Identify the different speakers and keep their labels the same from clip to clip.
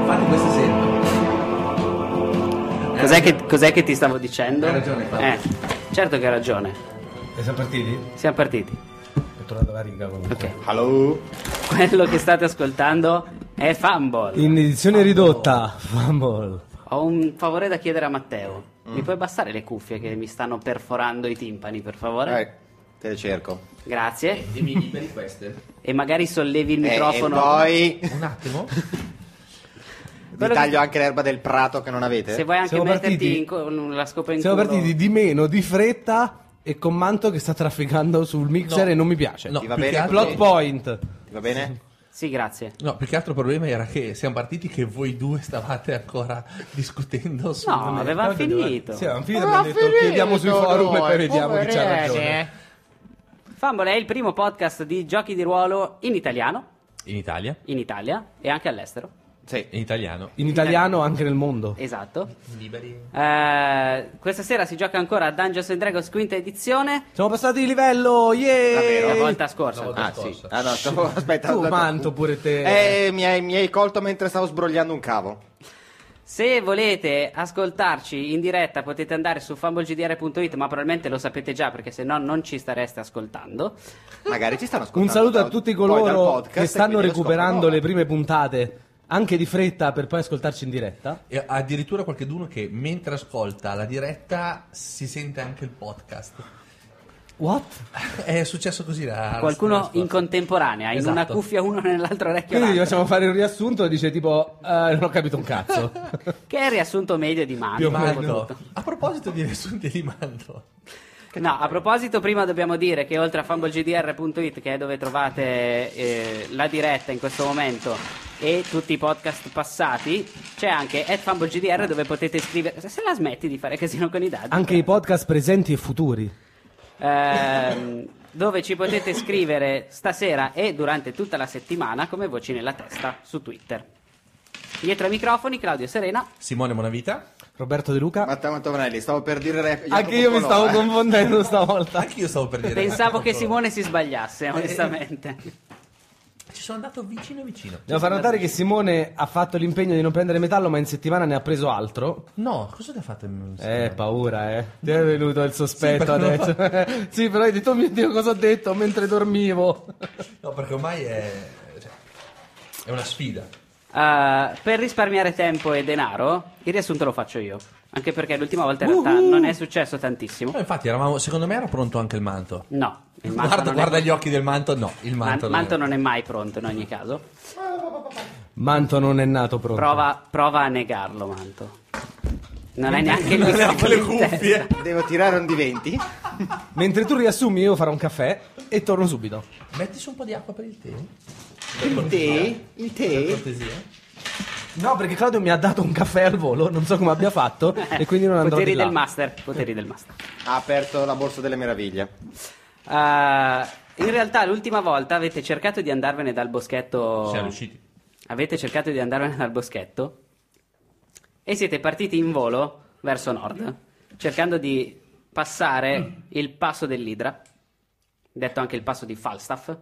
Speaker 1: Infatti questo esempio.
Speaker 2: Cos'è che, cos'è che ti stavo dicendo?
Speaker 1: Hai ragione, Fabio.
Speaker 2: Eh, certo che hai ragione.
Speaker 3: E siamo partiti?
Speaker 2: Siamo partiti.
Speaker 3: È tornata la riga comunque.
Speaker 2: Ok.
Speaker 4: Hello?
Speaker 2: Quello che state ascoltando è Fumble.
Speaker 3: In edizione ridotta, Fumble.
Speaker 2: Ho un favore da chiedere a Matteo.
Speaker 3: Mm.
Speaker 2: Mi puoi abbassare le cuffie che mi stanno perforando i timpani, per favore?
Speaker 4: Dai, te le cerco.
Speaker 3: Eh,
Speaker 2: Grazie.
Speaker 1: E mi liberi queste.
Speaker 2: E magari sollevi il
Speaker 4: Eh,
Speaker 2: microfono.
Speaker 4: E poi
Speaker 3: Un attimo.
Speaker 4: vi
Speaker 2: Quello che-
Speaker 4: taglio anche l'erba del prato che non avete.
Speaker 2: Se vuoi anche
Speaker 3: Siamo
Speaker 2: metterti
Speaker 3: partiti-
Speaker 2: in co- la scopa in
Speaker 3: Siamo
Speaker 2: culo.
Speaker 3: partiti di meno, di fretta e con Manto che sta trafficando sul mixer
Speaker 5: No.
Speaker 3: e non mi piace.
Speaker 5: No,
Speaker 4: Ti va
Speaker 5: più
Speaker 4: bene
Speaker 5: che altro-
Speaker 3: Plot point.
Speaker 4: Ti va bene?
Speaker 2: Sì, grazie.
Speaker 5: No, più che altro il problema era che siamo partiti che voi due stavate ancora discutendo su...
Speaker 2: No, avevamo
Speaker 3: Tanto
Speaker 2: finito.
Speaker 3: doveva- Sì, avevamo finito, abbiamo detto chiediamo sui forum e poi vediamo chi c'ha ragione.
Speaker 5: Eh.
Speaker 2: Fumble è il primo podcast di giochi di ruolo in italiano,
Speaker 5: In Italia?
Speaker 2: in Italia e anche all'estero.
Speaker 4: Sì.
Speaker 5: In italiano.
Speaker 3: In italiano anche nel
Speaker 4: Eh.
Speaker 3: mondo.
Speaker 2: Esatto.
Speaker 5: Liberi.
Speaker 2: Eh, questa sera si gioca ancora a Dungeons and Dragons quinta edizione.
Speaker 3: Siamo passati di livello,
Speaker 4: Davvero?
Speaker 2: La
Speaker 3: yeah!
Speaker 2: volta scorsa.
Speaker 5: No,
Speaker 4: Ah,
Speaker 5: scorsa.
Speaker 4: sì. Ah, no, stavo aspettando.
Speaker 3: Tu Manto pure te.
Speaker 4: Eh, mi hai, mi hai colto mentre stavo sbrogliando un cavo.
Speaker 2: Se volete ascoltarci in diretta potete andare su fumblegdr.it, ma probabilmente lo sapete già perché se no non ci stareste ascoltando.
Speaker 4: Magari ci stanno
Speaker 3: Un
Speaker 4: ascoltando.
Speaker 3: saluto a
Speaker 4: da-
Speaker 3: tutti
Speaker 4: poi dal
Speaker 3: coloro
Speaker 4: podcast
Speaker 3: che
Speaker 4: e
Speaker 3: stanno
Speaker 4: quindi lo
Speaker 3: recuperando le
Speaker 4: scoprono.
Speaker 3: prime puntate anche di fretta per poi ascoltarci in diretta.
Speaker 5: E addirittura qualcuno che mentre ascolta la diretta si sente anche il podcast.
Speaker 3: What?
Speaker 5: È successo così da...
Speaker 2: Qualcuno in
Speaker 5: contatto
Speaker 2: contemporanea, in
Speaker 5: Esatto.
Speaker 2: una cuffia uno nell'altra orecchio.
Speaker 3: Quindi gli
Speaker 2: l'altro.
Speaker 3: facciamo fare un riassunto e dice tipo "Eh, non ho capito un cazzo.
Speaker 2: Che è il riassunto medio di Mario.
Speaker 3: Più o meno.
Speaker 5: A proposito di nessun delimando.
Speaker 2: No, a proposito, prima dobbiamo dire che oltre a fumblegdr.it, che è dove trovate eh, la diretta in questo momento e tutti i podcast passati, c'è anche at fumblegdr dove potete scrivere. Se la smetti di fare casino con i dadi, eh,
Speaker 3: Anche i podcast presenti e futuri.
Speaker 2: Ehm, dove ci potete scrivere stasera e durante tutta la settimana come voci nella testa su Twitter. Dietro ai microfoni, Claudio e Serena.
Speaker 5: Simone Monavita.
Speaker 3: Roberto De Luca.
Speaker 4: Matteo Mantovani, stavo per dire re-
Speaker 3: Anche
Speaker 4: Jacopo
Speaker 3: io mi
Speaker 4: Colonna,
Speaker 3: stavo
Speaker 4: eh.
Speaker 3: confondendo stavolta.
Speaker 5: Anche io stavo per dire...
Speaker 2: Pensavo che Simone
Speaker 5: Simone
Speaker 2: si
Speaker 3: Eh,
Speaker 2: sbagliasse, onestamente.
Speaker 5: Ci sono andato vicino vicino.
Speaker 3: Devo far notare che Simone ha fatto l'impegno di non prendere metallo, ma in settimana ne ha preso altro.
Speaker 5: No, cosa ti ha fatto? in-
Speaker 3: Eh, paura, eh. Ti è venuto il sospetto
Speaker 5: Sì, perché
Speaker 3: adesso. sì, però hai detto, "Oh mio Dio, cosa ho detto mentre dormivo.
Speaker 5: No, perché ormai è. cioè, è una sfida.
Speaker 2: Eh, per risparmiare tempo e denaro, il riassunto lo faccio io. Anche perché l'ultima volta in realtà non è successo tantissimo.
Speaker 5: No, infatti, eravamo, secondo me era pronto anche il manto.
Speaker 2: No, il manto
Speaker 5: guarda
Speaker 2: non
Speaker 5: guarda
Speaker 2: è...
Speaker 5: gli occhi del manto, no, il
Speaker 2: Man-
Speaker 5: manto,
Speaker 2: manto
Speaker 5: non
Speaker 2: non è mai pronto in ogni caso.
Speaker 3: Manto non è nato proprio.
Speaker 2: Prova, prova a negarlo, Manto. Non hai neanche il
Speaker 5: Non ha neanche
Speaker 2: microfono
Speaker 5: le
Speaker 2: in testa.
Speaker 5: cuffie.
Speaker 4: Devo tirare un di 20.
Speaker 3: Mentre tu riassumi, io farò un caffè e torno subito.
Speaker 5: Metti su un po' di acqua per il tè.
Speaker 4: Il tè? Il
Speaker 5: Per
Speaker 4: tè?
Speaker 5: cortesia.
Speaker 3: No, perché Claudio mi ha dato un caffè al volo, non so come abbia fatto, e quindi non andrò
Speaker 2: poteri
Speaker 3: di là.
Speaker 2: del master, poteri del master.
Speaker 4: Ha aperto la borsa delle meraviglie.
Speaker 2: Eh, in realtà l'ultima volta avete cercato di andarvene dal boschetto.
Speaker 5: Siamo riusciti.
Speaker 2: Avete cercato di andarvene dal boschetto e siete partiti in volo verso nord, cercando di passare il passo dell'Idra, detto anche il passo di Falstaff.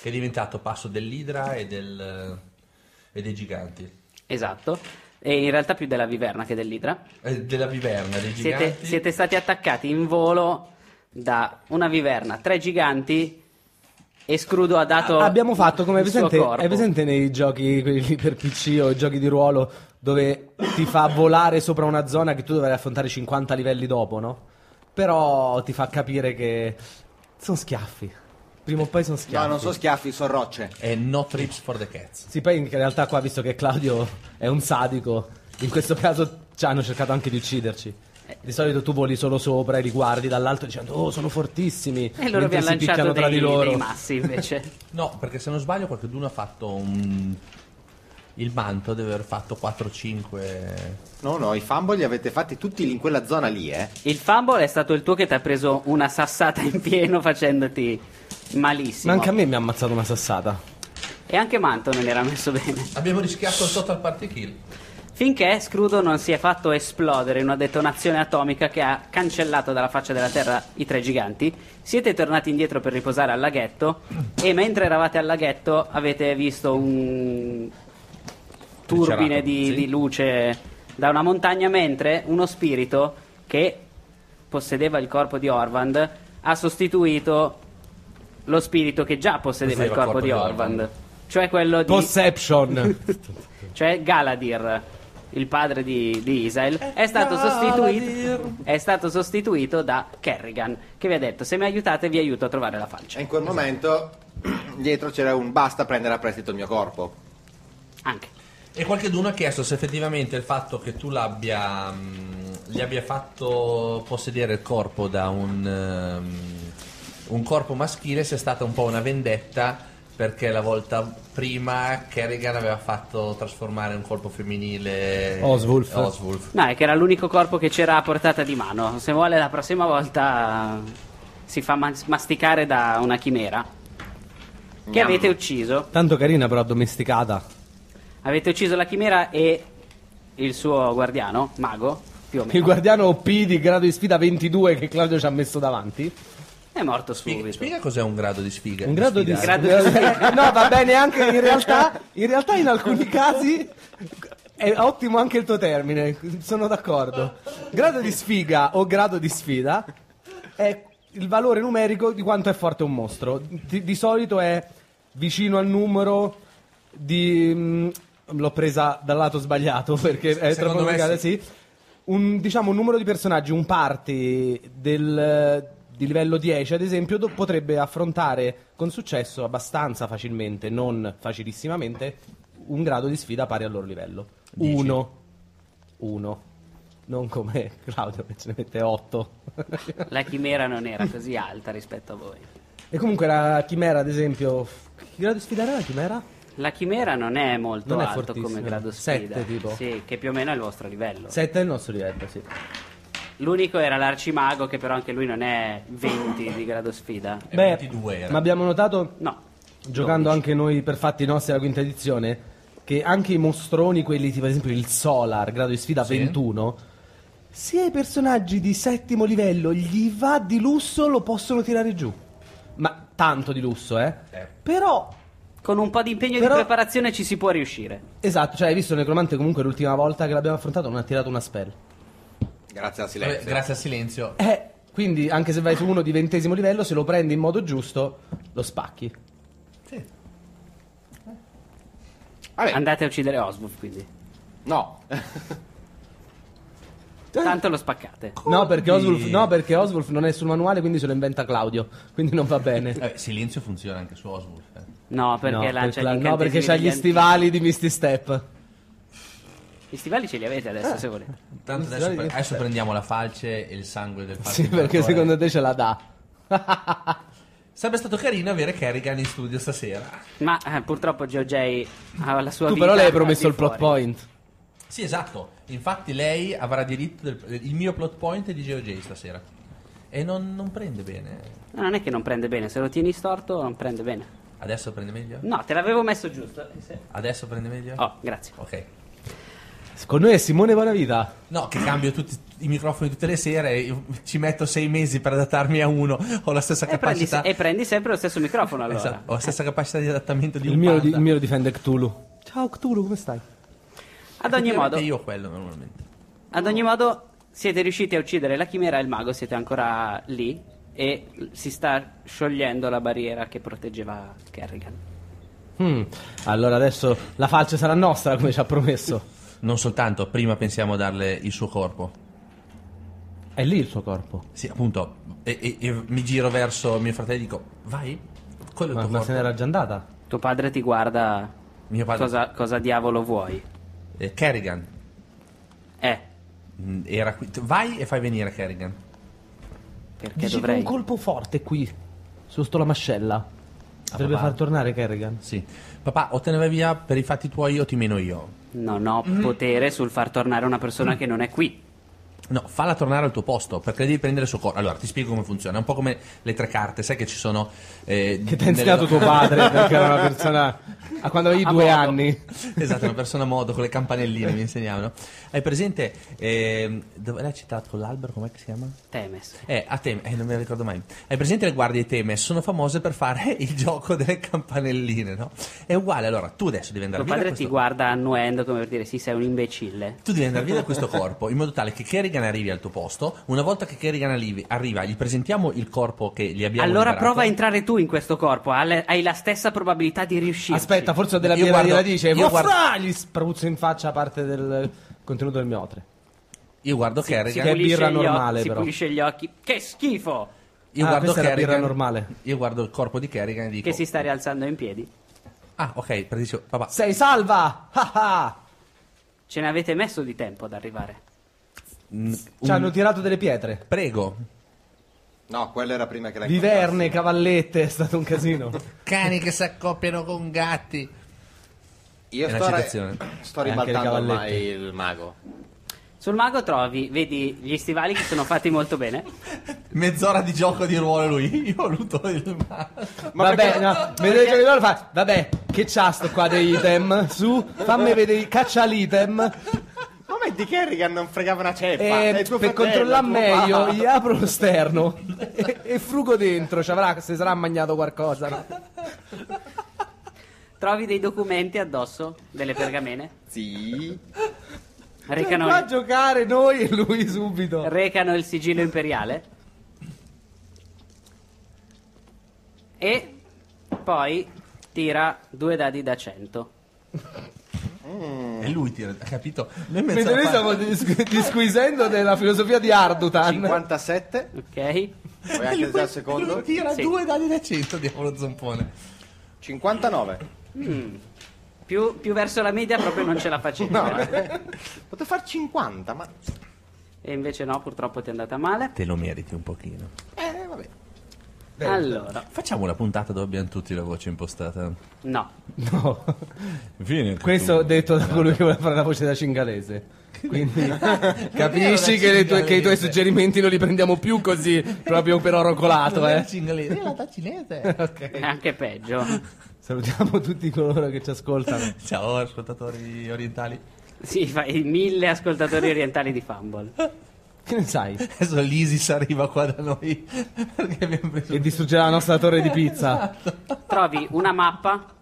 Speaker 5: Che è diventato passo dell'idra e, del, e dei eh, giganti.
Speaker 2: Esatto. e in realtà più della viverna che dell'idra.
Speaker 5: Eh, della viverna, dei giganti.
Speaker 2: Siete, siete stati attaccati in volo da una viverna, tre giganti e Scrudo ha dato
Speaker 3: Abbiamo fatto come è
Speaker 2: il suo
Speaker 3: presente,
Speaker 2: corpo.
Speaker 3: è presente nei giochi quelli per PC o i giochi di ruolo dove ti fa volare sopra una zona che tu dovrai affrontare 50 livelli dopo, no? Però ti fa capire che sono schiaffi. Prima o poi sono schiaffi.
Speaker 4: No, non sono schiaffi, sono rocce.
Speaker 5: E no trips for the cats.
Speaker 3: Sì, poi in realtà qua, visto che Claudio è un sadico, in questo caso ci hanno cercato anche di ucciderci. Di solito tu voli solo sopra e li guardi dall'alto dicendo oh sono fortissimi
Speaker 2: E loro vi
Speaker 3: mentre
Speaker 2: ha
Speaker 3: si picchiano
Speaker 2: lanciato
Speaker 3: tra
Speaker 2: dei,
Speaker 3: di loro.
Speaker 2: dei massi invece.
Speaker 5: No, perché se non sbaglio qualcuno ha fatto un... Il manto deve aver fatto 4-5...
Speaker 4: No, no, i fumble li avete fatti tutti lì in quella zona lì, eh.
Speaker 2: Il fumble è stato il tuo che ti ha preso una sassata in pieno facendoti malissimo.
Speaker 3: Ma anche a me mi ha ammazzato una sassata.
Speaker 2: E anche Manto non era messo bene.
Speaker 5: Abbiamo rischiato il total party kill.
Speaker 2: Finché Scrudo non si è fatto esplodere in una detonazione atomica che ha cancellato dalla faccia della Terra i tre giganti, siete tornati indietro per riposare al laghetto e mentre eravate al laghetto avete visto un turbine
Speaker 5: Triceratops,
Speaker 2: di,
Speaker 5: sì.
Speaker 2: di luce da una montagna mentre uno spirito che possedeva il corpo di Orvand ha sostituito lo spirito che già possedeva il corpo, di, Orvand, cioè quello di
Speaker 3: Possession.
Speaker 2: cioè Galadir, il padre di, di Israel, è stato, sostituito, è stato sostituito da Kerrigan, che vi ha detto se mi aiutate vi aiuto a trovare la
Speaker 4: E
Speaker 2: falce.
Speaker 4: in
Speaker 3: Esatto.
Speaker 4: quel momento dietro c'era un basta prendere a prestito il mio corpo.
Speaker 2: Anche.
Speaker 5: E qualcuno ha chiesto se effettivamente il fatto che tu l'abbia mm, gli abbia fatto possedere il corpo da un, ehm, un corpo maschile sia stata un po' una vendetta perché la volta prima Kerrigan aveva fatto trasformare un corpo femminile
Speaker 3: Oswulf.
Speaker 5: Oswulf.
Speaker 2: No, è che era l'unico corpo che c'era a portata di mano. Se vuole la prossima volta si fa mas- masticare da una chimera. Che avete ucciso.
Speaker 3: Tanto carina però addomesticata.
Speaker 2: Avete ucciso la chimera e il suo guardiano, mago, più o meno.
Speaker 3: Il guardiano OP di grado di sfida 22 che Claudio ci ha messo davanti.
Speaker 2: È morto
Speaker 5: Spiega,
Speaker 2: subito.
Speaker 5: spiega cos'è un grado di sfiga.
Speaker 3: Un grado di
Speaker 5: sfida.
Speaker 2: Grado di sfida.
Speaker 3: No, va bene anche in realtà, in realtà in alcuni casi è ottimo anche il tuo termine, sono d'accordo. Grado di sfiga o grado di sfida è il valore numerico di quanto è forte un mostro. Di, di solito è vicino al numero di mm, l'ho presa dal lato sbagliato perché è troppo
Speaker 5: Secondo me
Speaker 3: complicata,
Speaker 5: sì.
Speaker 3: sì. Un, diciamo, un numero di personaggi, un party del, di livello 10, ad esempio, do- potrebbe affrontare con successo abbastanza facilmente, non facilissimamente, un grado di sfida pari al loro livello.
Speaker 5: Dici.
Speaker 3: Uno. Uno. Non come Claudio che ce ne mette 8.
Speaker 2: La chimera non era così alta rispetto a voi.
Speaker 3: e comunque la chimera, ad esempio... Che grado di sfida era la chimera?
Speaker 2: La chimera non è molto
Speaker 3: Non è
Speaker 2: alto
Speaker 3: fortissima.
Speaker 2: come grado sfida.
Speaker 3: Sette, tipo.
Speaker 2: Sì, che più o meno è il vostro livello.
Speaker 3: 7 è il nostro livello, sì.
Speaker 2: L'unico era l'arcimago, che però anche lui non è 20 di grado sfida.
Speaker 5: È 22 era.
Speaker 3: ma abbiamo notato...
Speaker 2: No.
Speaker 3: giocando anche noi per fatti nostri alla quinta edizione, che anche i mostroni, quelli tipo ad esempio il Solar, grado di sfida
Speaker 5: Sì.
Speaker 3: 21, se ai personaggi di settimo livello gli va di lusso lo possono tirare giù. Ma tanto di lusso, eh.
Speaker 5: Eh.
Speaker 3: Però,
Speaker 2: Con un po' di impegno e
Speaker 3: Però-
Speaker 2: di preparazione ci si può riuscire.
Speaker 3: esatto, cioè hai visto il Necromante comunque l'ultima volta che l'abbiamo affrontato non ha tirato una spell.
Speaker 4: Grazie al
Speaker 5: Vabbè,
Speaker 4: silenzio.
Speaker 5: grazie al silenzio.
Speaker 3: Eh, quindi anche se vai su uno di ventesimo livello, se lo prendi in modo giusto, lo spacchi.
Speaker 4: Vabbè,
Speaker 2: Andate a uccidere Oswulf,
Speaker 3: Eh.
Speaker 2: quindi.
Speaker 4: no.
Speaker 2: Tanto lo spaccate.
Speaker 3: No perché, Oswulf, no, perché Oswulf non è sul manuale, quindi se lo inventa Claudio. Quindi non va bene.
Speaker 5: Eh, silenzio funziona anche su Oswulf. eh.
Speaker 2: No, perché
Speaker 3: no,
Speaker 2: lancia
Speaker 3: perché-
Speaker 2: gli
Speaker 3: no, perché
Speaker 2: incantesimi
Speaker 3: c'ha
Speaker 2: degli
Speaker 3: gli
Speaker 2: antichi.
Speaker 3: stivali di Misty Step.
Speaker 2: Gli stivali ce li avete adesso,
Speaker 3: Eh.
Speaker 2: se volete.
Speaker 5: Tanto adesso, pre- adesso prendiamo la falce e il sangue del falco.
Speaker 3: Sì, perché secondo te ce la dà.
Speaker 5: Sarebbe stato carino avere Kerrigan in studio stasera.
Speaker 2: Ma eh, purtroppo GeoJ ha la sua
Speaker 3: Tu
Speaker 2: vita.
Speaker 3: però le hai
Speaker 2: al
Speaker 3: promesso
Speaker 2: di
Speaker 3: il plot
Speaker 2: fuori.
Speaker 3: point.
Speaker 5: Sì, esatto. Infatti lei avrà diritto del, il mio plot point di GeoJ stasera. E non, non prende bene.
Speaker 2: No, Non è che non prende bene, se lo tieni storto non prende bene.
Speaker 5: Adesso prende meglio?
Speaker 2: No, te l'avevo messo giusto. eh, se-
Speaker 5: Adesso prende meglio?
Speaker 2: Oh, grazie.
Speaker 5: Ok.
Speaker 3: Con noi è Simone Bonavita.
Speaker 5: No, che cambio tutti i microfoni tutte le sere, io ci metto sei mesi per adattarmi a uno, ho la stessa
Speaker 2: E prendi,
Speaker 5: capacità.
Speaker 2: e prendi sempre lo stesso microfono allora.
Speaker 5: Esatto, ho la stessa capacità di adattamento di
Speaker 3: Il
Speaker 5: un
Speaker 3: mio,
Speaker 5: panda.
Speaker 3: il mio difende Cthulhu. Ciao Cthulhu, come stai?
Speaker 2: Ad ogni modo,
Speaker 5: Effettivamente io quello normalmente.
Speaker 2: ad ogni modo, siete riusciti a uccidere la chimera e il mago, siete ancora lì e si sta sciogliendo la barriera che proteggeva Kerrigan.
Speaker 3: Mm, Allora adesso la falce sarà nostra, come ci ha promesso.
Speaker 5: Non soltanto, prima pensiamo a darle il suo corpo.
Speaker 3: È lì il suo corpo.
Speaker 5: Sì, appunto. E, e- e mi giro verso mio fratello e dico: Vai, quello è
Speaker 3: Ma,
Speaker 5: il tuo
Speaker 3: ma se
Speaker 5: corpo.
Speaker 3: n'era già andata.
Speaker 2: Tuo padre ti guarda.
Speaker 5: Mio padre.
Speaker 2: Cosa, cosa diavolo vuoi?
Speaker 5: Eh, Kerrigan.
Speaker 2: Eh,
Speaker 5: mm, Era qui. Tu- Vai e fai venire Kerrigan.
Speaker 2: perché
Speaker 3: Dici
Speaker 2: dovrei.
Speaker 3: un colpo forte qui, sotto la mascella. Dovrebbe
Speaker 5: papà.
Speaker 3: far tornare Kerrigan.
Speaker 5: Sì. Papà, o te ne vai via per i fatti tuoi o ti meno io.
Speaker 2: Non ho
Speaker 5: Mm-hmm.
Speaker 2: potere sul far tornare una
Speaker 5: Mm.
Speaker 2: persona che non è qui.
Speaker 5: No, falla tornare al tuo posto perché devi prendere il suo corpo. Allora, ti spiego come funziona. È un po' come le tre carte, sai che ci sono. eh,
Speaker 3: Che ti ha
Speaker 5: nelle-
Speaker 3: insegnato tuo padre perché era una persona. A quando avevi
Speaker 5: A
Speaker 3: due
Speaker 5: modo.
Speaker 3: anni.
Speaker 5: Esatto, una persona a modo con le campanelline mi insegnavano. Hai presente. ehm, dove l'hai citato l'albero? Com'è che si chiama?
Speaker 2: Temes.
Speaker 5: Eh, a Teme, eh, non me lo ricordo mai. Hai presente le guardie di Teme? Sono famose per fare il gioco delle campanelline, no? È uguale, allora tu adesso devi andare
Speaker 2: Tuo
Speaker 5: via. da
Speaker 2: padre ti
Speaker 5: questo-
Speaker 2: guarda annuendo come per dire sì, sei un imbecille.
Speaker 5: tu devi andare via da questo corpo in modo tale che Kerrigan arrivi al tuo posto. Una volta che Kerrigan arrivi, arriva, gli presentiamo il corpo che gli abbiamo
Speaker 2: allora
Speaker 5: liberato.
Speaker 2: prova a entrare tu in questo corpo, alle- hai la stessa probabilità di riuscire.
Speaker 3: Aspetta, forse ho della
Speaker 5: Io
Speaker 3: birra di
Speaker 5: guardo-
Speaker 3: radice.
Speaker 5: io
Speaker 3: Ma
Speaker 5: guardo-
Speaker 3: fra! Gli spruzzo in faccia parte del contenuto del mio otre.
Speaker 5: Io guardo
Speaker 2: si
Speaker 5: Kerrigan.
Speaker 3: Che è
Speaker 2: pulisce
Speaker 3: birra
Speaker 2: gli occhi-
Speaker 3: normale,
Speaker 2: si
Speaker 3: però.
Speaker 2: pulisce gli occhi. Che schifo!
Speaker 5: Io
Speaker 3: Ah,
Speaker 5: guardo
Speaker 3: questa è la birra
Speaker 5: Kerrigan-
Speaker 3: normale.
Speaker 5: Io guardo il corpo di Kerrigan e dico:
Speaker 2: Che si sta rialzando in piedi.
Speaker 5: Ah, ok, perché dicevo, papà,
Speaker 3: Sei salva! Ah ah!
Speaker 2: Ce ne avete messo di tempo ad arrivare.
Speaker 5: mm,
Speaker 3: Ci
Speaker 5: un-
Speaker 3: hanno tirato delle pietre.
Speaker 5: prego,
Speaker 4: No, quella era prima che la
Speaker 3: Viverne, cavallette, è stato un casino.
Speaker 5: cani che si accoppiano con gatti.
Speaker 4: Io
Speaker 5: È una
Speaker 4: sto, ri-
Speaker 5: citazione.
Speaker 4: sto
Speaker 3: E anche le
Speaker 4: ribaltando ormai
Speaker 3: cavallette.
Speaker 4: il mago.
Speaker 2: Sul mago trovi, vedi gli stivali che sono fatti molto bene.
Speaker 5: Mezz'ora di gioco di ruolo lui. Io ho avuto il mago.
Speaker 3: Vabbè, no, vedete che loro fa. Vabbè, che c'ha sto qua dei item? Su, fammi vedere, caccia l'item.
Speaker 4: Ma metti Kerrigan non fregava una ceppa.
Speaker 3: E
Speaker 4: è il tuo
Speaker 3: Eh, per
Speaker 4: fratello,
Speaker 3: controllare
Speaker 4: tuo
Speaker 3: meglio,
Speaker 4: papà.
Speaker 3: gli apro lo sterno e, e frugo dentro. Ci avrà, se sarà mangiato qualcosa. no?
Speaker 2: Trovi dei documenti addosso, delle pergamene.
Speaker 4: Sì.
Speaker 3: Cioè, qua a
Speaker 2: Recano,
Speaker 3: giocare noi e lui subito.
Speaker 2: recano il sigillo imperiale. E poi tira due dadi da 100.
Speaker 5: E lui tira, ha capito? Noi
Speaker 3: Mentre
Speaker 5: mezz'ora
Speaker 3: noi
Speaker 5: fa-
Speaker 3: stiamo dis- disquisendo della filosofia di Ardutan.
Speaker 4: 57.
Speaker 2: Ok?
Speaker 4: Vuoi anche
Speaker 5: lui-
Speaker 4: già il secondo?
Speaker 5: Lui tira
Speaker 2: Sì.
Speaker 5: due dadi da 100, diavolo zompone.
Speaker 4: 59.
Speaker 2: Più, più verso la media proprio non ce la facevi.
Speaker 4: No,
Speaker 2: però.
Speaker 4: eh. potevo far 50, ma...
Speaker 2: E invece no, purtroppo ti è andata male.
Speaker 5: Te lo meriti un pochino.
Speaker 4: Eh, vabbè.
Speaker 2: Allora,
Speaker 5: Facciamo una puntata dove abbiamo tutti la voce impostata.
Speaker 2: no.
Speaker 3: No,
Speaker 5: Infine,
Speaker 3: questo
Speaker 5: tu-
Speaker 3: detto da colui che voleva fare la voce da cingalese. Quindi capisci
Speaker 5: da
Speaker 3: che, le tue- che i tuoi
Speaker 5: cingalese.
Speaker 3: suggerimenti non li prendiamo più così, proprio per oro colato, eh.
Speaker 5: cingalese.
Speaker 2: È anche peggio.
Speaker 3: Salutiamo tutti coloro che ci ascoltano.
Speaker 5: Ciao ascoltatori orientali.
Speaker 2: Sì, fai mille ascoltatori orientali di Fumble.
Speaker 3: Che ne sai?
Speaker 5: Adesso l'ISIS arriva qua da noi perché abbiamo preso
Speaker 3: Che distruggerà la nostra torre di pizza.
Speaker 2: Trovi una mappa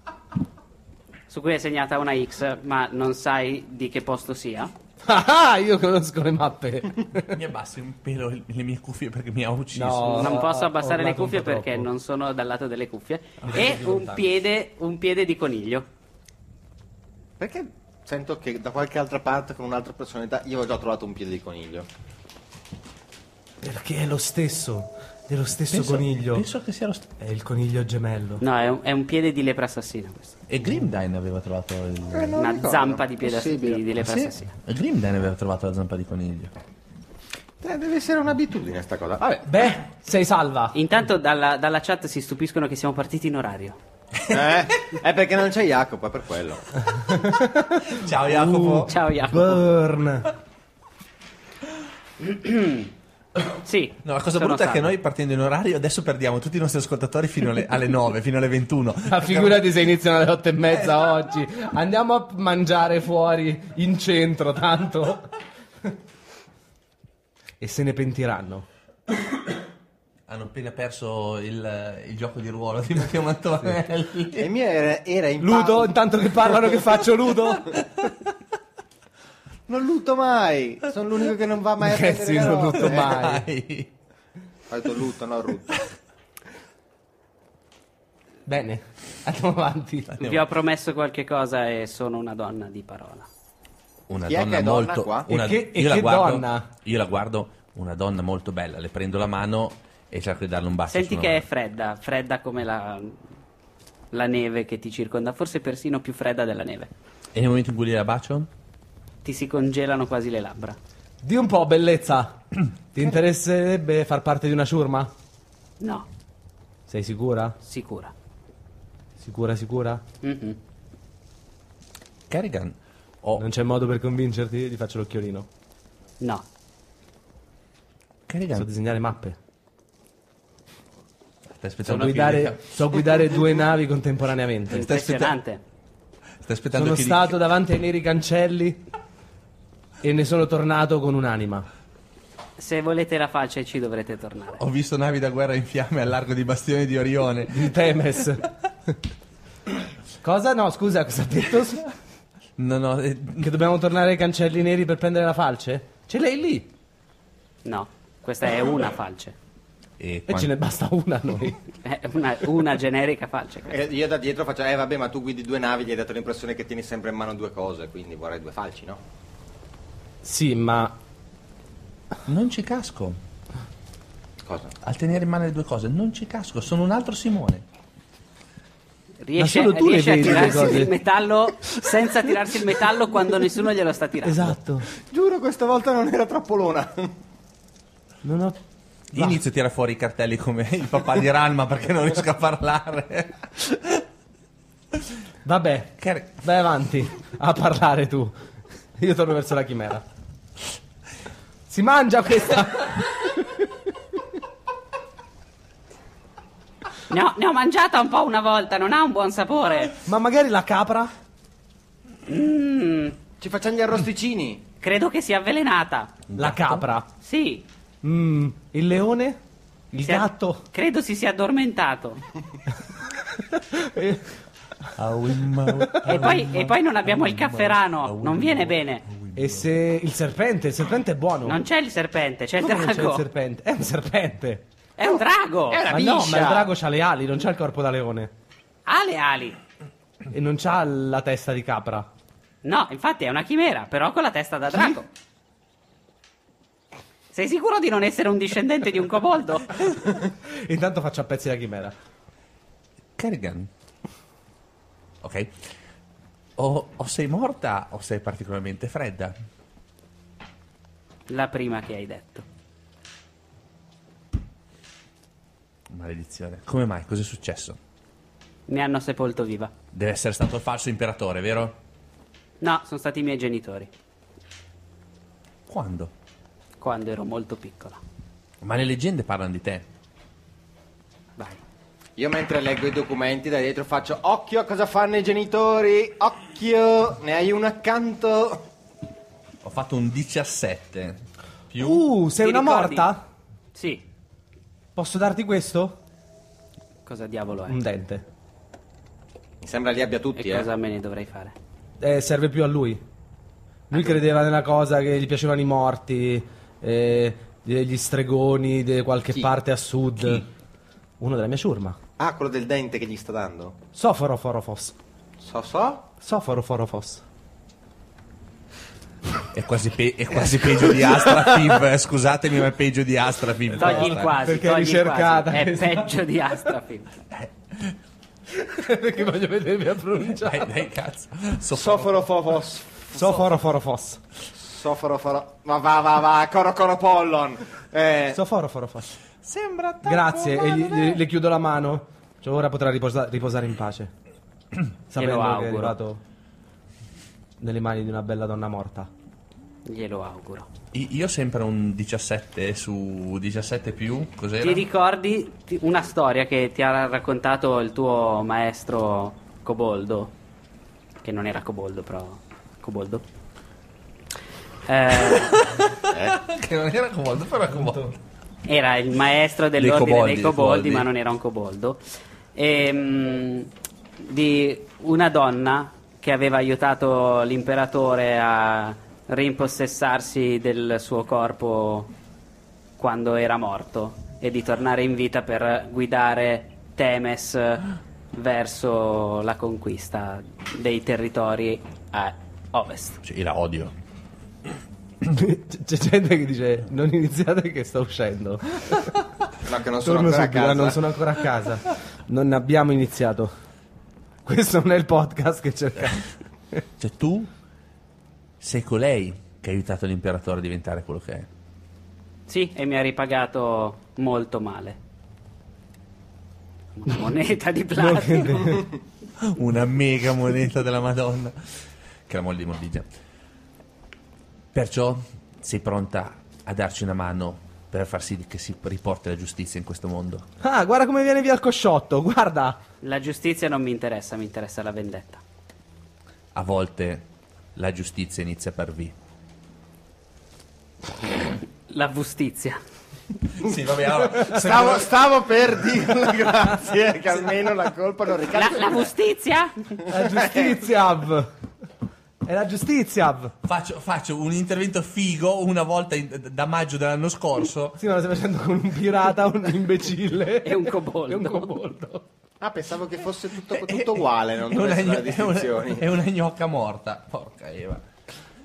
Speaker 2: su cui è segnata una X, ma non sai di che posto sia.
Speaker 3: Ah, ah, io conosco le mappe.
Speaker 5: Mi abbassi un pelo il- le mie cuffie perché mi ha ucciso.
Speaker 3: No.
Speaker 2: non
Speaker 3: ho-
Speaker 2: posso
Speaker 3: ho
Speaker 2: abbassare le
Speaker 3: urlato un
Speaker 2: cuffie
Speaker 3: po'
Speaker 2: perché
Speaker 3: troppo.
Speaker 2: non sono dal lato delle cuffie.
Speaker 5: Ah,
Speaker 3: di
Speaker 2: E un
Speaker 3: lontano.
Speaker 2: piede, un piede di coniglio.
Speaker 4: Perché sento che da qualche altra parte, con un'altra personalità, io ho già trovato un piede di coniglio.
Speaker 3: Perché è lo stesso, è lo stesso
Speaker 5: Penso-
Speaker 3: coniglio.
Speaker 5: Penso che sia lo stesso.
Speaker 3: È il coniglio gemello.
Speaker 2: No, è un, è un piede di lepre assassina questo.
Speaker 5: E Grimdine aveva trovato
Speaker 4: Eh,
Speaker 5: il.
Speaker 2: Una zampa di piede ass- di, di lepre
Speaker 5: Sì?
Speaker 2: assassina.
Speaker 5: Grimdine aveva trovato la zampa di coniglio.
Speaker 4: Eh, deve essere un'abitudine sta cosa. Vabbè.
Speaker 3: Beh, sei salva.
Speaker 2: Intanto dalla, dalla chat si stupiscono che siamo partiti in orario.
Speaker 4: Eh, è perché non c'è Jacopo, è per quello.
Speaker 5: Ciao
Speaker 3: Uh,
Speaker 5: Jacopo.
Speaker 2: Ciao Jacopo.
Speaker 3: Burn.
Speaker 2: Sì.
Speaker 5: No, la cosa
Speaker 2: sono
Speaker 5: brutta è che
Speaker 2: salvo.
Speaker 5: noi partendo in orario adesso perdiamo tutti i nostri ascoltatori fino alle, alle 9, fino alle 21.
Speaker 3: Ma figurati se iniziano alle otto e mezza oggi. Andiamo a mangiare fuori in centro, tanto. E se ne pentiranno.
Speaker 5: Hanno appena perso il, il gioco di ruolo di Matteo Mantovanelli.
Speaker 4: E il mio era, era in
Speaker 3: Ludo,
Speaker 4: pausa.
Speaker 3: intanto che parlano che faccio Ludo?
Speaker 4: Non lutto mai. Sono l'unico che non va mai a
Speaker 3: Eh,
Speaker 4: prendere
Speaker 3: sì,
Speaker 4: le
Speaker 3: non
Speaker 4: robe.
Speaker 3: lutto mai.
Speaker 5: Eh. Dai.
Speaker 4: Ho detto lutto, no rutto.
Speaker 3: Bene, andiamo avanti.
Speaker 2: Vi ho promesso qualche cosa e sono una donna di parola.
Speaker 5: Una
Speaker 4: Chi è
Speaker 5: donna
Speaker 4: che è donna
Speaker 5: molto
Speaker 4: qua?
Speaker 5: una-
Speaker 3: E che- e
Speaker 5: io la
Speaker 3: che
Speaker 5: guardo,
Speaker 3: donna?
Speaker 5: Io la guardo una donna molto bella, le prendo la mano e cerco di darle un bacio.
Speaker 2: Senti
Speaker 5: sulla
Speaker 2: che è
Speaker 5: mano.
Speaker 2: fredda, fredda come la, la neve che ti circonda, forse persino più fredda della neve.
Speaker 5: E nel momento in cui la bacio?
Speaker 2: Ti si congelano quasi le labbra.
Speaker 3: Di un po', bellezza. Ti interesserebbe far parte di una ciurma?
Speaker 2: No,
Speaker 3: Sei sicura?
Speaker 2: sicura.
Speaker 3: Sicura, sicura?
Speaker 2: Mhm.
Speaker 5: Kerrigan, ho,
Speaker 3: Non c'è modo per convincerti, gli faccio l'occhiolino.
Speaker 2: No,
Speaker 5: Kerrigan,
Speaker 3: So disegnare mappe.
Speaker 5: stai
Speaker 3: So
Speaker 5: aspettando che
Speaker 3: guidare, so guidare due navi contemporaneamente.
Speaker 2: impressionante.
Speaker 5: stai aspettando
Speaker 3: Sono
Speaker 5: che dica-
Speaker 3: stato davanti ai neri cancelli e ne sono tornato con un'anima.
Speaker 2: Se volete la falce ci dovrete tornare.
Speaker 3: Oh.
Speaker 5: Ho visto navi da guerra in fiamme al largo di Bastione di Orione.
Speaker 3: Di Temes. Cosa? No, scusa, cosa ha detto?
Speaker 5: No, no, eh,
Speaker 3: Che dobbiamo tornare ai cancelli neri per prendere la falce? Ce l'hai lì!
Speaker 2: No, questa è una falce.
Speaker 5: e
Speaker 3: E
Speaker 5: quan-
Speaker 3: ce ne basta una a noi.
Speaker 2: È una, una generica falce. questa.
Speaker 4: E io da dietro faccio, eh vabbè, ma tu guidi due navi, gli hai dato l'impressione che tieni sempre in mano due cose, quindi vorrei due falci, no?
Speaker 3: Sì, ma
Speaker 5: Non ci casco.
Speaker 4: Cosa?
Speaker 5: Al tenere in mano le due cose, non ci casco. Sono un altro Simone.
Speaker 2: Riesce,
Speaker 3: Ma solo tu le
Speaker 2: riesce a
Speaker 3: vedi le
Speaker 2: tirarsi
Speaker 3: cose.
Speaker 2: il metallo senza tirarsi il metallo quando nessuno glielo sta tirando.
Speaker 3: esatto,
Speaker 4: Giuro, questa volta non era trappolona.
Speaker 3: non ho.
Speaker 5: Io Inizio a tirare fuori i cartelli come il papà di Ranma perché non riesco a parlare.
Speaker 3: Vabbè,
Speaker 5: Kerri-
Speaker 3: vai avanti a parlare tu. Io torno verso la chimera. Si mangia questa!
Speaker 2: Ne ho, ne ho mangiata un po' una volta, non ha un buon sapore.
Speaker 3: Ma magari la capra?
Speaker 4: Ci facciamo gli arrosticini.
Speaker 2: Credo che sia avvelenata.
Speaker 3: La capra.
Speaker 2: Sì.
Speaker 3: Mm, il leone? Il
Speaker 2: si è-
Speaker 3: gatto?
Speaker 2: credo si sia addormentato.
Speaker 3: Eh,
Speaker 2: E poi, e poi non abbiamo il cafferano. Non viene bene.
Speaker 3: E se il serpente? Il serpente è buono.
Speaker 2: Non c'è il serpente, c'è il
Speaker 3: Come non c'è il
Speaker 2: drago.
Speaker 3: serpente? È un serpente.
Speaker 2: È un drago.
Speaker 4: È una
Speaker 3: ma no,
Speaker 4: biscia.
Speaker 3: ma il drago ha le ali, non c'ha il corpo da leone.
Speaker 2: Ha le ali.
Speaker 3: E non c'ha la testa di capra.
Speaker 2: No, infatti è una chimera, però con la testa da drago. Sei sicuro di non essere un discendente di un coboldo?
Speaker 3: Intanto faccio a pezzi la chimera.
Speaker 5: Kerrigan. Ok. O, o sei morta o sei particolarmente fredda.
Speaker 2: La prima che hai detto.
Speaker 5: Maledizione. Come mai? Cos'è successo?
Speaker 2: Mi hanno sepolto viva.
Speaker 5: Deve essere stato il falso imperatore, vero?
Speaker 2: No, sono stati i miei genitori,
Speaker 5: Quando?
Speaker 2: quando ero molto piccola.
Speaker 5: Ma le leggende parlano di te.
Speaker 2: Vai.
Speaker 4: Io mentre leggo i documenti da dietro faccio occhio a cosa fanno i genitori, occhio, ne hai uno accanto.
Speaker 5: Ho fatto un 17. Più
Speaker 3: Uh, sei
Speaker 2: Ti
Speaker 3: una
Speaker 2: ricordi?
Speaker 3: morta?
Speaker 2: Sì.
Speaker 3: Posso darti questo?
Speaker 2: Cosa diavolo è?
Speaker 3: Un dente.
Speaker 4: Mi sembra li abbia tutti,
Speaker 2: E
Speaker 4: eh.
Speaker 2: cosa me ne dovrei fare?
Speaker 3: Eh, serve più a lui. Lui credeva nella cosa che gli piacevano i morti, eh, gli stregoni di qualche parte a sud. Uno della mia ciurma.
Speaker 4: Ah, quello del dente che gli sta dando.
Speaker 3: Soforoforofos.
Speaker 4: So so.
Speaker 3: Soforoforofos.
Speaker 5: È quasi, pe- è quasi peggio di Astrafib. eh, Scusatemi, ma è peggio di Astrafib.
Speaker 2: Togli il
Speaker 3: Esatto.
Speaker 2: quasi,
Speaker 3: Perché è
Speaker 2: togli il
Speaker 3: ricercata Esatto.
Speaker 2: quasi. È
Speaker 3: questa.
Speaker 2: peggio di Astrafil.
Speaker 3: Perché voglio vedermi a
Speaker 5: Eh, Dai,
Speaker 3: pronunciare.
Speaker 5: dai, cazzo. So-
Speaker 4: Soforo fofos.
Speaker 3: Soforoforofos.
Speaker 4: Soforo foro. Ma va va va, coro coro pollon. Eh.
Speaker 3: Soforoforofos.
Speaker 5: Sembra tanto
Speaker 3: Grazie, e
Speaker 5: umano,
Speaker 3: gli- gli- le chiudo la mano. Cioè, ora potrà riposa- riposare in pace. Sapendo che è
Speaker 2: auguro.
Speaker 3: arrivato nelle mani di una bella donna morta.
Speaker 2: Glielo auguro.
Speaker 5: I- Io sempre un 17 su 17 più. Cos'era?
Speaker 2: Ti ricordi ti- una storia che ti ha raccontato il tuo maestro Coboldo? Che non era Coboldo, però. Coboldo? Eh,
Speaker 5: Che non era comodo, però era comodo.
Speaker 2: era il maestro dell'ordine
Speaker 5: coboldi,
Speaker 2: dei
Speaker 5: dei
Speaker 2: Coboldi,
Speaker 5: coboldi.
Speaker 2: ma non era un Coboldo. Ehm, di una donna che aveva aiutato l'imperatore a rimpossessarsi del suo corpo quando era morto e di tornare in vita per guidare Temes verso la conquista dei territori a ovest.
Speaker 5: Cioè, io la odio.
Speaker 3: C- C'è gente che dice non iniziate che sto uscendo.
Speaker 4: No, che non sono
Speaker 3: Torno
Speaker 4: ancora a
Speaker 3: subito, eh,
Speaker 4: casa.
Speaker 3: non sono ancora a casa. Non abbiamo iniziato. Questo non è il podcast che cercavo.
Speaker 5: Cioè, tu sei colei che ha aiutato l'imperatore a diventare quello che è.
Speaker 2: Sì, e mi ha ripagato molto male. Una moneta di platino.
Speaker 5: Una mega moneta della Madonna. Che la moglie di Moldigia. Perciò sei pronta a darci una mano per far sì che si riporti la giustizia in questo mondo.
Speaker 3: Ah, guarda come viene via il cosciotto, guarda.
Speaker 2: La giustizia non mi interessa, mi interessa la vendetta.
Speaker 5: A volte la giustizia inizia per V.
Speaker 2: La giustizia.
Speaker 5: Sì, vabbè, allora,
Speaker 4: Stavo, stavo per dirlo, grazie, che almeno la colpa non ricade.
Speaker 2: La, la giustizia?
Speaker 3: La giustizia. av. È la giustizia. av.
Speaker 5: faccio, faccio un intervento figo una volta in- da maggio dell'anno scorso.
Speaker 3: Sì, ma lo stai facendo con un pirata, un imbecille
Speaker 2: E un coboldo.
Speaker 3: E un coboldo.
Speaker 4: Ah, pensavo che fosse tutto, tutto uguale, non
Speaker 5: è una,
Speaker 4: dovesse
Speaker 5: gno-
Speaker 4: essere
Speaker 5: è, una,
Speaker 4: distinzioni.
Speaker 5: è una gnocca morta. Porca Eva.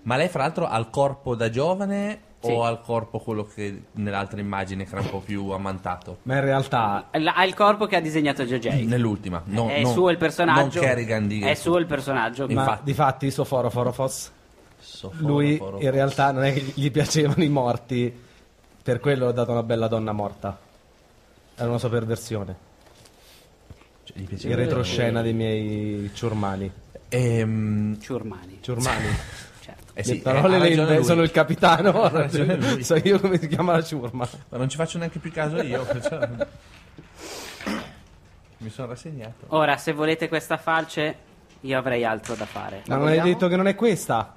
Speaker 5: Ma lei, fra l'altro, ha il corpo da giovane
Speaker 2: Sì.
Speaker 5: o ha il corpo quello che nell'altra immagine che era un po' più ammantato?
Speaker 3: Ma in realtà
Speaker 2: La- ha il corpo che ha disegnato JJ.
Speaker 5: Nell'ultima, no,
Speaker 2: è
Speaker 5: non-
Speaker 2: suo il personaggio.
Speaker 5: Non Kerrigan di
Speaker 2: È suo il personaggio.
Speaker 5: Ma-
Speaker 3: Ma difatti Soforo Forofos
Speaker 5: Soforo,
Speaker 3: lui
Speaker 5: foro.
Speaker 3: in realtà non è che gli piacevano i morti, per quello ho dato una bella donna morta. Era una sua perversione.
Speaker 5: Cioè, gli piaceva
Speaker 3: In
Speaker 5: vedere-
Speaker 3: retroscena dei miei ciurmani.
Speaker 5: Ehm,
Speaker 2: Ciurmani.
Speaker 3: Ciurmani.
Speaker 2: Certo.
Speaker 5: eh sì,
Speaker 3: le parole
Speaker 5: eh, ha
Speaker 3: le
Speaker 5: ragione
Speaker 3: inve-
Speaker 5: lui.
Speaker 3: sono il capitano.
Speaker 5: Ha ragione lui.
Speaker 3: So io come si chiama la ciurma.
Speaker 5: Ma non ci faccio neanche più caso io. cioè. Mi sono rassegnato.
Speaker 2: Ora, se volete questa falce, io avrei altro da fare.
Speaker 3: Ma non hai detto che non è questa?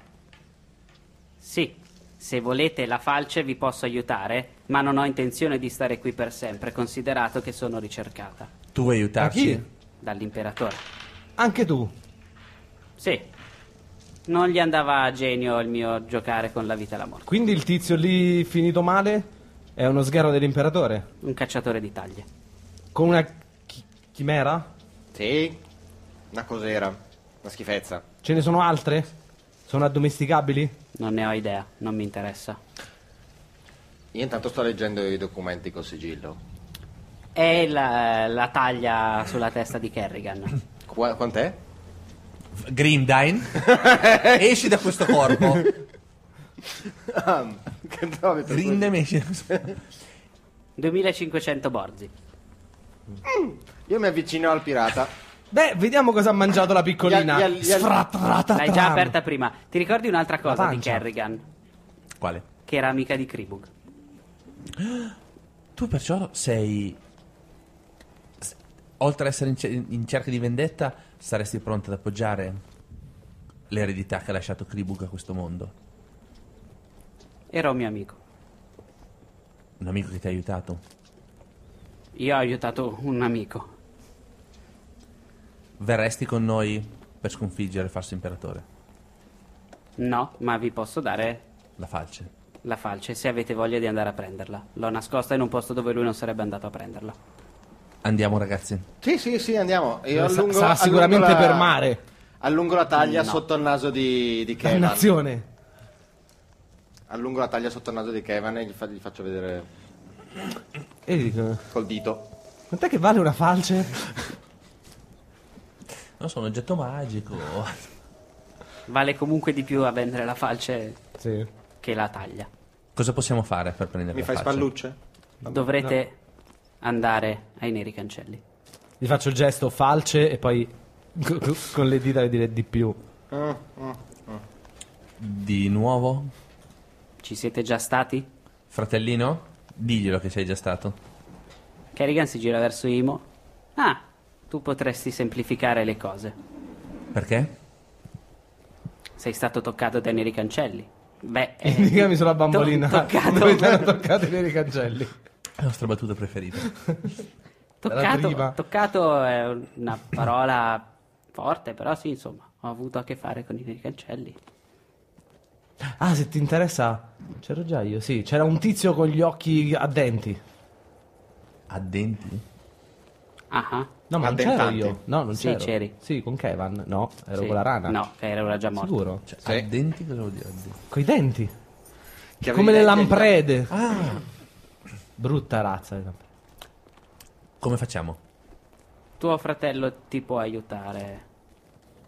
Speaker 2: Sì, se volete la falce vi posso aiutare, ma non ho intenzione di stare qui per sempre, considerato che sono ricercata
Speaker 5: Tu vuoi
Speaker 3: Ma
Speaker 5: aiutarci?
Speaker 3: chi?
Speaker 2: dall'imperatore.
Speaker 3: Anche tu.
Speaker 2: Sì. Non gli andava a genio il mio giocare con la vita e la morte.
Speaker 3: Quindi il tizio lì finito male è uno sghero dell'imperatore?
Speaker 2: Un cacciatore di taglie.
Speaker 3: Con una chi- chimera?
Speaker 4: Sì, una cos'era, una schifezza.
Speaker 3: Ce ne sono altre? Sono addomesticabili?
Speaker 2: Non ne ho idea, non mi interessa.
Speaker 4: Io intanto sto leggendo i documenti col sigillo.
Speaker 2: È la, la taglia sulla testa di Kerrigan.
Speaker 4: Qua- quant'è?
Speaker 5: Grimdine, esci da questo corpo.
Speaker 4: Ah, che trovi per questo?
Speaker 5: Grindine, esci da questo
Speaker 2: 2500 borzi.
Speaker 4: Io mi avvicino al pirata.
Speaker 3: Beh, vediamo cosa ha mangiato la piccolina.
Speaker 4: Gli al- gli al- gli al-
Speaker 3: Sfrattrata.
Speaker 2: L'hai già aperta prima. Ti ricordi un'altra cosa di
Speaker 3: pancia.
Speaker 2: Kerrigan?
Speaker 5: Quale?
Speaker 2: Che era amica di Kribug.
Speaker 5: Tu perciò sei... s- Oltre ad essere in, ce- in cerca di vendetta, saresti pronta ad appoggiare l'eredità che ha lasciato Kribuk a questo mondo.
Speaker 2: Era un mio amico.
Speaker 5: Un amico che ti ha aiutato.
Speaker 2: Io ho aiutato un amico.
Speaker 5: Verresti con noi per sconfiggere il falso imperatore.
Speaker 2: No, ma vi posso dare
Speaker 5: La falce.
Speaker 2: la falce se avete voglia di andare a prenderla. L'ho nascosta in un posto dove lui non sarebbe andato a prenderla.
Speaker 5: Andiamo ragazzi.
Speaker 4: Sì, sì, sì, andiamo. Io
Speaker 3: Sa-
Speaker 4: allungo,
Speaker 3: sarà
Speaker 4: allungo
Speaker 3: sicuramente
Speaker 4: la-
Speaker 3: per mare.
Speaker 4: Allungo la taglia
Speaker 2: No.
Speaker 4: sotto il naso di, di Kevan.
Speaker 3: Dannazione.
Speaker 4: Allungo la taglia sotto il naso di Kevan e gli, fa- gli faccio vedere
Speaker 3: E gli dico,
Speaker 4: col dito.
Speaker 3: quant'è che vale una falce?
Speaker 5: Non so, un oggetto magico.
Speaker 2: Vale comunque di più a vendere la falce
Speaker 3: Sì.
Speaker 2: che la taglia.
Speaker 5: Cosa possiamo fare per prendere
Speaker 4: Mi
Speaker 5: la
Speaker 4: fai
Speaker 5: falce?
Speaker 4: spallucce?
Speaker 2: Dovrete andare ai neri cancelli.
Speaker 3: Gli faccio il gesto falce e poi co- co- con le dita dire di più.
Speaker 5: Di nuovo?
Speaker 2: Ci siete già stati?
Speaker 5: Fratellino? Diglielo che sei già stato.
Speaker 2: Kerrigan si gira verso Imo. Ah, tu potresti semplificare le cose.
Speaker 5: Perché?
Speaker 2: Sei stato toccato dai neri cancelli. Beh, eh,
Speaker 3: Indicami sulla bambolina.
Speaker 2: to-
Speaker 3: Dove ti hanno
Speaker 2: toccato,
Speaker 3: toccato i miei cancelli.
Speaker 5: È la nostra battuta preferita.
Speaker 3: Era prima.
Speaker 2: toccato, toccato è una parola forte, però sì, insomma, ho avuto a che fare con i neri cancelli.
Speaker 3: Ah, se ti interessa, c'ero già io, sì. C'era un tizio con gli occhi a denti.
Speaker 5: A denti?
Speaker 2: Ah, ah.
Speaker 3: No, ma non c'ero
Speaker 4: Addentanti.
Speaker 3: io. No, non
Speaker 2: Sì,
Speaker 3: c'ero.
Speaker 2: c'eri.
Speaker 3: Sì, con Kevin. No, ero
Speaker 2: Sì.
Speaker 3: con la rana.
Speaker 2: No, che era già morto.
Speaker 3: Sicuro?
Speaker 5: Cioè,
Speaker 4: Sì.
Speaker 5: A denti cosa vuol dire? A denti?
Speaker 3: Coi denti.
Speaker 4: Che avevi
Speaker 3: Come le
Speaker 4: detto agli-
Speaker 3: lamprede.
Speaker 2: Ah.
Speaker 3: Ah. Brutta razza. eh. le lamprede.
Speaker 5: Come facciamo?
Speaker 2: Tuo fratello ti può aiutare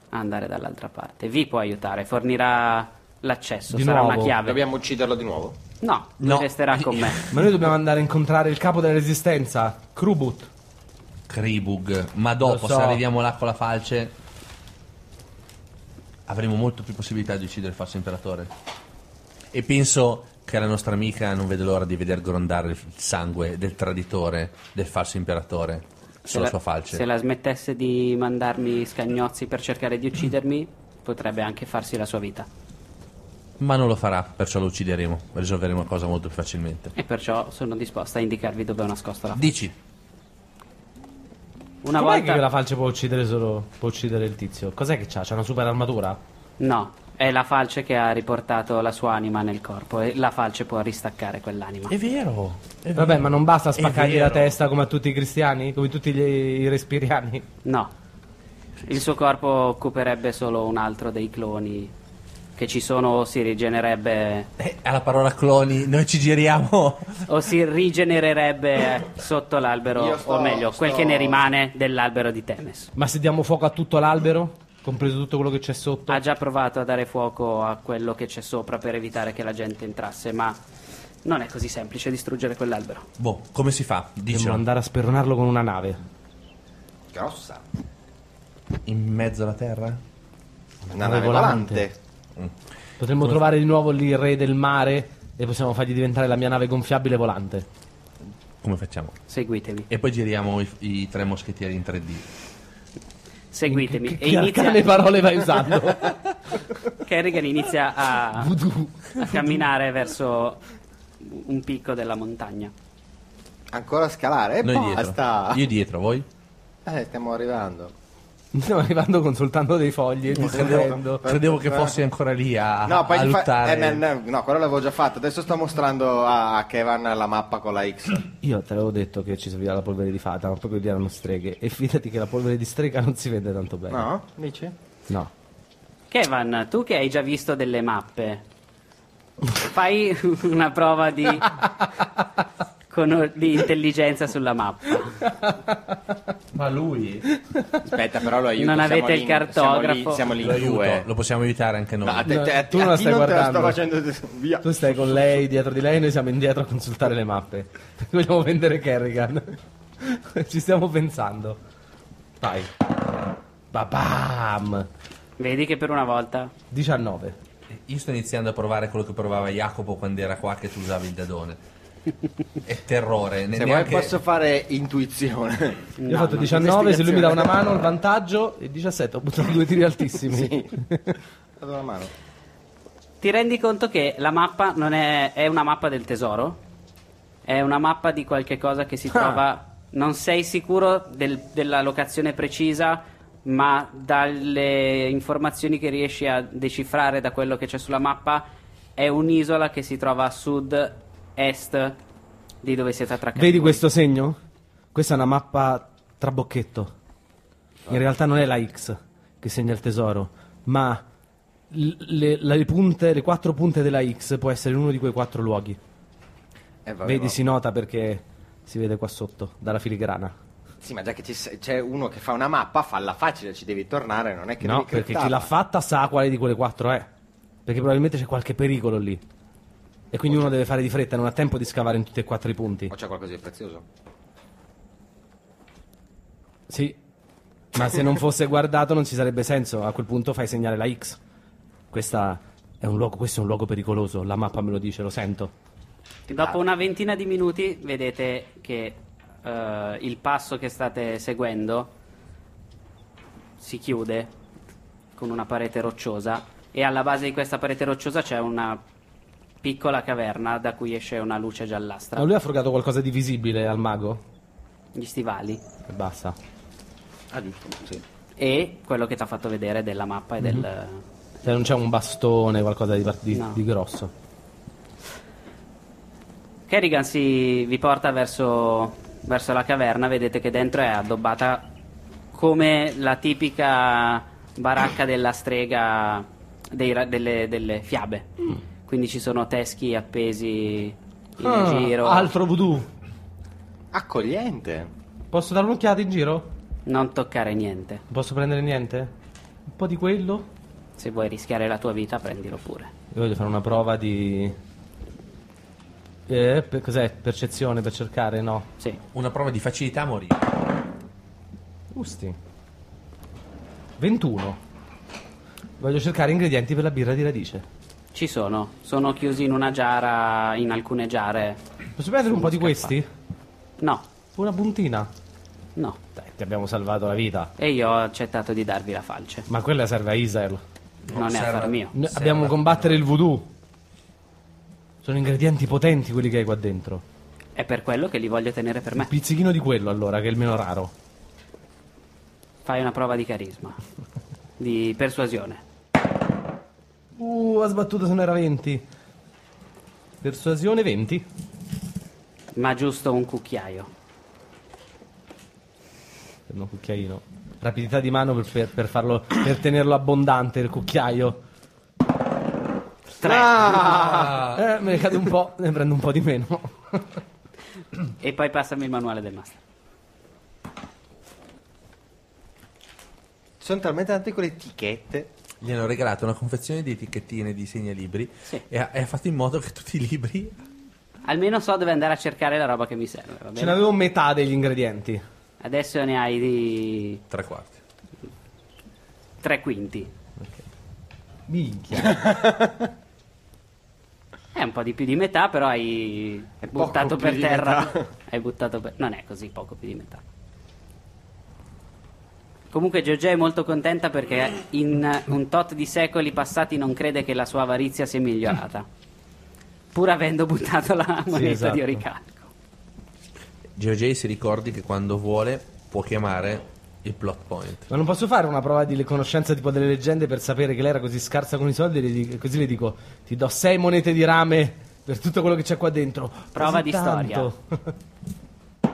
Speaker 2: a andare dall'altra parte. Vi può aiutare, fornirà l'accesso,
Speaker 3: Di
Speaker 2: sarà una
Speaker 3: nuovo.
Speaker 2: chiave.
Speaker 4: Dobbiamo ucciderlo di nuovo.
Speaker 2: No, lui
Speaker 5: No.
Speaker 2: resterà con me.
Speaker 3: Ma noi dobbiamo andare a incontrare il capo della resistenza, Krubut.
Speaker 5: Kribug. Ma
Speaker 3: so.
Speaker 5: dopo, se arriviamo là con la falce, avremo molto più possibilità di uccidere il falso imperatore. E penso che la nostra amica non vede l'ora di veder grondare il sangue del traditore, del falso imperatore,
Speaker 2: Se
Speaker 5: sulla
Speaker 2: la,
Speaker 5: sua falce.
Speaker 2: se la smettesse di mandarmi scagnozzi per cercare di uccidermi, potrebbe anche farsi la sua vita.
Speaker 5: Ma non lo farà, perciò lo uccideremo. Risolveremo la cosa molto più facilmente.
Speaker 2: E perciò sono disposta a indicarvi dove ho nascosto la
Speaker 5: Dici,
Speaker 2: Una
Speaker 3: Com'è
Speaker 2: volta...
Speaker 3: che la falce può uccidere solo può uccidere il tizio? Cos'è che c'ha? C'ha una super armatura?
Speaker 2: No, è la falce che ha riportato la sua anima nel corpo e la falce può ristaccare quell'anima.
Speaker 5: è vero. è
Speaker 3: Vabbè,
Speaker 5: vero,
Speaker 3: ma non basta
Speaker 5: è
Speaker 3: spaccargli la
Speaker 5: vero.
Speaker 3: testa come a tutti i cristiani? Come tutti gli, i respiriani?
Speaker 2: No. Il suo corpo occuperebbe solo un altro dei cloni che ci sono o si rigenererebbe
Speaker 5: Eh, alla parola cloni, noi ci giriamo.
Speaker 2: o si rigenererebbe sotto l'albero
Speaker 4: Io sto-
Speaker 2: o meglio quel
Speaker 4: sto-
Speaker 2: che ne rimane dell'albero di Temes.
Speaker 3: Ma se diamo fuoco a tutto l'albero? Compreso tutto quello che c'è sotto?
Speaker 2: Ha già provato a dare fuoco a quello che c'è sopra per evitare che la gente entrasse, ma non è così semplice distruggere quell'albero.
Speaker 5: Boh, come si fa?
Speaker 3: Dobbiamo
Speaker 5: Dici
Speaker 3: andare a speronarlo con una nave.
Speaker 4: Grossa.
Speaker 5: in mezzo alla terra?
Speaker 4: Una
Speaker 3: nave
Speaker 4: nave
Speaker 3: volante.
Speaker 4: volante.
Speaker 3: Potremmo trovare di nuovo lì il re del mare e possiamo fargli diventare la mia nave gonfiabile volante.
Speaker 5: Come facciamo?
Speaker 2: Seguitemi.
Speaker 5: E poi giriamo i, i tre moschettieri in 3D.
Speaker 2: Seguitemi.
Speaker 3: Che,
Speaker 2: e
Speaker 3: che arcane
Speaker 2: inizia...
Speaker 3: parole vai usando?
Speaker 2: Kerrigan inizia a,
Speaker 3: Voodoo.
Speaker 2: a camminare verso un picco della montagna.
Speaker 4: Ancora a scalare. E
Speaker 5: Noi
Speaker 4: basta.
Speaker 5: dietro. Io dietro, voi?
Speaker 4: Eh, stiamo arrivando.
Speaker 3: Stiamo arrivando consultando dei fogli e discutendo.
Speaker 5: Credevo che fossi ancora lì a,
Speaker 4: Ah, No, poi
Speaker 5: a
Speaker 4: gli fa-
Speaker 5: lottare.
Speaker 4: eh, no, no, quello l'avevo già fatto. Adesso sto mostrando a a Kevan la mappa con la X.
Speaker 3: Io te l'avevo detto che ci serviva la polvere di fata, ma poi quelli erano streghe. E fidati che la polvere di strega non si vende tanto bene.
Speaker 4: No? Dici?
Speaker 3: No.
Speaker 2: Kevan, tu che hai già visto delle mappe, fai una prova di, con- di intelligenza sulla mappa.
Speaker 5: Ma lui
Speaker 4: Aspetta, però lo aiuto.
Speaker 2: Non
Speaker 4: siamo
Speaker 2: avete
Speaker 4: lì-
Speaker 2: il cartografo.
Speaker 4: Siamo lì, siamo lì
Speaker 5: lo
Speaker 4: in
Speaker 5: aiuto,
Speaker 4: due.
Speaker 5: lo possiamo aiutare anche noi.
Speaker 4: No, a te,
Speaker 3: No,
Speaker 4: te- a
Speaker 3: tu
Speaker 4: te-
Speaker 3: non
Speaker 4: a
Speaker 3: la
Speaker 4: chi
Speaker 3: stai
Speaker 4: non te la sto
Speaker 3: guardando.
Speaker 4: facendo via.
Speaker 3: Tu stai con lei dietro di lei, noi siamo indietro a consultare le mappe. Vogliamo vendere Kerrigan. ci stiamo pensando. Vai. Babam!
Speaker 2: Vedi che per una volta
Speaker 3: 19.
Speaker 5: Io sto iniziando a provare quello che provava Jacopo quando era qua che tu usavi il dadone. È terrore. ne-
Speaker 4: Se vuoi
Speaker 5: neanche-
Speaker 4: posso fare intuizione.
Speaker 3: Io ho fatto 19, se lui mi dà una mano il vantaggio e 17, ho buttato due tiri altissimi.
Speaker 4: Vado una mano.
Speaker 2: ti rendi conto che la mappa non è, è una mappa del tesoro, è una mappa di qualche cosa che si trova, non sei sicuro del- della locazione precisa, ma dalle informazioni che riesci a decifrare da quello che c'è sulla mappa, è un'isola che si trova a sud-est di dove siete attraccati.
Speaker 3: Vedi
Speaker 2: voi.
Speaker 3: questo segno? Questa è una mappa trabocchetto. In realtà non è la X che segna il tesoro, ma l- le, le punte- le quattro punte della X può essere in uno di quei quattro luoghi.
Speaker 4: Eh, vabbè,
Speaker 3: Vedi,
Speaker 4: ma-
Speaker 3: si nota perché si vede qua sotto, dalla filigrana.
Speaker 4: Sì, ma già che ci sei- c'è uno che fa una mappa, falla facile, ci devi tornare, non è che
Speaker 3: no,
Speaker 4: devi
Speaker 3: perché chi
Speaker 4: criptarla.
Speaker 3: l'ha fatta sa quale di quelle quattro è. Perché probabilmente c'è qualche pericolo lì. E quindi uno deve fare di fretta, non ha tempo di scavare in tutti e quattro i punti.
Speaker 4: O c'è qualcosa di prezioso?
Speaker 3: Sì, ma se non fosse guardato non ci sarebbe senso. A quel punto fai segnare la X. Questa è un luogo, questo è un luogo pericoloso. La mappa me lo dice, lo sento.
Speaker 2: Dopo una ventina di minuti vedete che eh, il passo che state seguendo si chiude con una parete rocciosa e alla base di questa parete rocciosa c'è una piccola caverna da cui esce una luce
Speaker 3: Ma
Speaker 2: giallastra.
Speaker 3: lui ha frugato qualcosa di visibile al mago?
Speaker 2: Gli stivali
Speaker 3: E basta.
Speaker 4: Ah, giusto, sì.
Speaker 2: e quello che ti ha fatto vedere della mappa e del,
Speaker 3: Cioè, non c'è un bastone, qualcosa di, di-
Speaker 2: No.
Speaker 3: di grosso.
Speaker 2: Kerrigan si vi porta verso, verso la caverna, vedete che dentro è addobbata come la tipica baracca della strega dei ra- delle, delle fiabe. Quindi ci sono teschi appesi in
Speaker 3: Ah,
Speaker 2: giro.
Speaker 3: Altro voodoo.
Speaker 4: Accogliente.
Speaker 3: Posso dare un'occhiata in giro? Non
Speaker 2: Non toccare niente.
Speaker 3: posso prendere niente? Un po' di quello?
Speaker 2: Se vuoi rischiare la tua vita, prendilo pure.
Speaker 3: Io voglio fare una prova di. Eh, per- cos'è? Percezione per cercare? No.
Speaker 2: Sì.
Speaker 5: Una prova di facilità a morire.
Speaker 3: Gusti. 21. Voglio cercare ingredienti per la birra di radice.
Speaker 2: Ci sono, sono chiusi in una giara, in alcune giare.
Speaker 3: Posso prendere un po' di questi?
Speaker 2: No,
Speaker 3: Una puntina.
Speaker 2: no.
Speaker 3: Dai, ti abbiamo salvato la vita.
Speaker 2: E io ho accettato di darvi la falce.
Speaker 3: Ma quella serve a Israel.
Speaker 2: Non, è
Speaker 5: serve.
Speaker 2: affar mio.
Speaker 3: Noi
Speaker 5: Serve
Speaker 3: Abbiamo
Speaker 5: a-
Speaker 3: combattere il voodoo. Sono ingredienti potenti quelli che hai qua dentro.
Speaker 2: È per quello che li voglio tenere per
Speaker 3: Un
Speaker 2: me.
Speaker 3: pizzichino di quello allora, che è il meno raro.
Speaker 2: Fai una prova di carisma. Di persuasione.
Speaker 3: Uh, ha sbattuto se non era 20. Persuasione 20.
Speaker 2: Ma giusto un cucchiaio.
Speaker 3: Prendo un cucchiaino. Rapidità di mano per, per- per farlo, per tenerlo abbondante il cucchiaio.
Speaker 2: Tre.
Speaker 3: Ah! Eh, me ne cade un po', ne prendo un po' di meno.
Speaker 2: E poi passami il manuale del master.
Speaker 4: Ci sono talmente tante quelle etichette.
Speaker 5: Gli hanno regalato una confezione di etichettine di segnalibri
Speaker 2: Sì.
Speaker 5: e, ha, e ha fatto in modo che tutti i libri.
Speaker 2: Almeno so dove andare a cercare la roba che mi serve, va
Speaker 3: Ce
Speaker 2: bene?
Speaker 3: n'avevo metà degli ingredienti.
Speaker 2: Adesso ne hai di
Speaker 5: Tre quarti.
Speaker 2: tre quinti.
Speaker 3: Minchia.
Speaker 2: È un po' di più di metà, però hai buttato
Speaker 4: più
Speaker 2: per
Speaker 4: di
Speaker 2: terra. Hai buttato per... Non è così poco più di metà. Comunque Giorgia è molto contenta perché in un tot di secoli passati non crede che la sua avarizia sia migliorata. Pur avendo buttato la moneta
Speaker 3: esatto.
Speaker 2: di oricalco.
Speaker 5: GeoJ si ricordi che quando vuole può chiamare il plot point.
Speaker 3: Ma non posso fare una prova di conoscenza tipo delle leggende per sapere che lei era così scarsa con i soldi? e le dico- così le dico: Ti do sei monete di rame per tutto quello che c'è qua dentro.
Speaker 2: Prova
Speaker 3: Così
Speaker 2: di
Speaker 3: tanto.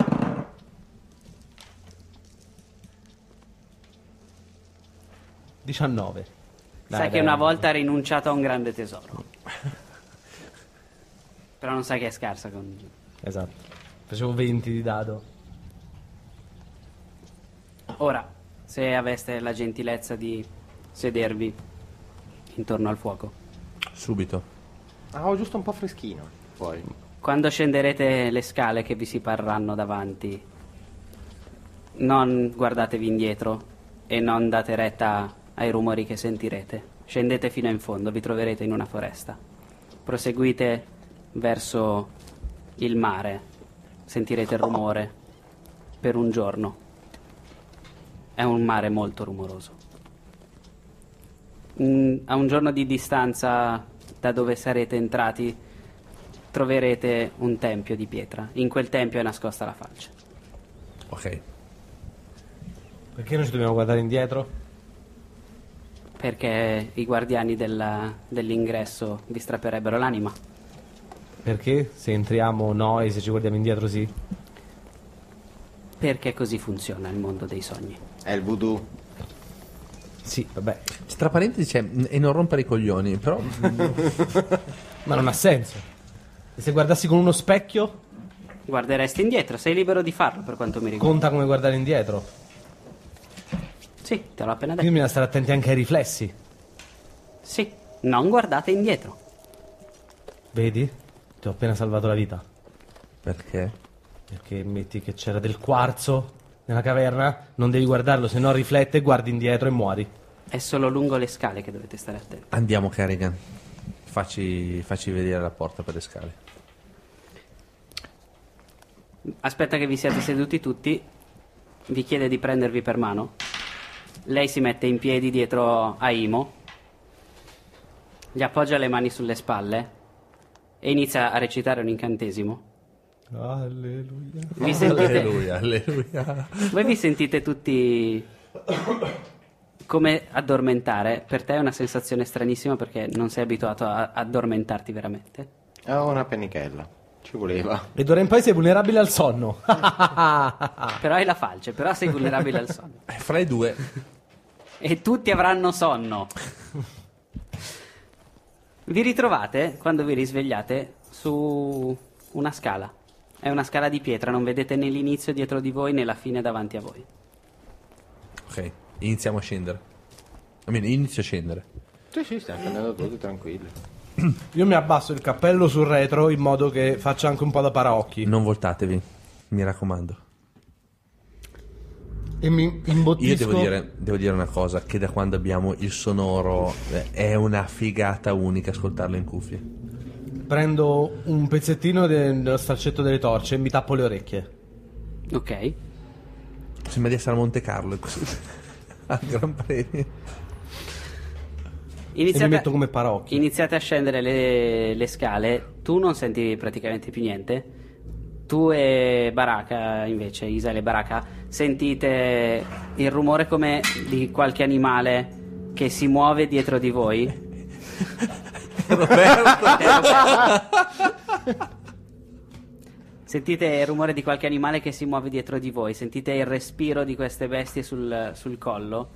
Speaker 3: Diciannove. Dai, dai.
Speaker 2: sai che una volta ha rinunciato a un grande tesoro. però non sai che è scarsa con...
Speaker 3: Esatto. Facevo 20 di dado.
Speaker 2: Ora, se aveste la gentilezza di sedervi intorno al fuoco.
Speaker 5: Subito.
Speaker 4: Ah, ho giusto un po' freschino. Poi.
Speaker 2: Quando scenderete le scale che vi si parranno davanti, non guardatevi indietro e non date retta ai rumori che sentirete. Scendete fino in fondo, vi troverete in una foresta. Proseguite verso il mare, sentirete il rumore per un giorno. È un mare molto rumoroso. Un- a un giorno di distanza da dove sarete entrati troverete un tempio di pietra. In quel tempio è nascosta la falce.
Speaker 5: Ok.
Speaker 3: Perché non ci dobbiamo guardare indietro?
Speaker 2: Perché i guardiani della- dell'ingresso vi strapperebbero l'anima.
Speaker 3: Perché se entriamo no e se ci guardiamo indietro sì?
Speaker 2: Perché così funziona il mondo dei sogni.
Speaker 4: È il voodoo.
Speaker 3: Sì, vabbè.
Speaker 5: Tra parentesi c'è "mh, e non rompere i coglioni, però
Speaker 3: Ma non ha senso. E se guardassi con uno specchio?
Speaker 2: Guarderesti indietro, sei libero di farlo per quanto mi riguarda.
Speaker 3: Conta come guardare indietro.
Speaker 2: Sì, te l'ho appena
Speaker 3: Quindi
Speaker 2: detto.
Speaker 3: bisogna stare attenti anche ai riflessi.
Speaker 2: Sì, non guardate indietro.
Speaker 3: Vedi? Ti ho appena salvato la vita.
Speaker 5: perché?
Speaker 3: Perché metti che c'era del quarzo nella caverna, non devi guardarlo, se no riflette, guardi indietro e muori.
Speaker 2: È solo lungo le scale che dovete stare attenti.
Speaker 5: Andiamo Kerrigan. Facci, facci vedere la porta per le scale.
Speaker 2: Aspetta che vi siate seduti tutti, vi chiede di prendervi per mano. Lei si mette in piedi dietro a Imo, gli appoggia le mani sulle spalle e inizia a recitare un incantesimo.
Speaker 3: Alleluia.
Speaker 2: Vi sentite,
Speaker 5: Alleluia, alleluia.
Speaker 2: voi vi sentite tutti come addormentare per te è una sensazione stranissima perché non sei abituato a addormentarti veramente.
Speaker 4: Ho una pennichella. Ci voleva.
Speaker 3: E d'ora in poi sei vulnerabile al sonno.
Speaker 2: Però hai la falce, però sei vulnerabile al sonno.
Speaker 5: Eh, Fra i due,
Speaker 2: E tutti avranno sonno. Vi ritrovate, quando vi risvegliate, su una scala. È una scala di pietra, non vedete né l'inizio dietro di voi né la fine davanti a voi.
Speaker 5: ok, iniziamo a scendere. Almeno inizio a scendere.
Speaker 4: Sì, sì, stiamo andando tutti tranquilli.
Speaker 3: Io mi abbasso il cappello sul retro in modo che faccia anche un po' da paraocchi.
Speaker 5: Non voltatevi, mi raccomando.
Speaker 3: E mi imbottisco.
Speaker 5: Io devo dire, devo dire una cosa, che da quando abbiamo il sonoro eh, è una figata unica ascoltarlo in cuffie.
Speaker 3: Prendo un pezzettino de- dello straccetto delle torce e mi tappo le orecchie.
Speaker 2: Ok.
Speaker 5: Sembra di essere a Monte Carlo così. al Gran Premio.
Speaker 3: E
Speaker 2: Iniziate,
Speaker 3: mi metto come paraocchi.
Speaker 2: iniziate a scendere le, le scale. Tu non senti praticamente più niente. Tu e Baraka, invece, Isale e Baraka, sentite il rumore come di qualche animale che si muove dietro di voi. Sentite il rumore di qualche animale che si muove dietro di voi, sentite il respiro di queste bestie sul, sul collo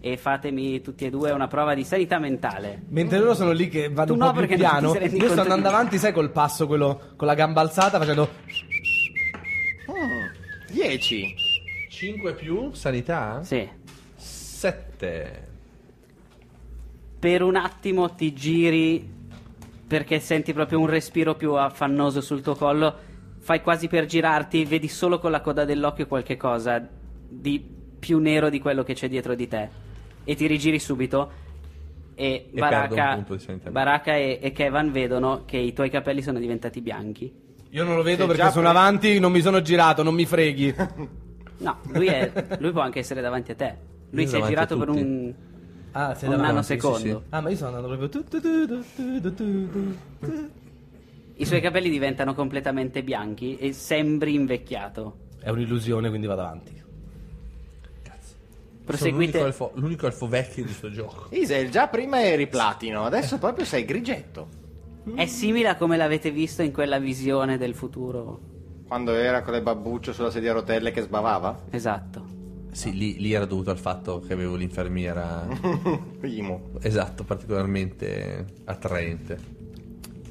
Speaker 2: e fatemi tutti e due una prova di sanità mentale.
Speaker 3: Mentre loro sono lì che vanno
Speaker 2: Tu
Speaker 3: un
Speaker 2: no,
Speaker 3: po' più
Speaker 2: perché non ti
Speaker 3: piano,
Speaker 2: sei reso
Speaker 3: io sto
Speaker 2: conto di-
Speaker 3: andando avanti, sai, col passo quello con la gamba alzata facendo
Speaker 4: Mm, 10.
Speaker 5: 5 più sanità?
Speaker 2: Sì.
Speaker 5: 7.
Speaker 2: per un attimo ti giri perché senti proprio un respiro più affannoso sul tuo collo, fai quasi per girarti, vedi solo con la coda dell'occhio qualche cosa di più nero di quello che c'è dietro di te e ti rigiri subito e,
Speaker 5: E perdo un
Speaker 2: Baraka,
Speaker 5: punto di sanità.
Speaker 2: Baraka e, e Kevan vedono che i tuoi capelli sono diventati bianchi.
Speaker 3: Io non lo vedo
Speaker 4: Sì,
Speaker 3: perché
Speaker 4: già
Speaker 3: sono
Speaker 4: pre-
Speaker 3: avanti, non mi sono girato, non mi freghi. Ah,
Speaker 2: No, lui, è- lui può anche essere davanti a te. Lui
Speaker 5: Io
Speaker 2: si è
Speaker 5: davanti a
Speaker 2: girato per
Speaker 5: tutti.
Speaker 2: un,
Speaker 3: Ah, sei
Speaker 2: un
Speaker 3: davanti.
Speaker 2: nanosecondo.
Speaker 5: sì, sì.
Speaker 3: Ah, ma io sono andato proprio tu, tu, tu, tu, tu, tu, tu, tu.
Speaker 2: I suoi capelli diventano completamente bianchi e sembri invecchiato.
Speaker 3: È un'illusione, quindi vado avanti.
Speaker 2: Proseguite.
Speaker 5: L'unico elfo, l'unico elfo vecchio di sto gioco.
Speaker 4: Isel, già prima eri platino, adesso proprio sei grigetto.
Speaker 2: È simile a come l'avete visto in quella visione del futuro.
Speaker 4: Quando era con le babbuccio sulla sedia a rotelle che sbavava?
Speaker 2: Esatto.
Speaker 5: Sì, lì, lì era dovuto al fatto che avevo l'infermiera.
Speaker 4: Imo.
Speaker 5: esatto, particolarmente attraente.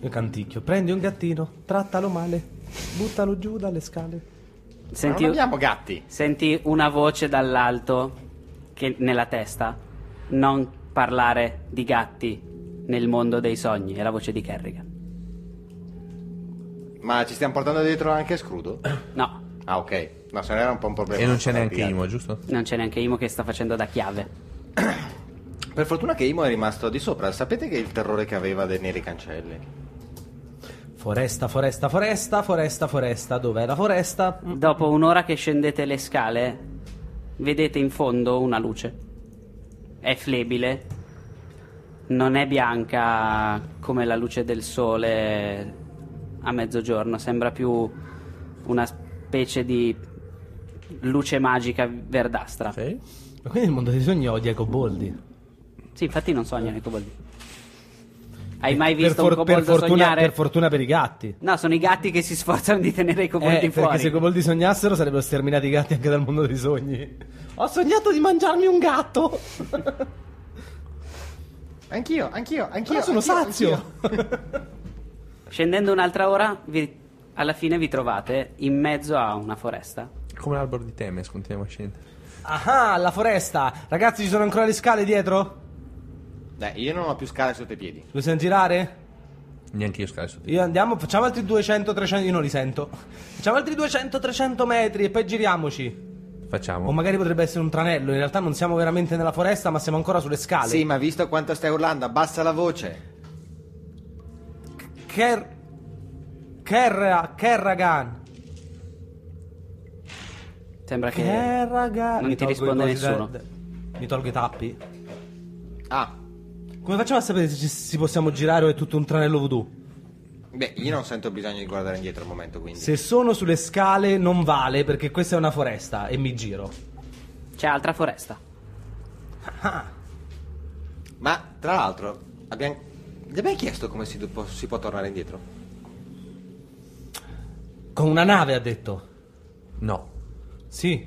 Speaker 3: Io canticchio. Prendi un gattino, trattalo male, buttalo giù dalle scale.
Speaker 4: Ma
Speaker 2: Senti,
Speaker 4: non abbiamo gatti.
Speaker 2: senti una voce dall'alto che nella testa. Non parlare di gatti nel mondo dei sogni. È la voce di Kerrigan.
Speaker 4: Ma ci stiamo portando dietro anche Scrudo?
Speaker 2: No,
Speaker 4: Ah, ok. No, se non era un po' un problema.
Speaker 5: E non c'è neanche
Speaker 4: Gatti.
Speaker 5: Imo, giusto?
Speaker 2: non c'è neanche Imo che sta facendo da chiave.
Speaker 4: Per fortuna che Imo è rimasto di sopra. Sapete che il terrore che aveva dei neri cancelli?
Speaker 3: Foresta, foresta, foresta, foresta, foresta. Dov'è la foresta?
Speaker 2: Dopo un'ora che scendete le scale, vedete in fondo una luce. È flebile. Non è bianca come la luce del sole a mezzogiorno, sembra più una specie di luce magica verdastra.
Speaker 5: Ok.
Speaker 3: Ma quindi il mondo dei sogni odia i coboldi.
Speaker 2: Sì, infatti non sognano i coboldi. Hai mai
Speaker 3: Per
Speaker 2: visto
Speaker 3: for-
Speaker 2: un coboldo
Speaker 3: per fortuna,
Speaker 2: sognare?
Speaker 3: Per fortuna per i gatti.
Speaker 2: No, sono i gatti che si sforzano di tenere i
Speaker 3: Eh,
Speaker 2: coboldi
Speaker 3: perché
Speaker 2: fuori.
Speaker 3: se i coboldi sognassero sarebbero sterminati i gatti anche dal mondo dei sogni. Ho sognato di mangiarmi un gatto.
Speaker 4: Anch'io, anch'io, anch'io.
Speaker 3: Però sono
Speaker 4: anch'io,
Speaker 3: sazio.
Speaker 4: anch'io.
Speaker 2: Scendendo un'altra ora, vi- alla fine vi trovate in mezzo a una foresta.
Speaker 5: Come l'albero di Temes, continuiamo a scendere.
Speaker 3: Ah, la foresta. Ragazzi, ci sono ancora le scale dietro?
Speaker 4: Dai, io non ho più scale sotto i piedi.
Speaker 3: Ci Possiamo girare?
Speaker 5: Neanche io scarso di
Speaker 3: Io andiamo, facciamo altri 200, 300, io non li sento. Facciamo altri 200, 300 metri e poi giriamoci.
Speaker 5: Facciamo.
Speaker 3: O magari potrebbe essere un tranello, in realtà non siamo veramente nella foresta, ma siamo ancora sulle scale.
Speaker 4: Sì, ma visto quanto stai urlando, abbassa la voce.
Speaker 3: Ker... Kerra... Kerragan.
Speaker 2: Sembra che.
Speaker 3: Kerragan.
Speaker 2: non
Speaker 3: Mi tolgo
Speaker 2: ti
Speaker 3: i
Speaker 2: risponde
Speaker 3: cosi da-
Speaker 2: nessuno.
Speaker 3: da- Mi tolgo i tappi.
Speaker 4: Ah,
Speaker 3: Come facciamo a sapere se ci si possiamo girare o è tutto un tranello voodoo?
Speaker 4: beh, io non sento bisogno di guardare indietro al momento, quindi.
Speaker 3: Se sono sulle scale non vale perché questa è una foresta e mi giro.
Speaker 2: C'è altra foresta.
Speaker 4: Ma tra l'altro, abbiamo... gli abbiamo chiesto come si, può- si può tornare indietro?
Speaker 3: Con una nave ha detto.
Speaker 5: No.
Speaker 3: Sì.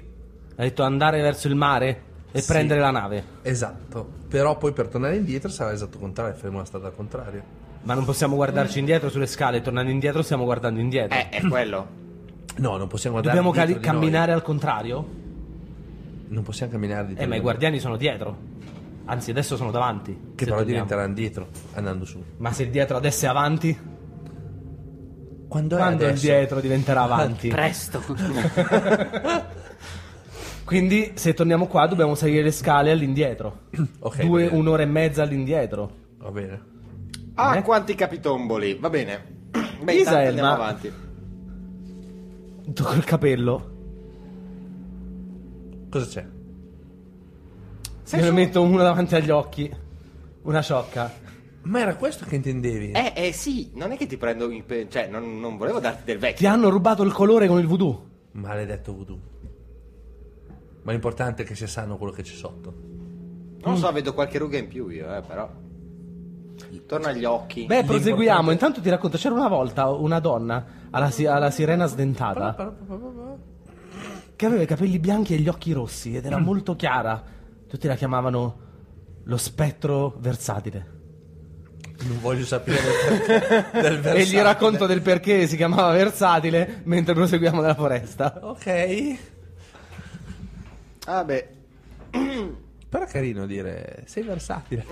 Speaker 3: Ha detto andare verso il mare e
Speaker 5: Sì.
Speaker 3: prendere la nave.
Speaker 5: Esatto. Però poi per tornare indietro sarà esatto contrario, faremo la strada contraria.
Speaker 3: Ma non possiamo
Speaker 5: Eh.
Speaker 3: guardarci indietro sulle scale. Tornando indietro stiamo guardando indietro.
Speaker 4: Eh, è quello.
Speaker 5: No, non possiamo guardare
Speaker 3: Dobbiamo cali-
Speaker 5: dietro di noi.
Speaker 3: camminare al contrario?
Speaker 5: Non possiamo camminare di
Speaker 3: Eh, ma i guardiani sono dietro. Anzi, adesso sono davanti.
Speaker 5: Che
Speaker 3: se
Speaker 5: però
Speaker 3: vogliamo.
Speaker 5: diventeranno dietro andando su.
Speaker 3: Ma se dietro adesso è avanti, quando
Speaker 5: Quando, è
Speaker 3: il
Speaker 5: Eh, adesso?
Speaker 3: dietro diventerà avanti.
Speaker 2: Presto.
Speaker 3: Quindi, se torniamo qua, dobbiamo salire le scale all'indietro.
Speaker 5: Ok,
Speaker 3: Due,
Speaker 5: va bene.
Speaker 3: un'ora e mezza all'indietro.
Speaker 5: Va bene.
Speaker 4: Ah,
Speaker 3: Eh?
Speaker 4: quanti capitomboli. Va bene. Beh,
Speaker 3: Isael,
Speaker 4: intanto andiamo
Speaker 3: ma-
Speaker 4: avanti.
Speaker 3: Tocco il capello.
Speaker 5: Cosa c'è?
Speaker 4: Sei
Speaker 3: Me ne
Speaker 4: su-
Speaker 3: metto uno davanti agli occhi. Una ciocca.
Speaker 5: Ma era questo che intendevi?
Speaker 4: Eh, eh sì, non è che ti prendo in pe- Cioè, non, non volevo darti del
Speaker 3: Ti
Speaker 4: vecchio.
Speaker 3: hanno rubato il colore con il voodoo.
Speaker 5: Maledetto voodoo. Ma l'importante è che sia sano quello che c'è sotto.
Speaker 4: Non
Speaker 3: mm.
Speaker 4: so, vedo qualche ruga in più io, eh, però. Torna agli occhi.
Speaker 3: Beh,
Speaker 5: L'importante-
Speaker 3: proseguiamo. Intanto ti racconto: c'era una volta una donna alla, si- alla sirena sdentata. che aveva i capelli bianchi e gli occhi rossi ed era molto chiara. Tutti la chiamavano lo spettro versatile.
Speaker 5: Non voglio sapere del, del
Speaker 3: E gli
Speaker 5: versatile.
Speaker 3: racconto del perché si chiamava versatile mentre proseguiamo nella foresta.
Speaker 5: Ok.
Speaker 4: Ah, beh.
Speaker 5: Però è carino dire sei versatile.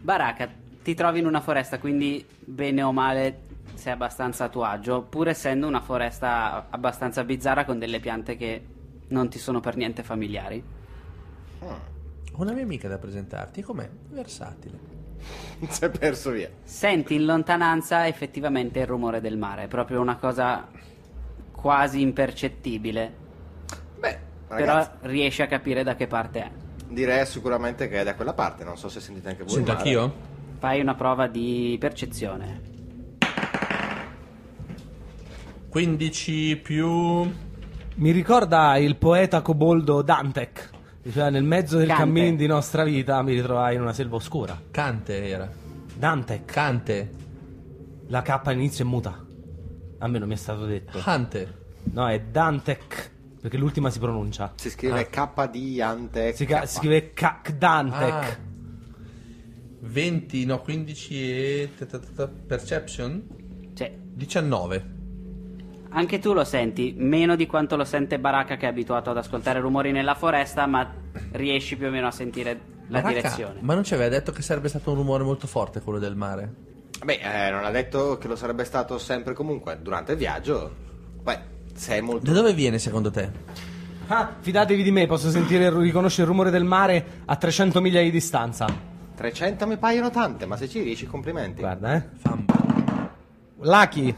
Speaker 2: Baracca, ti trovi in una foresta, quindi bene o male sei abbastanza a tuo agio, pur essendo una foresta abbastanza bizzarra con delle piante che non ti sono per niente familiari.
Speaker 5: Ho una mia amica da presentarti, com'è? Versatile.
Speaker 4: si è perso via.
Speaker 2: Senti in lontananza effettivamente il rumore del mare, è proprio una cosa quasi impercettibile,
Speaker 4: Beh, ragazzi,
Speaker 2: però riesci a capire da che parte è.
Speaker 4: direi sicuramente che è da quella parte. Non so se sentite anche voi.
Speaker 5: Sento
Speaker 4: ma-
Speaker 5: anch'io?
Speaker 2: Fai una prova di percezione.
Speaker 5: 15 più...
Speaker 3: Mi ricorda il poeta coboldo Dantec. Diceva nel mezzo del
Speaker 2: Dante.
Speaker 3: cammin di nostra vita mi ritrovai in una selva oscura.
Speaker 5: Cante era.
Speaker 3: Dantec,
Speaker 5: Cante.
Speaker 3: la K all'inizio è muta. A me non mi è stato detto.
Speaker 5: Cante.
Speaker 3: No, è Dantec, perché l'ultima si pronuncia.
Speaker 4: Si scrive KD Ante.
Speaker 3: Si,
Speaker 4: K.
Speaker 3: ca- si scrive Cac
Speaker 5: Ah.
Speaker 3: Dantec.
Speaker 5: 20, no, 15 e... ta- ta- ta- ta- Perception?
Speaker 2: Cioè,
Speaker 5: 19.
Speaker 2: Anche tu lo senti, meno di quanto lo sente Baracca che è abituato ad ascoltare rumori nella foresta, ma riesci più o meno a sentire la
Speaker 5: Baracca,
Speaker 2: direzione.
Speaker 5: Ma non ci aveva detto che sarebbe stato un rumore molto forte quello del mare?
Speaker 4: Beh, eh, non ha detto che lo sarebbe stato sempre e comunque durante il viaggio. Beh, sei molto.
Speaker 5: Da dove viene secondo te?
Speaker 3: Ah, fidatevi di me, posso sentire e riconoscere il rumore del mare a 300 miglia di distanza.
Speaker 4: 300 mi paiono tante, ma se ci riesci, complimenti.
Speaker 3: Guarda, eh.
Speaker 5: Famba.
Speaker 3: Lucky.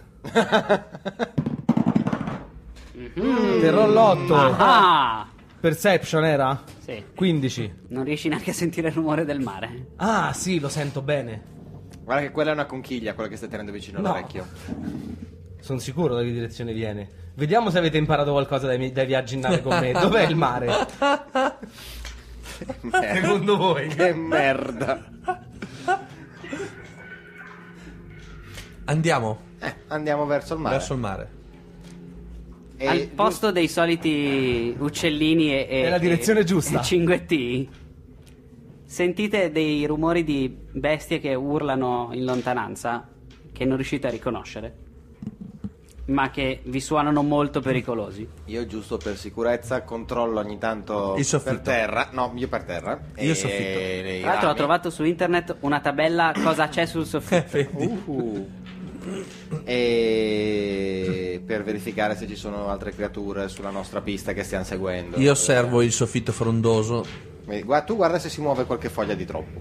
Speaker 2: Mhm.
Speaker 3: Terrò l'8.
Speaker 2: Ah!
Speaker 3: Perception era?
Speaker 2: Sì.
Speaker 3: 15.
Speaker 2: Non riesci neanche a sentire il rumore del mare.
Speaker 3: Ah, sì, lo sento bene.
Speaker 4: Guarda che quella è una conchiglia, quella che stai tenendo vicino
Speaker 3: No.
Speaker 4: all'orecchio.
Speaker 3: Sono sicuro da che direzione viene. Vediamo se avete imparato qualcosa dai, miei- dai viaggi in nave con me. Dov'è il mare? Secondo voi?
Speaker 4: Che merda.
Speaker 5: Andiamo
Speaker 4: Eh, andiamo verso il mare.
Speaker 5: verso il mare.
Speaker 4: E
Speaker 2: Al posto dei soliti uccellini e, e-
Speaker 3: Nella direzione
Speaker 2: e-
Speaker 3: giusta.
Speaker 2: e cinguettii, sentite dei rumori di bestie che urlano in lontananza, che non riuscite a riconoscere, ma che vi suonano molto pericolosi.
Speaker 4: Io giusto per sicurezza controllo ogni tanto
Speaker 5: Il soffitto.
Speaker 4: per terra. No, io per terra.
Speaker 5: Io il soffitto.
Speaker 4: e i
Speaker 2: Tra l'altro ho
Speaker 4: rami.
Speaker 2: trovato su internet una tabella cosa c'è sul soffitto.
Speaker 4: Uh. E per verificare se ci sono altre creature sulla nostra pista che stiamo seguendo.
Speaker 5: Io osservo il soffitto frondoso.
Speaker 4: Eh, gua- tu guarda se si muove qualche foglia di troppo.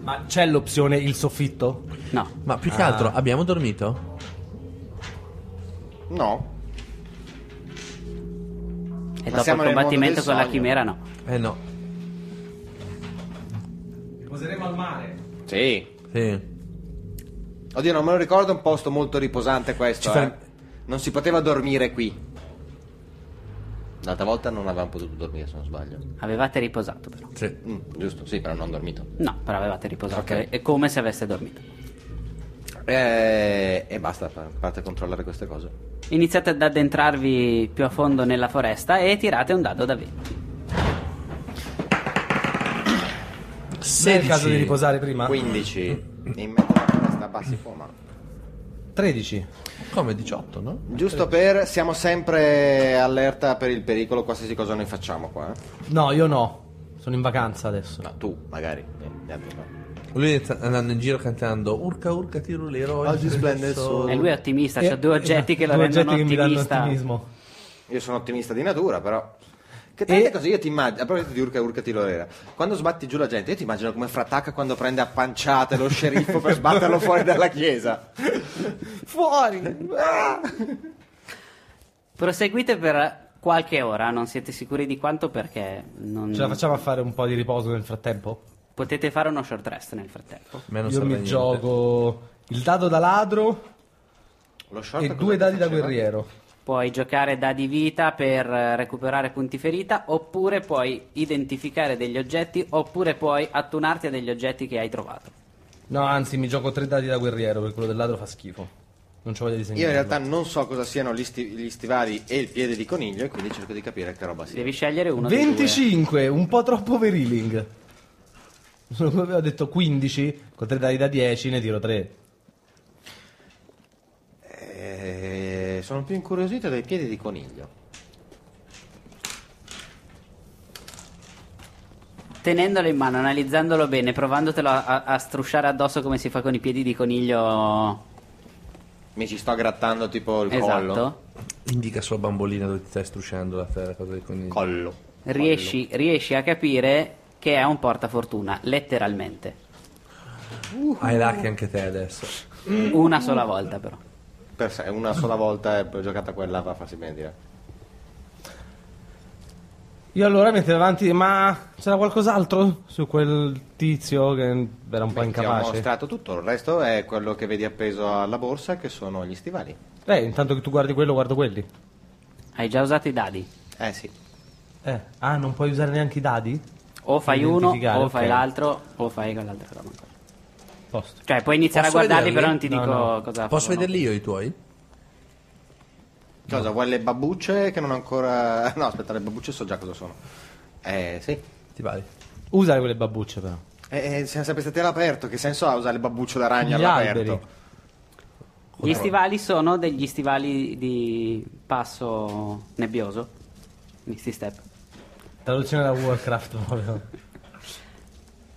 Speaker 3: Ma c'è l'opzione il soffitto?
Speaker 2: No.
Speaker 5: Ma più che altro, abbiamo dormito?
Speaker 4: No.
Speaker 2: E
Speaker 4: Ma
Speaker 2: dopo
Speaker 4: siamo
Speaker 2: il
Speaker 4: nel mondo
Speaker 2: combattimento
Speaker 4: del
Speaker 2: con la
Speaker 4: sogno.
Speaker 2: chimera no.
Speaker 5: Eh no.
Speaker 3: Poseremo al mare.
Speaker 4: Sì.
Speaker 5: Sì.
Speaker 4: Oddio, non me lo ricordo, è un posto molto riposante questo.
Speaker 5: Ci
Speaker 4: eh.
Speaker 5: ferm-
Speaker 4: Non si poteva dormire qui. L'altra volta non avevamo potuto dormire, se non sbaglio.
Speaker 2: Avevate riposato però.
Speaker 5: Sì.
Speaker 4: Mm, giusto, sì, però non dormito.
Speaker 2: No, però avevate riposato.
Speaker 4: Ok.
Speaker 2: È come se aveste dormito.
Speaker 4: Eh, E, basta, pa- parte a controllare queste cose.
Speaker 2: Iniziate ad addentrarvi più a fondo nella foresta e tirate un dado da 20.
Speaker 3: Non è il caso di
Speaker 5: 16.
Speaker 3: riposare prima?
Speaker 4: 15. In mezzo alla foresta bassi fuma.
Speaker 3: 13.
Speaker 5: Come 18, no?
Speaker 3: Eh.
Speaker 4: Giusto per, siamo sempre allerta per il pericolo, qualsiasi cosa noi facciamo qua. eh.
Speaker 3: No, io no. Sono in vacanza adesso.
Speaker 4: No, tu, magari. Eh, gli altri no.
Speaker 5: Lui sta andando in giro cantando Urca urca tirulero
Speaker 4: Oggi splende il sole.
Speaker 2: E lui è ottimista, c'ha due
Speaker 3: Eh,
Speaker 2: oggetti che lo
Speaker 3: due
Speaker 2: rendono
Speaker 3: oggetti che mi danno
Speaker 2: ottimista.
Speaker 3: ottimismo.
Speaker 4: Io sono ottimista di natura, però. Che tante
Speaker 3: E-
Speaker 4: cose io ti immagino, a proposito di Urca Urca Tirolera, quando sbatti giù la gente, io ti immagino come frattacca quando prende a panciate lo sceriffo per sbatterlo fuori dalla chiesa.
Speaker 3: Fuori!
Speaker 2: Proseguite per qualche ora, non siete sicuri di quanto perché non
Speaker 3: Ce la facciamo a fare un po' di riposo nel frattempo?
Speaker 2: potete fare uno short rest nel frattempo.
Speaker 5: Meno
Speaker 3: io mi gioco il dado da ladro
Speaker 4: Lo short
Speaker 3: e
Speaker 4: cos'è
Speaker 3: due
Speaker 4: che
Speaker 3: dadi da
Speaker 4: faceva?
Speaker 3: guerriero.
Speaker 2: Puoi giocare da di vita per eh, recuperare punti ferita, oppure puoi identificare degli oggetti, oppure puoi attunarti a degli oggetti che hai trovato.
Speaker 3: No, anzi, mi gioco tre dadi da guerriero perché quello del ladro fa schifo. Non ci voglio disegnare.
Speaker 4: Io in realtà non so cosa siano gli, sti- gli stivali e il piede di coniglio, e quindi cerco di capire che roba sia.
Speaker 2: Devi scegliere uno dei due.
Speaker 3: 25, un po' troppo veriling. Ho detto 15, con tre dadi da 10 ne tiro 3.
Speaker 4: Eh, sono più incuriosito dai piedi di coniglio.
Speaker 2: Tenendolo in mano, analizzandolo bene, provandotelo a, a- a strusciare addosso come si fa con i piedi di coniglio
Speaker 4: Mi ci sto grattando tipo il collo.
Speaker 2: esatto,
Speaker 5: Indica sulla bambolina dove ti stai strusciando la terra cosa del coniglio.
Speaker 4: Collo.
Speaker 2: riesci, riesci a capire che è un portafortuna, letteralmente.
Speaker 5: Hai lucky anche te adesso.
Speaker 2: Una sola volta però.
Speaker 4: Per sé, una sola volta è giocata quella va a farsi bendire.
Speaker 3: Io allora mi metto avanti, ma c'era qualcos'altro su quel tizio che era un po'
Speaker 4: Beh, Ti ho
Speaker 3: incapace?
Speaker 4: mostrato tutto, il resto è quello che vedi appeso alla borsa, che sono gli stivali.
Speaker 3: Eh, intanto che tu guardi quello, guardo quelli.
Speaker 2: Hai già usato i dadi?
Speaker 4: Eh sì.
Speaker 3: Eh, ah, non puoi usare neanche i dadi?
Speaker 2: O fai uno, o
Speaker 3: Identificare,
Speaker 2: fai
Speaker 3: ok.
Speaker 2: l'altro, o fai quell'altra roba. ancora.
Speaker 3: Posto.
Speaker 2: Cioè, puoi iniziare
Speaker 5: Posso
Speaker 2: a guardarli, però non ti
Speaker 5: vederli?
Speaker 3: No,
Speaker 2: dico
Speaker 3: no.
Speaker 2: cosa
Speaker 5: Posso
Speaker 2: fanno.
Speaker 5: vederli io i tuoi?
Speaker 4: Cosa, vuoi le babbucce che non ho ancora... No, aspetta, le babbucce so già cosa sono. Eh sì.
Speaker 5: Ti vai.
Speaker 3: Usare quelle babbucce però.
Speaker 4: Eh, eh, siamo sempre stati all'aperto, che senso ha usare le babbucce da ragno
Speaker 3: Gli
Speaker 4: all'aperto?
Speaker 3: alberi.
Speaker 2: Gli stivali sono degli stivali di passo nebbioso, mixed step.
Speaker 3: Traduzione da Warcraft proprio.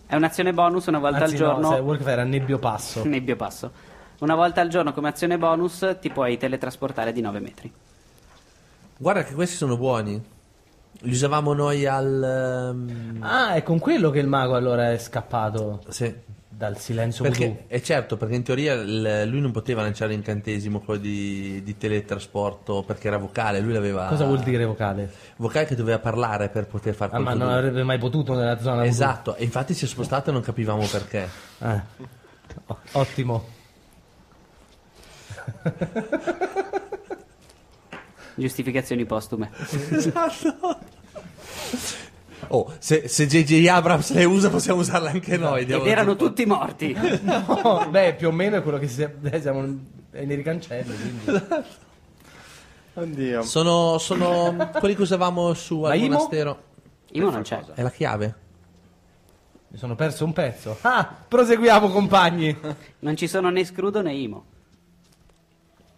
Speaker 2: È un'azione bonus una volta
Speaker 3: Anzi,
Speaker 2: al
Speaker 3: no,
Speaker 2: giorno.
Speaker 3: sai, Warcraft era nebbio passo.
Speaker 2: Nebbio passo. Una volta al giorno come azione bonus ti puoi teletrasportare di 9 metri.
Speaker 5: Guarda che questi sono buoni. Li usavamo noi al... ehm,
Speaker 3: Ah, è con quello che il mago allora è scappato
Speaker 5: Sì.
Speaker 3: dal silenzio voodoo.
Speaker 5: Perché, eh, certo, perché in teoria il- lui non poteva lanciare incantesimo quello di, di teletrasporto perché era vocale, lui l'aveva...
Speaker 3: Cosa vuol dire vocale?
Speaker 5: Vocale che doveva parlare per poter fare
Speaker 3: Ah, ma
Speaker 5: qualcosa.
Speaker 3: non avrebbe mai potuto nella zona voodoo.
Speaker 5: Esatto, e infatti si è spostato e non capivamo perché.
Speaker 3: Eh. O- Ottimo.
Speaker 2: Giustificazioni postume.
Speaker 5: Oh, se, se JJ Abrams le usa possiamo usarle anche
Speaker 3: Esatto.
Speaker 5: noi.
Speaker 2: Ed
Speaker 5: diavolo.
Speaker 2: erano tutti morti.
Speaker 3: No, beh, più o meno è quello che si- eh, siamo è nei ricancelli, quindi.
Speaker 4: Oddio.
Speaker 5: Sono, sono quelli che usavamo su al
Speaker 3: Ma Imo?
Speaker 5: monastero.
Speaker 2: Imo non c'è.
Speaker 5: È la chiave?
Speaker 3: Mi sono perso un pezzo. Ah, proseguiamo compagni.
Speaker 2: Non ci sono né Scrudo né Imo.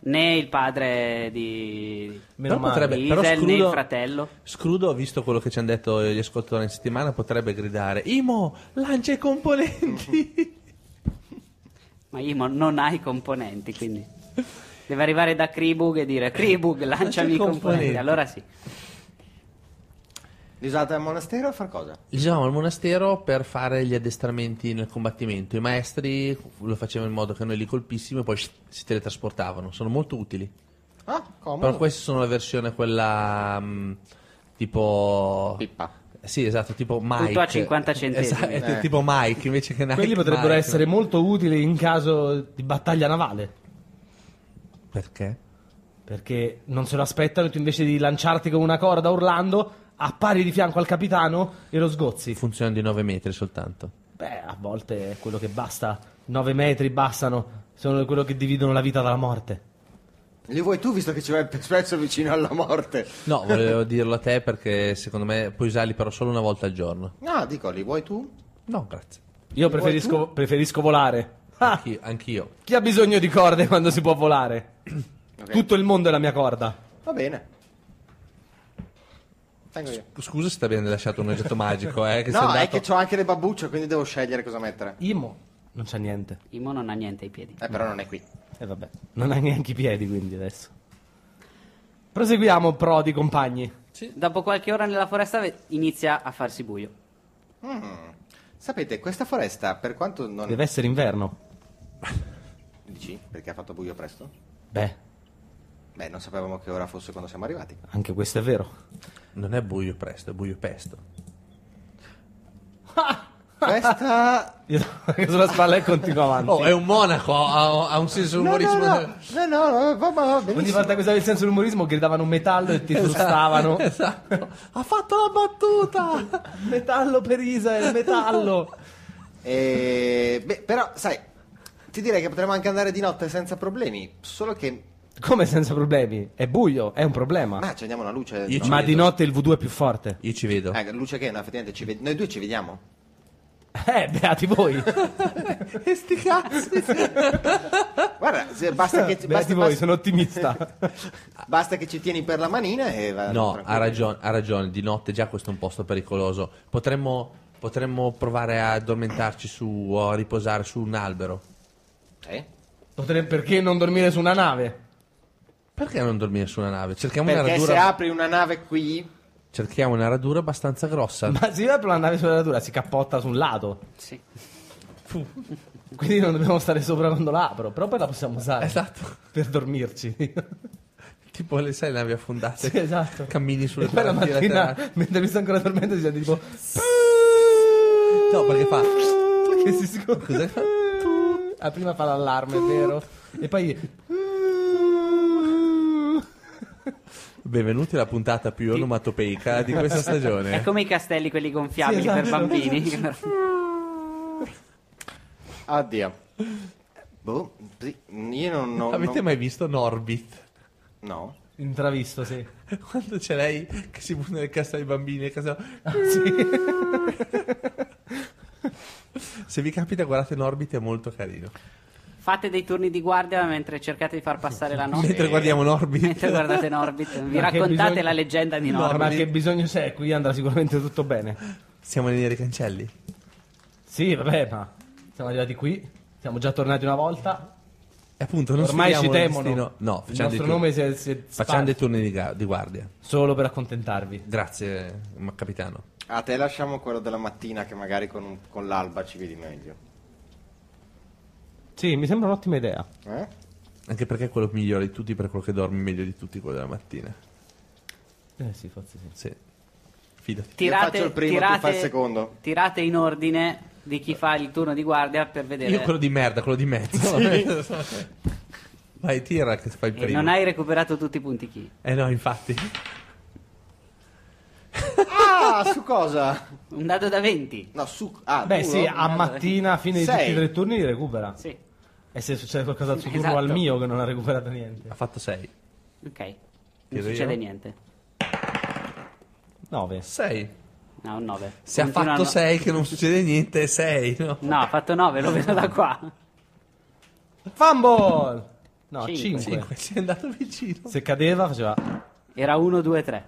Speaker 2: Né il padre di
Speaker 3: Meno
Speaker 5: Però
Speaker 3: male.
Speaker 5: potrebbe-
Speaker 2: di
Speaker 5: però
Speaker 2: Isel, né il
Speaker 5: Scrudo-
Speaker 2: fratello.
Speaker 5: Scrudo, visto quello che ci hanno detto gli ascoltatori in settimana, potrebbe gridare Imo, lancia i componenti!
Speaker 2: Ma Imo non ha i componenti, quindi deve arrivare da Kribug e dire Kribug, lanciami i componenti.
Speaker 5: componenti.
Speaker 2: Allora sì.
Speaker 4: Li usate al monastero a far cosa?
Speaker 5: Li usavamo Diciamo, al monastero per fare gli addestramenti nel combattimento. I maestri lo facevano in modo che noi li colpissimo e poi si teletrasportavano. Sono molto utili.
Speaker 4: Ah, comodo.
Speaker 5: Però queste sono la versione quella mh, tipo...
Speaker 4: Pippa.
Speaker 5: Sì, esatto, tipo Mike.
Speaker 2: a 50 centesimi.
Speaker 5: Esatto, è
Speaker 4: Eh.
Speaker 5: tipo Mike invece che Nike.
Speaker 3: Quelli potrebbero
Speaker 5: Mike.
Speaker 3: essere molto utili in caso di battaglia navale.
Speaker 5: Perché?
Speaker 3: Perché non se lo aspettano e tu invece di lanciarti con una corda urlando appari di fianco al capitano e lo sgozzi.
Speaker 5: Funziona di 9 metri soltanto.
Speaker 3: Beh, a volte è quello che basta. 9 metri bastano, sono quello che dividono la vita dalla morte.
Speaker 4: Li vuoi tu visto che ci vai spesso vicino alla morte?
Speaker 5: No, volevo dirlo a te perché secondo me puoi usarli però solo una volta al giorno.
Speaker 4: No, dico, li vuoi tu?
Speaker 5: No, grazie.
Speaker 3: Io preferisco, preferisco volare. Ah,
Speaker 5: Anch'io. anch'io.
Speaker 3: chi ha bisogno di corde quando si può volare?
Speaker 4: Ok.
Speaker 3: Tutto il mondo è la mia corda.
Speaker 4: Va bene. Tengo io.
Speaker 5: Scusa se ti abbiamo lasciato un oggetto magico, eh, che sei
Speaker 4: no, è
Speaker 5: andato-
Speaker 4: che ho anche le babbucce, quindi devo scegliere cosa mettere.
Speaker 3: Imo non c'ha niente.
Speaker 2: Imo non ha niente ai piedi.
Speaker 4: Eh, però non è qui.
Speaker 3: E vabbè, non ha neanche i piedi quindi adesso. Proseguiamo, Prodi, compagni.
Speaker 2: Dopo qualche ora nella foresta ve- inizia a farsi buio.
Speaker 4: Mm. Sapete, questa foresta, per quanto non...
Speaker 3: Deve essere inverno.
Speaker 4: Dici? Perché ha fatto buio presto?
Speaker 3: Beh,
Speaker 4: Beh, non sapevamo che ora fosse quando siamo arrivati.
Speaker 3: anche questo è vero.
Speaker 5: Non è buio presto, è buio pesto.
Speaker 4: Questa...
Speaker 3: Io sono sulla spalla e continuo avanti.
Speaker 5: Oh, è un monaco, ha, ha un senso
Speaker 4: No, no,
Speaker 5: umorismo.
Speaker 4: no, no, no, no, va, va, va
Speaker 3: Ogni
Speaker 4: benissimo.
Speaker 3: volta che usavi il senso dell'umorismo gridavano metallo e ti frustavano.
Speaker 5: Esatto. Ha fatto la battuta.
Speaker 3: metallo per Isa, il metallo.
Speaker 4: Eh, beh, però, sai, ti direi che potremmo anche andare di notte senza problemi, solo che...
Speaker 3: Come senza problemi? È buio, è un problema.
Speaker 4: Ma accendiamo una luce.
Speaker 5: Io
Speaker 4: no?
Speaker 5: ci
Speaker 3: Ma
Speaker 5: vedo.
Speaker 3: di notte il voodoo è più forte.
Speaker 5: Io ci vedo.
Speaker 4: Eh, luce che no, effettivamente ci ved- Noi due ci vediamo.
Speaker 3: Eh, beati voi.
Speaker 5: E sti cazzi.
Speaker 4: Guarda, se- basta, che, ci-
Speaker 3: beati
Speaker 4: basta,
Speaker 3: voi,
Speaker 4: basta-
Speaker 3: sono ottimista.
Speaker 4: basta che ci tieni per la manina e va.
Speaker 5: No,
Speaker 4: certo, tranquillo.
Speaker 5: ha ragione, ha ragione, di notte già questo è un posto pericoloso. Potremmo, potremmo provare a addormentarci su o a riposare su un albero.
Speaker 4: Sì?
Speaker 3: Potrei- perché non dormire su una nave?
Speaker 5: Perché non dormire su una nave? Cerchiamo una
Speaker 4: Perché se
Speaker 5: radura,
Speaker 4: apri una nave qui.
Speaker 5: cerchiamo una radura abbastanza grossa.
Speaker 3: Ma se io apro la nave sulla natura si cappotta su un lato.
Speaker 2: Sì.
Speaker 3: Quindi non dobbiamo stare sopra quando la apro. Però poi la possiamo usare.
Speaker 5: Esatto.
Speaker 3: Per dormirci.
Speaker 5: Tipo le sai navi affondate.
Speaker 3: Sì, esatto.
Speaker 5: Cammini sulle
Speaker 3: e poi la
Speaker 5: parti
Speaker 3: mattina,
Speaker 5: laterali.
Speaker 3: mentre mi sto ancora dormendo, si sente tipo...
Speaker 5: No, perché fa
Speaker 3: che si scorda.
Speaker 5: Cos'è che fa?
Speaker 3: Ah, prima fa l'allarme, è vero? E poi...
Speaker 5: Benvenuti alla puntata più onomatopeica di questa
Speaker 2: È
Speaker 3: Ecco.
Speaker 5: stagione.
Speaker 2: come i castelli quelli gonfiabili
Speaker 3: Sì, esatto.
Speaker 2: per bambini.
Speaker 4: Addio. Boh, sì, io non. non
Speaker 5: Avete
Speaker 4: non-
Speaker 5: mai visto Norbit?
Speaker 4: No.
Speaker 3: Intravisto, sì.
Speaker 5: Quando c'è lei che si butta nel cassa dei bambini e Ah, casa... Se vi capita guardate Norbit è molto carino.
Speaker 2: Fate dei turni di guardia mentre cercate di far passare la notte.
Speaker 3: Eh,
Speaker 5: Mentre guardiamo
Speaker 2: Mentre
Speaker 5: Norbit
Speaker 2: guardate Norbit, vi
Speaker 3: Ma che
Speaker 2: raccontate
Speaker 3: bisogno-
Speaker 2: la leggenda di
Speaker 3: No,
Speaker 2: Norbit.
Speaker 3: ma che bisogno c'è? Qui andrà sicuramente tutto bene.
Speaker 5: siamo nei neri cancelli.
Speaker 3: Sì, vabbè, ma siamo arrivati qui. Siamo già tornati una volta.
Speaker 5: E appunto non
Speaker 3: Ormai ci
Speaker 5: sfidiamo il
Speaker 3: temono.
Speaker 5: destino- No,
Speaker 3: il
Speaker 5: facciamo dei
Speaker 3: nostro
Speaker 5: turni,
Speaker 3: nome si è, si è
Speaker 5: facciamo dei
Speaker 3: sparso.
Speaker 5: turni di, ga- di guardia.
Speaker 3: solo per accontentarvi.
Speaker 5: Grazie, ma capitano.
Speaker 4: A te lasciamo quello della mattina, che magari con, un- con l'alba ci vedi meglio.
Speaker 3: Sì, mi sembra un'ottima idea.
Speaker 4: Eh?
Speaker 5: Anche perché è quello migliore di tutti, per quello che dormi meglio di tutti, quello della mattina.
Speaker 3: Eh sì, forse sì.
Speaker 5: Sì. Fidati.
Speaker 2: Tirate,
Speaker 4: faccio il primo, tu
Speaker 2: tirate,
Speaker 4: fai il secondo.
Speaker 2: Tirate in ordine di chi fa il turno di guardia per vedere.
Speaker 5: Io quello di merda, quello di mezzo. Vai, tira che fai il
Speaker 2: E
Speaker 5: primo.
Speaker 2: Eh, non hai recuperato tutti i punti chi.
Speaker 5: Eh no, infatti.
Speaker 4: Ah, su cosa?
Speaker 2: Un dado da 20.
Speaker 4: No, su. Ah,
Speaker 3: Beh,
Speaker 4: tu,
Speaker 3: sì,
Speaker 4: no?
Speaker 3: a mattina, a fine di
Speaker 4: Sei.
Speaker 3: tutti e tre i turni, li recupera.
Speaker 2: Sì.
Speaker 3: E se succede qualcosa al suo turno
Speaker 2: Esatto.
Speaker 3: al mio che non ha recuperato niente.
Speaker 5: Ha fatto 6.
Speaker 2: Ok. Non
Speaker 5: Tiro
Speaker 2: succede
Speaker 5: io?
Speaker 2: niente.
Speaker 3: 9.
Speaker 5: 6.
Speaker 2: No, un 9.
Speaker 5: Se ha fatto 6 che non succede niente, 6, no?
Speaker 2: No, ha fatto 9, lo vedo da qua.
Speaker 3: Fumble! No, 5.
Speaker 2: Cinque.
Speaker 5: 5, sei andato vicino.
Speaker 3: Se cadeva faceva... eh,
Speaker 2: Era 1, 2, 3.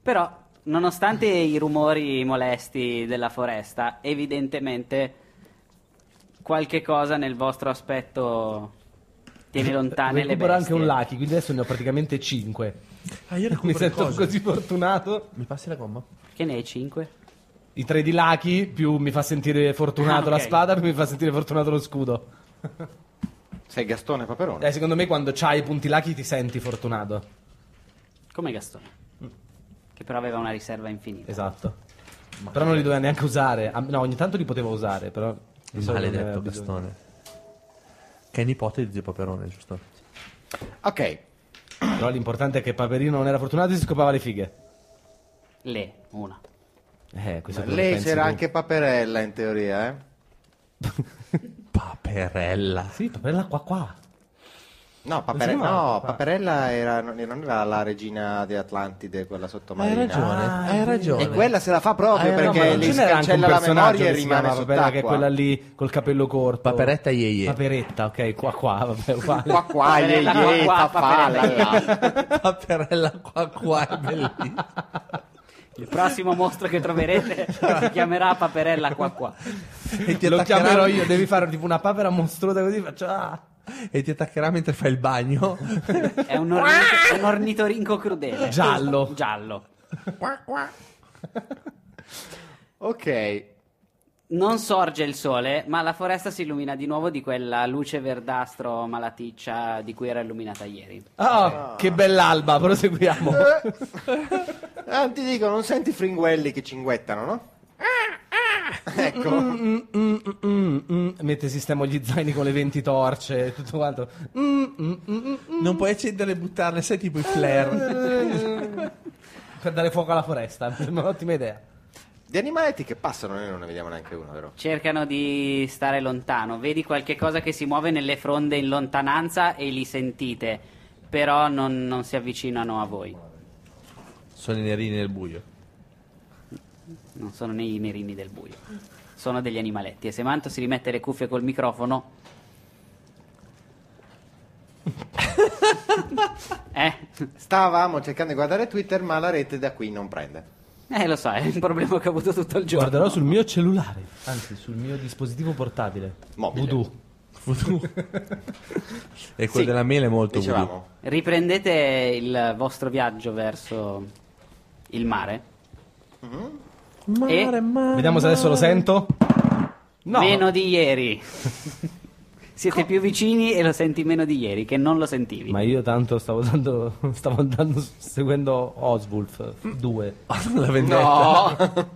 Speaker 2: Però, nonostante i rumori molesti della foresta, evidentemente qualche cosa nel vostro aspetto tiene lontane le
Speaker 3: Recupera
Speaker 2: bestie.
Speaker 3: anche un Lucky, quindi adesso ne ho praticamente 5.
Speaker 5: Ah,
Speaker 3: Mi
Speaker 5: io recupero
Speaker 3: sento
Speaker 5: cose.
Speaker 3: così fortunato.
Speaker 5: Mi passi la gomma?
Speaker 2: Che ne hai 5?
Speaker 3: I tre di Lucky più mi fa sentire fortunato
Speaker 2: Ah,
Speaker 3: la
Speaker 2: ok.
Speaker 3: spada, più mi fa sentire fortunato lo scudo.
Speaker 4: Sei Gastone Paperone.
Speaker 3: Eh, secondo me quando c'hai i punti Lucky ti senti fortunato.
Speaker 2: Come Gastone. Che però aveva una riserva infinita.
Speaker 3: Esatto. però non li doveva neanche usare. Ah, No, ogni tanto li poteva usare, però... di solito non ne
Speaker 5: Maledetto
Speaker 3: aveva bisogno.
Speaker 5: Gastone. Che è nipote di zio Paperone, giusto?
Speaker 4: Ok,
Speaker 3: Però l'importante è che Paperino non era fortunato e si scopava le fighe.
Speaker 2: Le, una.
Speaker 3: Eh, questo te lo
Speaker 4: lei
Speaker 3: pensi
Speaker 4: c'era
Speaker 3: tu.
Speaker 4: anche Paperella in teoria, eh?
Speaker 5: Paperella.
Speaker 3: Sì, Paperella qua qua.
Speaker 4: No, Papere-
Speaker 3: Sì, ma-
Speaker 4: no, Paperella era, non non era la regina di Atlantide, quella
Speaker 5: Hai
Speaker 4: sottomarina.
Speaker 5: ragione,
Speaker 3: Ah,
Speaker 5: hai
Speaker 3: è
Speaker 5: ragione.
Speaker 4: E quella se la fa proprio
Speaker 5: Eh, no,
Speaker 4: perché
Speaker 5: ma non
Speaker 4: lei
Speaker 3: ce n'era anche un
Speaker 4: cancella la
Speaker 3: personaggio
Speaker 4: memoria e
Speaker 3: che si
Speaker 4: rimane
Speaker 3: chiamava Paperella,
Speaker 4: sott'acqua.
Speaker 3: che è quella lì col capello corto.
Speaker 5: Paperetta Ye Ye.
Speaker 3: Paperetta, ok, qua qua, vabbè, qua.
Speaker 4: Qua qua, ye,
Speaker 2: Paperella,
Speaker 4: ye,
Speaker 2: qua, qua,
Speaker 4: fa, fa, la,
Speaker 2: Paperella.
Speaker 4: la.
Speaker 5: Paperella qua qua è bellissima.
Speaker 2: Il prossimo mostro che troverete si chiamerà Paperella qua qua.
Speaker 5: E ti
Speaker 3: Lo
Speaker 5: attaccherà-
Speaker 3: chiamerò io, devi fare tipo una papera mostruosa così, faccio ah.
Speaker 5: E ti attaccherà mentre fai il bagno.
Speaker 2: È un, ornito- un ornitorinco crudele.
Speaker 3: Giallo.
Speaker 2: Giallo.
Speaker 5: Qua, qua.
Speaker 4: Ok,
Speaker 2: Non sorge il sole, ma la foresta si illumina di nuovo di quella luce verdastro malaticcia di cui era illuminata ieri.
Speaker 3: Ah, che bell'alba, proseguiamo.
Speaker 4: Ah, ti dico, non senti fringuelli che cinguettano, no? Ah, ecco,
Speaker 3: Mm, mm, mm, mm. Mette sistema gli zaini con le 20 torce e tutto quanto. Mm, mm, mm, mm.
Speaker 5: Non puoi accendere e buttarle, sei tipo i flare.
Speaker 3: Per dare fuoco alla foresta, mi sembra un'ottima idea.
Speaker 4: di animaletti che passano noi non ne vediamo neanche uno, vero?
Speaker 2: Cercano di stare lontano, vedi qualche cosa che si muove nelle fronde in lontananza e li sentite, però non, non si avvicinano a voi.
Speaker 5: Sono i nerini nel buio.
Speaker 2: Non sono né i merini del buio, sono degli animaletti. E se Manto si rimette le cuffie col microfono. eh,
Speaker 4: Stavamo cercando di guardare Twitter, ma la rete da qui non prende.
Speaker 2: eh, lo so, è un problema che ho avuto tutto il giorno.
Speaker 3: Guarderò sul mio cellulare, anzi sul mio dispositivo portatile.
Speaker 4: Mobile.
Speaker 3: Voodoo.
Speaker 5: Voodoo. e quello
Speaker 4: Sì.
Speaker 5: della mela è molto voodoo.
Speaker 4: Dicevamo,
Speaker 2: Riprendete il vostro viaggio verso il mare. E?
Speaker 5: mare.
Speaker 3: Vediamo se adesso lo sento. No.
Speaker 2: Meno di ieri. Siete più vicini e lo senti meno di ieri, che non lo sentivi.
Speaker 3: Ma io tanto stavo andando, stavo andando seguendo Oswulf 2.
Speaker 5: La vendetta.
Speaker 2: Oh.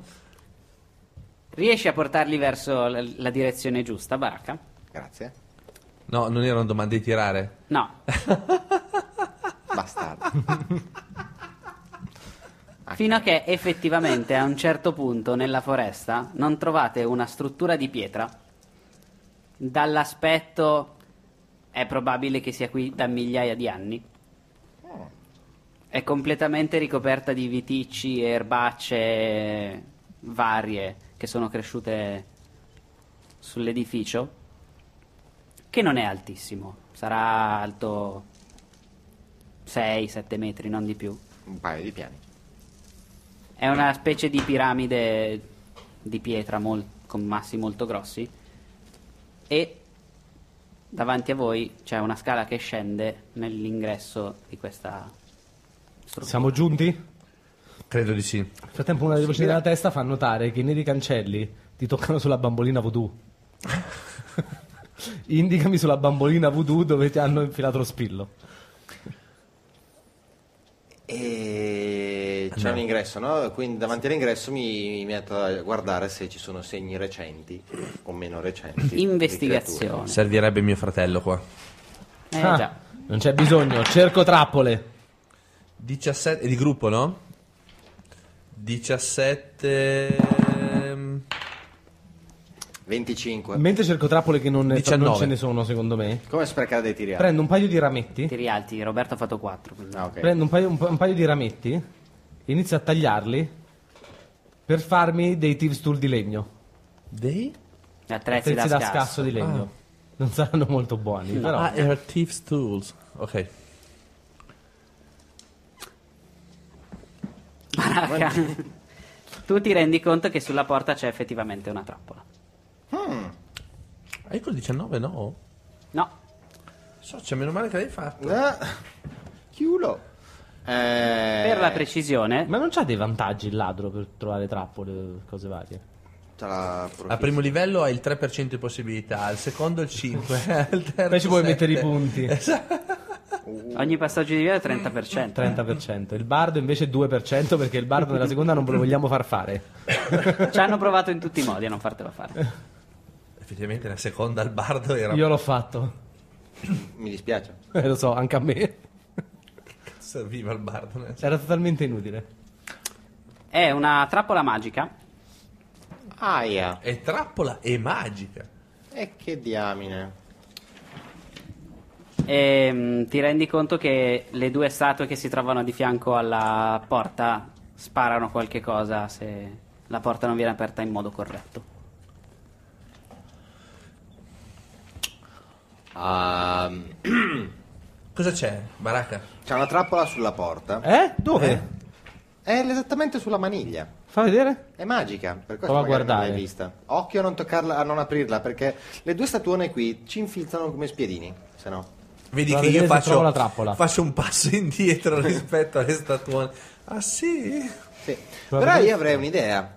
Speaker 2: Riesci a portarli verso la, la direzione giusta, Baracca?
Speaker 4: grazie.
Speaker 5: No. non erano domande di tirare.
Speaker 2: No.
Speaker 4: Bastardo. Ah,
Speaker 2: Fino a che effettivamente a un certo punto nella foresta non trovate una struttura di pietra. Dall'aspetto è probabile che sia qui da migliaia di anni. È completamente ricoperta di viticci e erbacce varie che sono cresciute sull'edificio, che non è altissimo, sarà alto 6-7 metri, non di più.
Speaker 4: Un paio di piani.
Speaker 2: È una specie di piramide di pietra mol- con massi molto grossi e davanti a voi c'è una scala che scende nell'ingresso di questa struttura.
Speaker 3: Siamo giunti?
Speaker 5: Credo di sì.
Speaker 3: Nel frattempo una delle voci della testa fa notare che i neri cancelli ti toccano sulla bambolina voodoo. Indicami sulla bambolina voodoo dove ti hanno infilato lo spillo.
Speaker 4: E c'è
Speaker 5: Andiamo.
Speaker 4: un ingresso, no? Quindi davanti all'ingresso mi, mi metto a guardare se ci sono segni recenti o meno recenti. di
Speaker 2: Investigazione.
Speaker 5: Servirebbe mio fratello qua.
Speaker 2: Eh
Speaker 3: Ah,
Speaker 2: già.
Speaker 3: Non c'è bisogno, cerco trappole.
Speaker 5: 17 è di gruppo, no? 17 ehm,
Speaker 4: creature. 25.
Speaker 3: Mentre cerco trappole che non, non
Speaker 5: 19.
Speaker 3: ce ne sono secondo me,
Speaker 4: Come sprecare dei tiri? alti?
Speaker 3: prendo un paio di rametti.
Speaker 2: Tiri alti, Roberto ha fatto 4.
Speaker 4: Ah, ok.
Speaker 3: Prendo un paio, un pa- un paio di rametti e inizio a tagliarli per farmi dei thieves tool di legno.
Speaker 5: dei
Speaker 2: Da attrezzi da,
Speaker 3: Pezzi da
Speaker 2: scasso.
Speaker 3: scasso di legno. Non saranno molto buoni, però.
Speaker 5: Ah, era Thieves Tools. Ok.
Speaker 2: Baracca. tu ti rendi conto che sulla porta c'è effettivamente una trappola.
Speaker 5: Ah, io col 19 no.
Speaker 2: No,
Speaker 5: So, cioè, meno male che l'hai fatto.
Speaker 4: Ah, chiulo. Eh,
Speaker 2: per la precisione,
Speaker 3: Ma non c'ha dei vantaggi il ladro per trovare trappole, cose varie?
Speaker 4: te la apro.
Speaker 5: Al primo livello hai il 3% di possibilità, al secondo il 5, al terzo
Speaker 3: Poi ci puoi mettere i
Speaker 5: 7.
Speaker 3: punti.
Speaker 2: ogni passaggio di via è 30%.
Speaker 3: 30%. Il bardo invece 2% perché il bardo nella seconda non ve lo vogliamo far fare.
Speaker 2: Ci hanno provato in tutti i modi a non fartelo fare.
Speaker 5: Effettivamente la seconda al bardo era
Speaker 3: Io l'ho fatto.
Speaker 4: Mi dispiace.
Speaker 3: Eh, lo so, anche a me.
Speaker 5: Serviva al Bardones.
Speaker 3: Era totalmente inutile.
Speaker 2: È una trappola magica.
Speaker 4: Aia.
Speaker 5: È trappola e magica.
Speaker 4: E che diamine.
Speaker 2: E mm, ti rendi conto che le due statue che si trovano di fianco alla porta sparano qualche cosa se la porta non viene aperta in modo corretto.
Speaker 4: Ah,
Speaker 5: Cosa c'è, Baraka?
Speaker 4: c'è una trappola sulla porta.
Speaker 3: Eh? Dove?
Speaker 4: È esattamente sulla maniglia.
Speaker 3: Fa vedere?
Speaker 4: È magica, per questo
Speaker 3: Prova a
Speaker 4: magari non
Speaker 3: guardare.
Speaker 4: l'hai vista. Occhio a non toccarla, a non aprirla, perché le due statuone qui ci infilzano come spiedini, se no.
Speaker 5: Vedi
Speaker 3: Vado
Speaker 5: che
Speaker 3: a
Speaker 5: io
Speaker 3: vedere se
Speaker 5: faccio,
Speaker 3: trovo la trappola.
Speaker 5: faccio un passo indietro rispetto alle statuone. Ah sì?
Speaker 4: Sì.
Speaker 3: Guarda
Speaker 4: Però io
Speaker 3: questo.
Speaker 4: avrei un'idea.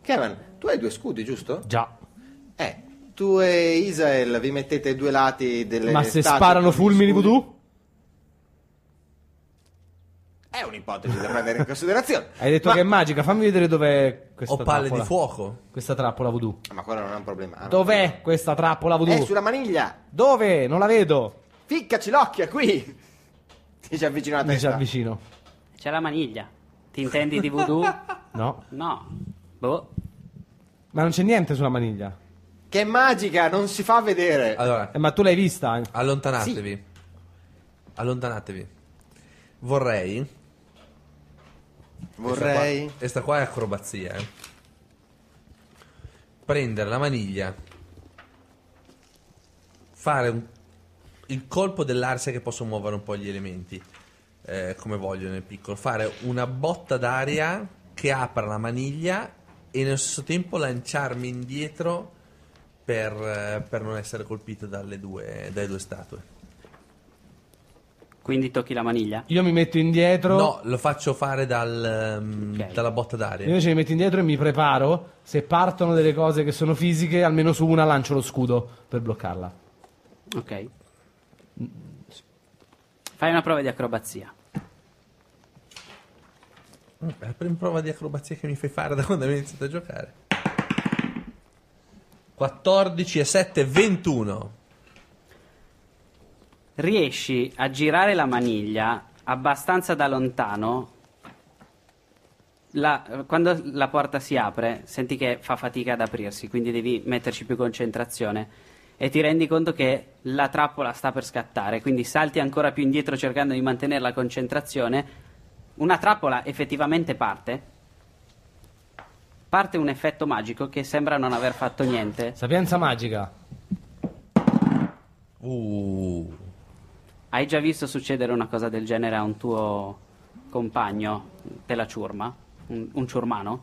Speaker 4: Kevin, tu hai due scudi, giusto?
Speaker 3: Già.
Speaker 4: Eh, tu e Isael vi mettete ai due lati delle
Speaker 3: Ma se
Speaker 4: statue
Speaker 3: sparano
Speaker 4: con gli
Speaker 3: fulmini
Speaker 4: scudi?
Speaker 3: voodoo?
Speaker 4: È un'ipotesi da prendere in considerazione.
Speaker 3: Hai detto
Speaker 4: ma,
Speaker 3: che è magica, fammi vedere dov'è questa
Speaker 5: Ho palle
Speaker 3: trappola.
Speaker 5: di fuoco.
Speaker 3: Questa trappola voodoo.
Speaker 4: Ma quello non è un problema. ah,
Speaker 3: Dov'è questa trappola
Speaker 4: no.
Speaker 3: voodoo?
Speaker 4: È Eh, sulla maniglia.
Speaker 3: Dove? Non la vedo.
Speaker 4: Ficcaci l'occhio, è qui. Ti ci avvicina la
Speaker 3: Mi ci
Speaker 4: testa.
Speaker 3: avvicino.
Speaker 2: C'è la maniglia. Ti intendi di voodoo?
Speaker 3: No.
Speaker 2: No. Boh.
Speaker 3: Ma non c'è niente sulla maniglia.
Speaker 4: Che è magica, non si fa vedere.
Speaker 5: Allora,
Speaker 3: Eh, ma tu l'hai vista?
Speaker 5: allontanatevi. Allontanatevi. Vorrei...
Speaker 4: Vorrei...
Speaker 5: Questa qua, questa qua è acrobazia, eh. Prendere la maniglia. Fare un- il colpo dell'arsia che posso muovere un po' gli elementi. eh, come voglio nel piccolo. Fare una botta d'aria che apra la maniglia e nello stesso tempo lanciarmi indietro per, eh, per non essere colpito dalle due, dalle due statue.
Speaker 2: Quindi tocchi la maniglia.
Speaker 3: Io mi metto indietro.
Speaker 5: No, lo faccio fare dal, ehm,
Speaker 2: Ok.
Speaker 5: dalla botta d'aria.
Speaker 3: Io invece mi metto indietro e mi preparo. Se partono delle cose che sono fisiche, almeno su una lancio lo scudo per bloccarla.
Speaker 2: Ok. Fai una prova di acrobazia.
Speaker 5: Mm, È la prima prova di acrobazia che mi fai fare da quando abbiamo iniziato a giocare. 14 e 7, 21.
Speaker 2: riesci a girare la maniglia abbastanza da lontano. la- quando la porta si apre, senti che fa fatica ad aprirsi, quindi devi metterci più concentrazione. E ti rendi conto che la trappola sta per scattare, quindi salti ancora più indietro cercando di mantenere la concentrazione. Una trappola effettivamente parte. Parte un effetto magico che sembra non aver fatto niente.
Speaker 3: Sapienza magica.
Speaker 5: Uh,
Speaker 2: Hai già visto succedere una cosa del genere a un tuo compagno della ciurma? Un, un ciurmano?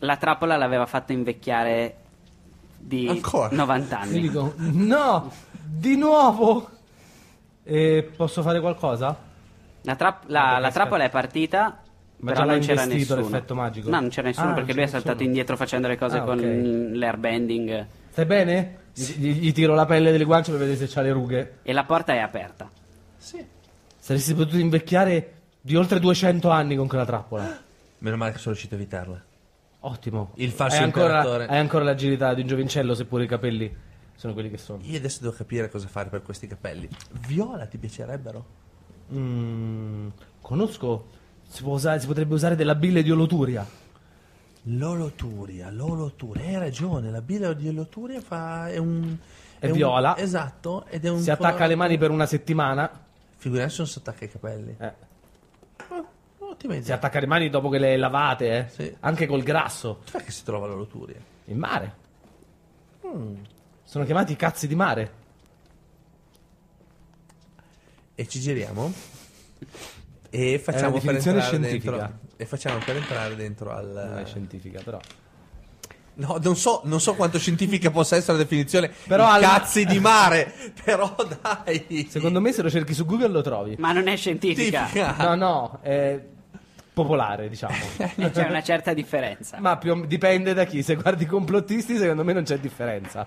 Speaker 2: La trappola l'aveva fatto invecchiare di
Speaker 5: Ancora?
Speaker 2: 90
Speaker 3: Io
Speaker 2: anni.
Speaker 3: dico, no, di nuovo. E posso fare qualcosa?
Speaker 2: La, trap- la- la trappola è partita,
Speaker 3: Ma
Speaker 2: però
Speaker 3: già l'ha
Speaker 2: non c'era
Speaker 3: investito
Speaker 2: nessuno.
Speaker 3: l'effetto magico?
Speaker 2: No, non c'era nessuno
Speaker 3: Ah,
Speaker 2: perché
Speaker 3: non
Speaker 2: lui è
Speaker 3: c'era
Speaker 2: saltato
Speaker 3: nessuno.
Speaker 2: indietro facendo le cose
Speaker 3: Ah,
Speaker 2: con
Speaker 3: ok.
Speaker 2: l'airbending
Speaker 3: Stai bene? Gli, gli- gli tiro la pelle delle guance per vedere se c'ha le rughe.
Speaker 2: e la porta è aperta.
Speaker 3: Saresti potuto invecchiare di oltre 200 anni con quella trappola.
Speaker 5: meno male che sono riuscito a evitarla.
Speaker 3: Ottimo.
Speaker 5: Il falso
Speaker 3: hai
Speaker 5: imperatore.
Speaker 3: ancora, hai ancora l'agilità di un giovincello, seppure i capelli sono quelli che sono.
Speaker 5: Io adesso devo capire cosa fare per questi capelli. Viola ti piacerebbero?
Speaker 3: Mm, conosco. Si, può usare- si potrebbe usare della bile di oloturia.
Speaker 5: L'oloturia, l'oloturia. Hai ragione, la bile di oloturia fa... È un...
Speaker 3: È
Speaker 5: un-
Speaker 3: viola.
Speaker 5: esatto. Ed è un
Speaker 3: Si attacca
Speaker 5: colore-
Speaker 3: alle mani per una settimana.
Speaker 5: Figuriamoci se non si attacca ai capelli.
Speaker 3: Eh,
Speaker 5: Oh, ottima
Speaker 3: si
Speaker 5: idea.
Speaker 3: attacca le mani dopo che le lavate, eh.
Speaker 5: Sì.
Speaker 3: Anche col grasso.
Speaker 5: Dov'è che si trova l'oloturia?
Speaker 3: In mare. Mm. Sono chiamati i cazzi di mare.
Speaker 5: e ci giriamo e facciamo per
Speaker 3: definizione
Speaker 5: entrare
Speaker 3: scientifica.
Speaker 5: dentro e facciamo per entrare dentro
Speaker 3: Non è
Speaker 5: al
Speaker 3: scientifica, però.
Speaker 5: no non so, non so quanto scientifica possa essere la definizione
Speaker 3: Però
Speaker 5: I
Speaker 3: al-
Speaker 5: cazzi di mare però dai
Speaker 3: Secondo me se lo cerchi su Google lo trovi.
Speaker 2: Ma non è scientifica,
Speaker 5: Scientifica.
Speaker 3: No, no, è popolare, diciamo.
Speaker 2: e c'è una certa differenza.
Speaker 3: Ma più o m- dipende da chi. Se guardi i complottisti, secondo me non c'è differenza.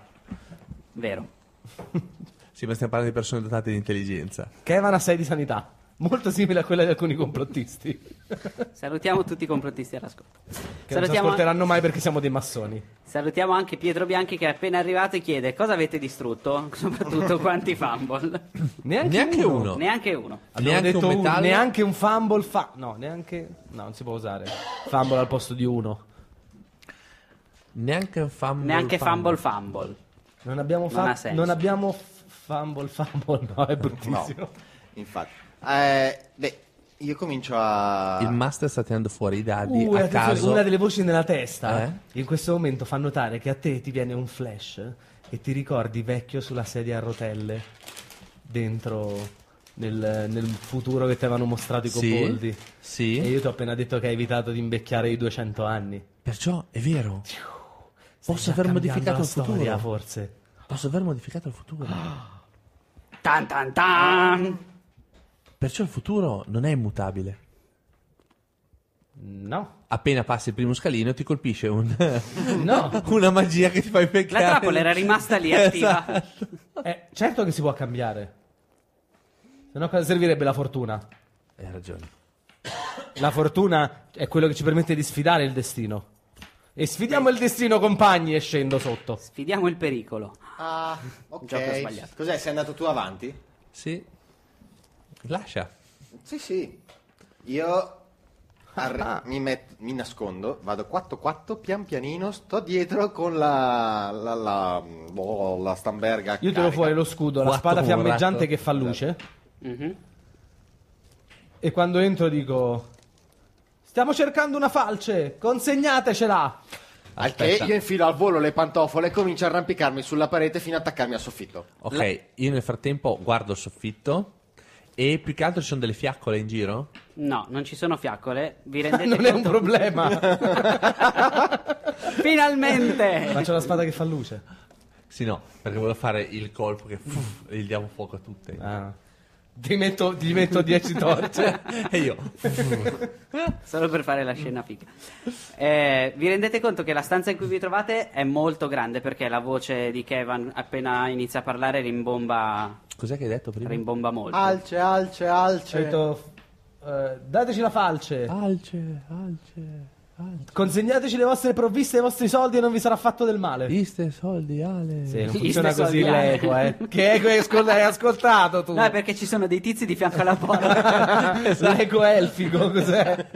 Speaker 2: Vero.
Speaker 5: sì ma stiamo parlando di persone dotate di intelligenza
Speaker 3: Kevin a 6 di sanità. molto simile a quella di alcuni complottisti.
Speaker 2: Salutiamo tutti i complottisti all'ascolto.
Speaker 3: Che non ci
Speaker 2: Salutiamo,
Speaker 3: ascolteranno mai perché siamo dei massoni.
Speaker 2: salutiamo anche Pietro Bianchi che è appena arrivato e chiede cosa avete distrutto, soprattutto quanti fumble.
Speaker 3: Neanche,
Speaker 5: Neanche
Speaker 3: uno.
Speaker 5: uno.
Speaker 2: Neanche uno.
Speaker 3: Abbiamo
Speaker 5: Neanche
Speaker 3: detto
Speaker 5: un
Speaker 3: un-
Speaker 5: metallo.
Speaker 3: neanche un fumble fa. No, neanche. No, non si può usare. Fumble al posto di uno.
Speaker 5: Neanche un fumble.
Speaker 2: Neanche fumble fumble.
Speaker 3: Non abbiamo fa-
Speaker 2: Non ha senso.
Speaker 3: Non abbiamo f- fumble fumble. No, è bruttissimo.
Speaker 4: No, infatti. Eh, beh, io comincio a...
Speaker 5: Il master sta tirando fuori i dadi
Speaker 3: Uh,
Speaker 5: a
Speaker 3: attenzione,
Speaker 5: caso.
Speaker 3: una delle voci nella testa
Speaker 5: Eh?
Speaker 3: in questo momento fa notare che a te ti viene un flash e ti ricordi vecchio sulla sedia a rotelle dentro nel, nel futuro che ti avevano mostrato i
Speaker 5: Sì,
Speaker 3: Coboldi.
Speaker 5: sì.
Speaker 3: E io ti ho appena detto che hai evitato di invecchiare i 200 anni.
Speaker 5: Perciò è vero.
Speaker 3: Stai
Speaker 5: Posso
Speaker 3: già
Speaker 5: aver
Speaker 3: cambiando
Speaker 5: modificato
Speaker 3: la
Speaker 5: il futuro.
Speaker 3: storia, Ah. forse.
Speaker 5: Posso aver modificato il futuro.
Speaker 2: Tan tan tan.
Speaker 5: Perciò il futuro non è immutabile.
Speaker 3: No.
Speaker 5: Appena passi il primo scalino ti colpisce un-
Speaker 3: No.
Speaker 5: una magia che ti Esatto. fai peccare.
Speaker 2: La trappola era rimasta lì attiva.
Speaker 3: esatto. Eh, certo che si può cambiare. Se no cosa servirebbe la fortuna?
Speaker 5: Hai ragione.
Speaker 3: La fortuna è quello che ci permette di sfidare il destino. E sfidiamo il destino, compagni, e scendo sotto.
Speaker 2: Sfidiamo il pericolo.
Speaker 4: Ah,
Speaker 2: Gioco
Speaker 4: ok.
Speaker 2: sbagliato.
Speaker 4: Cos'è, sei andato tu avanti?
Speaker 5: Sì. Lascia.
Speaker 4: Sì, sì. Io arre-
Speaker 3: Ah.
Speaker 4: mi, met- mi nascondo, vado 4-4, pian pianino, sto dietro con la, la, la, boh, la stamberga.
Speaker 3: Io tiro
Speaker 4: carica.
Speaker 3: fuori lo scudo, la
Speaker 5: Quattro
Speaker 3: spada
Speaker 5: con un
Speaker 3: fiammeggiante
Speaker 5: ratto. Mhm.
Speaker 3: che fa luce. E quando entro dico... Stiamo cercando una falce, consegnatecela!
Speaker 4: Al che io infilo al volo le pantofole e comincio a arrampicarmi sulla parete fino ad attaccarmi al soffitto.
Speaker 5: Ok, io nel frattempo guardo il soffitto. E più che altro ci sono delle fiaccole in giro.
Speaker 2: No, non ci sono fiaccole. Vi
Speaker 5: Eh,
Speaker 2: rendete
Speaker 3: non
Speaker 2: conto?
Speaker 3: è un
Speaker 5: certo.
Speaker 3: problema.
Speaker 2: Finalmente!
Speaker 3: Faccio la spada che fa luce.
Speaker 5: Sì, no, perché volevo fare il colpo che fuff, e gli diamo fuoco a tutte. Cioè,
Speaker 3: Ah. Ti metto, ti metto 10 torce.
Speaker 5: e io
Speaker 2: Solo per fare la scena figa. Eh, vi rendete conto che la stanza in cui vi trovate è molto grande perché la voce di Kevin appena inizia a parlare rimbomba,
Speaker 5: cos'è che hai detto prima?
Speaker 2: rimbomba molto.
Speaker 4: Alce, alce,
Speaker 3: Ho
Speaker 4: alce.
Speaker 3: detto, eh, dateci la falce,
Speaker 5: Ah. alce, alce, alce.
Speaker 3: consegnateci le vostre provviste, i vostri soldi e non vi sarà fatto del male.
Speaker 5: Iste soldi, ale.
Speaker 3: Sì, non
Speaker 2: Gli
Speaker 3: funziona
Speaker 2: stessi
Speaker 3: così
Speaker 2: soldi.
Speaker 3: l'equa, eh. Che eco hai ascolt- hai ascoltato tu?
Speaker 2: No, è perché ci sono dei tizi di fianco alla porta.
Speaker 3: L'eco elfico, cos'è?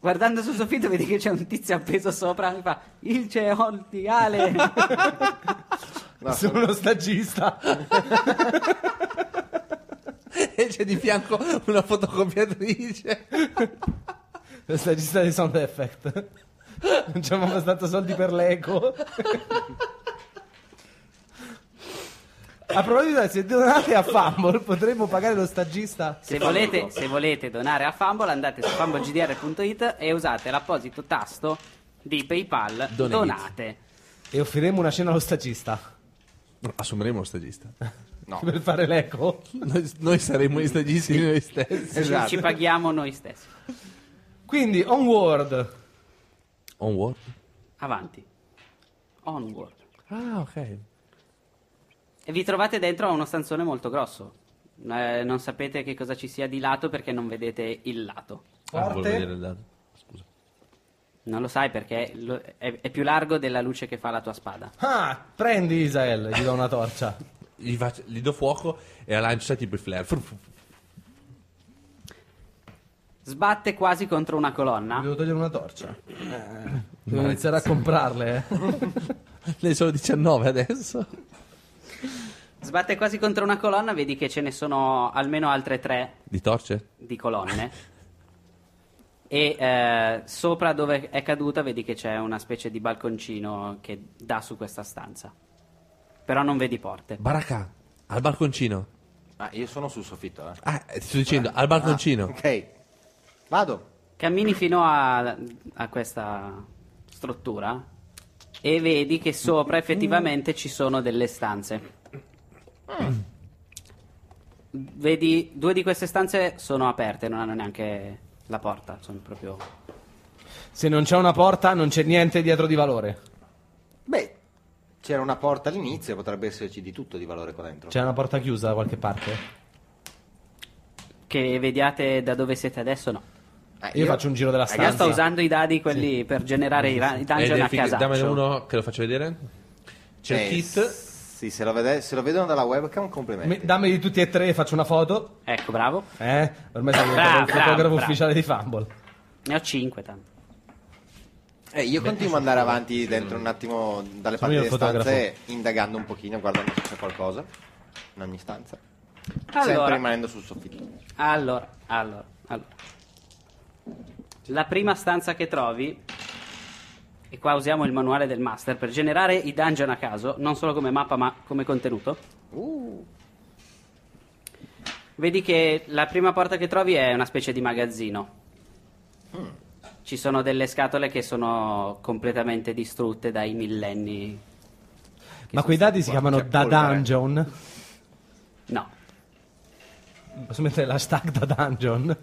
Speaker 2: Guardando sul soffitto vedi che c'è un tizio appeso sopra e fa Il ceol di Ale.
Speaker 4: No,
Speaker 3: Sono uno stagista.
Speaker 5: e c'è di fianco una fotocopiatrice.
Speaker 3: Lo stagista dei sound effect. Non c'è mai abbastanza soldi per l'eco. A proposito, se donate a Fumble potremmo pagare lo stagista.
Speaker 2: Se volete, se volete donare a Fumble andate su fumblegdr.it e usate l'apposito tasto di PayPal
Speaker 5: Donate.
Speaker 2: donate.
Speaker 3: E offriremo una cena allo stagista.
Speaker 5: Assumeremo lo stagista.
Speaker 4: no.
Speaker 3: Per fare l'eco.
Speaker 5: Noi, noi saremo gli stagisti noi stessi.
Speaker 2: Ci-
Speaker 4: Esatto.
Speaker 2: Ci paghiamo noi stessi.
Speaker 3: Quindi, onward.
Speaker 5: Onward.
Speaker 2: Avanti. Onward.
Speaker 5: Ah, ok.
Speaker 2: E vi trovate dentro a uno stanzone molto grosso. Eh, non sapete che cosa ci sia di lato perché non vedete il lato.
Speaker 5: Ah, volevo
Speaker 3: Forte.
Speaker 5: vedere il dado. Scusa.
Speaker 2: Non lo sai perché lo- è, è più largo della luce che fa la tua spada.
Speaker 3: Ah, prendi Isael, gli do una torcia.
Speaker 5: Gli, faccio- gli do fuoco e la lancio sai, tipo il flare. Fru- fru- fru.
Speaker 2: Sbatte quasi contro una
Speaker 3: Mi
Speaker 2: colonna.
Speaker 3: devo togliere una torcia. Devo iniziare a comprarle. eh.
Speaker 5: Lei sono 19 adesso.
Speaker 2: Sbatte quasi contro una colonna, vedi che ce ne sono almeno altre tre
Speaker 5: Di torce?
Speaker 2: di colonne. E eh, sopra dove è caduta vedi che c'è una specie di balconcino che dà su questa stanza. Però non vedi porte.
Speaker 5: Baracca, al balconcino.
Speaker 4: Ah, io sono sul soffitto, eh.
Speaker 5: Ah, ti sto dicendo, al balconcino.
Speaker 4: Ah, Ok. Vado.
Speaker 2: Cammini fino a, a questa struttura e vedi che sopra effettivamente ci sono delle stanze. Vedi, due di queste stanze sono aperte, non hanno neanche la porta, sono proprio...
Speaker 3: Se non c'è una porta, non c'è niente dietro di valore.
Speaker 4: Beh, C'era una porta all'inizio, potrebbe esserci di tutto di valore qua dentro.
Speaker 3: C'è una porta chiusa da qualche parte?
Speaker 2: Che vediate da dove siete adesso, no.
Speaker 4: Eh,
Speaker 3: Io faccio un giro della
Speaker 4: Ragazzi,
Speaker 2: Io
Speaker 3: Stanza.
Speaker 2: sto usando i dadi quelli per generare i, ra- i dungeon a
Speaker 5: identifica-
Speaker 2: casa.
Speaker 5: dammene uno che lo faccio vedere. C'è
Speaker 4: eh,
Speaker 5: il kit.
Speaker 4: Sì, se lo, vede- se lo vedono dalla webcam, complimenti.
Speaker 3: Mi- dammi di tutti e tre e faccio una foto.
Speaker 2: Ecco, bravo.
Speaker 3: Eh? Ormai sono
Speaker 2: Bravo,
Speaker 3: il
Speaker 2: bravo,
Speaker 3: fotografo
Speaker 2: bravo.
Speaker 3: ufficiale di Fumble.
Speaker 2: Ne ho 5 tanto.
Speaker 4: Eh, io continuo ad andare avanti dentro un attimo
Speaker 3: Sono
Speaker 4: dalle parti
Speaker 3: io
Speaker 4: delle
Speaker 3: il fotografo.
Speaker 4: stanze, indagando un pochino, guardando se c'è qualcosa in ogni stanza. Sempre
Speaker 2: Allora.
Speaker 4: rimanendo sul soffitto.
Speaker 2: Allora, allora, allora. La prima stanza che trovi, e qua usiamo il manuale del master per generare i dungeon a caso, non solo come mappa ma come contenuto.
Speaker 3: Uh.
Speaker 2: Vedi che la prima porta che trovi è una specie di magazzino.
Speaker 3: Hmm.
Speaker 2: Ci sono delle scatole che sono completamente distrutte dai millenni.
Speaker 3: Ma quei dati si chiamano
Speaker 4: C'è
Speaker 3: Da
Speaker 4: polvere.
Speaker 3: Dungeon.
Speaker 2: No,
Speaker 3: Posso mettere l'hashtag Da Dungeon?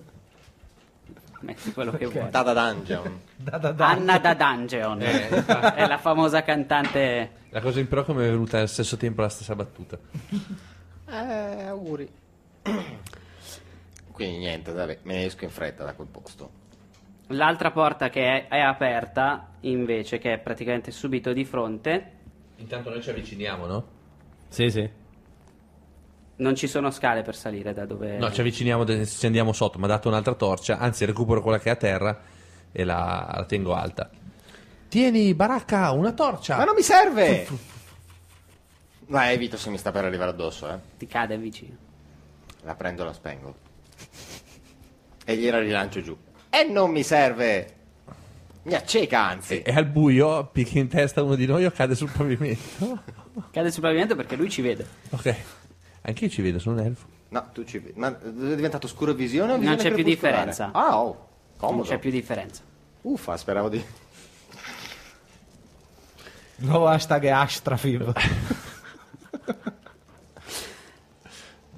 Speaker 2: metti quello che vuoi.
Speaker 4: Dada Dungeon.
Speaker 3: Da, da, da.
Speaker 2: Anna da Dungeon
Speaker 5: Eh,
Speaker 2: è la famosa cantante
Speaker 5: La cosa in pro come è venuta allo stesso tempo la stessa battuta.
Speaker 4: Eh, auguri. Quindi niente, vabbè, me ne esco in fretta da quel posto.
Speaker 2: L'altra porta che è, è aperta, invece, che è praticamente subito di fronte,
Speaker 5: Intanto noi ci avviciniamo, no?
Speaker 3: Sì, sì.
Speaker 2: non ci sono scale per salire da dove...
Speaker 5: No, ci avviciniamo, de- ci andiamo sotto, ma dato un'altra torcia, anzi recupero quella che è a terra e la, la tengo alta. Tieni, baracca, una torcia!
Speaker 3: Ah.
Speaker 4: Ma non mi serve! Ma evito se mi sta per arrivare addosso, eh.
Speaker 2: Ti cade vicino.
Speaker 4: La prendo e la spengo. E gliela rilancio giù. E non mi serve! Mi acceca,
Speaker 2: Eh,
Speaker 4: anzi.
Speaker 5: E al buio picchia in testa uno di noi o cade sul pavimento.
Speaker 2: Cade sul pavimento perché lui ci vede.
Speaker 5: ok, anche io ci vedo, sono un elfo.
Speaker 4: No, tu ci vedi. Ma è diventato scuro visione o
Speaker 2: Non
Speaker 4: visione
Speaker 2: c'è più
Speaker 4: crepuscolare?
Speaker 2: differenza.
Speaker 4: Ah, oh,
Speaker 2: Non
Speaker 4: comodo.
Speaker 2: c'è più differenza.
Speaker 4: Uffa, speravo di...
Speaker 3: Il nuovo hashtag è Ashtrafib.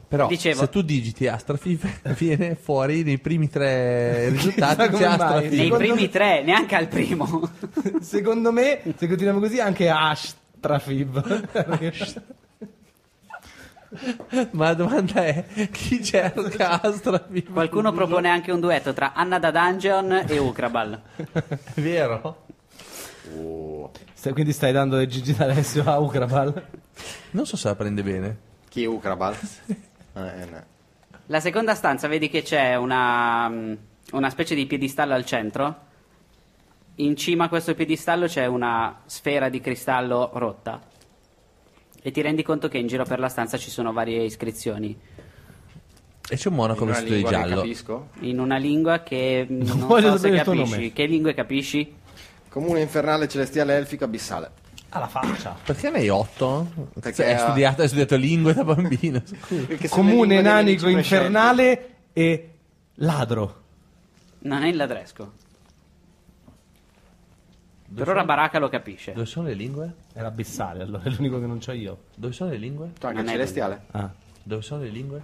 Speaker 5: Però
Speaker 2: Dicevo-
Speaker 5: se tu digiti Astrafif viene fuori nei primi tre risultati
Speaker 3: Chissà
Speaker 5: c'è
Speaker 3: come mai.
Speaker 5: Astrafif.
Speaker 2: Nei
Speaker 3: Secondo
Speaker 2: primi
Speaker 3: me-
Speaker 2: tre, neanche al primo.
Speaker 3: Secondo me, se continuiamo così, anche Ashtrafib.
Speaker 5: Ma la domanda è chi cerca Astrafif?
Speaker 2: Qualcuno propone anche un duetto tra Anna da Dungeon e Ukrabal.
Speaker 5: È vero?
Speaker 2: Oh.
Speaker 3: Se- Quindi stai dando il Gigi d'Alessio a Ukrabal.
Speaker 5: Non so se la prende bene.
Speaker 4: Chi è Ukrabal? Eh, no.
Speaker 2: La seconda stanza, vedi che c'è una, mm, una specie di piedistallo al centro. In cima a questo piedistallo c'è una sfera di cristallo rotta. E ti rendi conto che in giro per la stanza ci sono varie iscrizioni.
Speaker 5: E c'è un monaco
Speaker 4: In una
Speaker 5: vestito di
Speaker 4: lingua che
Speaker 5: giallo.
Speaker 4: capisco.
Speaker 2: In una lingua che mm, non
Speaker 3: voglio
Speaker 2: so se
Speaker 3: sapere il tuo
Speaker 2: capisci.
Speaker 3: nome.
Speaker 2: Che lingue capisci?
Speaker 4: Comune infernale celestiale elfico abissale.
Speaker 3: Alla faccia.
Speaker 5: Perché ne hai otto?
Speaker 4: Perché
Speaker 5: Cioè, hai,
Speaker 4: ha-
Speaker 5: studiato, hai studiato lingue da bambino.
Speaker 4: Perché sono
Speaker 3: Comune
Speaker 4: le lingue dei
Speaker 3: nanico
Speaker 4: nemici prescelti.
Speaker 3: infernale e ladro.
Speaker 2: Non è il ladresco. Per ora Baraka lo capisce.
Speaker 5: Dove sono le lingue?
Speaker 3: Era abissale, allora è l'unico che non c'ho io.
Speaker 5: Dove sono le lingue?
Speaker 4: Tu anche
Speaker 2: Non è
Speaker 4: celestiale.
Speaker 3: Ah.
Speaker 5: Dove sono le lingue?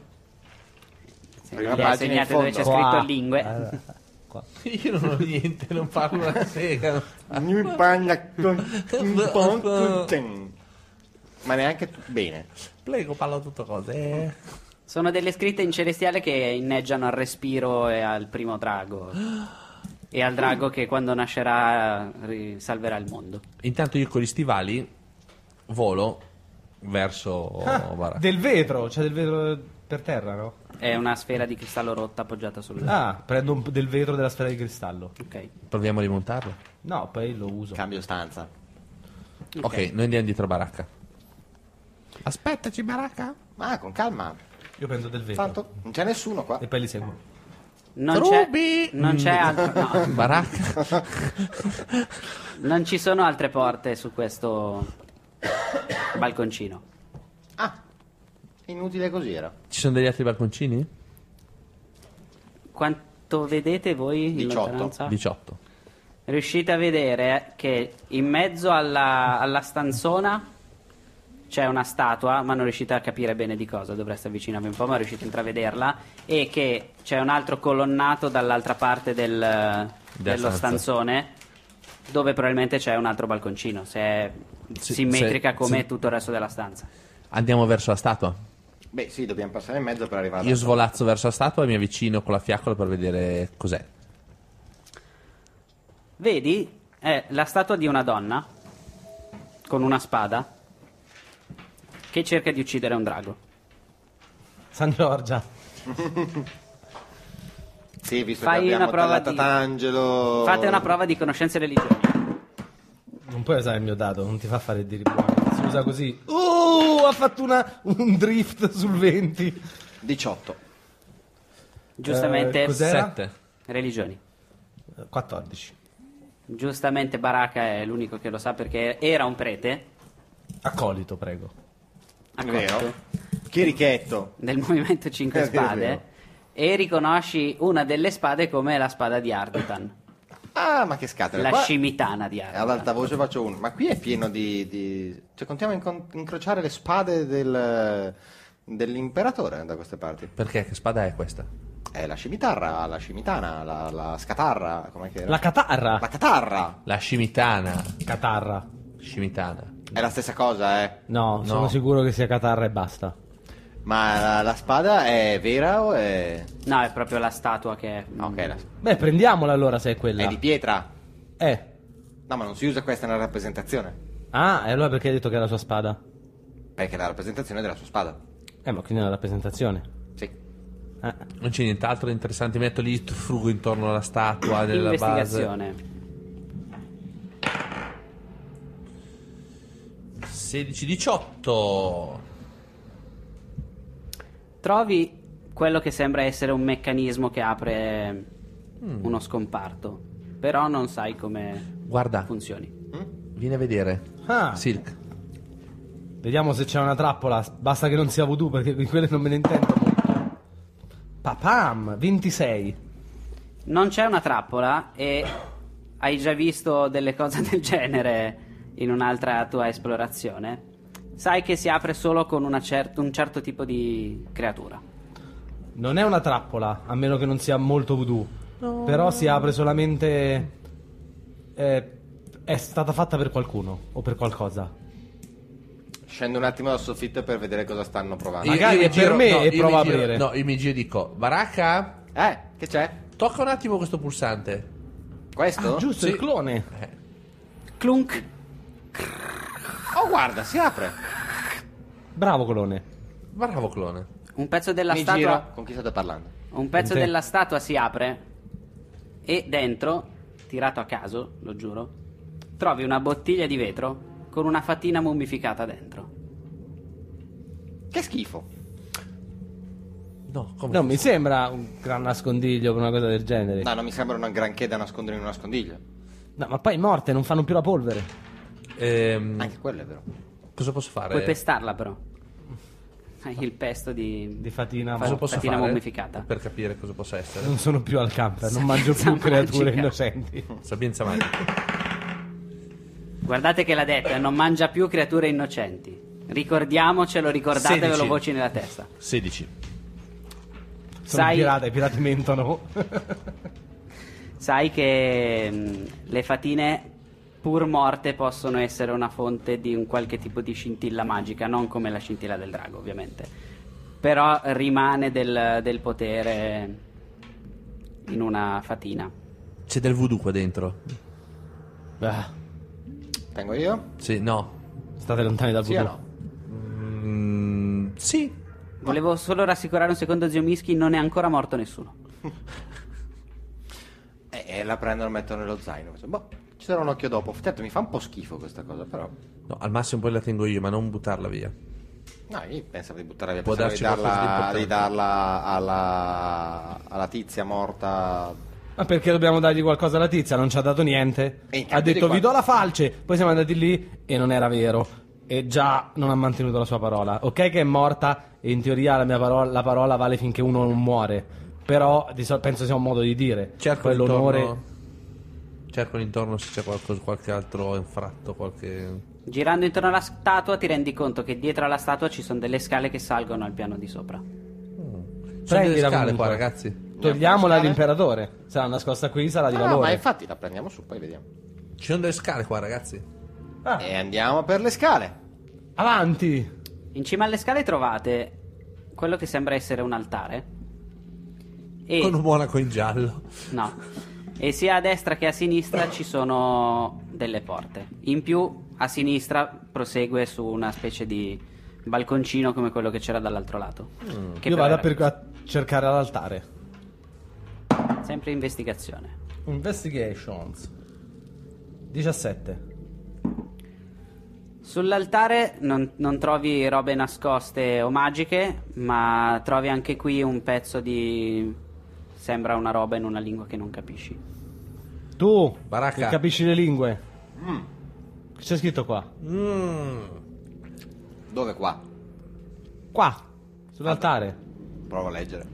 Speaker 2: Se
Speaker 4: Prima
Speaker 2: gli
Speaker 4: pagina
Speaker 2: hai
Speaker 4: in
Speaker 2: segnato dove
Speaker 4: fondo.
Speaker 2: c'è scritto
Speaker 3: Qua.
Speaker 2: lingue.
Speaker 3: Eh, qua.
Speaker 5: Io non ho niente, non parlo una sega.
Speaker 4: Mi parla con- un po' con- Ma neanche tu- bene.
Speaker 5: Prego, parlo tutto cose.
Speaker 2: Sono delle scritte in celestiale che inneggiano al respiro e al primo drago. E al drago che quando nascerà ri- salverà il mondo.
Speaker 5: Intanto io con gli stivali volo verso
Speaker 4: Oh,
Speaker 3: Ah,
Speaker 5: Baracca.
Speaker 3: del vetro, c'è del vetro per terra, no?
Speaker 2: È una sfera di cristallo rotta appoggiata sul.
Speaker 3: Ah, prendo un- del vetro della sfera di cristallo.
Speaker 2: Ok.
Speaker 5: Proviamo a rimontarlo.
Speaker 3: No, poi lo uso.
Speaker 4: Cambio stanza.
Speaker 5: Ok, noi andiamo dietro a Baracca.
Speaker 4: Aspettaci, baracca. Ma con calma.
Speaker 3: Io prendo del vetro.
Speaker 4: Tanto non c'è nessuno qua.
Speaker 3: E poi li seguo.
Speaker 2: Non c'è,
Speaker 5: Rubi!
Speaker 2: non c'è altro. no,
Speaker 5: Baracca.
Speaker 2: non ci sono altre porte su questo balconcino.
Speaker 4: Ah, inutile così era.
Speaker 5: Ci sono degli altri balconcini?
Speaker 2: Quanto vedete voi in
Speaker 4: 18.
Speaker 5: Ah.
Speaker 2: lontananza?
Speaker 5: 18.
Speaker 2: Riuscite a vedere che in mezzo alla, alla stanzona c'è una statua, ma non riuscite a capire bene di cosa, dovreste avvicinarvi un po', ma riuscite a intravederla, e che c'è un altro colonnato dall'altra parte del- dello
Speaker 5: stanza.
Speaker 2: stanzone, dove probabilmente c'è un altro balconcino. Se è
Speaker 5: Sì,
Speaker 2: simmetrica
Speaker 5: sì,
Speaker 2: come
Speaker 5: sì.
Speaker 2: tutto il resto della stanza.
Speaker 5: Andiamo verso la statua.
Speaker 4: Beh, sì, dobbiamo passare in mezzo per arrivare.
Speaker 5: Io svolazzo verso la statua e mi avvicino con la fiaccola per vedere cos'è.
Speaker 2: Vedi, è la statua di una donna con una spada che cerca di uccidere un drago.
Speaker 3: San Giorgia.
Speaker 4: Sì, visto
Speaker 2: Fai
Speaker 4: che abbiamo
Speaker 2: una prova
Speaker 4: tagliato
Speaker 2: di-
Speaker 4: Tangelo.
Speaker 2: Fate una prova di conoscenze religiose.
Speaker 3: Non puoi usare il mio dato, non ti fa fare il buoni. Si usa così. Uh, ha fatto una- un drift sul 20.
Speaker 4: 18.
Speaker 2: Giustamente,
Speaker 3: Eh, cos'era?
Speaker 5: Sette.
Speaker 2: religioni.
Speaker 3: Eh, 14.
Speaker 2: Giustamente Baraka è l'unico che lo sa perché era un prete
Speaker 3: Accolito, prego.
Speaker 4: Vero?
Speaker 2: accolto
Speaker 4: Chirichetto.
Speaker 2: del Movimento 5
Speaker 4: Eh, sì, è vero.
Speaker 2: Spade e riconosci una delle spade come la spada di Ardutan,
Speaker 4: Ah, ma che scatola.
Speaker 2: la
Speaker 4: Qua- eh,
Speaker 2: scimitana di Ardutan.
Speaker 4: Ad alta voce faccio uno. Ma qui è pieno di. di- Cioè, continuiamo a incon- incrociare le spade del- dell'imperatore da queste parti.
Speaker 5: Perché? Che spada è questa?
Speaker 4: Eh, la scimitarra, la scimitana, la, la scatarra. Com'è che era?
Speaker 3: La catarra.
Speaker 4: La catarra.
Speaker 5: La scimitana.
Speaker 3: Catarra.
Speaker 5: Scimitana.
Speaker 4: È la stessa cosa, eh.
Speaker 3: No, sono sicuro che sia catarra e basta.
Speaker 4: Ma la, la spada è vera o è.
Speaker 2: No, è proprio la statua che è...
Speaker 4: No, ok, la-
Speaker 3: Beh, prendiamola allora se è quella.
Speaker 4: è di pietra.
Speaker 3: Eh.
Speaker 4: No, ma non si usa questa nella rappresentazione.
Speaker 3: Ah, e allora perché hai detto che è la sua spada?
Speaker 4: Perché è la rappresentazione della sua spada.
Speaker 3: Eh, ma quindi è una rappresentazione.
Speaker 4: Sì.
Speaker 3: Eh.
Speaker 5: Non c'è nient'altro di interessante. Mi metto lì, frugo intorno alla statua, nella base.
Speaker 2: Investigazione.
Speaker 5: 16-18.
Speaker 2: Trovi quello che sembra essere un meccanismo che apre
Speaker 3: Mm.
Speaker 2: uno scomparto, però non sai come
Speaker 5: Guarda,
Speaker 2: funzioni.
Speaker 5: vieni a vedere.
Speaker 3: Mm? Ah.
Speaker 5: Silk.
Speaker 3: Vediamo se c'è una trappola. Basta che non sia voodoo perché di quelle non me ne intendo molto. Papam, 26.
Speaker 2: Non c'è una trappola e hai già visto delle cose del genere in un'altra tua esplorazione. Sai che si apre solo con una cer- un certo tipo di creatura.
Speaker 3: Non è una trappola, a meno che non sia molto voodoo. Però si apre solamente... eh, è stata fatta per qualcuno o per qualcosa.
Speaker 4: Scendo un attimo dal soffitto per vedere cosa stanno provando.
Speaker 3: Ah, Magari
Speaker 5: mi
Speaker 3: è per me e
Speaker 5: io mi
Speaker 3: prova a
Speaker 5: giro-
Speaker 3: aprire.
Speaker 5: No, io mi giro e dico, Baracca,
Speaker 4: Eh, che c'è?
Speaker 5: tocca un attimo questo pulsante.
Speaker 4: Questo?
Speaker 3: Ah, giusto,
Speaker 5: Sì.
Speaker 3: il clone.
Speaker 2: Clunk!
Speaker 4: Oh, guarda, si apre.
Speaker 3: Bravo clone.
Speaker 5: Bravo clone.
Speaker 2: Un pezzo della
Speaker 4: Mi
Speaker 2: statua
Speaker 4: giro. Con chi state parlando?
Speaker 2: Un pezzo
Speaker 3: Con te.
Speaker 2: della statua si apre e dentro, tirato a caso, lo giuro, trovi una bottiglia di vetro con una fatina mummificata dentro.
Speaker 4: Che schifo.
Speaker 5: No, come
Speaker 3: Non mi sembra un gran nascondiglio per una cosa del genere.
Speaker 4: No, non mi sembra una granché da nascondere in un nascondiglio.
Speaker 3: No, ma poi morte, non fanno più la polvere.
Speaker 5: Ehm,
Speaker 4: Anche quello è vero.
Speaker 5: cosa posso fare?
Speaker 2: Puoi pestarla però. Hai il pesto di...
Speaker 3: Di fatina.
Speaker 5: cosa
Speaker 2: Fa-
Speaker 5: posso
Speaker 2: fatina
Speaker 5: fare?
Speaker 2: mummificata.
Speaker 5: Per capire cosa possa essere.
Speaker 3: Non sono più al camper, non mangio
Speaker 2: Sapienza
Speaker 3: più creature
Speaker 2: magica.
Speaker 3: innocenti.
Speaker 5: Sapienza magica.
Speaker 2: Guardate che l'ha detta, non mangia più creature innocenti. Ricordiamocelo, ricordatevelo
Speaker 5: 16.
Speaker 2: voci nella testa.
Speaker 5: 16.
Speaker 3: Sono
Speaker 2: Sai-
Speaker 3: pirata, i pirati mentono.
Speaker 2: Sai che mm, le fatine pur morte possono essere una fonte di un qualche tipo di scintilla magica, non come la scintilla del drago ovviamente, però rimane del, del potere in una fatina.
Speaker 5: C'è del voodoo qua dentro.
Speaker 4: Tengo io?
Speaker 5: Sì, no.
Speaker 3: Ah, State lontani dal
Speaker 4: Sì o
Speaker 3: voodoo.
Speaker 4: no?
Speaker 5: Mm, sì.
Speaker 2: Volevo solo rassicurare un secondo zio Mischi, non è ancora morto nessuno.
Speaker 4: E Eh, la prendo e la metto nello zaino. Faccio, Boh, ci sarà un occhio dopo. Certo, mi fa un po' schifo questa cosa, però.
Speaker 5: No, al massimo poi la tengo io, ma non buttarla via.
Speaker 4: No, io pensavo di buttarla via.
Speaker 5: Può
Speaker 4: pensavo di
Speaker 5: darci qualcosa di
Speaker 4: darla,
Speaker 5: importante.
Speaker 4: di darla alla, alla tizia morta.
Speaker 5: Ah,
Speaker 3: Ma perché dobbiamo dargli qualcosa alla tizia? Non ci ha dato niente.
Speaker 4: E in
Speaker 3: Ha
Speaker 4: cambio Eh, di
Speaker 3: detto
Speaker 4: qua-
Speaker 3: vi do la falce. Poi siamo andati lì e non era vero. E già non ha mantenuto la sua parola. Ok che è morta e in teoria la mia parola, la parola vale finché uno non muore. Però di sol- penso sia un modo di dire.
Speaker 5: Cerco
Speaker 3: Poi l'onore...
Speaker 5: l'intorno. Cerco l'intorno se c'è qualcosa, qualche altro infratto, qualche.
Speaker 2: Girando intorno alla statua ti rendi conto che dietro alla statua ci sono delle scale che salgono al piano di sopra.
Speaker 5: Sono delle
Speaker 3: Prendila
Speaker 5: scale
Speaker 3: comunque.
Speaker 5: qua, ragazzi.
Speaker 3: Togliamola
Speaker 4: Scale?
Speaker 3: all'imperatore. Sarà nascosta qui, sarà di
Speaker 4: Ah,
Speaker 3: valore.
Speaker 4: ma infatti la prendiamo su, poi vediamo.
Speaker 5: Ci sono delle scale qua, ragazzi.
Speaker 3: Ah.
Speaker 4: E andiamo per le scale.
Speaker 3: Avanti.
Speaker 2: In cima alle scale trovate quello che sembra essere un altare. E
Speaker 3: Oh,
Speaker 5: Con un monaco in giallo.
Speaker 2: No. E sia a destra che a sinistra ci sono delle porte. In più, a sinistra prosegue su una specie di balconcino come quello che c'era dall'altro lato. Che
Speaker 3: Mm. Io
Speaker 2: però
Speaker 3: vado
Speaker 2: era-
Speaker 3: per a cercare l'altare.
Speaker 2: Sempre investigazione.
Speaker 3: Investigations. 17.
Speaker 2: Sull'altare non, non trovi robe nascoste o magiche, ma trovi anche qui un pezzo di... Sembra una roba in una lingua che non capisci.
Speaker 3: Tu,
Speaker 5: Baracca. Mm.
Speaker 3: che capisci le lingue. Che c'è scritto qua?
Speaker 4: Dove qua?
Speaker 3: Qua, sull'altare.
Speaker 4: Provo a leggere.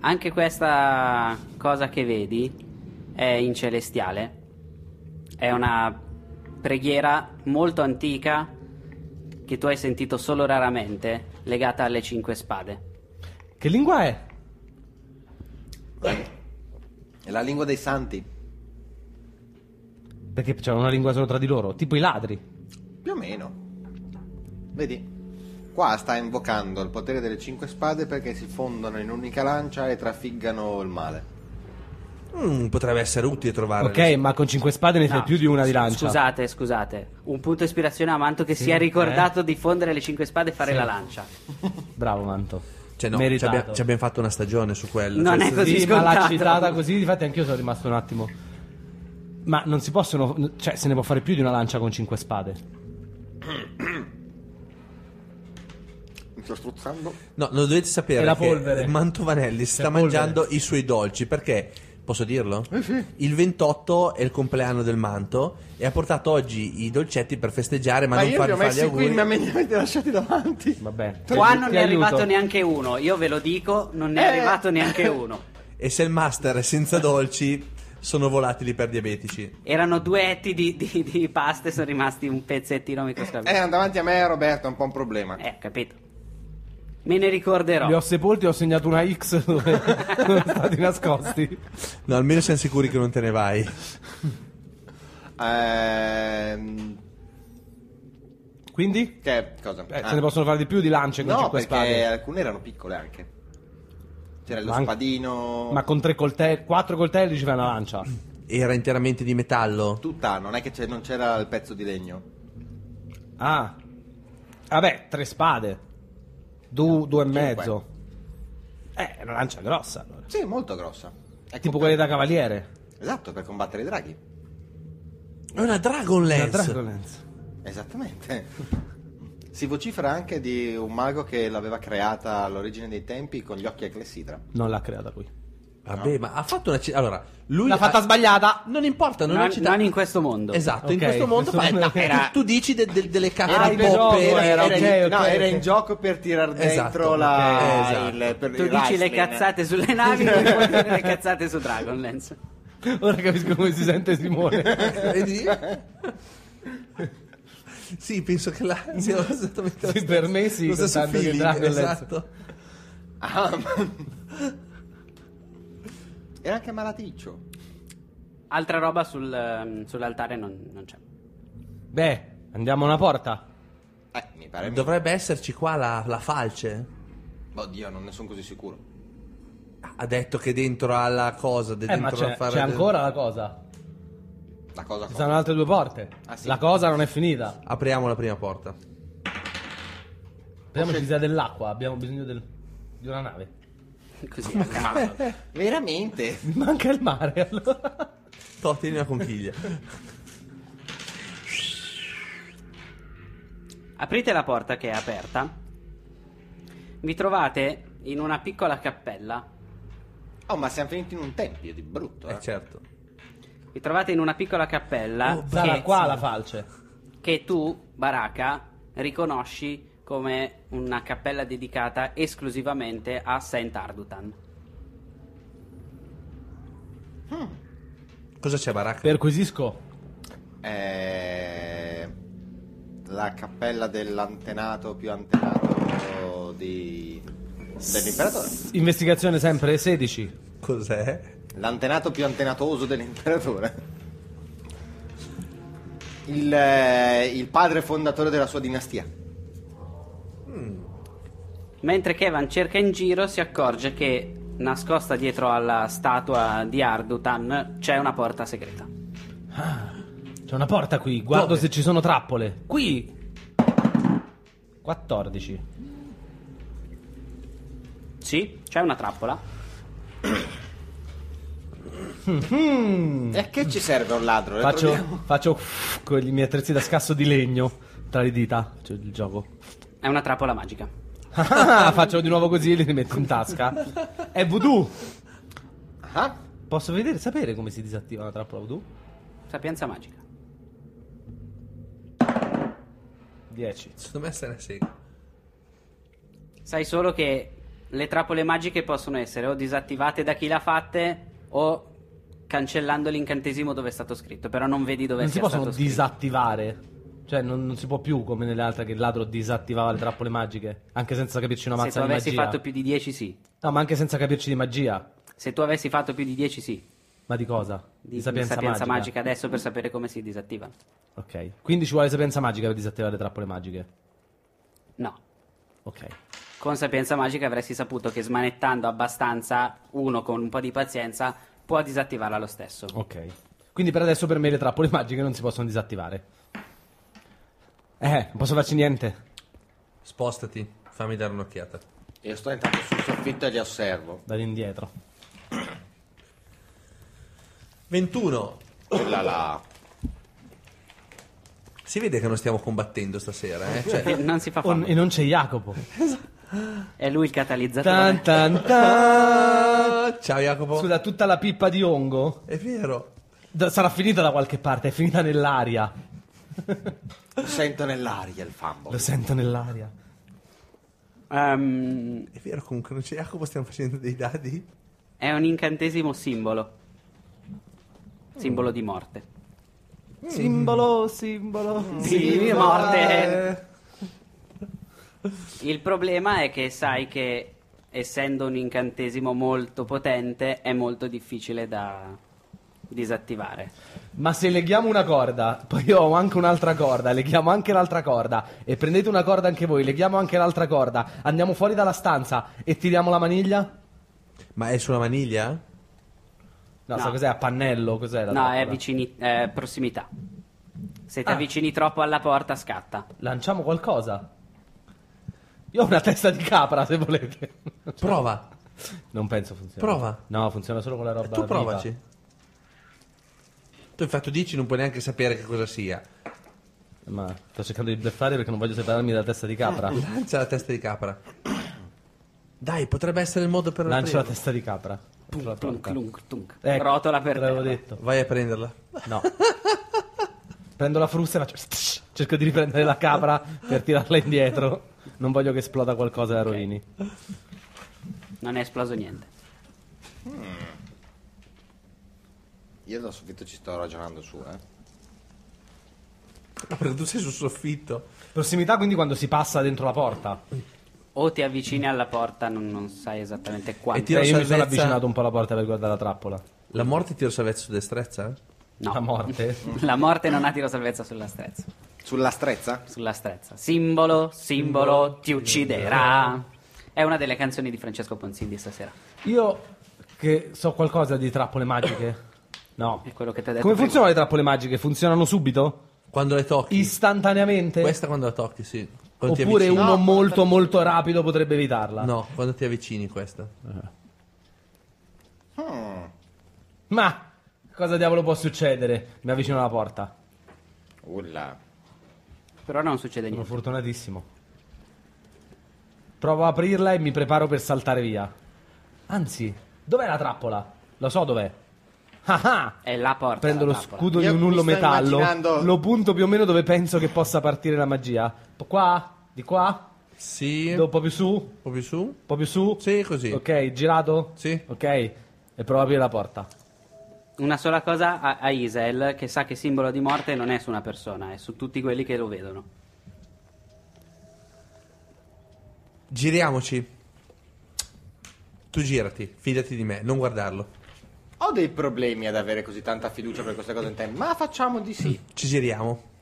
Speaker 2: Anche questa cosa che vedi è in celestiale. È una preghiera molto antica che tu hai sentito solo raramente, legata alle cinque spade.
Speaker 3: Che lingua è?
Speaker 4: È la lingua dei santi.
Speaker 3: Perché c'è una lingua solo tra di loro, tipo i ladri.
Speaker 4: Più o meno. Vedi? Qua sta invocando il potere delle cinque spade perché si fondono in un'unica lancia e trafiggano il male.
Speaker 5: Mm, potrebbe essere utile trovare.
Speaker 3: ok, ma con cinque spade ne fai
Speaker 2: No,
Speaker 3: più di una di
Speaker 2: s-
Speaker 3: lancia. eh.
Speaker 2: Scusate, scusate. Un punto ispirazione a Manto che si è ricordato di fondere le cinque spade e fare la lancia.
Speaker 3: Bravo Manto.
Speaker 5: Cioè, no, ci
Speaker 3: Meritato.
Speaker 5: abbiamo, ci abbiamo fatto una stagione su quello.
Speaker 2: Non
Speaker 5: Cioè,
Speaker 2: è così
Speaker 3: Sì, ma l'ha
Speaker 2: scontato.
Speaker 3: citata così, difatti anch'io sono rimasto un attimo. Ma non si possono. Cioè, se ne può fare più di una lancia con cinque spade.
Speaker 4: Mi sto spruzzando.
Speaker 5: No, lo dovete sapere.
Speaker 6: E la
Speaker 5: che
Speaker 6: polvere.
Speaker 5: Mantovanelli sta
Speaker 6: polvere.
Speaker 5: mangiando i suoi dolci perché. Posso dirlo? Il 28 è il compleanno del manto e ha portato oggi i dolcetti per festeggiare, ma,
Speaker 4: Ma io
Speaker 5: non
Speaker 4: li
Speaker 5: fargli
Speaker 4: ho
Speaker 5: fare gli
Speaker 4: messi qui,
Speaker 5: auguri.
Speaker 4: mi me li avete lasciati davanti.
Speaker 3: Vabbè.
Speaker 2: Qua
Speaker 3: Ti-
Speaker 2: non
Speaker 3: ti
Speaker 2: ne è
Speaker 3: aiuto.
Speaker 2: arrivato neanche uno, io ve lo dico, non ne è
Speaker 4: Eh.
Speaker 2: arrivato neanche uno.
Speaker 5: E se il master è senza dolci, sono volatili per diabetici.
Speaker 2: Erano due etti di, di, di pasta e sono rimasti un pezzettino microscopico.
Speaker 4: Eh, davanti a me Roberto è un po' un problema.
Speaker 2: Eh, capito. Me ne ricorderò.
Speaker 3: Li ho sepolti e ho segnato una X dove sono stati nascosti.
Speaker 5: No, almeno siamo sicuri che non te ne vai.
Speaker 4: Ehm,
Speaker 3: Quindi?
Speaker 4: che cosa?
Speaker 3: Eh,
Speaker 4: Ah.
Speaker 3: se ne possono fare di più di lance con
Speaker 4: No,
Speaker 3: cinque
Speaker 4: perché
Speaker 3: spade.
Speaker 4: alcune erano piccole anche. C'era lo
Speaker 3: Ma anche-
Speaker 4: spadino.
Speaker 3: Ma con tre coltelli, quattro coltelli ci fai una lancia.
Speaker 5: Era interamente di metallo.
Speaker 4: Tutta, non è che c'è- non c'era il pezzo di legno.
Speaker 3: Ah. Vabbè, tre spade. Du- due e mezzo. Eh, è una lancia grossa. allora.
Speaker 4: Sì, molto grossa. È
Speaker 3: Tipo
Speaker 4: comp-
Speaker 3: quelle da cavaliere.
Speaker 4: Esatto, per combattere i draghi.
Speaker 5: È una Dragon
Speaker 3: Una
Speaker 5: Lance.
Speaker 3: Dragon Lance.
Speaker 4: Esattamente. Si vocifera anche di un mago che l'aveva creata all'origine dei tempi con gli occhi a clessidra.
Speaker 3: Non l'ha creata qui.
Speaker 5: Vabbè, ma ha fatto una città. Allora, lui
Speaker 3: L'ha
Speaker 5: ha-
Speaker 3: fatta sbagliata.
Speaker 5: Non importa, non,
Speaker 2: Non-
Speaker 5: è città.
Speaker 2: non in questo mondo.
Speaker 5: Esatto, in
Speaker 3: Ok,
Speaker 5: questo mondo
Speaker 3: questo
Speaker 5: fai-
Speaker 3: mondo-
Speaker 5: tu- tu dici de- de- delle
Speaker 3: Ah,
Speaker 5: cacche di
Speaker 3: il gioco,
Speaker 5: poppe.
Speaker 3: era-
Speaker 4: in-
Speaker 3: ok,
Speaker 4: no,
Speaker 3: ok,
Speaker 4: era
Speaker 3: ok.
Speaker 4: in gioco per tirar dentro
Speaker 5: Esatto,
Speaker 4: la.
Speaker 5: ok, esatto.
Speaker 4: il- per-
Speaker 2: tu
Speaker 4: il
Speaker 2: dici le
Speaker 4: wrestling.
Speaker 2: cazzate sulle navi, non puoi dire le cazzate su Dragonlance.
Speaker 3: Ora capisco come si sente Simone.
Speaker 5: Vedi? sì, penso che la sia esattamente la
Speaker 3: Sì,
Speaker 5: stessa-
Speaker 3: per me sì,
Speaker 5: lo stesso
Speaker 3: soltanto che
Speaker 5: feeling,
Speaker 3: Dragon Lance.
Speaker 5: esatto.
Speaker 4: Ah, ma- Era anche malaticcio.
Speaker 2: Altra roba sul, ehm, sull'altare non, non c'è.
Speaker 3: Beh, andiamo a una porta.
Speaker 4: Eh, mi pare.
Speaker 5: Dovrebbe esserci qua la, la falce.
Speaker 4: Oddio, non ne sono così sicuro.
Speaker 5: Ha detto che dentro alla cosa, de-
Speaker 3: Eh, ma
Speaker 5: dentro
Speaker 3: c'è,
Speaker 5: la fare-
Speaker 3: c'è ancora la cosa.
Speaker 4: La cosa
Speaker 3: Ci
Speaker 4: cosa.
Speaker 3: sono altre due porte.
Speaker 4: Ah, sì.
Speaker 3: La cosa non è finita.
Speaker 5: Apriamo la prima porta.
Speaker 3: Speriamo ci sia dell'acqua. Abbiamo bisogno del- di una nave.
Speaker 2: Così. Ma-
Speaker 4: Veramente?
Speaker 3: Mi manca il mare allora.
Speaker 5: Totti una conchiglia.
Speaker 2: Aprite la porta che è aperta. Vi trovate in una piccola cappella.
Speaker 4: Oh, ma siamo finiti in un tempio di brutto, eh.
Speaker 5: Eh, certo.
Speaker 2: Vi trovate in una piccola cappella. che-
Speaker 3: Zara, Oh, qua la falce.
Speaker 2: che tu, Baraka, riconosci come una cappella dedicata esclusivamente a Saint Ardutan.
Speaker 5: Cosa c'è Baracca?
Speaker 3: Perquisisco.
Speaker 4: Eh, La cappella dell'antenato più antenato di... dell'imperatore.
Speaker 3: Investigazione sempre 16.
Speaker 5: Cos'è?
Speaker 4: L'antenato più antenatoso dell'imperatore. il, eh, il padre fondatore della sua dinastia.
Speaker 2: Mentre Kevan cerca in giro, si accorge che nascosta dietro alla statua di Ardutan c'è una porta segreta.
Speaker 3: C'è una porta qui, guardo se ci sono trappole. Qui! 14.
Speaker 2: Sì, c'è una trappola.
Speaker 4: E che ci serve un ladro? Le troviamo?
Speaker 3: Faccio, faccio con i miei attrezzi da scasso di legno tra le dita. C'è il gioco.
Speaker 2: È una trappola magica.
Speaker 3: Ah, faccio di nuovo così e li rimetto in tasca. È voodoo.
Speaker 4: Ah?
Speaker 3: Posso vedere, sapere come si disattiva una trappola voodoo?
Speaker 2: Sapienza magica.
Speaker 3: 10.
Speaker 5: Secondo me se ne sega.
Speaker 2: Sai solo che le trappole magiche possono essere o disattivate da chi l'ha fatte o cancellando l'incantesimo dove è stato scritto, però non vedi dove
Speaker 3: Non
Speaker 2: sia
Speaker 3: si possono
Speaker 2: stato scritto.
Speaker 3: disattivare. Cioè, non, non si può più come nelle altre che il ladro disattivava le trappole magiche. Anche senza capirci una
Speaker 2: Se tu
Speaker 3: mazza di
Speaker 2: avessi
Speaker 3: magia.
Speaker 2: fatto più di 10 sì.
Speaker 3: No, ma anche senza capirci di magia.
Speaker 2: Se tu avessi fatto più di 10 sì.
Speaker 3: Ma di cosa?
Speaker 2: Di, sapienza, magica. adesso per sapere come si disattiva.
Speaker 3: Ok. Quindi ci vuole sapienza magica per disattivare le trappole magiche.
Speaker 2: No.
Speaker 3: Ok.
Speaker 2: Con sapienza magica avresti saputo che smanettando abbastanza uno con un po' di pazienza può disattivarla lo stesso.
Speaker 3: Ok. Quindi per adesso per me le trappole magiche non si possono disattivare. Eh, non posso farci niente.
Speaker 5: Spostati, fammi dare un'occhiata.
Speaker 4: Io sto entrando sul soffitto e li osservo.
Speaker 3: Dall'indietro.
Speaker 5: 21.
Speaker 4: Quella là.
Speaker 5: Si vede che non stiamo combattendo stasera, eh? Cioè,
Speaker 2: E non si fa
Speaker 3: Oh,
Speaker 2: fama.
Speaker 3: e non c'è Jacopo.
Speaker 2: È lui il catalizzatore.
Speaker 3: Tan, tan, tan.
Speaker 5: ciao Jacopo.
Speaker 3: Scusa, tutta la pippa di Ongo
Speaker 5: È vero.
Speaker 3: da- sarà finita da qualche parte, è finita nell'aria.
Speaker 4: Lo sento nell'aria il
Speaker 3: Lo
Speaker 4: fumble.
Speaker 3: sento nell'aria.
Speaker 2: Ehm,
Speaker 5: È vero comunque, non c'è Jacopo, stiamo facendo dei dadi.
Speaker 2: è un incantesimo simbolo. Simbolo di morte.
Speaker 7: Simbolo,
Speaker 3: Mm.
Speaker 7: simbolo.
Speaker 2: Mm. Sì, morte. Il problema è che sai che essendo un incantesimo molto potente è molto difficile da disattivare.
Speaker 3: Ma se leghiamo una corda, poi io ho anche un'altra corda, leghiamo anche l'altra corda, e prendete una corda anche voi, leghiamo anche l'altra corda, andiamo fuori dalla stanza e tiriamo la maniglia?
Speaker 5: Ma è sulla maniglia?
Speaker 3: No,
Speaker 2: No.
Speaker 3: sa cos'è? A pannello? Cos'è la Ah.
Speaker 2: No, è
Speaker 3: trappola?
Speaker 2: vicini, eh, prossimità. Se ti avvicini troppo alla porta scatta.
Speaker 3: Lanciamo qualcosa? Io ho una testa di capra, se volete.
Speaker 5: Prova.
Speaker 3: Non penso funzioni.
Speaker 5: Prova.
Speaker 3: No, funziona solo con la roba
Speaker 5: tu
Speaker 3: viva.
Speaker 5: provaci. Tu hai fatto 10 non puoi neanche sapere che cosa sia.
Speaker 3: Ma sto cercando di bluffare perché non voglio separarmi dalla testa di capra.
Speaker 5: Lancia Eh, la testa di capra. Dai, potrebbe essere il modo per
Speaker 3: Lancio la
Speaker 5: aprirlo.
Speaker 3: testa di capra. Sulla
Speaker 2: Tunk, tunk,
Speaker 3: porta.
Speaker 2: tunk, tunk.
Speaker 3: Ecco,
Speaker 2: Rotola per
Speaker 3: te l'avevo
Speaker 2: terra.
Speaker 3: detto.
Speaker 5: Vai a prenderla.
Speaker 3: No. Prendo la frusta e faccio. Cerco di riprendere la capra per tirarla indietro. Non voglio che esploda qualcosa da rovini.
Speaker 2: Non è esploso niente.
Speaker 4: Io dal soffitto ci sto ragionando su, eh.
Speaker 5: Ah, Perché tu sei sul soffitto.
Speaker 3: Prossimità, quindi, quando si passa dentro la porta.
Speaker 2: O ti avvicini alla porta, non, non sai esattamente
Speaker 5: E
Speaker 2: quanto.
Speaker 5: tiro
Speaker 3: Eh, io mi sono
Speaker 5: salvezza-
Speaker 3: avvicinato un po' alla porta per guardare la trappola.
Speaker 5: La morte tiro salvezza su destrezza?
Speaker 2: No.
Speaker 3: La morte.
Speaker 2: La morte non ha tiro salvezza sulla strezza.
Speaker 4: Sulla strezza?
Speaker 2: Sulla strezza. Simbolo, simbolo, ti ucciderà. È una delle canzoni di Francesco Ponzin di stasera.
Speaker 3: Io che so qualcosa di trappole magiche. No.
Speaker 2: È quello che ti ha detto.
Speaker 3: Come
Speaker 2: prima.
Speaker 3: funzionano le trappole magiche? Funzionano subito?
Speaker 5: Quando le tocchi.
Speaker 3: Istantaneamente?
Speaker 5: Questa quando la tocchi, sì. Quando ti
Speaker 3: Oppure
Speaker 5: avvicini.
Speaker 3: uno molto molto rapido potrebbe evitarla?
Speaker 5: No, quando ti avvicini questa.
Speaker 3: Ma cosa diavolo può succedere? Mi avvicino alla porta.
Speaker 4: Ulla.
Speaker 2: Però non succede
Speaker 3: Sono
Speaker 2: niente.
Speaker 3: fortunatissimo. Provo a aprirla e mi preparo per saltare via. Anzi, dov'è la trappola? Lo so dov'è. Ah ah!
Speaker 2: È la porta.
Speaker 3: Prendo
Speaker 2: la
Speaker 3: lo
Speaker 2: trappola.
Speaker 3: scudo di
Speaker 4: Io
Speaker 3: un nullo
Speaker 4: mi sto
Speaker 3: metallo,
Speaker 4: immaginando-
Speaker 3: lo punto più o meno dove penso che possa partire la magia. Po- Qua? Di qua?
Speaker 5: Sì.
Speaker 3: Do- Un po' più su? Un
Speaker 5: Un po' più su.
Speaker 3: po' più su?
Speaker 5: Sì, così.
Speaker 3: Ok, girato?
Speaker 5: Sì.
Speaker 3: Ok, e provo a aprire la porta.
Speaker 2: Una sola cosa a, a Isel, che sa che simbolo di morte non è su una persona, è su tutti quelli che lo vedono.
Speaker 5: Giriamoci. Tu girati, fidati di me, non guardarlo.
Speaker 4: Ho dei problemi ad avere così tanta fiducia per queste cose in te, ma facciamo di sì.
Speaker 5: Ci giriamo.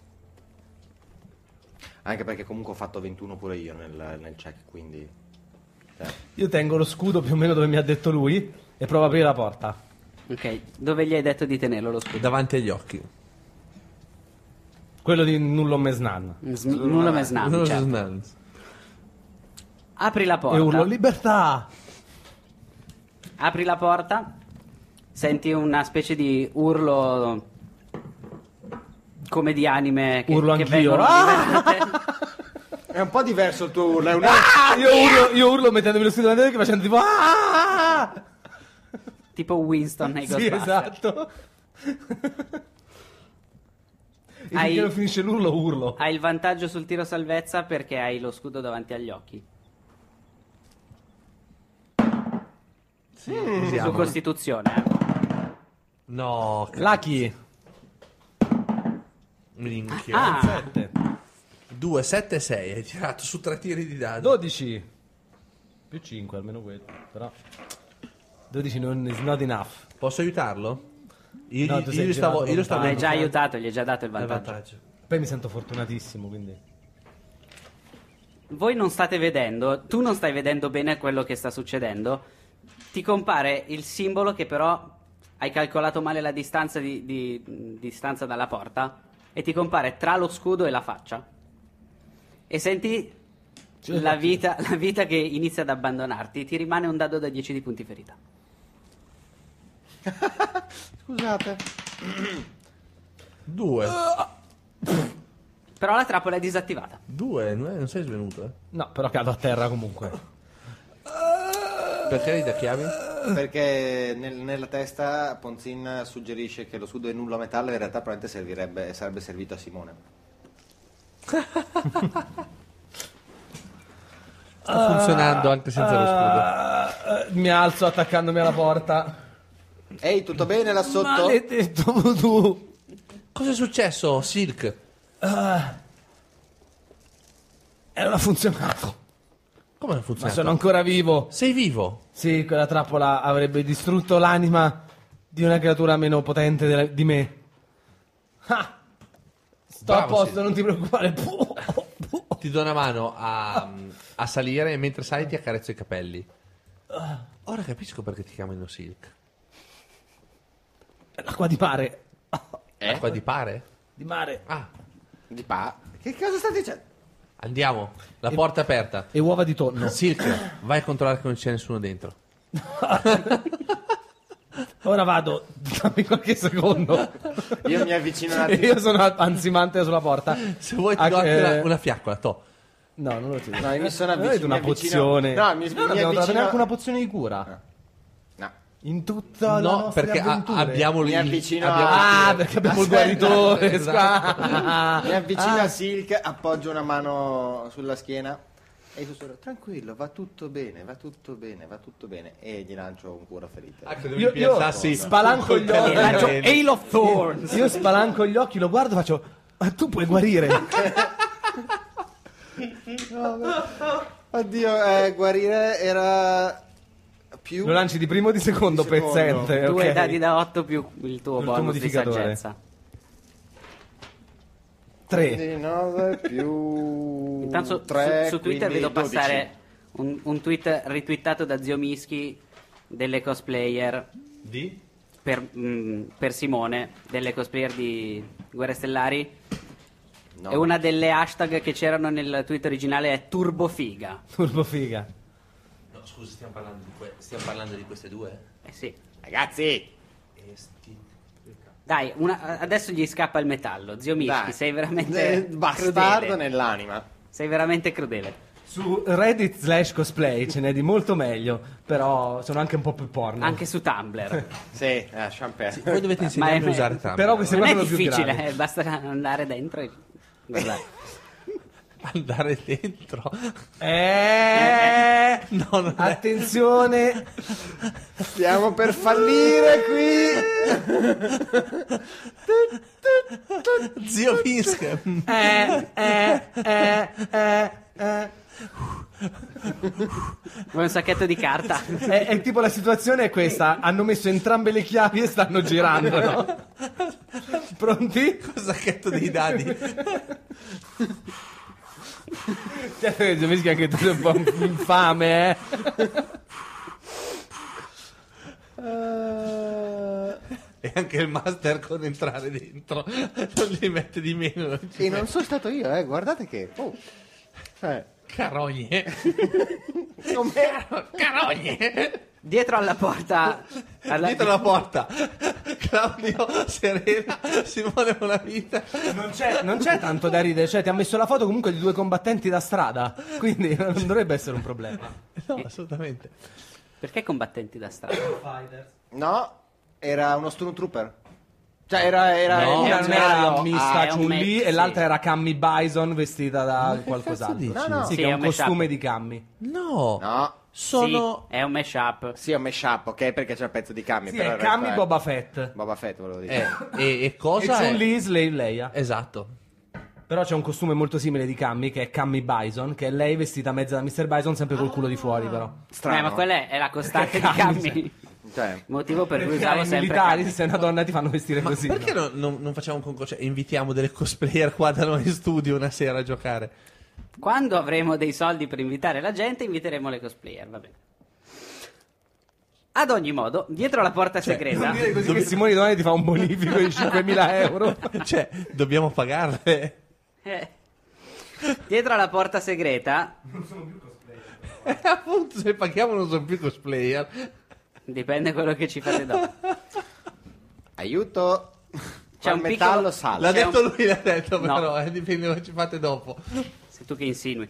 Speaker 4: Anche perché comunque ho fatto 21 pure io nel, nel check, quindi... cioè,
Speaker 3: Io tengo lo scudo più o meno dove mi ha detto lui e provo a aprire la porta.
Speaker 2: Ok, dove gli hai detto di tenerlo lo scudo?
Speaker 5: Davanti agli occhi.
Speaker 3: Quello di Nullo Mesnan.
Speaker 2: Sm- nulla me snam, certo. Apri la
Speaker 3: E urlo
Speaker 2: porta.
Speaker 3: libertà!
Speaker 2: Apri la porta. Senti una specie di urlo come di anime che,
Speaker 3: Urlo
Speaker 2: che
Speaker 3: anch'io.
Speaker 2: vengono
Speaker 3: Ah!
Speaker 2: diverse-
Speaker 4: È un po' diverso il tuo urlo, è un...
Speaker 3: Io urlo, io urlo mettendomi lo scudo davanti agli occhi facendo tipo "Ah!"
Speaker 2: tipo Winston nei
Speaker 3: Sì,
Speaker 2: Ghostbusters.
Speaker 3: esatto. E
Speaker 2: Hai-
Speaker 3: finché non finisce l'urlo, urlo.
Speaker 2: Hai il vantaggio sul tiro salvezza perché hai lo scudo davanti agli occhi.
Speaker 3: Mm,
Speaker 2: Su Costituzione. eh.
Speaker 5: No, c-
Speaker 3: Lucky.
Speaker 5: minchia.
Speaker 2: Ah,
Speaker 5: 2, 7, 6. Hai tirato su tre tiri di dado.
Speaker 3: 12. Più 5, almeno quello. Però... 12 non is not enough.
Speaker 5: Posso aiutarlo? Io,
Speaker 3: No,
Speaker 5: gli-
Speaker 3: tu
Speaker 5: io
Speaker 3: sei
Speaker 5: gli stavo,
Speaker 3: girato
Speaker 5: io lo stavo
Speaker 2: l'hai già
Speaker 5: aiutando.
Speaker 2: aiutato, gli hai già dato il
Speaker 5: Dai,
Speaker 2: vantaggio.
Speaker 5: vantaggio.
Speaker 3: Poi mi sento fortunatissimo, quindi...
Speaker 2: Voi non state vedendo, tu non stai vedendo bene quello che sta succedendo. Ti compare il simbolo che però hai calcolato male la distanza, di, di- mh, distanza dalla porta e ti compare tra lo scudo e la faccia. E senti
Speaker 3: Cioè,
Speaker 2: la vita, la vita che inizia ad abbandonarti. Ti rimane un dado da 10 di punti ferita.
Speaker 4: Scusate.
Speaker 5: 2.
Speaker 2: Però la trappola è disattivata.
Speaker 5: 2, non sei svenuto. eh?
Speaker 3: No, però cado a terra comunque.
Speaker 5: Perché hai da chiavi?
Speaker 4: Perché nel- nella testa Ponzin suggerisce che lo scudo è nullo a metallo in realtà probabilmente servirebbe, sarebbe servito a Simone.
Speaker 5: Sta funzionando anche senza lo scudo.
Speaker 3: Ah, eh, mi alzo attaccandomi alla porta.
Speaker 4: Ehi, tutto bene là
Speaker 5: Ah,
Speaker 4: sotto?
Speaker 3: Maledetto voodoo.
Speaker 5: Cosa è successo, Silk?
Speaker 3: E Eh, non ha funzionato.
Speaker 5: Come non
Speaker 3: Ma
Speaker 5: funziona?
Speaker 3: sono ancora vivo.
Speaker 5: Sei vivo?
Speaker 3: Sì, quella trappola avrebbe distrutto l'anima di una creatura meno potente della- di me. Ah! Sto a
Speaker 5: Bravo,
Speaker 3: posto,
Speaker 5: Silvio.
Speaker 3: non ti preoccupare.
Speaker 5: Ti do una mano a, a salire e mentre sali ti accarezzo i capelli. Ora capisco perché ti chiamano Silk.
Speaker 3: L'acqua di mare.
Speaker 4: Eh?
Speaker 5: Acqua di pare?
Speaker 3: Di mare.
Speaker 5: Ah,
Speaker 4: Di pa. Che cosa stai dicendo?
Speaker 5: andiamo. La porta è aperta.
Speaker 3: E uova di tonno.
Speaker 5: Silk, vai a controllare che non c'è nessuno dentro.
Speaker 3: Ora vado, dammi qualche secondo.
Speaker 4: Io mi avvicino un attimo.
Speaker 3: Io sono anzimante sulla porta.
Speaker 5: Se vuoi ti
Speaker 3: Ah,
Speaker 5: do
Speaker 3: eh,
Speaker 5: anche una, una fiaccola, to.
Speaker 3: No, non lo ti do.
Speaker 4: No, mi
Speaker 3: Non
Speaker 4: sono avvicin-
Speaker 3: avete una
Speaker 4: mi avvicino-
Speaker 3: pozione.
Speaker 4: No, mi-
Speaker 3: non
Speaker 4: mi
Speaker 3: abbiamo trovato
Speaker 4: avvicino-
Speaker 3: neanche una pozione di cura.
Speaker 4: No.
Speaker 3: In tutta la
Speaker 5: No,
Speaker 3: nostra
Speaker 5: perché a-
Speaker 3: avventure.
Speaker 5: abbiamo Esatto,
Speaker 4: Mi
Speaker 5: il-
Speaker 4: avvicino
Speaker 5: abbiamo-
Speaker 4: a...
Speaker 3: Ah, perché abbiamo il guaritore. scusa.
Speaker 4: Ah. Mi avvicino
Speaker 3: Ah.
Speaker 4: a Silk, appoggio una mano sulla schiena e gli sussurro, tranquillo, va tutto bene, va tutto bene, va tutto bene. E gli lancio un cura ferita.
Speaker 5: Ah, che devi
Speaker 3: Io, io
Speaker 5: piazzarsi
Speaker 3: spalanco
Speaker 5: col
Speaker 3: gli
Speaker 5: coltello
Speaker 3: occhi,
Speaker 5: nel
Speaker 3: faccio
Speaker 5: rene.
Speaker 3: Hail of Thorns. Io spalanco gli occhi, lo guardo e faccio "Ma tu puoi guarire".
Speaker 4: Oddio, eh, guarire era più...
Speaker 3: Lo lanci di primo o di secondo
Speaker 4: Di secondo.
Speaker 3: pezzente,
Speaker 2: Due
Speaker 3: Eh, ok?
Speaker 2: dadi da 8 più il tuo
Speaker 3: Il tuo
Speaker 2: bonus di
Speaker 3: modificatore.
Speaker 2: saggezza.
Speaker 3: 3.
Speaker 4: Quindi 9 più
Speaker 2: Intanto su-
Speaker 4: 3,
Speaker 2: su, Twitter vedo passare un, un tweet ritwittato da Zio Mischi delle cosplayer
Speaker 5: Di?
Speaker 2: per, mm, per Simone, delle cosplayer di Guerre Stellari. E una delle hashtag che c'erano nel tweet originale è turbofiga.
Speaker 3: Turbo figa.
Speaker 5: No, scusa, stiamo parlando di, que- stiamo parlando di queste due?
Speaker 2: Eh sì.
Speaker 4: Ragazzi,
Speaker 5: E sti-
Speaker 2: Dai, una- adesso gli scappa il metallo. Zio Mischi,
Speaker 4: dai.
Speaker 2: sei veramente
Speaker 4: Eh, bastardo
Speaker 2: crudele.
Speaker 4: nell'anima.
Speaker 2: Sei veramente crudele.
Speaker 3: Su Reddit slash cosplay ce n'è di molto meglio, però sono anche un po' più porno.
Speaker 2: Anche su Tumblr.
Speaker 4: Sì, eh, champagne.
Speaker 5: Voi dovete
Speaker 2: Ma è-
Speaker 5: insegnarmi a usare Tumblr.
Speaker 3: Però queste
Speaker 2: Non
Speaker 3: qua
Speaker 2: è
Speaker 3: sono più gravi.
Speaker 2: difficile, eh, basta andare dentro e guardare.
Speaker 5: Andare dentro.
Speaker 3: Eh,
Speaker 5: No, non è.
Speaker 3: attenzione,
Speaker 4: Stiamo per fallire qui.
Speaker 5: Zio Fisk.
Speaker 3: eh, eh, eh, eh, eh.
Speaker 2: Vuoi un sacchetto di carta?
Speaker 3: È, è tipo la situazione è questa: hanno messo entrambe le chiavi e stanno girando, no? Pronti?
Speaker 5: Col sacchetto dei dadi.
Speaker 3: Certo che Giovischi anche tu sei un po' un infame, eh.
Speaker 5: E anche il master con entrare dentro non gli mette di meno. non ci
Speaker 4: E non sono stato io, eh, guardate che... Oh. Eh,
Speaker 5: Carogne.
Speaker 4: com'è?
Speaker 5: Carogne.
Speaker 2: Dietro alla porta. alla-
Speaker 5: Dietro la porta. Claudio, Serena, Simone Bonavita.
Speaker 8: Non c'è,
Speaker 3: Non c'è tanto da ridere, cioè ti ha messo la foto comunque di due combattenti da strada, quindi non dovrebbe essere un problema.
Speaker 5: No, assolutamente.
Speaker 2: Perché combattenti da strada?
Speaker 4: No, era uno Stormtrooper. Cioè, era... era
Speaker 5: No,
Speaker 4: era-
Speaker 3: Una Oh, era
Speaker 2: no, ah,
Speaker 3: Mista
Speaker 2: è un
Speaker 3: Chun Li
Speaker 2: mix,
Speaker 3: e
Speaker 2: sì.
Speaker 3: l'altra era Cammy Bison vestita da qualcos'altro.
Speaker 4: dici? No, no.
Speaker 3: Sì,
Speaker 2: Sì,
Speaker 3: che è
Speaker 2: è
Speaker 3: un
Speaker 2: un mashup.
Speaker 3: costume di Cammy.
Speaker 5: No.
Speaker 4: No,
Speaker 5: Sono...
Speaker 2: Sì, è un mashup. Eh,
Speaker 4: sì, è un mashup, ok? Perché c'è il pezzo di Cammy.
Speaker 3: Sì,
Speaker 4: però
Speaker 3: è
Speaker 4: in realtà
Speaker 3: Cammy
Speaker 4: è-
Speaker 3: Boba Fett.
Speaker 4: Boba Fett, volevo dire.
Speaker 5: Eh, e, e
Speaker 3: E
Speaker 5: cosa
Speaker 3: Chun
Speaker 5: è?
Speaker 3: Li Slave Leia.
Speaker 5: Esatto.
Speaker 3: Però c'è un costume molto simile di Cammy che è Cammy Bison, che è lei vestita mezza da Mr. Bison, sempre col culo di fuori però.
Speaker 4: Strano.
Speaker 2: Eh, ma quella è, è la costante di
Speaker 3: Perché cambi,
Speaker 2: Cammy.
Speaker 4: Cioè,
Speaker 2: Motivo per cui
Speaker 3: Perché
Speaker 2: usavo
Speaker 3: i
Speaker 2: sempre
Speaker 3: militari, se
Speaker 2: Cammy.
Speaker 3: sei una donna ti fanno vestire
Speaker 5: Ma
Speaker 3: così.
Speaker 5: perché
Speaker 3: no?
Speaker 5: non, non- non facciamo un concorso? Cioè, invitiamo delle cosplayer qua da noi in studio una sera a giocare.
Speaker 2: Quando avremo dei soldi per invitare la gente, inviteremo le cosplayer, va bene. Ad ogni modo, dietro la porta segreta,
Speaker 3: Cioè, Dire così che Simone Donani ti fa un bonifico di 5.000 euro.
Speaker 5: Cioè, dobbiamo pagarle.
Speaker 2: Eh. dietro la porta segreta,
Speaker 5: Eh, appunto, se paghiamo non sono più cosplayer.
Speaker 2: dipende quello che ci fate dopo.
Speaker 4: aiuto.
Speaker 2: C'è
Speaker 4: C'è
Speaker 2: un piccolo-
Speaker 4: un metallo sale.
Speaker 5: L'ha
Speaker 2: C'è
Speaker 5: detto
Speaker 2: un-
Speaker 5: lui, l'ha detto,
Speaker 2: No.
Speaker 5: però eh, dipende cosa ci fate dopo.
Speaker 2: Se tu che insinui.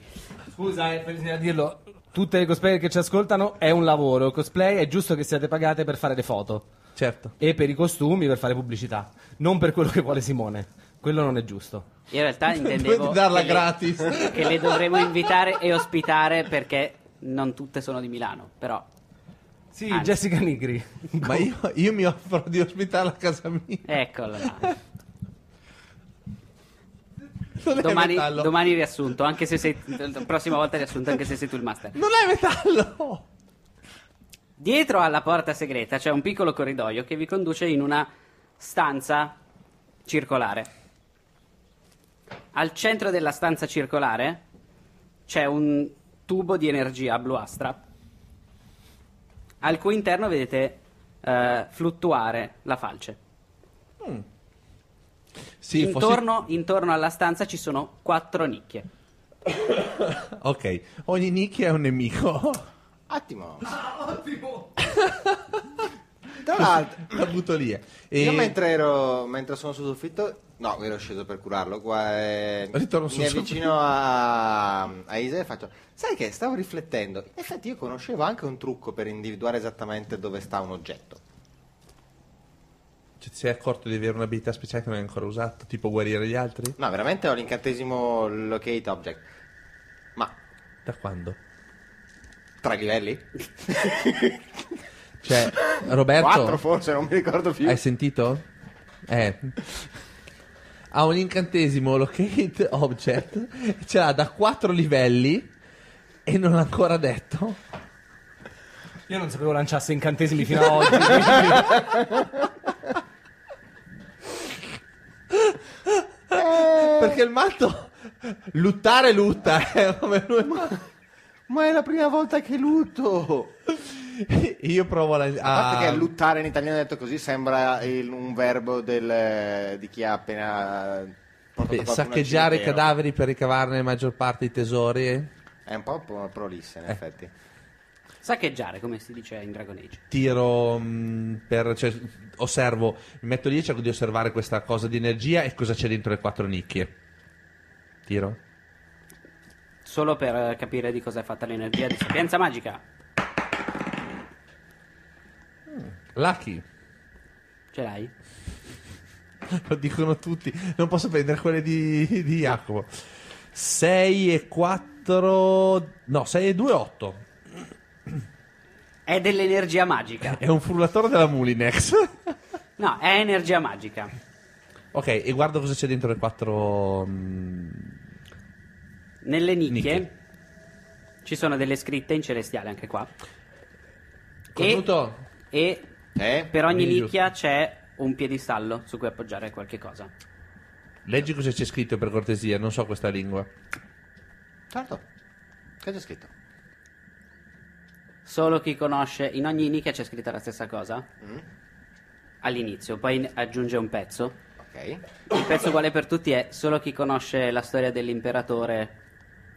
Speaker 3: Scusa, eh, per bisogna dirlo. Tutte le cosplayer che ci ascoltano è un lavoro. Il cosplay è giusto che siate pagate per fare le foto
Speaker 5: Certo.
Speaker 3: e per i costumi, per fare pubblicità, non per quello che vuole Simone. Quello non è giusto.
Speaker 2: Io in realtà intendevo
Speaker 5: Dovete darla
Speaker 2: che le-
Speaker 5: gratis.
Speaker 2: che le dovremo invitare e ospitare perché non tutte sono di Milano, però
Speaker 3: Sì,
Speaker 2: Anzi.
Speaker 3: Jessica Nigri.
Speaker 5: Ma io, io mi offro di ospitarla a casa mia.
Speaker 2: Eh, eccola. là.
Speaker 5: Non
Speaker 2: Domani,
Speaker 5: è metallo.
Speaker 2: domani riassunto, anche se sei la prossima volta riassunto anche se sei tu il master.
Speaker 5: Non è metallo.
Speaker 2: Dietro alla porta segreta c'è un piccolo corridoio che vi conduce in una stanza circolare. Al centro della stanza circolare c'è un tubo di energia bluastra, al cui interno vedete eh, fluttuare la falce.
Speaker 5: Sì, fossi-
Speaker 2: intorno, intorno alla stanza ci sono quattro nicchie.
Speaker 5: Ok, ogni nicchia è un nemico.
Speaker 4: Attimo.
Speaker 3: Ah,
Speaker 4: Tra l'altro,
Speaker 5: La butto lì. eh. E...
Speaker 4: io mentre ero mentre sono sul soffitto, no, ero sceso per curarlo. Qua eh,
Speaker 5: Ritorno sul
Speaker 4: mi
Speaker 5: soffitto.
Speaker 4: avvicino a, a Isa e faccio: Sai che stavo riflettendo? In effetti, io conoscevo anche un trucco per individuare esattamente dove sta un oggetto.
Speaker 5: Cioè, ti sei accorto di avere un'abilità speciale che non hai ancora usato, tipo guarire gli altri?
Speaker 4: No, veramente ho l'incantesimo locate object. Ma
Speaker 5: Da quando?
Speaker 4: tre livelli?
Speaker 5: Certo. Cioè, Roberto,
Speaker 4: Quattro forse, non mi ricordo più.
Speaker 5: hai sentito? Eh. Ha un incantesimo locate object, ce l'ha da quattro livelli e non l'ha ancora detto.
Speaker 3: Io non sapevo lanciasse incantesimi fino a oggi.
Speaker 5: Perché il matto luttare lutta, eh, come lui.
Speaker 4: Ma è la prima volta che lutto.
Speaker 5: Io provo la-
Speaker 4: A
Speaker 5: a...
Speaker 4: parte che luttare in italiano detto così sembra il- un verbo del- eh, di chi ha appena portato
Speaker 5: Beh,
Speaker 4: qualcuno al
Speaker 5: saccheggiare i
Speaker 4: cimitero.
Speaker 5: cadaveri per ricavarne la maggior parte dei tesori. eh?
Speaker 4: È un po' pro- prolissa
Speaker 3: Eh.
Speaker 4: in effetti.
Speaker 2: Saccheggiare, come si dice in Dragon Age.
Speaker 5: Tiro mh, per... Cioè, osservo, mi metto lì e cerco di osservare questa cosa di energia e cosa c'è dentro le quattro nicchie. Tiro.
Speaker 2: Solo per eh, capire di cosa è fatta l'energia di sapienza magica.
Speaker 5: Lucky.
Speaker 2: Ce l'hai?
Speaker 5: Lo dicono tutti. Non posso prendere quelle di, di Jacopo. 6 e 4... No, 6 e 2, 8.
Speaker 2: È dell'energia magica.
Speaker 5: È un frullatore della Mulinex.
Speaker 2: No, è energia magica.
Speaker 5: ok, e guardo cosa c'è dentro le quattro... mm. mh,
Speaker 2: Nelle nicchie,
Speaker 5: Nicchie.
Speaker 2: ci sono delle scritte in celestiale anche qua.
Speaker 5: Cornuto?
Speaker 2: E, e
Speaker 4: Eh?
Speaker 2: per ogni
Speaker 5: Dimmi
Speaker 2: nicchia c'è un piedistallo su cui appoggiare qualche cosa.
Speaker 5: Leggi cosa c'è scritto per cortesia, non so questa lingua.
Speaker 4: Certo. Che c'è scritto?
Speaker 2: Solo chi conosce, in ogni nicchia c'è scritta la stessa cosa. All'inizio, poi ne- aggiunge un pezzo.
Speaker 4: Ok.
Speaker 2: Il pezzo uguale per tutti è solo chi conosce la storia dell'imperatore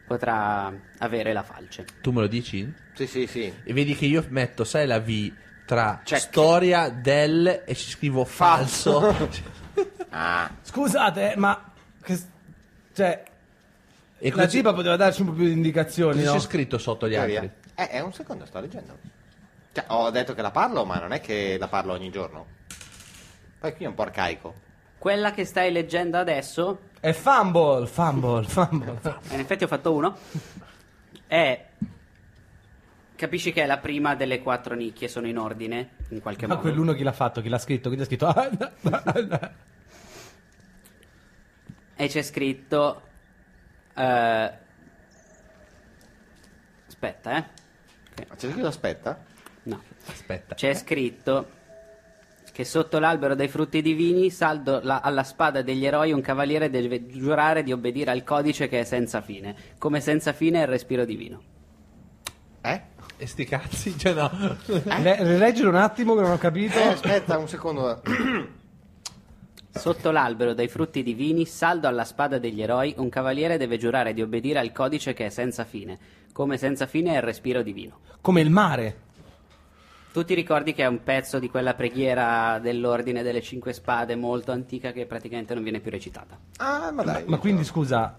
Speaker 2: potrà avere la falce.
Speaker 5: Tu me lo dici?
Speaker 4: Sì, sì, sì.
Speaker 5: E vedi che io metto, sai, la V tra
Speaker 4: Check.
Speaker 5: storia del e ci scrivo falso.
Speaker 4: Ah,
Speaker 3: Scusate, ma. che s- Cioè,
Speaker 5: e
Speaker 3: la
Speaker 5: così
Speaker 3: tipa poteva darci un po' più di indicazioni,
Speaker 5: così c'è
Speaker 3: no?
Speaker 5: scritto sotto gli
Speaker 4: teoria.
Speaker 5: altri.
Speaker 4: Eh, è un secondo, sto leggendo. Cioè, ho detto che la parlo, ma non è che la parlo ogni giorno. Poi qui è un po' arcaico.
Speaker 2: Quella che stai leggendo adesso
Speaker 3: È fumble, fumble, fumble.
Speaker 2: E In effetti ho fatto uno. È. Capisci che è la prima delle quattro nicchie, sono in ordine, in qualche
Speaker 3: Ma
Speaker 2: modo.
Speaker 3: quell'uno chi l'ha fatto? Chi l'ha scritto? Quindi ha scritto. "Ah, no, no, no".
Speaker 2: E c'è scritto. eh, Aspetta, eh.
Speaker 4: Ma c'è scritto aspetta?
Speaker 2: No.
Speaker 5: Aspetta.
Speaker 2: C'è scritto che sotto l'albero dei frutti divini saldo la- alla spada degli eroi un cavaliere deve giurare di obbedire al codice che è senza fine, come senza fine è il respiro divino.
Speaker 4: Eh?
Speaker 5: E sti cazzi, cioè no.
Speaker 3: Le- rileggilo un attimo che non ho capito.
Speaker 4: Eh, aspetta un secondo.
Speaker 2: Sotto l'albero dai frutti divini, saldo alla spada degli eroi, un cavaliere deve giurare di obbedire al codice che è senza fine, come senza fine è il respiro divino.
Speaker 3: Come il mare.
Speaker 2: Tu ti ricordi che è un pezzo di quella preghiera dell'ordine delle cinque spade molto antica che praticamente non viene più recitata.
Speaker 4: Ah, ma dai.
Speaker 3: Ma quindi, scusa,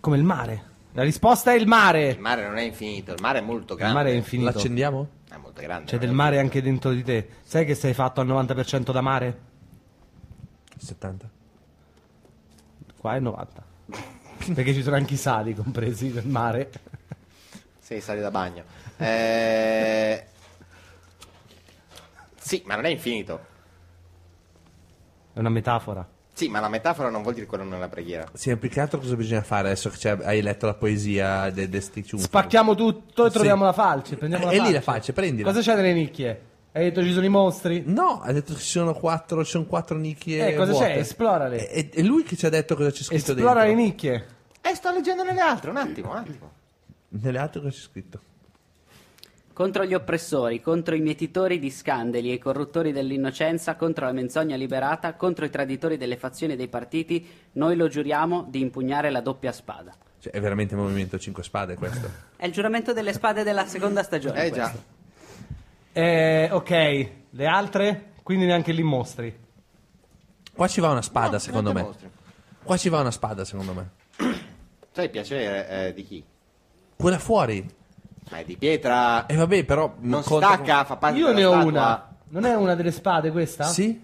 Speaker 3: come il mare. La risposta è il mare.
Speaker 4: Il mare non è infinito, il mare è molto
Speaker 3: Il
Speaker 4: grande.
Speaker 3: mare è infinito.
Speaker 5: L'accendiamo?
Speaker 4: È molto grande.
Speaker 3: C'è
Speaker 4: non
Speaker 3: del
Speaker 4: è-
Speaker 3: mare anche dentro di te. Sai che sei fatto al 90% da mare?
Speaker 5: 70.
Speaker 3: Qua è 90. Perché ci sono anche i sali compresi nel mare.
Speaker 4: Sì, sali da bagno. Eh... Sì, ma non è infinito.
Speaker 3: È una metafora.
Speaker 4: Sì, ma la metafora non vuol dire quello nella preghiera.
Speaker 5: Sì, ma più che altro cosa bisogna fare adesso che c'è- hai letto la poesia de- de sti ciuffi?
Speaker 3: Spacchiamo tutto e
Speaker 5: Sì.
Speaker 3: troviamo la falce. Prendiamo la
Speaker 5: Eh, e
Speaker 3: falce.
Speaker 5: lì la falce, prendila.
Speaker 3: Cosa c'è nelle nicchie? Hai detto ci sono i mostri?
Speaker 5: No, ha detto che ci sono quattro, ci sono quattro nicchie
Speaker 3: Eh, cosa
Speaker 5: vuote.
Speaker 3: c'è? Esplorale.
Speaker 5: È, è lui che ci ha detto cosa c'è scritto
Speaker 3: Esplora le
Speaker 5: dentro.
Speaker 3: nicchie.
Speaker 4: Eh, sto leggendo nelle altre, un attimo, un attimo.
Speaker 5: Nelle altre cosa c'è scritto?
Speaker 2: Contro gli oppressori, contro i mietitori di scandali e i corruttori dell'innocenza, contro la menzogna liberata, contro i traditori delle fazioni e dei partiti, noi lo giuriamo di impugnare la doppia spada.
Speaker 5: Cioè, è veramente un movimento 5 spade questo.
Speaker 2: È il giuramento delle spade della seconda stagione.
Speaker 4: Eh già.
Speaker 2: questo.
Speaker 3: Eh, ok. Le altre? Quindi neanche lì mostri.
Speaker 5: Qua ci va una spada,
Speaker 4: No,
Speaker 5: secondo me.
Speaker 4: niente mostri.
Speaker 5: Qua ci va una spada, secondo me.
Speaker 4: Sai il piacere eh, di chi?
Speaker 5: Quella fuori.
Speaker 4: Ma è di pietra.
Speaker 5: E vabbè, però
Speaker 4: Non si
Speaker 5: Eh, conta
Speaker 4: stacca, fa parte
Speaker 3: Io
Speaker 4: della
Speaker 3: ne ho
Speaker 4: statua.
Speaker 3: una. Non è una delle spade questa?
Speaker 5: come- Sì?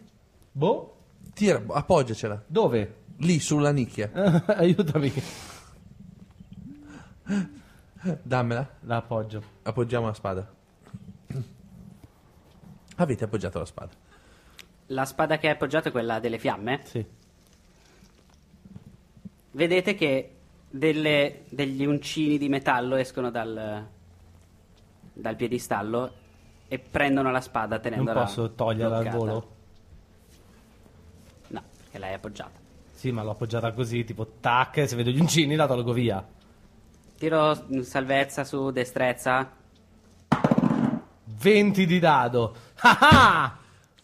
Speaker 3: Boh.
Speaker 5: Tira, appoggiacela.
Speaker 3: Dove?
Speaker 5: Lì sulla nicchia.
Speaker 3: Aiutami. Eh.
Speaker 5: Dammela.
Speaker 3: La appoggio.
Speaker 5: Appoggiamo la spada. Avete appoggiato la spada.
Speaker 2: La spada che hai appoggiato è quella delle fiamme.
Speaker 5: Eh,
Speaker 3: Sì.
Speaker 2: Vedete che delle- degli uncini di metallo escono dal, dal piedistallo e prendono la spada
Speaker 3: Non
Speaker 2: tenendola.
Speaker 3: posso toglierla al
Speaker 2: bloccata.
Speaker 3: volo?
Speaker 2: No, perché l'hai appoggiata.
Speaker 3: Sì, ma l'ho appoggiata così, tipo tac, se vedo gli uncini la tolgo via.
Speaker 2: Tiro mm, salvezza su destrezza.
Speaker 3: 20 di dado. Ah ah!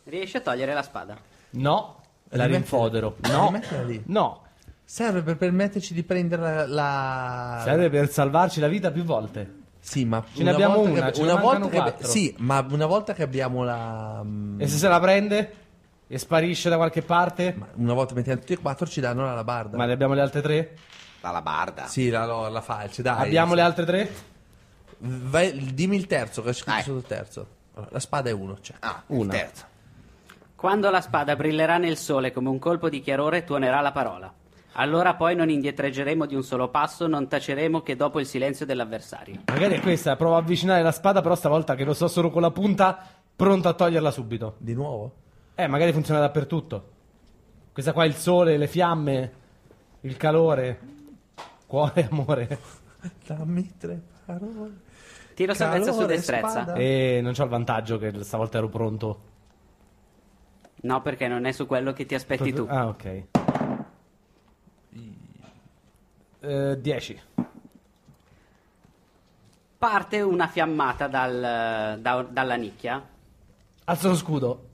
Speaker 2: Riesci a togliere la spada.
Speaker 3: No, la
Speaker 5: Rimettila.
Speaker 3: rinfodero. No,
Speaker 5: Rimettila lì.
Speaker 3: no.
Speaker 5: Serve per permetterci di prendere la... la-
Speaker 3: Serve per salvarci la vita più volte.
Speaker 5: Sì, ma
Speaker 3: Ce ne abbiamo
Speaker 5: volta
Speaker 3: una,
Speaker 5: che-
Speaker 3: ce ne mancano
Speaker 5: volta che abbi-
Speaker 3: quattro.
Speaker 5: Sì, ma una volta che abbiamo la mm,
Speaker 3: E se se la prende? E sparisce da qualche parte? Ma,
Speaker 5: ma una volta mettiamo tutti e quattro ci danno la labarda.
Speaker 3: ne abbiamo le altre tre?
Speaker 4: Dalla barda.
Speaker 5: Sì, la, la, la falce, dai.
Speaker 3: abbiamo le altre tre?
Speaker 5: Vai- dimmi il terzo, che è scritto
Speaker 4: Dai.
Speaker 5: sotto il terzo. Allora, La spada è uno, cioè.
Speaker 4: Ah,
Speaker 3: Una.
Speaker 4: il terzo.
Speaker 2: Quando la spada brillerà nel sole come un colpo di chiarore, tuonerà la parola. Allora poi non indietreggeremo di un solo passo, non taceremo che dopo il silenzio dell'avversario.
Speaker 3: Magari è questa, provo a avvicinare la spada, però stavolta che lo so solo con la punta, pronto a toglierla subito.
Speaker 5: Di nuovo?
Speaker 3: Eh, magari funziona dappertutto. Questa qua è il sole, le fiamme, il calore, cuore, amore.
Speaker 5: Dammi tre parole.
Speaker 2: Tiro salvezza su
Speaker 5: Calore,
Speaker 2: destrezza.
Speaker 5: spada.
Speaker 3: E non c'ho il vantaggio che stavolta ero pronto.
Speaker 2: No, perché non è su quello che ti aspetti tu.
Speaker 3: Ah, ok. Eh, 10.
Speaker 2: Parte una fiammata dal- da- dalla nicchia.
Speaker 3: Alzo lo scudo.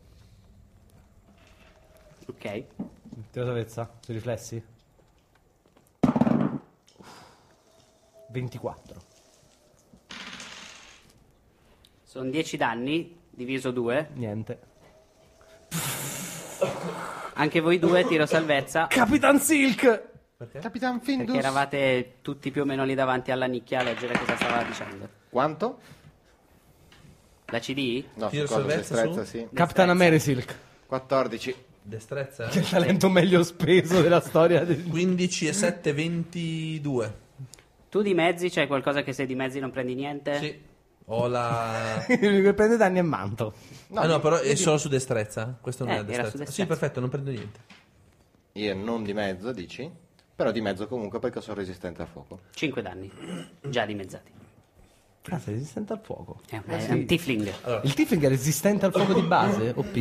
Speaker 2: Ok.
Speaker 3: Tiro salvezza, sui riflessi. 24.
Speaker 2: Sono 10 danni, diviso 2.
Speaker 3: Niente.
Speaker 2: Anche voi due, tiro salvezza.
Speaker 3: Capitan Silk!
Speaker 4: Capitan Findus.
Speaker 2: Perché eravate tutti più o meno lì davanti alla nicchia a leggere cosa stava dicendo.
Speaker 4: Quanto?
Speaker 2: La CD?
Speaker 4: No,
Speaker 5: Tiro
Speaker 4: su cosa,
Speaker 5: salvezza
Speaker 4: destrezza,
Speaker 5: su?
Speaker 4: sì.
Speaker 3: Capitan Mary Silk.
Speaker 4: 14.
Speaker 5: Destrezza?
Speaker 3: Che talento meglio speso della storia del
Speaker 5: 15 e 7, 22.
Speaker 2: Tu di mezzi c'è qualcosa che se di mezzi non prendi niente?
Speaker 5: Sì. Ho la...
Speaker 3: che prende danni e manto.
Speaker 5: No, ah, no, però è solo su destrezza. Questo non
Speaker 2: Eh,
Speaker 5: è la
Speaker 2: era
Speaker 5: destrezza.
Speaker 2: su destrezza.
Speaker 5: Sì, perfetto, non prendo niente.
Speaker 4: Io non di mezzo, dici? Però di mezzo comunque perché sono resistente al fuoco.
Speaker 2: 5 danni. Già dimezzati.
Speaker 3: Ah, sei resistente al fuoco.
Speaker 2: È un, è un tiefling.
Speaker 3: Il Tiefling è resistente al fuoco di base, OP?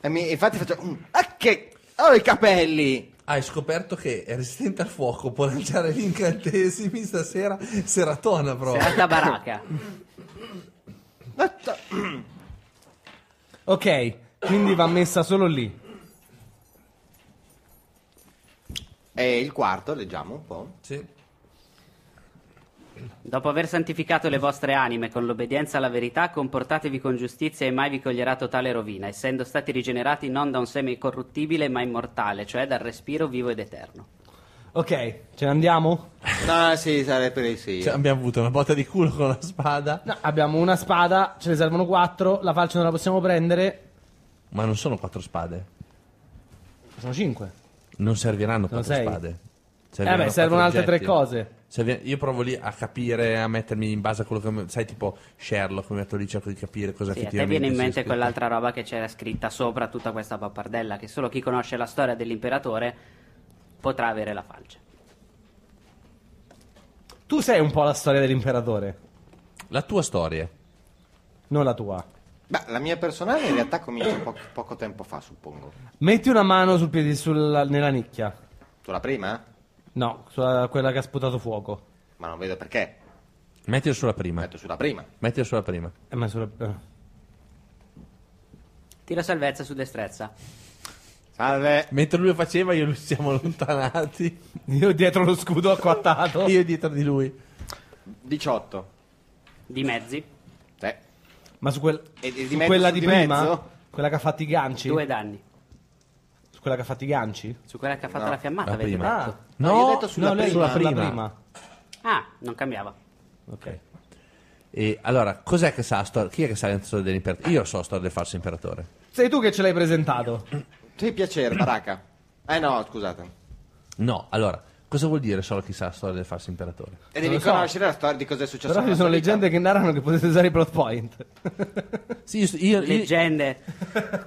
Speaker 4: E mi- infatti faccio... "Mm, ah che... Ho i capelli!
Speaker 5: Hai scoperto che è resistente al fuoco, può lanciare gli incantesimi stasera, seratona proprio.
Speaker 2: Serata baracca.
Speaker 3: Ok, quindi va messa solo lì.
Speaker 4: E il quarto, leggiamo un po'.
Speaker 5: Sì.
Speaker 2: Dopo aver santificato le vostre anime con l'obbedienza alla verità, comportatevi con giustizia e mai vi coglierà totale rovina, essendo stati rigenerati non da un seme corruttibile ma immortale, cioè dal respiro vivo ed eterno.
Speaker 3: Ok, ce ne andiamo?
Speaker 4: No, Ah, sì, sarebbe sì.
Speaker 5: Cioè, abbiamo avuto una botta di culo con la spada,
Speaker 3: No, abbiamo una spada, ce ne servono quattro, la falce non la possiamo prendere.
Speaker 5: ma non sono quattro spade.
Speaker 3: Sono cinque.
Speaker 5: Non serviranno
Speaker 3: Sono
Speaker 5: quattro
Speaker 3: sei.
Speaker 5: spade.
Speaker 3: Eh beh, servono
Speaker 5: quattro
Speaker 3: altre tre
Speaker 5: oggetti.
Speaker 3: cose.
Speaker 5: Serve- Io provo lì a capire, a mettermi in base a quello che. Sai, tipo Sherlock, mi metto lì, cerco di capire cosa
Speaker 2: Sì, a te
Speaker 5: effettivamente.
Speaker 2: viene in
Speaker 5: sia
Speaker 2: mente
Speaker 5: scritto.
Speaker 2: quell'altra roba che c'era scritta sopra tutta questa pappardella, che solo chi conosce la storia dell'imperatore potrà avere la falce.
Speaker 3: Tu sei un po' la storia dell'imperatore,
Speaker 5: La tua storia.
Speaker 3: non la tua.
Speaker 4: Beh, la mia personale in realtà comincia po- poco tempo fa, suppongo.
Speaker 3: Metti una mano sul piede, sulla- nella nicchia.
Speaker 4: Tu la prima?
Speaker 3: No, sulla, quella che ha sputato fuoco.
Speaker 4: Ma non vedo perché.
Speaker 5: Mettilo sulla prima.
Speaker 4: Metto sulla prima.
Speaker 5: Mettilo sulla prima.
Speaker 3: Eh, ma sulla... eh.
Speaker 2: Tiro salvezza su destrezza.
Speaker 4: Salve.
Speaker 5: Mentre lui lo faceva, io e lui ci siamo allontanati.
Speaker 3: Io dietro lo scudo acquattato.
Speaker 5: Io dietro di lui.
Speaker 4: 18.
Speaker 2: Di mezzi,
Speaker 4: Eh.
Speaker 3: Ma su, quel-
Speaker 4: E di
Speaker 3: su
Speaker 4: mezzo,
Speaker 3: quella
Speaker 4: su
Speaker 3: di
Speaker 4: di
Speaker 3: prima?
Speaker 4: mezzo?
Speaker 3: Quella che ha fatto i ganci?
Speaker 2: due danni.
Speaker 3: Su quella che ha fatto i ganci?
Speaker 2: Su quella che ha fatto
Speaker 4: No,
Speaker 2: la fiammata,
Speaker 5: la
Speaker 2: avete
Speaker 5: prima.
Speaker 2: detto.
Speaker 3: Ah,
Speaker 4: No, io ho detto sulla
Speaker 3: no, lei
Speaker 4: prima.
Speaker 3: sulla prima. prima.
Speaker 2: Ah, non cambiava.
Speaker 3: Ok.
Speaker 5: E allora, cos'è che sa la storia? Chi è che sa la storia dell'imperatore? Io so la storia del falso imperatore.
Speaker 3: Sei tu che ce l'hai presentato.
Speaker 4: Sì, piacere, baracca. Eh no, scusate.
Speaker 5: No, allora, cosa vuol dire solo chi sa la storia del falso imperatore?
Speaker 4: E
Speaker 3: Non
Speaker 4: devi
Speaker 3: lo so.
Speaker 4: conoscere la storia di cosa è successo.
Speaker 3: Però ci
Speaker 4: nella
Speaker 3: sono
Speaker 4: sua vita.
Speaker 3: leggende che narrano che potete usare i plot point.
Speaker 5: Sì, io, io- io-
Speaker 2: Leggende.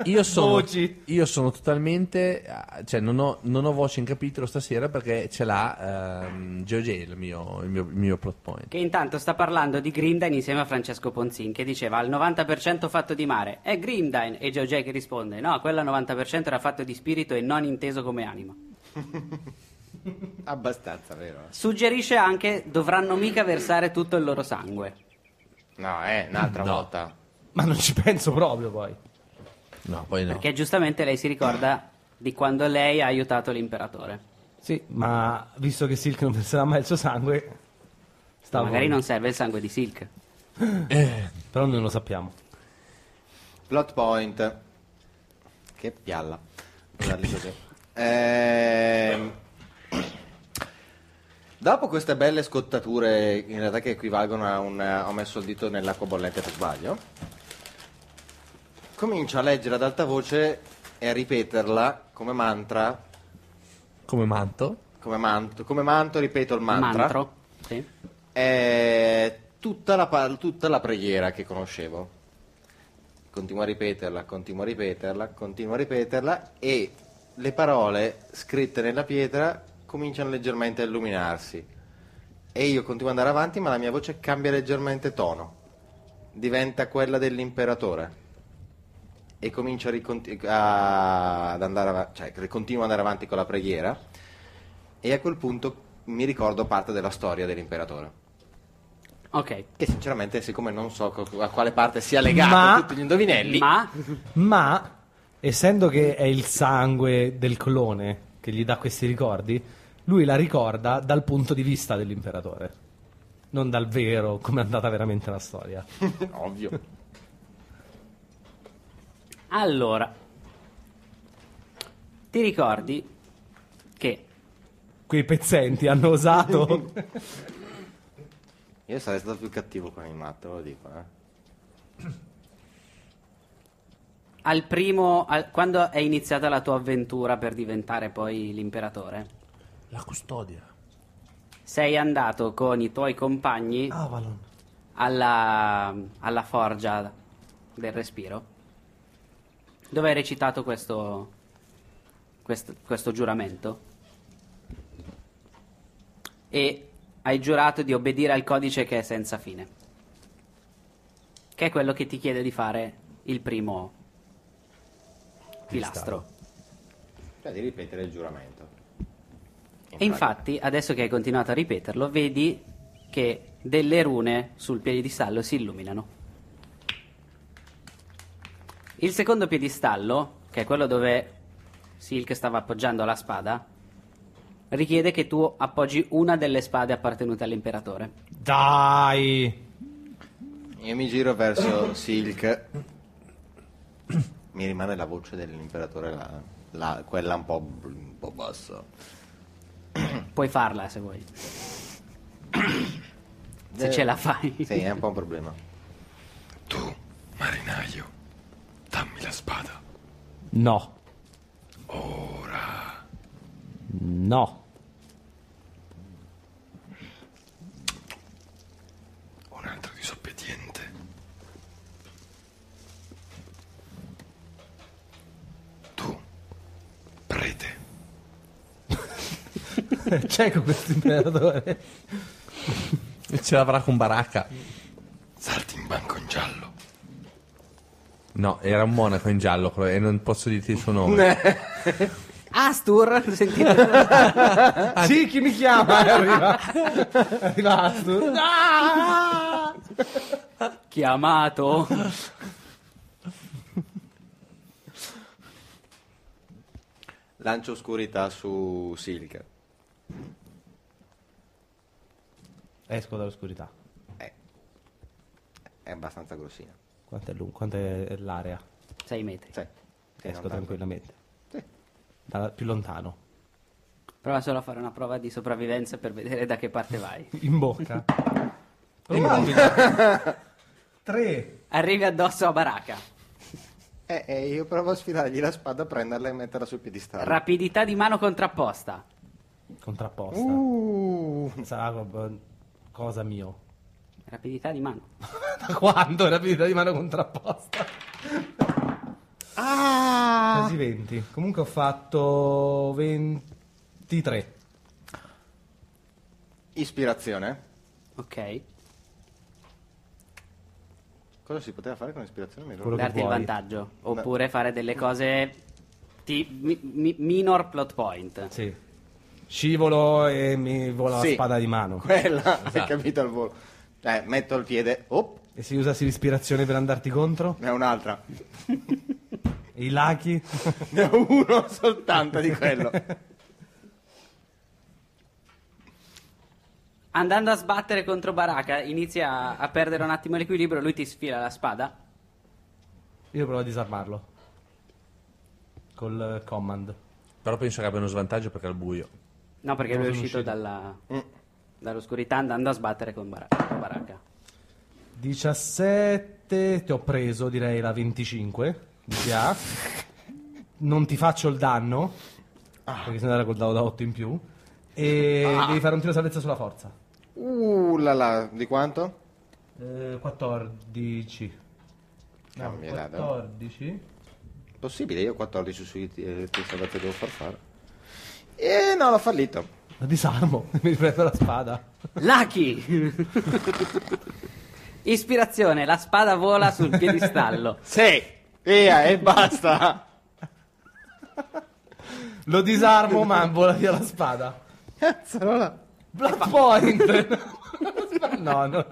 Speaker 5: io sono,
Speaker 3: Voci.
Speaker 5: io sono totalmente. ah, cioè, non ho, non ho voce in capitolo stasera perché ce l'ha ehm, GeoJ, il mio, il mio- il mio plot point.
Speaker 2: Che intanto sta parlando di Grimdine insieme a Francesco Ponzin che diceva al 90% fatto di mare. È Grimdine e Joe Jack risponde no, quella 90% era fatto di spirito e non inteso come anima.
Speaker 4: Abbastanza, vero?
Speaker 2: Suggerisce anche dovranno mica versare tutto il loro sangue.
Speaker 4: No, eh, un'altra
Speaker 5: No.
Speaker 4: volta.
Speaker 3: ma non ci penso proprio poi.
Speaker 5: No, poi no.
Speaker 2: Perché giustamente lei si ricorda di quando lei ha aiutato l'imperatore.
Speaker 3: Sì, ma visto che Silk non penserà mai il suo sangue... Sta a
Speaker 2: Magari
Speaker 3: voi.
Speaker 2: non serve il sangue di Silk.
Speaker 3: Però noi non lo sappiamo.
Speaker 4: Plot point. Che pialla. Guardate così. Ehm, Dopo queste belle scottature, in realtà che equivalgono a un... eh, ho messo il dito nell'acqua bollente per sbaglio, comincio a leggere ad alta voce e a ripeterla come mantra,
Speaker 5: Come manto?
Speaker 4: come manto, come manto ripeto il mantra.
Speaker 2: Mantro. Sì.
Speaker 4: È tutta la, pa- tutta la preghiera che conoscevo. Continuo a ripeterla, continuo a ripeterla, continuo a ripeterla e le parole scritte nella pietra cominciano leggermente a illuminarsi. E io continuo ad andare avanti, ma la mia voce cambia leggermente tono. Diventa quella dell'imperatore. E comincio a, riconti- a- ad andare av- cioè, continuo ad andare avanti con la preghiera. E a quel punto mi ricordo parte della storia dell'imperatore.
Speaker 2: Ok.
Speaker 4: Che sinceramente, siccome non so co- a quale parte sia legato
Speaker 3: Ma-
Speaker 4: tutti gli indovinelli,
Speaker 2: Ma
Speaker 3: Ma essendo che è il sangue del clone che gli dà questi ricordi, lui la ricorda dal punto di vista dell'imperatore, non dal vero, come è andata veramente la storia.
Speaker 4: ovvio.
Speaker 2: allora, ti ricordi che
Speaker 3: Quei pezzenti hanno osato.
Speaker 4: Io sarei stato più cattivo con il matto, ve lo dico. eh.
Speaker 2: al primo, al- quando è iniziata la tua avventura per diventare poi l'imperatore,
Speaker 5: La custodia.
Speaker 2: sei andato con i tuoi compagni
Speaker 3: Avalon.
Speaker 2: alla, alla forgia del respiro, dove hai recitato questo, questo, questo giuramento. E hai giurato di obbedire al codice che è senza fine, che è quello che ti chiede di fare il primo pilastro.
Speaker 4: Cioè, di ripetere il giuramento.
Speaker 2: E infatti, adesso che hai continuato a ripeterlo, vedi che delle rune sul piedistallo si illuminano. Il secondo piedistallo, che è quello dove Silk stava appoggiando la spada, richiede che tu appoggi una delle spade appartenute all'imperatore.
Speaker 3: Dai!
Speaker 4: Io mi giro verso Silk. Mi rimane la voce dell'imperatore, la- la- quella un po', bl- un po' bassa.
Speaker 2: Puoi farla se vuoi. Se
Speaker 4: Eh,
Speaker 2: ce la fai.
Speaker 4: Sì, è un po' un problema.
Speaker 9: Tu, marinaio, dammi la spada.
Speaker 3: No. Ora. No.
Speaker 9: Un altro disobbediente. Tu, prete,
Speaker 3: Cieco questo imperatore.
Speaker 5: E ce l'avrà con baracca.
Speaker 9: salti in banco in giallo.
Speaker 5: No, era un monaco in giallo quello- e non posso dirti il suo nome.
Speaker 2: Astur, sentite.
Speaker 3: Ah, Sì, chi mi chiama? E Arriva. Arriva Astur.
Speaker 2: Chiamato.
Speaker 4: Lancio oscurità su Silk.
Speaker 3: Esco dall'oscurità.
Speaker 4: Eh, è abbastanza grossina.
Speaker 3: Quanto è lungo? Quanto è l'area?
Speaker 2: 6 metri.
Speaker 4: Sì. Sì,
Speaker 3: Esco
Speaker 4: non tanto.
Speaker 3: tranquillamente.
Speaker 4: Sì.
Speaker 3: Dalla- più lontano.
Speaker 2: Prova solo a fare una prova di sopravvivenza per vedere da che parte vai.
Speaker 3: In bocca. 3.
Speaker 2: Arrivi addosso a Baraka.
Speaker 4: Eh, eh, io provo a sfilargli la spada, prenderla e metterla sul piedistallo.
Speaker 2: Rapidità di mano contrapposta.
Speaker 3: Contrapposta.
Speaker 4: Uh.
Speaker 3: Sarà proprio cosa mio.
Speaker 2: Rapidità di mano.
Speaker 3: Da quando? Rapidità di mano contrapposta.
Speaker 4: Ah.
Speaker 3: Quasi 20. Comunque ho fatto 23.
Speaker 4: Ispirazione.
Speaker 2: Ok.
Speaker 4: Cosa si poteva fare con ispirazione? Mi ricordo.
Speaker 3: Quello che
Speaker 2: Darti il
Speaker 3: vuoi.
Speaker 2: vantaggio. Oppure fare delle cose. Ti, mi- mi- minor plot point.
Speaker 3: Sì. Scivolo e mi vola
Speaker 4: Sì.
Speaker 3: la spada di mano.
Speaker 4: Quella, hai
Speaker 3: Esatto.
Speaker 4: capito al volo. Eh, metto il piede. Oh,
Speaker 3: E se usassi l'ispirazione per andarti contro?
Speaker 4: ne ho un'altra.
Speaker 3: E i lachi?
Speaker 4: Ne ho uno soltanto di quello.
Speaker 2: Andando a sbattere contro Baraka, inizia a, a perdere un attimo l'equilibrio. Lui ti sfila la spada.
Speaker 3: Io provo a disarmarlo. Col eh, command.
Speaker 5: Però penso che abbia uno svantaggio perché è al buio.
Speaker 2: No, perché lui è uscito dalla,
Speaker 3: Eh.
Speaker 2: dall'oscurità andando a sbattere con Bara- con Baraka.
Speaker 3: 17, ti ho preso direi la 25 di PA. Non ti faccio il danno, perché se no era col dado da 8 in più. E devi fare un tiro salvezza sulla forza.
Speaker 4: Uh, la la, di quanto?
Speaker 3: Eh, 14. No,
Speaker 4: Cambia il dado.
Speaker 3: 14.
Speaker 4: Possibile, io 14 sui eh, che salvate devo far fare. E no, l'ho fallito.
Speaker 3: La disarmo, mi riprendo la spada.
Speaker 2: Lucky! Ispirazione, la spada vola sul piedistallo.
Speaker 4: Sì, via e basta.
Speaker 3: Lo disarmo, ma vola via la spada.
Speaker 4: Cazzarola.
Speaker 3: Blood Point. no, no.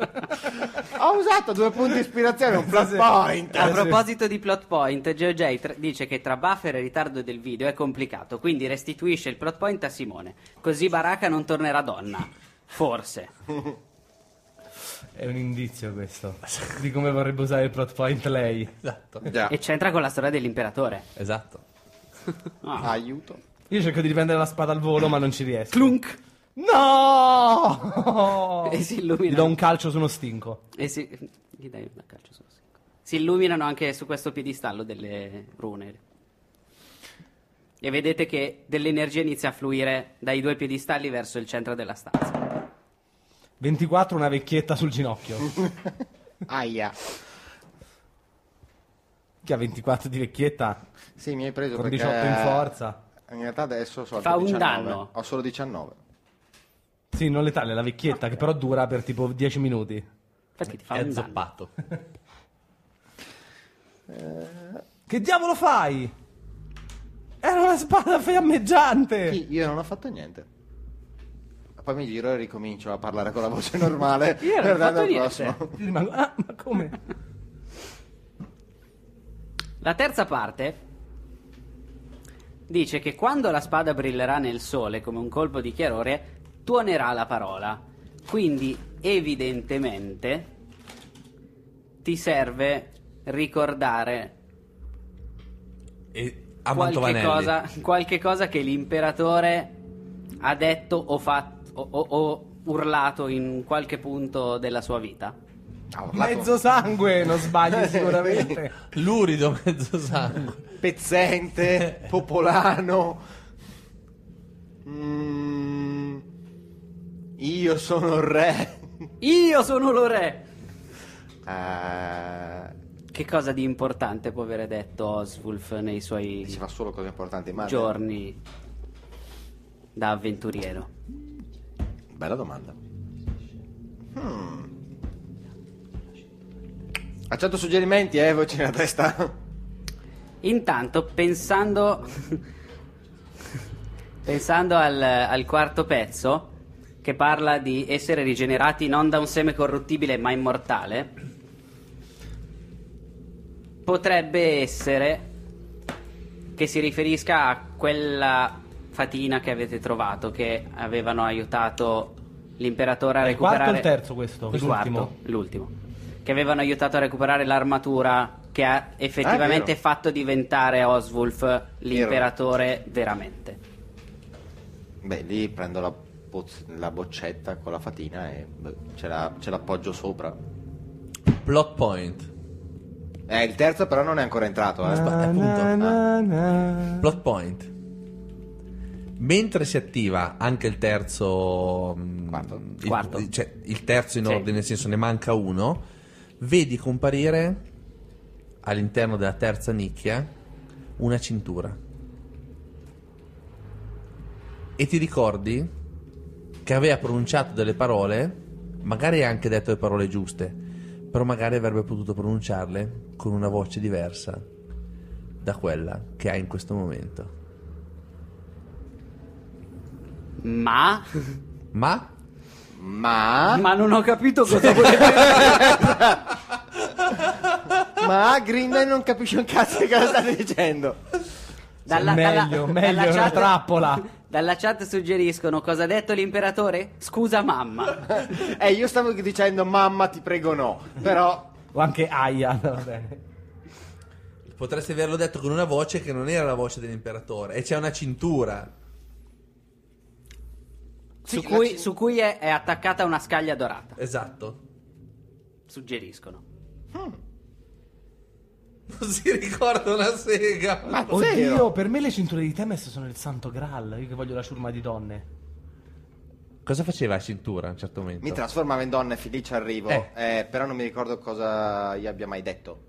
Speaker 4: Ho usato due punti di ispirazione, un plus
Speaker 3: Eh,
Speaker 4: point.
Speaker 2: A proposito di plot point, GeoJ tr- dice che tra buffer e ritardo del video è complicato, quindi restituisce il plot point a Simone. Così Baraka non tornerà donna. Forse.
Speaker 3: È un indizio questo di come vorrebbe usare il plot point lei.
Speaker 5: Esatto.
Speaker 4: Già,
Speaker 2: E c'entra con la storia dell'imperatore.
Speaker 5: Esatto.
Speaker 4: aiuto.
Speaker 3: Io cerco di riprendere la spada al volo, ma non ci riesco.
Speaker 2: Clunk!
Speaker 3: No!
Speaker 2: E si
Speaker 3: Gli do
Speaker 2: illumina.
Speaker 3: un calcio su uno stinco.
Speaker 2: E si... Eh Gli dai una calcio sullo secco. Si illuminano anche su questo piedistallo delle rune. E vedete che dell'energia inizia a fluire dai due piedistalli verso il centro della stanza.
Speaker 3: 24, una vecchietta sul ginocchio.
Speaker 4: Aia.
Speaker 3: Chi ha 24 di vecchietta?
Speaker 4: Sì, mi hai preso
Speaker 3: Con
Speaker 4: perché
Speaker 3: 18 in forza.
Speaker 4: In realtà adesso ho solo
Speaker 2: Fa un
Speaker 4: 19.
Speaker 2: danno.
Speaker 4: Ho solo 19.
Speaker 3: Sì, non letale, la vecchietta, che però dura per tipo 10 minuti.
Speaker 2: Infatti ti fa
Speaker 5: È
Speaker 2: un danno.
Speaker 5: zoppato.
Speaker 3: Che diavolo fai? Era una spada fiammeggiante!
Speaker 4: Sì, io non ho fatto niente. Poi mi giro e ricomincio a parlare con la voce normale.
Speaker 2: Io non ho
Speaker 4: per dare
Speaker 2: fatto
Speaker 4: al
Speaker 2: niente.
Speaker 4: prossimo.
Speaker 3: Io rimango, ah, ma come?
Speaker 2: La terza parte dice che quando la spada brillerà nel sole come un colpo di chiarore, tuonerà la parola. Quindi, evidentemente, ti serve ricordare
Speaker 5: E a
Speaker 2: qualche
Speaker 5: Mantovanelli.
Speaker 2: cosa, qualche cosa che l'imperatore ha detto o, fatto, o, o- o urlato in qualche punto della sua vita.
Speaker 3: Ah,
Speaker 4: Ha urlato.
Speaker 3: Mezzo sangue, non sbaglio sicuramente.
Speaker 5: Lurido mezzo sangue.
Speaker 4: Pezzente, popolano. Mm, io sono il re.
Speaker 2: Io sono lo re! Ah.
Speaker 4: Eh,
Speaker 2: Che cosa di importante può avere detto Oswulf nei suoi
Speaker 4: Eh, si fa solo cose importanti. Ma
Speaker 2: giorni da avventuriero.
Speaker 4: Bella domanda. Hmm. Accetto suggerimenti, eh, voci nella testa.
Speaker 2: Intanto, pensando, pensando al, al quarto pezzo, che parla di essere rigenerati non da un seme corruttibile ma immortale, potrebbe essere che si riferisca a quella fatina che avete trovato, che avevano aiutato l'imperatore a
Speaker 3: Il quarto o
Speaker 2: recuperare...
Speaker 3: il terzo questo?
Speaker 2: Il
Speaker 3: L'ultimo?
Speaker 2: quarto, l'ultimo. Che avevano aiutato a recuperare l'armatura che ha effettivamente
Speaker 4: Ah, è vero.
Speaker 2: fatto diventare Oswulf l'imperatore veramente.
Speaker 4: Beh, lì prendo la, boz- la boccetta con la fatina e beh, ce, la- ce l'appoggio sopra.
Speaker 5: Plot point.
Speaker 4: Eh, il terzo però non è ancora entrato, eh.
Speaker 5: Sba- appunto.
Speaker 3: Na, na.
Speaker 5: Plot point. Mentre si attiva anche il terzo. mm, mh,
Speaker 4: Quarto.
Speaker 5: Il,
Speaker 2: Quarto.
Speaker 5: Cioè, il terzo in
Speaker 2: Sì.
Speaker 5: ordine, nel senso ne manca uno. Vedi comparire all'interno della terza nicchia una cintura. E ti ricordi che aveva pronunciato delle parole, magari ha anche detto le parole giuste, però magari avrebbe potuto pronunciarle con una voce diversa da quella che ha in questo momento.
Speaker 2: Ma...
Speaker 5: Ma
Speaker 4: Ma,
Speaker 2: Ma non ho capito cosa voleva...
Speaker 4: ma Grindel non capisce un cazzo di cosa sta dicendo.
Speaker 3: meglio, meglio, è una trappola.
Speaker 2: Dalla chat suggeriscono cosa ha detto l'imperatore? Scusa mamma.
Speaker 4: Eh, io stavo dicendo mamma ti prego no, però
Speaker 3: O anche Aia, va bene.
Speaker 5: potresti averlo detto con una voce che non era la voce dell'imperatore e c'è una cintura.
Speaker 2: su, cui, su cui è, è attaccata una scaglia dorata.
Speaker 5: Esatto.
Speaker 2: Suggeriscono.
Speaker 5: Non si ricorda una sega.
Speaker 3: Oddio, per me le cinture di Temes sono il santo graal. Io che voglio la ciurma di donne.
Speaker 5: Cosa faceva la cintura a un certo momento?
Speaker 4: mi trasformavo in donna e felice arrivo,
Speaker 5: Eh.
Speaker 4: Eh, però non mi ricordo cosa gli abbia mai detto.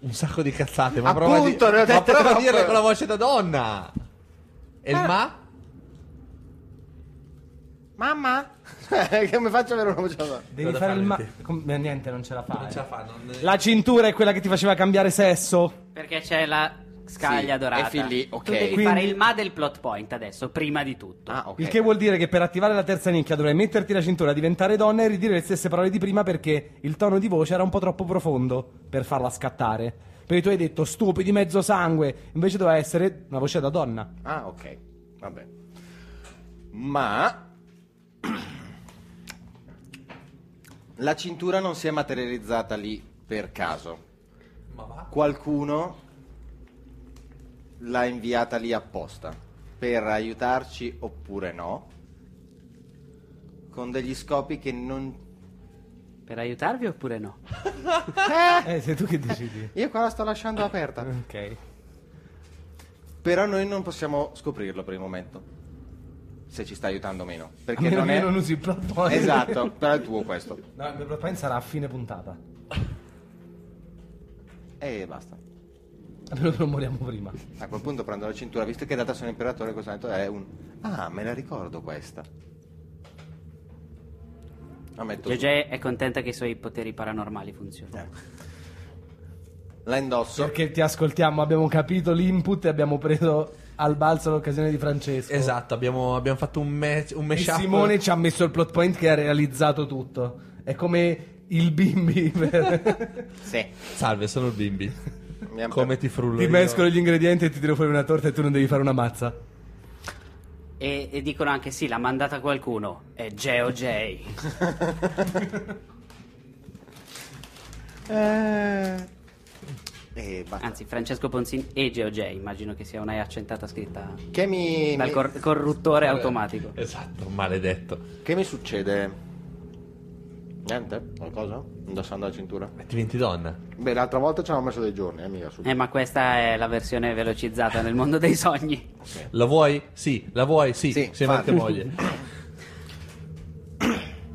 Speaker 5: un sacco di cazzate, ma prova a di-
Speaker 4: Appunto, ne ho
Speaker 5: ma
Speaker 4: detto
Speaker 5: poteva
Speaker 4: troppe. Ah.
Speaker 5: dirle con la voce da donna. E il ma?
Speaker 4: Mamma? Come faccio a avere una voce da-
Speaker 3: Devi
Speaker 5: Cosa
Speaker 3: fare
Speaker 5: fare
Speaker 3: il ma...
Speaker 5: di te?
Speaker 3: com- eh, niente, non ce la fai.
Speaker 5: Non ce la fa, non-
Speaker 3: La cintura è quella che ti faceva cambiare sesso?
Speaker 2: Perché c'è la Scaglia
Speaker 4: Sì,
Speaker 2: dorata.
Speaker 4: è fin lì, ok.
Speaker 2: Tu devi
Speaker 3: Quindi-
Speaker 2: fare il ma del plot point adesso, prima di tutto.
Speaker 4: Ah, ok.
Speaker 3: Il che vuol dire che per attivare la terza nicchia dovrai metterti la cintura, diventare donna e ridire le stesse parole di prima perché il tono di voce era un po' troppo profondo per farla scattare. Perché tu hai detto stupidi mezzo sangue, invece doveva essere una voce da donna.
Speaker 4: Ah, ok. Vabbè. Ma la cintura non si è materializzata lì per caso.
Speaker 5: Ma va.
Speaker 4: Qualcuno l'ha inviata lì apposta per aiutarci oppure no. Con degli scopi che non
Speaker 2: Per aiutarvi oppure no?
Speaker 3: Eh, sei tu che decidi.
Speaker 4: Io qua la sto lasciando aperta.
Speaker 3: Ok.
Speaker 4: Però noi non possiamo scoprirlo per il momento. Se ci sta aiutando o meno.
Speaker 3: A
Speaker 4: Perché
Speaker 3: meno
Speaker 4: non
Speaker 3: che
Speaker 4: è.
Speaker 3: io non usi il plot point.
Speaker 4: Esatto, però è tuo questo.
Speaker 3: No, il mio plot point sarà a fine puntata.
Speaker 4: E basta.
Speaker 3: A meno che non moriamo prima.
Speaker 4: A quel punto prendo la cintura, visto che è data sono imperatore, cosa ha detto? È un. Ah, me la ricordo questa. La metto. su.
Speaker 2: Gege è contenta che i suoi poteri paranormali
Speaker 4: Eh.
Speaker 2: funzionano.
Speaker 4: La indosso.
Speaker 3: Perché ti ascoltiamo, abbiamo capito l'input e abbiamo preso al balzo l'occasione di Francesco.
Speaker 5: Esatto, abbiamo, abbiamo fatto un, me- un
Speaker 3: E
Speaker 5: mashup.
Speaker 3: Simone ci ha messo il plot point che ha realizzato tutto. È come il bimbi. per-
Speaker 4: Sì.
Speaker 5: Salve, sono il bimbi.
Speaker 4: Mi ha-
Speaker 5: Come ti frullo
Speaker 3: ti
Speaker 5: io.
Speaker 3: mescolo gli ingredienti e ti tiro fuori una torta e tu non devi fare una mazza.
Speaker 2: E, e dicono anche sì, l'ha mandata qualcuno. È Geo J.
Speaker 4: Eh. E basta.
Speaker 2: Anzi, Francesco Ponzini e Geo J. Immagino che sia una accentata scritta
Speaker 4: Che mi.
Speaker 2: dal
Speaker 4: mi-
Speaker 2: cor- corruttore automatico.
Speaker 5: Esatto, maledetto.
Speaker 4: Che mi succede? Niente? Qualcosa? Indossando la cintura?
Speaker 5: Ma Diventi donna.
Speaker 4: Beh, l'altra volta ci avevamo messo dei giorni, eh, mica su.
Speaker 2: Eh, ma questa è la versione velocizzata nel mondo dei sogni.
Speaker 5: La vuoi? Sì, la vuoi? Sì,
Speaker 4: Sì,
Speaker 5: se mai
Speaker 4: fate.
Speaker 5: te voglia.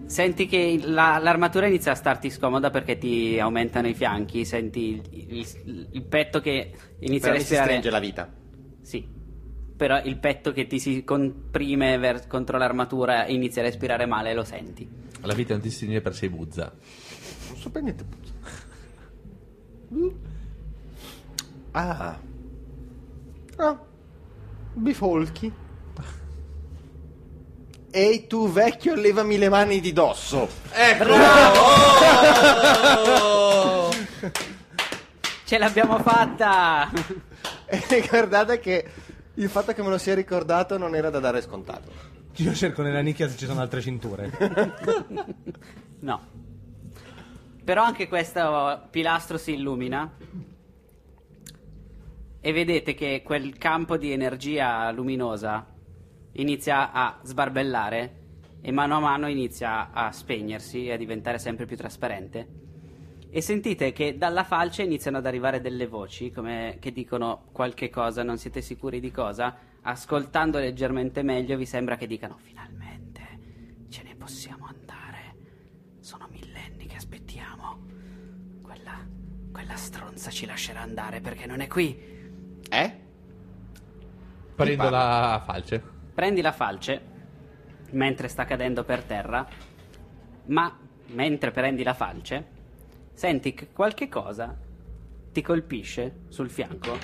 Speaker 2: Senti che la- l'armatura inizia a starti scomoda perché ti aumentano i fianchi, senti il, il- il petto che inizia a
Speaker 4: Però mi si
Speaker 2: respirare.
Speaker 4: stringe la vita.
Speaker 2: Sì. Però il petto che ti si comprime ver- contro l'armatura inizia a respirare male, lo senti.
Speaker 5: La vita non ti stringe per sei buzza.
Speaker 4: Non so per niente. Ah. Ah. Bifolchi. Ehi tu vecchio, levami le mani di dosso.
Speaker 2: Ce l'abbiamo fatta!
Speaker 4: E guardate che il fatto che me lo sia ricordato non era da dare scontato.
Speaker 3: Io cerco nella nicchia se ci sono altre cinture.
Speaker 2: No. Però anche questo pilastro si illumina. E vedete che quel campo di energia luminosa inizia a sbarbellare e mano a mano inizia a spegnersi e a diventare sempre più trasparente. E sentite che dalla falce iniziano ad arrivare delle voci come che dicono qualche cosa, non siete sicuri di cosa. Ascoltando leggermente meglio, vi sembra che dicano: Finalmente ce ne possiamo andare. Sono millenni che aspettiamo. Quella, quella stronza ci lascerà andare perché non è qui.
Speaker 4: Eh?
Speaker 5: Prendo la falce.
Speaker 2: Prendi la falce mentre sta cadendo per terra, ma mentre prendi la falce, senti che qualche cosa ti colpisce sul fianco.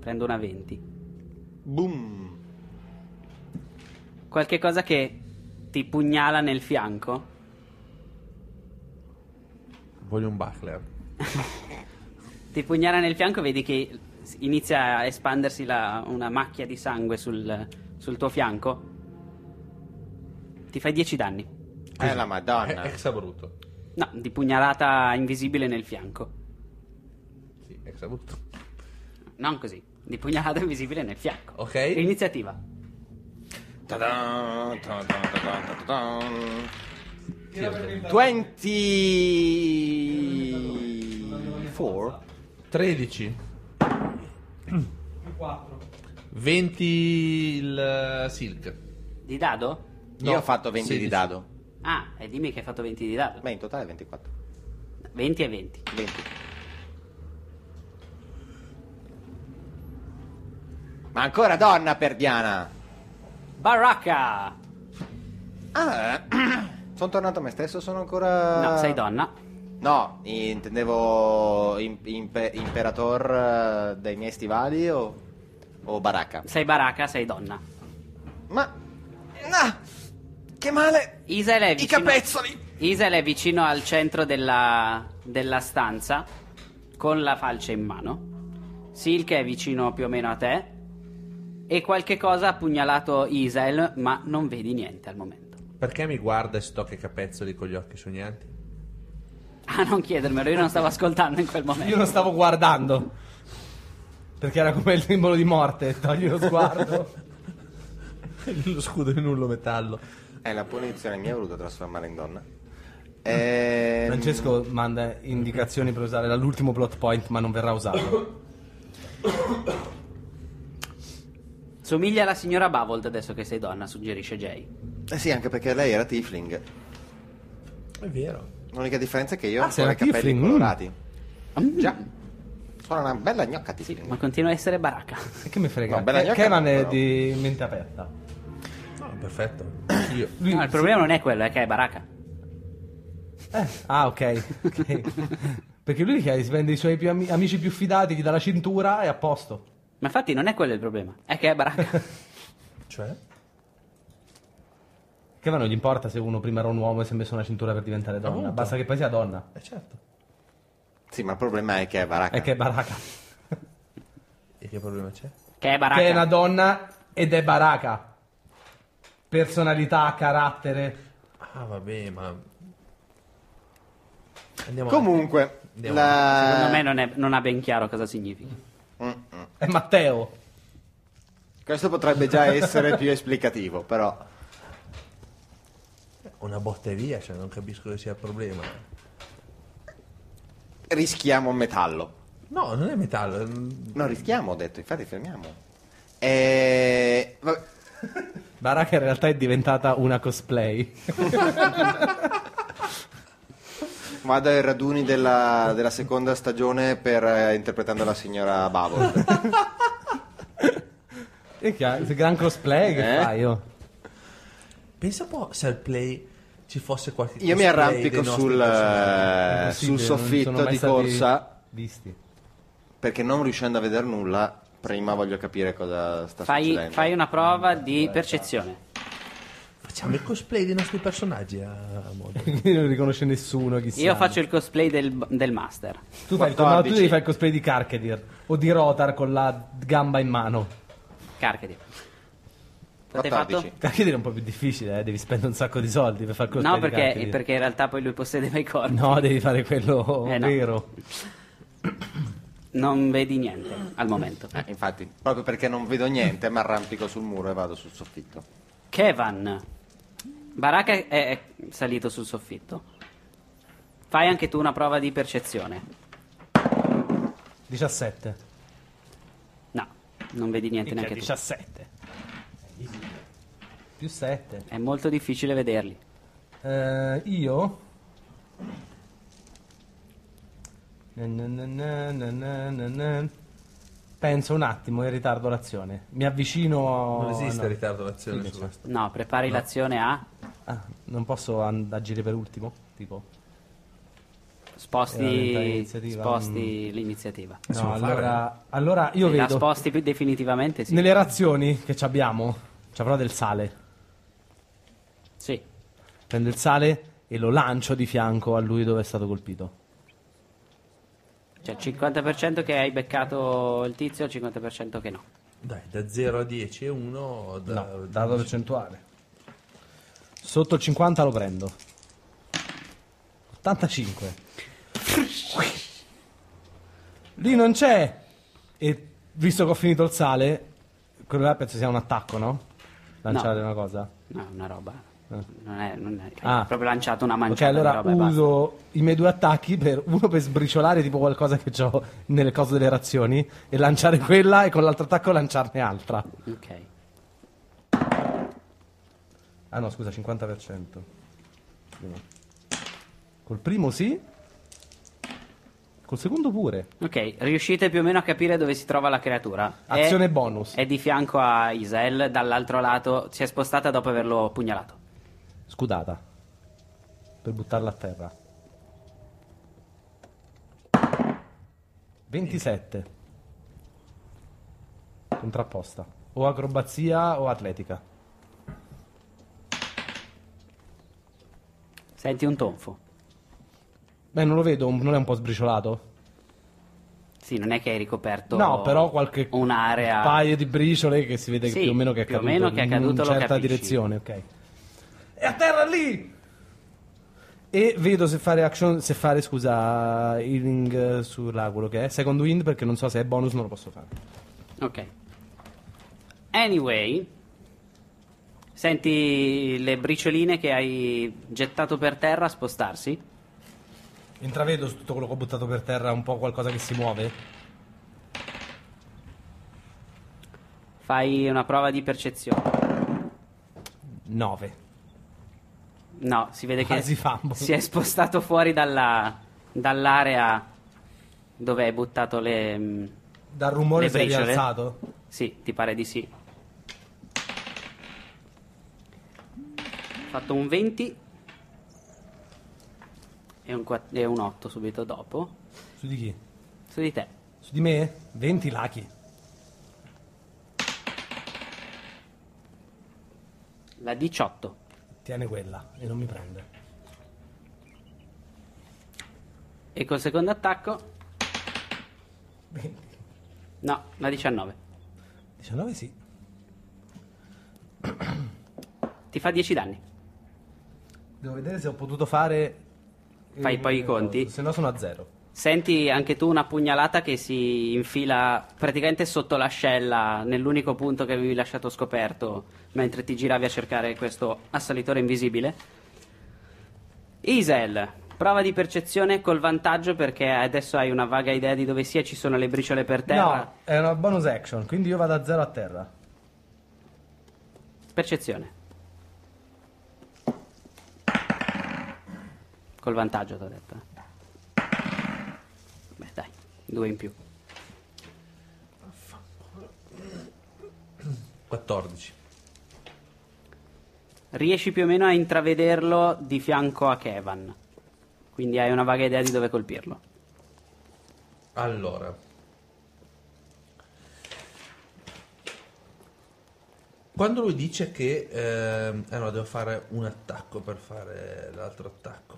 Speaker 2: Prendo una 20.
Speaker 4: Boom.
Speaker 2: Qualche cosa che ti pugnala nel fianco.
Speaker 5: Voglio un buckler.
Speaker 2: Ti pugnala nel fianco, vedi che inizia a espandersi la- una macchia di sangue sul, sul tuo fianco. Ti fai 10 danni.
Speaker 4: Eh la madonna.
Speaker 5: Ex abrutto.
Speaker 2: No, di pugnalata invisibile nel fianco.
Speaker 5: Sì, ex abrutto.
Speaker 2: Non così, di pugnalata invisibile nel fianco.
Speaker 5: Ok.
Speaker 2: Iniziativa.
Speaker 4: Ta-dan, ta-dan, ta-dan, ta-dan. 24
Speaker 5: 13. 20 il eh, silk.
Speaker 2: Di dado?
Speaker 4: Io ho fatto 20 di
Speaker 5: 16.
Speaker 4: dado.
Speaker 2: Ah, e dimmi che hai fatto 20 di dado.
Speaker 4: Beh, in totale 24.
Speaker 2: 20 e 20.
Speaker 4: 20. Ma ancora donna per Diana!
Speaker 2: Baracca!
Speaker 4: Ah, sono tornato a me stesso, sono ancora...
Speaker 10: Eh.
Speaker 2: No, sei donna.
Speaker 4: No, intendevo im- impe- imperator eh, dei miei stivali o, o baracca.
Speaker 2: Sei baracca, sei donna.
Speaker 4: Ma... Ah, che male!
Speaker 2: Isel è
Speaker 10: I
Speaker 2: vicino,
Speaker 10: capezzoli!
Speaker 2: Isel è vicino al centro della, della stanza con la falce in mano. Silk è vicino più o meno a te. E qualche cosa ha pugnalato Isel, ma non vedi niente al momento.
Speaker 5: Perché mi guarda e sto che capezzoli con gli occhi sognanti?
Speaker 2: Ah, non chiedermelo, io non stavo ascoltando in quel momento.
Speaker 3: Io lo stavo guardando. Perché era come il simbolo di morte. Togli lo sguardo.
Speaker 5: Lo scudo di nullo metallo.
Speaker 4: È Eh, la punizione mi ha voluto trasformare in donna. Ehm,
Speaker 3: Francesco manda indicazioni per usare l'ultimo plot point, ma non verrà usato.
Speaker 2: Somiglia alla signora Bavold adesso che sei donna, suggerisce Jay.
Speaker 4: Eh sì, anche perché lei era tiefling.
Speaker 5: È vero.
Speaker 4: L'unica differenza è che io ho
Speaker 3: Ah, sei
Speaker 4: ancora i
Speaker 3: una
Speaker 4: capelli
Speaker 3: tiefling, mm.
Speaker 4: colorati.
Speaker 2: Mm.
Speaker 4: Già. Sono una bella gnocca
Speaker 2: Sì,
Speaker 4: tiefling.
Speaker 2: ma continua a essere baracca.
Speaker 3: E che mi frega?
Speaker 4: No, bella
Speaker 3: Ke-
Speaker 4: gnocca
Speaker 3: Kevan
Speaker 4: no,
Speaker 3: è
Speaker 4: però.
Speaker 3: di mente aperta.
Speaker 5: No, perfetto. Io.
Speaker 3: Lui-
Speaker 2: No, il problema non è quello, è che è baracca.
Speaker 3: Eh, ah, ok. ok. Perché lui che si prende i suoi più ami- amici più fidati, gli dà la cintura e a posto.
Speaker 2: Ma infatti non è quello il problema, è che è baracca.
Speaker 5: Cioè?
Speaker 3: Che ma non gli importa se uno prima era un uomo e si è messo una cintura per diventare donna.
Speaker 5: Appunto.
Speaker 3: Basta che poi sia donna.
Speaker 5: Eh certo.
Speaker 4: Sì, ma il problema è che è baracca.
Speaker 3: È
Speaker 2: Ecco.
Speaker 3: che è baracca.
Speaker 5: E che problema c'è?
Speaker 2: che è baracca.
Speaker 3: Che è una donna ed è baracca. Personalità, carattere.
Speaker 5: Ah, vabbè, ma... Andiamo
Speaker 4: Comunque,
Speaker 5: Andiamo
Speaker 4: la- Mm,
Speaker 2: Secondo me non, è- non ha ben chiaro cosa significa.
Speaker 3: È Matteo.
Speaker 4: questo potrebbe già essere più esplicativo, però
Speaker 5: avanti. Una botteria, cioè non capisco che sia il problema.
Speaker 4: rischiamo metallo.
Speaker 5: No, non è metallo. mm, è un-
Speaker 4: No, rischiamo, ho detto, infatti fermiamo. E... vabbè,
Speaker 3: Baracca in realtà è diventata una cosplay.
Speaker 4: Vado ai raduni della, della seconda stagione per eh, interpretando la signora Bavold.
Speaker 3: E che ha- gran cosplay che
Speaker 4: Eh?
Speaker 3: fai oh. io.
Speaker 5: Pensa un po' se al play ci fosse qualche
Speaker 4: Io mi
Speaker 5: cosplay
Speaker 4: arrampico
Speaker 5: dei nostri
Speaker 4: sul,
Speaker 5: personaggi.
Speaker 4: eh, sul soffitto di corsa
Speaker 3: Visti.
Speaker 4: perché non riuscendo a vedere nulla, prima voglio capire cosa sta
Speaker 2: Fai,
Speaker 4: succedendo.
Speaker 2: fai una prova di percezione.
Speaker 5: Facciamo il cosplay dei nostri personaggi a a modo.
Speaker 3: Quindi non riconosce nessuno chi
Speaker 2: Io
Speaker 3: siamo.
Speaker 2: faccio il cosplay del, del master.
Speaker 3: Tu, fai il, no,
Speaker 4: 14.
Speaker 3: tu devi fare il cosplay di Karkedir o di Rotar con la gamba in mano.
Speaker 2: Carcati. Quanto hai
Speaker 4: 14.
Speaker 2: fatto?
Speaker 3: Karkedir è un po' più difficile, eh, devi spendere un sacco di soldi per fare il cosplay
Speaker 2: No,
Speaker 3: di
Speaker 2: perché,
Speaker 3: Karkedir.
Speaker 2: perché in realtà poi lui possedeva i corpi.
Speaker 3: No, devi fare quello
Speaker 2: Eh, no.
Speaker 3: vero.
Speaker 2: Non vedi niente al momento.
Speaker 4: Eh, infatti, proprio perché non vedo niente, mi arrampico sul muro e vado sul soffitto.
Speaker 2: Kevan. Baraka è, è salito sul soffitto. Fai anche tu una prova di percezione.
Speaker 3: 17.
Speaker 2: No, non vedi niente
Speaker 3: Minchia,
Speaker 2: neanche tu.
Speaker 3: 17. Più 7.
Speaker 2: È molto difficile vederli.
Speaker 3: Eh, io Na na na na na na na na. Penso un attimo in ritardo l'azione. Mi avvicino
Speaker 5: Non esiste
Speaker 3: no.
Speaker 5: ritardo d'azione
Speaker 3: Sì,
Speaker 5: su
Speaker 3: c'è.
Speaker 5: questo.
Speaker 2: No, prepari l'azione a
Speaker 3: Ah, non posso and- agire per ultimo, tipo. Era lenta
Speaker 2: sposti,
Speaker 3: l'iniziativa,
Speaker 2: sposti l'iniziativa.
Speaker 5: Si può
Speaker 3: No,
Speaker 5: fare?
Speaker 3: allora, allora mm. io
Speaker 2: La
Speaker 3: vedo
Speaker 2: sposti più definitivamente, sì.
Speaker 3: nelle razioni che ci abbiamo, ci avrò del sale.
Speaker 2: Sì.
Speaker 3: Prendo il sale e lo lancio di fianco a lui dove è stato colpito.
Speaker 2: Cioè, 50% che hai beccato il tizio, 50% che no.
Speaker 5: Dai, da 0 a 10 e 1 da...
Speaker 3: No, dato percentuale. Sotto il 50 lo prendo. 85. Lì non c'è. E visto che ho finito il sale, quello là penso sia un attacco, no? Lanciare
Speaker 2: No.
Speaker 3: una cosa.
Speaker 2: No, una roba. Non è, non è-
Speaker 3: Eh. Ah.
Speaker 2: hai proprio lanciato una
Speaker 3: ok,
Speaker 2: manciata di
Speaker 3: allora
Speaker 2: roba e basta.
Speaker 3: uso i miei due attacchi per uno per sbriciolare tipo qualcosa che ho nelle cose delle razioni e lanciare quella e con l'altro attacco lanciarne altra.
Speaker 2: Ok.
Speaker 3: Ah no, scusa, 50%. Prima. Col primo sì. Col secondo pure.
Speaker 2: Ok, riuscite più o meno a capire dove si trova la creatura. È-
Speaker 3: Azione bonus.
Speaker 2: È di fianco a Isel, dall'altro lato, si è spostata dopo averlo pugnalato.
Speaker 3: Scudata. Per buttarla a terra. 27. Contrapposta. O acrobazia o atletica.
Speaker 2: Senti un tonfo.
Speaker 3: Beh, non lo vedo, un- non è un po' sbriciolato?
Speaker 2: Sì, non è che hai ricoperto
Speaker 3: No, però qualche
Speaker 2: un'area.
Speaker 3: paio di briciole che si vede che
Speaker 2: Sì,
Speaker 3: più o meno che è
Speaker 2: più o
Speaker 3: caduto,
Speaker 2: meno che è
Speaker 3: in una
Speaker 2: caduto, lo
Speaker 3: certa
Speaker 2: capisci.
Speaker 3: direzione, ok. È a terra lì. E vedo se fare action, se fare scusa, healing eh, sulla quello che è second wind perché non so se è bonus, non lo posso fare.
Speaker 2: Ok. Anyway, senti le bricioline che hai gettato per terra spostarsi?
Speaker 3: Intravedo su tutto quello che ho buttato per terra un po' qualcosa che si muove.
Speaker 2: Fai una prova di percezione.
Speaker 3: 9.
Speaker 2: No, si vede che
Speaker 3: Quasi fumble.
Speaker 2: si è spostato fuori dalla- dall'area dove hai buttato le... mm,
Speaker 3: Dal rumore
Speaker 2: Le
Speaker 3: si è
Speaker 2: briciole?
Speaker 3: rialzato.
Speaker 2: Sì, ti pare di sì. Ho fatto un 20 e un, quat- e un 8 subito dopo.
Speaker 3: Su di chi?
Speaker 2: Su di te.
Speaker 3: Su di me? 20 lachi.
Speaker 2: La 18.
Speaker 3: Tiene quella e non mi prende.
Speaker 2: E col secondo attacco... No, la 19.
Speaker 3: 19 sì.
Speaker 2: Ti fa 10 danni.
Speaker 3: Devo vedere se ho potuto fare. eh,
Speaker 2: Fai poi i conti.
Speaker 3: Se no sono a zero.
Speaker 2: Senti anche tu una pugnalata che si infila praticamente sotto l'ascella, nell'unico punto che avevi lasciato scoperto mentre ti giravi a cercare questo assalitore invisibile. Isel, prova di percezione col vantaggio perché adesso hai una vaga idea di dove sia, ci sono le briciole per terra.
Speaker 3: No, è una bonus action, quindi io vado a zero a terra.
Speaker 2: Percezione. Col vantaggio, ti ho detto. eh. Beh, dai, due in più.
Speaker 5: 14.
Speaker 2: Riesci più o meno a intravederlo di fianco a Kevan. Quindi hai una vaga idea di dove colpirlo.
Speaker 5: Allora. Quando lui dice che... ehm, ah no, devo fare un attacco per fare l'altro attacco.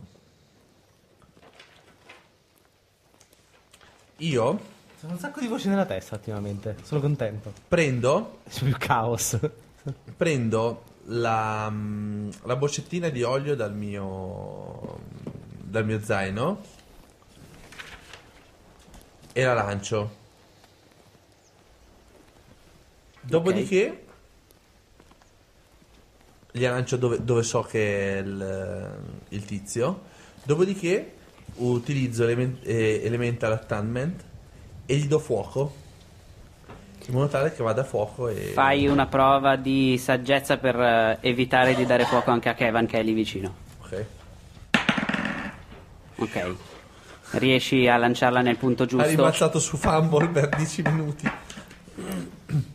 Speaker 5: Io
Speaker 3: Sono un sacco di voci nella testa attivamente. Sono contento.
Speaker 5: prendo,
Speaker 3: C'è più caos.
Speaker 5: prendo la, mm, la boccettina di olio dal mio, dal mio zaino e la lancio. Dopodiché gli lancio dove, dove so che è il, il tizio. Dopodiché utilizzo elemen- eh, Elemental Attunement e gli do fuoco. In modo tale che vada a fuoco e...
Speaker 2: Fai una prova di saggezza per eh, evitare di dare fuoco anche a Kevan che è lì vicino.
Speaker 5: Ok.
Speaker 2: Ok. Riesci a lanciarla nel punto
Speaker 5: Ha
Speaker 2: giusto.
Speaker 5: rimbalzato su Fumble per 10 minuti.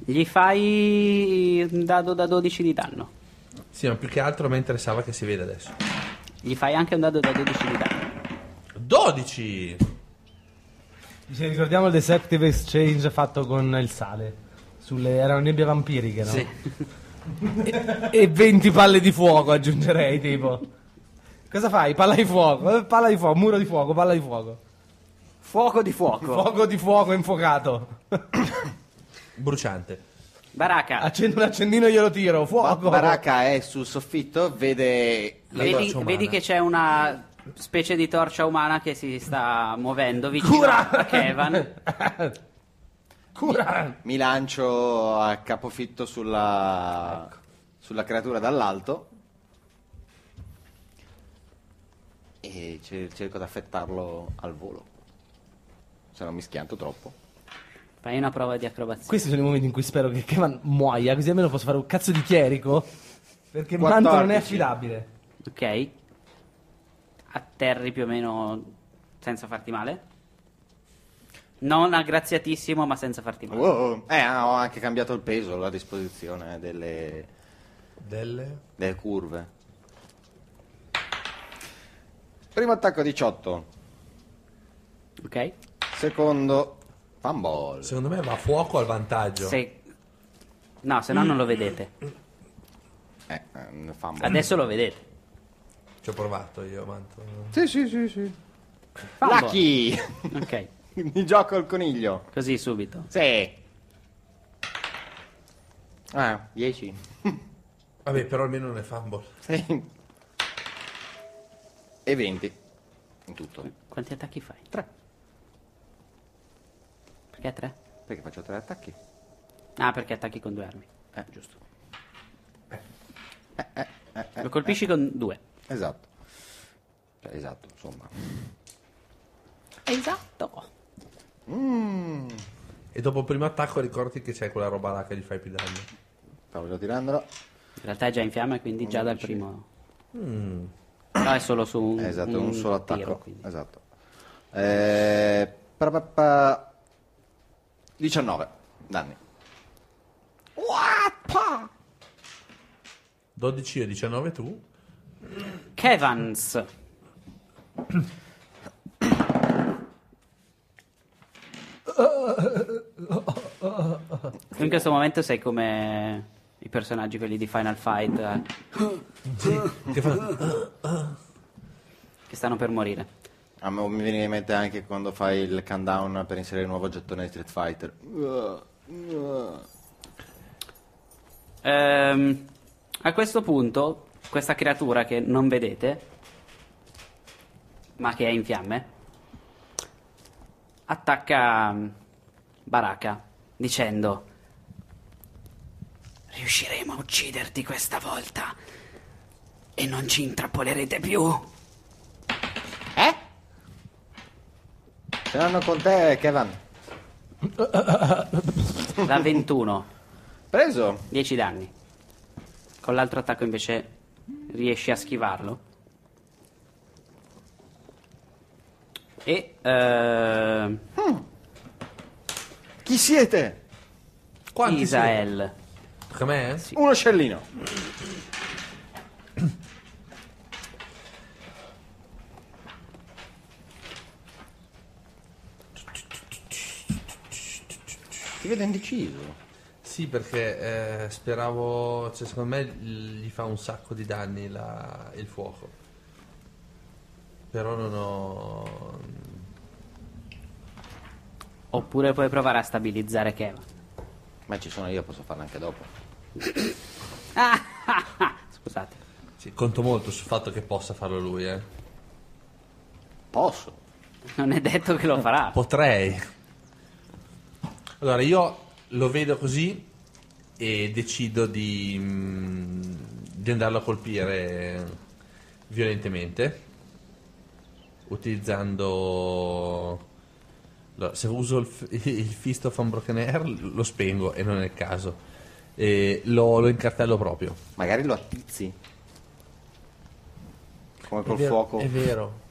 Speaker 2: Gli fai un dado da 12 di danno.
Speaker 5: Sì, ma più che altro a me interessava che si veda adesso.
Speaker 2: Gli fai anche un dado da 12 di danno.
Speaker 5: 12!
Speaker 3: Dice, ricordiamo il Deceptive Exchange fatto con il sale. Sulle, erano nebbie vampiriche, no?
Speaker 2: Sì.
Speaker 3: E 20 palle di fuoco aggiungerei, tipo. Cosa fai? Palla di fuoco, eh, palla di fuoco, muro di fuoco, palla di fuoco.
Speaker 2: Fuoco di fuoco.
Speaker 3: Fuoco di fuoco infuocato.
Speaker 5: Bruciante. Ah,
Speaker 2: Baraka.
Speaker 3: Accendo un accendino e glielo tiro.
Speaker 4: Ba-
Speaker 3: Fuoco.
Speaker 4: Baracca è sul soffitto, vede
Speaker 5: La
Speaker 2: Vedi,
Speaker 5: torcia umana.
Speaker 2: vedi che c'è una specie di torcia umana che si sta muovendo vicino
Speaker 3: Cura!
Speaker 2: a Kevan.
Speaker 3: Cura.
Speaker 4: Mi lancio a capofitto sulla, sulla creatura dall'alto e ce- cerco di affettarlo al volo. Se non mi schianto troppo.
Speaker 2: Fai una prova di acrobazia.
Speaker 3: Questi sono i momenti in cui spero che Kevan muoia, così almeno posso fare un cazzo di chierico. Perché
Speaker 4: 14.
Speaker 3: Manto non è affidabile.
Speaker 2: Ok. Atterri più o meno senza farti male. Non aggraziatissimo, ma senza farti male.
Speaker 4: Wow. Eh, ah, ho anche cambiato il peso, la disposizione delle,
Speaker 5: Delle...
Speaker 4: delle curve. Primo attacco 18,
Speaker 2: Ok.
Speaker 4: secondo Fumble.
Speaker 5: Secondo me va a fuoco al vantaggio.
Speaker 2: Se... No, se no non lo vedete.
Speaker 4: Eh, ehm, fumble.
Speaker 2: Adesso lo vedete.
Speaker 5: Ci ho provato io, Manto.
Speaker 4: Sì, sì, sì, sì.
Speaker 2: Fumble.
Speaker 4: Lucky!
Speaker 2: Ok,
Speaker 4: Il gioco al coniglio.
Speaker 2: così subito.
Speaker 4: Sì. Eh. Ah, 10.
Speaker 5: Vabbè, però almeno non è fumble.
Speaker 4: Sì. E 20. In tutto.
Speaker 2: Quanti attacchi fai? Tre. Perché tre?
Speaker 4: Perché faccio tre attacchi?
Speaker 2: Ah, perché attacchi con due armi.
Speaker 4: Eh, giusto. Eh,
Speaker 2: Lo colpisci con due.
Speaker 4: Esatto. Cioè, esatto, insomma.
Speaker 2: Esatto.
Speaker 5: E dopo il primo attacco ricordati che c'è quella roba là che gli fai più danno.
Speaker 4: Stavo già tirandolo.
Speaker 2: In realtà è già in fiamme, quindi già dal primo. Però è solo su un,
Speaker 4: Mm. Esatto, un, solo attacco.
Speaker 2: tiro, quindi.
Speaker 4: esatto. Eh, pa pa pa- 19 danni.
Speaker 5: 12 e 19 tu.
Speaker 2: Kevans. Tu in questo momento sei come i personaggi quelli di Final Fight eh,
Speaker 5: Che fa-
Speaker 2: che stanno per morire.
Speaker 4: A me Ah, mi viene in mente anche quando fai il countdown per inserire il nuovo oggettone di Street Fighter.
Speaker 2: Ehm, a questo punto, questa creatura che non vedete, ma che è in fiamme, attacca mm, Baraka dicendo: Riusciremo a ucciderti questa volta e non ci intrappolerete più.
Speaker 4: Eh? Ce l'hanno con te, Kevin.
Speaker 2: Da 21,
Speaker 4: Preso.
Speaker 2: 10 danni. Con l'altro attacco invece riesci a schivarlo. E ehm,
Speaker 4: Chi siete?
Speaker 5: Quanti
Speaker 2: Isael.
Speaker 5: sono? Tocca a me?
Speaker 4: Uno scellino. Ti vedo indeciso.
Speaker 5: Sì, perché eh, speravo... Cioè, secondo me gli fa un sacco di danni la- il fuoco. Però non ho...
Speaker 2: Oppure puoi provare a stabilizzare Keva.
Speaker 4: Ma ci sono io, posso farlo anche dopo.
Speaker 2: Scusate.
Speaker 5: Sì, conto molto sul fatto che possa farlo lui, eh.
Speaker 4: Posso.
Speaker 2: Non è detto che lo farà.
Speaker 5: Potrei. Allora, io lo vedo così e decido di, mm, di andarlo a colpire violentemente utilizzando... allora, se uso il, f- il Fist of Unbroken Air lo spengo e non è il caso. E lo, lo incartello proprio.
Speaker 4: Magari lo attizzi. Come
Speaker 5: È
Speaker 4: col
Speaker 5: vero-
Speaker 4: fuoco.
Speaker 5: È vero.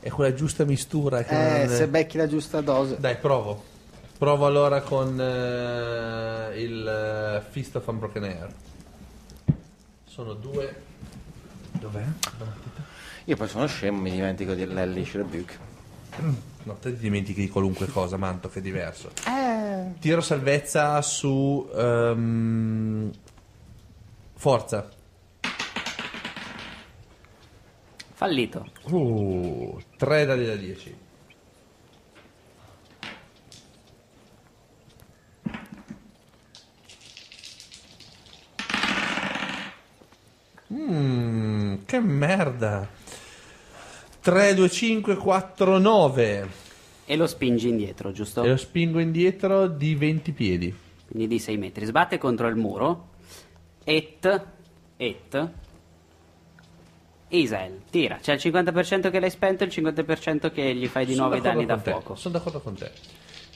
Speaker 5: È quella giusta mistura che
Speaker 4: Eh,
Speaker 5: non-
Speaker 4: se becchi la giusta dose.
Speaker 5: Dai, provo. Provo allora con eh, il eh, Fist of Unbroken Air. Sono due. Dov'è?
Speaker 4: Io poi sono scemo, mi dimentico di l'Hellish Rebuke.
Speaker 5: No, te ti dimentichi di qualunque cosa, Manto, che è diverso. Tiro salvezza su. ehm, forza.
Speaker 2: Fallito.
Speaker 5: Uh, 3 dadi da 10. Mm, che merda. 3, 2, 5, 4, 9.
Speaker 2: E lo spingi indietro, giusto?
Speaker 5: E lo spingo indietro di 20 piedi.
Speaker 2: Quindi di 6 metri. Sbatte contro il muro. Et. Et. Isael, tira. C'è il 50% che l'hai spento e il 50% che gli fai di nuovo i danni da fuoco.
Speaker 5: Sono d'accordo con te.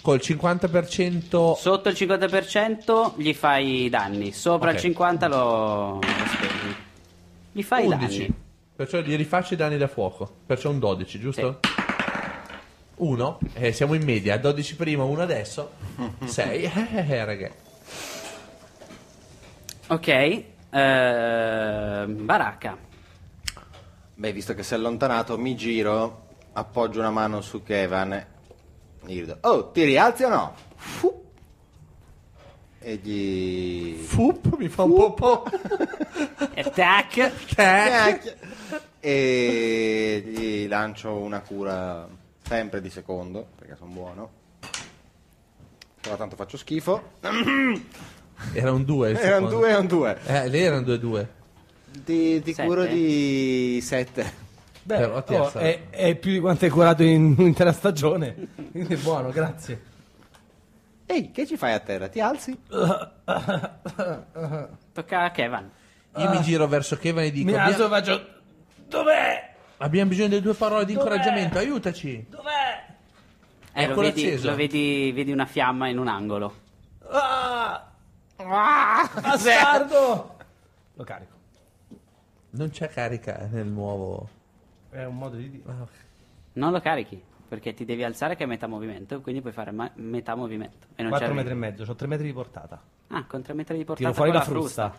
Speaker 5: Col 50%...
Speaker 2: Sotto il 50% gli fai i danni. Sopra
Speaker 5: Ok.
Speaker 2: il 50% lo, lo spegni. Gli fai i
Speaker 5: 11.
Speaker 2: danni.
Speaker 5: Perciò gli rifaccio i danni da fuoco. Perciò un 12, giusto? 1. siamo in media. 12 prima, 1 adesso. 6. Eh, eh, eh, raga.
Speaker 2: Ok. ehm, baracca.
Speaker 4: Beh, visto che si è allontanato, mi giro, appoggio una mano su Kevan Gli grido, oh, ti rialzi o no? Fu. E gli...
Speaker 5: Fup, mi fa un po' po'.
Speaker 2: E tac.
Speaker 4: Cacchio. e gli lancio una cura sempre di secondo, perché sono buono. Però tanto faccio schifo.
Speaker 5: Era un 2.
Speaker 4: Erano due, erano due.
Speaker 5: Eh, lei erano 2-2.
Speaker 4: Ti, ti
Speaker 2: Sette.
Speaker 4: curo di sette.
Speaker 3: Beh,
Speaker 5: Però ti
Speaker 3: oh,
Speaker 5: alza.
Speaker 3: è, è più di quanto hai curato in un'intera stagione. Quindi è buono, grazie.
Speaker 4: Ehi, che ci fai a terra? Ti alzi?
Speaker 2: Tocca a Kevin.
Speaker 5: Io Ah. mi giro verso Kevin e dico:
Speaker 3: Mi
Speaker 5: "Abbia-
Speaker 3: alzo e faccio. Dov'è?
Speaker 5: Abbiamo bisogno di due parole di incoraggiamento, aiutaci.
Speaker 3: Dov'è? Ecco
Speaker 2: Eh, lo
Speaker 5: Ancora
Speaker 2: vedi,
Speaker 5: acceso.
Speaker 2: lo vedi, vedi una fiamma in un angolo.
Speaker 3: Ah! Bastardo! Lo carico.
Speaker 5: Non c'è carica nel nuovo.
Speaker 3: È un modo di dire.
Speaker 2: Non lo carichi, perché ti devi alzare che è metà movimento, quindi puoi fare ma- metà movimento. E non
Speaker 3: 4
Speaker 2: c'è
Speaker 3: metri e mezzo, ho 3 metri di portata.
Speaker 2: Ah, con 3 metri di portata
Speaker 3: Tiro fuori
Speaker 2: con
Speaker 3: la frusta.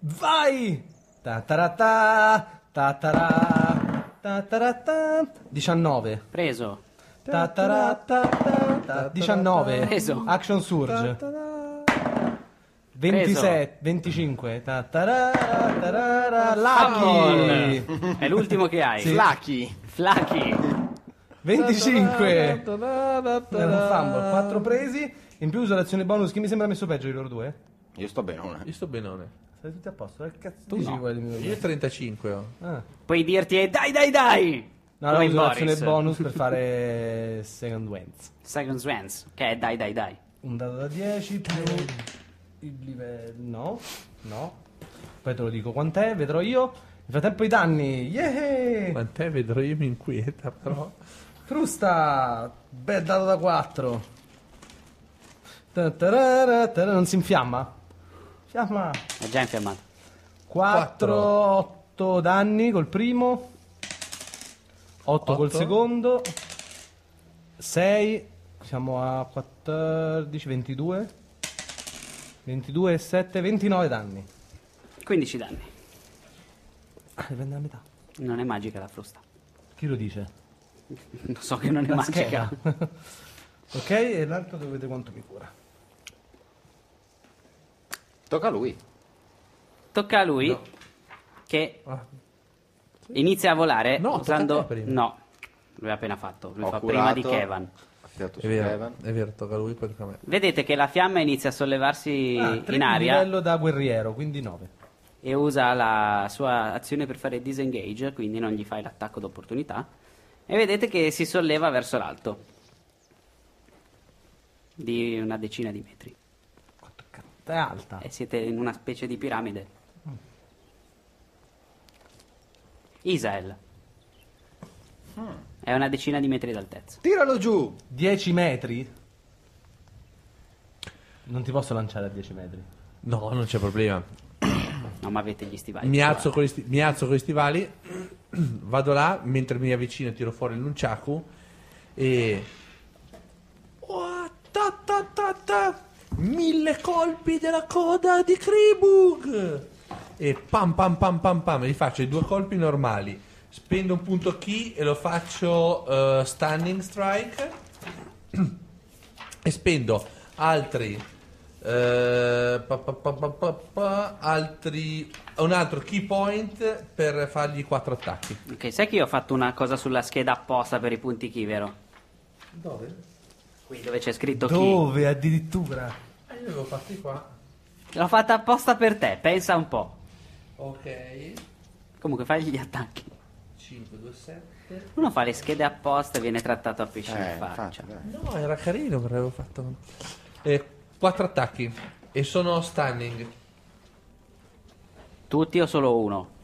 Speaker 3: Vai! Ta-ta-ra-ta, ta-ta-ra, ta-ta-ra-ta. 19.
Speaker 2: Preso.
Speaker 3: Ta-ta-ra-ta-ta, 19.
Speaker 2: Preso.
Speaker 3: Action surge. 27, 25. Ta-ta-ra, ta-ra-ra, Lucky!
Speaker 2: Foul. È l'ultimo che hai.
Speaker 3: Sì.
Speaker 4: Lucky.
Speaker 2: Flacchi.
Speaker 3: 25. Era un fumble, 4 presi. In più uso l'azione bonus che mi sembra messo peggio di loro due.
Speaker 4: Io sto benone.
Speaker 5: Io sto benone.
Speaker 3: Stai tutti a posto, che cazzo
Speaker 2: Tu
Speaker 3: dici
Speaker 2: no.
Speaker 3: che vuoi di me?
Speaker 5: Io oh. 35 ho.
Speaker 3: Ah.
Speaker 2: Puoi dirti eh, dai dai dai.
Speaker 3: No, no,
Speaker 2: Come in
Speaker 3: uso l'azione
Speaker 2: Boris.
Speaker 3: bonus per fare second wins.
Speaker 2: Second Swans, che è dai dai dai.
Speaker 3: Un dado da 10 più il livello... No, no. Poi te lo dico quant'è, vedrò io. Nel frattempo i danni. Yeah!
Speaker 5: Quant'è vedrò io mi inquieta, però.
Speaker 3: Frusta! Bel dado da 4. Non si infiamma? Fiamma!
Speaker 2: È già infiammato.
Speaker 3: 4, 8 danni col primo, 8 col
Speaker 5: Otto.
Speaker 3: secondo, 6, siamo a 14, 22, 22 e 7, 29 danni.
Speaker 2: 15 danni.
Speaker 3: Ah, ne prende la metà.
Speaker 2: Non è magica la frusta.
Speaker 3: Chi lo dice?
Speaker 2: Lo so che non è
Speaker 3: La
Speaker 2: magica.
Speaker 3: scheda. ok, e l'altro dovete quanto mi cura.
Speaker 4: Tocca a lui.
Speaker 2: Tocca a lui che
Speaker 5: Ah.
Speaker 2: inizia a volare
Speaker 5: No, tocca a
Speaker 2: usando
Speaker 5: te prima.
Speaker 2: no. Lui ha appena fatto, lui
Speaker 4: Ho
Speaker 2: fa prima
Speaker 4: curato.
Speaker 2: di Kevin.
Speaker 4: Ho tirato
Speaker 5: È
Speaker 4: su
Speaker 5: vero,
Speaker 4: Kevin.
Speaker 5: è vero, tocca a lui poi tocca a me.
Speaker 2: Vedete che la fiamma inizia a sollevarsi
Speaker 3: Ah, tre
Speaker 2: in
Speaker 3: di
Speaker 2: aria
Speaker 3: livello da guerriero, quindi 9.
Speaker 2: e usa la sua azione per fare disengage, quindi non gli fai l'attacco d'opportunità. E vedete che si solleva verso l'alto di una decina di metri.
Speaker 3: Quanto cazzo è alta?
Speaker 2: E siete in una specie di piramide. Isael. È una decina di metri d'altezza.
Speaker 4: Tiralo giù.
Speaker 3: 10 metri? Non ti posso lanciare a 10 metri.
Speaker 5: No, non c'è problema.
Speaker 2: Non ma avete gli stivali.
Speaker 5: Mi alzo con gli, sti- mi alzo con gli stivali, vado là, mentre mi avvicino tiro fuori il nunchaku e... Oh, ta, ta, ta, ta. Mille colpi della coda di Kribug! E pam pam pam pam pam, gli faccio i due colpi normali. Spendo un punto key e lo faccio eh, stunning strike. e spendo altri eh, pa, pa, pa, pa, pa, pa, altri un altro key point per fargli quattro attacchi
Speaker 2: Ok, sai che io ho fatto una cosa sulla scheda apposta per i punti chi, vero?
Speaker 5: dove?
Speaker 2: Qui dove c'è scritto chi.
Speaker 3: Dove addirittura?
Speaker 5: Ah, io avevo fatti qua
Speaker 2: L'ho fatta apposta per te, pensa un po'.
Speaker 5: ok
Speaker 2: Comunque fai gli attacchi.
Speaker 5: 5 2 7
Speaker 2: Uno fa le schede apposta e viene trattato a pesce
Speaker 4: Eh,
Speaker 2: in faccia.
Speaker 4: infatti, dai.
Speaker 5: no era carino perché avevo fatto eh, quattro attacchi e sono stunning
Speaker 2: Tutti o solo uno?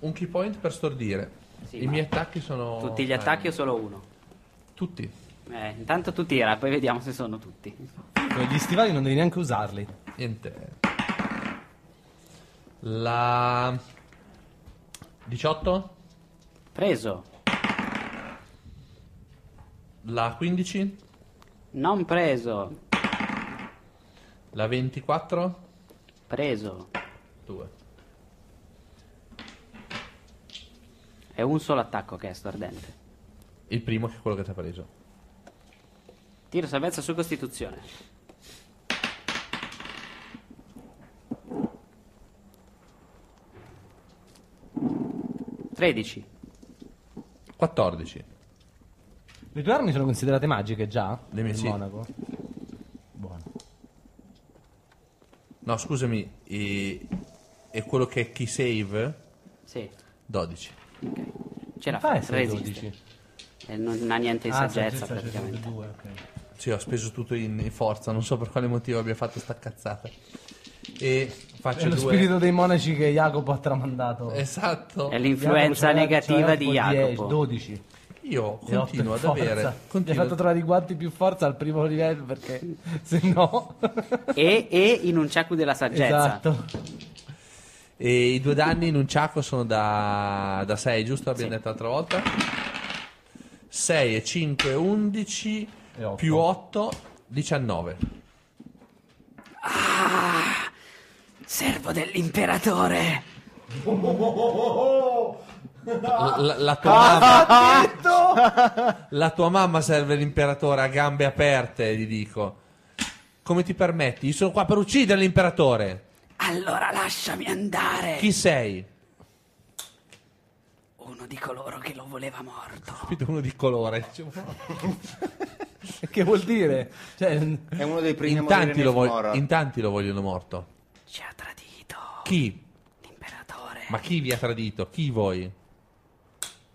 Speaker 5: un key point per stordire
Speaker 2: Sì,
Speaker 5: i
Speaker 2: ma-
Speaker 5: miei attacchi
Speaker 3: Oh,
Speaker 5: sono
Speaker 2: Tutti gli
Speaker 3: eh.
Speaker 5: stunning.
Speaker 2: attacchi o solo uno?
Speaker 5: tutti
Speaker 2: Eh, intanto tu tira, poi vediamo se sono tutti.
Speaker 3: Cioè, Gli stivali non devi neanche usarli.
Speaker 5: Niente. La 18,
Speaker 2: Preso.
Speaker 5: la 15,
Speaker 2: Non preso.
Speaker 5: la 24,
Speaker 2: Preso.
Speaker 5: 2.
Speaker 2: È un solo attacco che è sto ardente.
Speaker 5: Il primo che è quello che ti ha preso.
Speaker 2: Tiro salvezza su Costituzione. Tredici.
Speaker 5: 14.
Speaker 3: Le tue armi sono considerate magiche già?
Speaker 5: Le mie
Speaker 3: in
Speaker 5: sì.
Speaker 3: Monaco. Buono.
Speaker 5: No, scusami, e, e quello che è key save?
Speaker 2: Sì.
Speaker 5: 12.
Speaker 2: Ok. Ce la
Speaker 3: Fai
Speaker 2: fa.
Speaker 3: essere
Speaker 2: resiste.
Speaker 3: 12.
Speaker 2: E non, non ha niente in
Speaker 3: Ah,
Speaker 2: Ah, saggezza
Speaker 3: saggezza,
Speaker 2: praticamente.
Speaker 5: Cioè, Sì, ho speso tutto in, in forza, non so per quale motivo abbia fatto sta cazzata. E
Speaker 3: È
Speaker 5: faccio
Speaker 3: lo
Speaker 5: due...
Speaker 3: spirito dei monaci che Jacopo ha tramandato.
Speaker 5: Esatto.
Speaker 2: È
Speaker 3: Jacopo
Speaker 2: l'influenza
Speaker 3: c'aveva-
Speaker 2: negativa di
Speaker 3: c'aveva tipo
Speaker 2: Jacopo.
Speaker 3: 10, 12.
Speaker 5: Io
Speaker 3: e otto in
Speaker 5: continuo ad
Speaker 3: forza.
Speaker 5: avere...
Speaker 3: Mi ha
Speaker 5: Continuo...
Speaker 3: fatto trovare i guanti più forza al primo livello perché se no...
Speaker 2: E, e in un ciacu della saggezza.
Speaker 3: esatto.
Speaker 5: E i due danni in un ciacco sono da, 6, giusto? Abbiamo detto l'altra volta. 6 e 5, 11
Speaker 3: E otto.
Speaker 5: più 8, 19.
Speaker 2: Servo dell'imperatore.
Speaker 5: La, la- la tua mamma,
Speaker 2: Ah!
Speaker 5: la tua mamma serve l'imperatore a gambe aperte, gli dico. Come ti permetti? Io sono qua per uccidere l'imperatore.
Speaker 2: Allora lasciami andare.
Speaker 5: Chi sei?
Speaker 2: Uno di coloro che lo voleva morto.
Speaker 5: Capito? Uno di colore.
Speaker 3: Che vuol dire? Cioè,
Speaker 4: È uno dei primi
Speaker 5: In
Speaker 4: a morire
Speaker 5: tanti,
Speaker 4: nei
Speaker 5: lo vog-
Speaker 4: Fomora.
Speaker 5: in tanti lo vogliono morto.
Speaker 2: Ci ha tradito.
Speaker 5: Chi?
Speaker 2: L'imperatore.
Speaker 5: Ma chi vi ha tradito? Chi voi?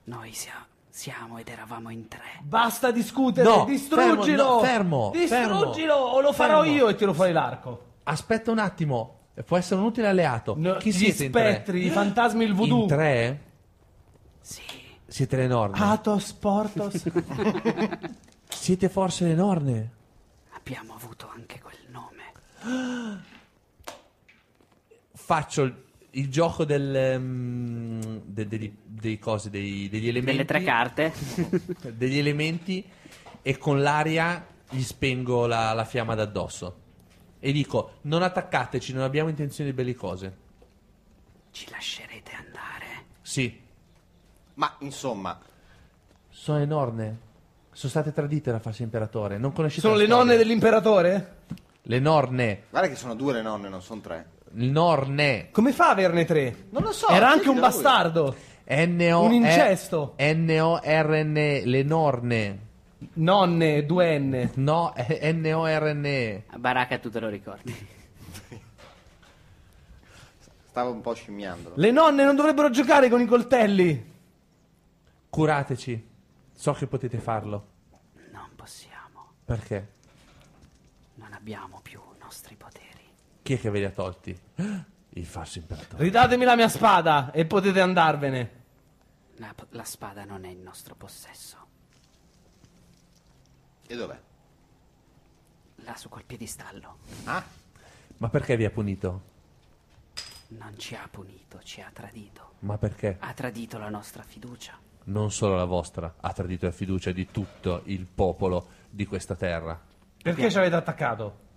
Speaker 2: Noi sia- siamo ed eravamo in tre.
Speaker 3: Basta discutere,
Speaker 5: No,
Speaker 3: distruggilo!
Speaker 5: fermo, no, fermo,
Speaker 3: distruggilo
Speaker 5: fermo.
Speaker 3: o lo farò
Speaker 5: Fermo.
Speaker 3: io e tiro fuori l'arco.
Speaker 5: Aspetta un attimo, può essere un utile alleato.
Speaker 3: No,
Speaker 5: Chi
Speaker 3: gli
Speaker 5: siete in tre?
Speaker 3: spettri, i fantasmi, il voodoo.
Speaker 5: In tre?
Speaker 2: Sì.
Speaker 5: Siete le norne.
Speaker 3: Atos, Portos.
Speaker 5: Siete forse le norne?
Speaker 2: Abbiamo avuto anche quel nome.
Speaker 5: Faccio il, il gioco del, ehm, de- degli, dei cosi, dei- degli elementi.
Speaker 2: Delle tre carte.
Speaker 5: Degli elementi e con l'aria gli spengo la, la fiamma da addosso. E dico, non attaccateci, non abbiamo intenzioni bellicose.
Speaker 2: Ci lascerete andare.
Speaker 5: Sì,
Speaker 4: Ma insomma,
Speaker 5: sono le norne. Sono state tradite da falso imperatore. Non conoscete
Speaker 3: Sono
Speaker 5: la
Speaker 3: le
Speaker 5: storia.
Speaker 3: nonne dell'imperatore?
Speaker 5: Le norne.
Speaker 4: guarda che sono due le nonne, non sono tre.
Speaker 5: Il norne.
Speaker 3: Come fa a averne tre?
Speaker 4: Non lo so.
Speaker 3: Era anche un
Speaker 4: chiedilo a lui.
Speaker 3: bastardo.
Speaker 5: N-O-
Speaker 3: Un incesto.
Speaker 5: N-O-R-N. Le norne.
Speaker 3: Nonne, due N.
Speaker 5: No, eh, N-O-R-N.
Speaker 2: A Baracca tu te lo ricordi.
Speaker 4: Stavo un po' scimmiando.
Speaker 3: Le nonne non dovrebbero giocare con i coltelli.
Speaker 5: Curateci. So che potete farlo.
Speaker 2: Non possiamo.
Speaker 5: Perché?
Speaker 2: Non abbiamo più nostri poteri.
Speaker 5: Chi è che ve li ha tolti? Il falso imperatore.
Speaker 3: Ridatemi la mia spada e potete andarvene.
Speaker 2: La, la spada non è in nostro possesso.
Speaker 4: E dov'è?
Speaker 2: Là su quel piedistallo.
Speaker 5: Ma perché vi ha punito?
Speaker 2: Non ci ha punito, ci ha tradito.
Speaker 5: Ma perché?
Speaker 2: Ha tradito la nostra fiducia.
Speaker 5: Non solo la vostra. Ha tradito la fiducia di tutto il popolo di questa terra.
Speaker 3: Perché ci avete attaccato?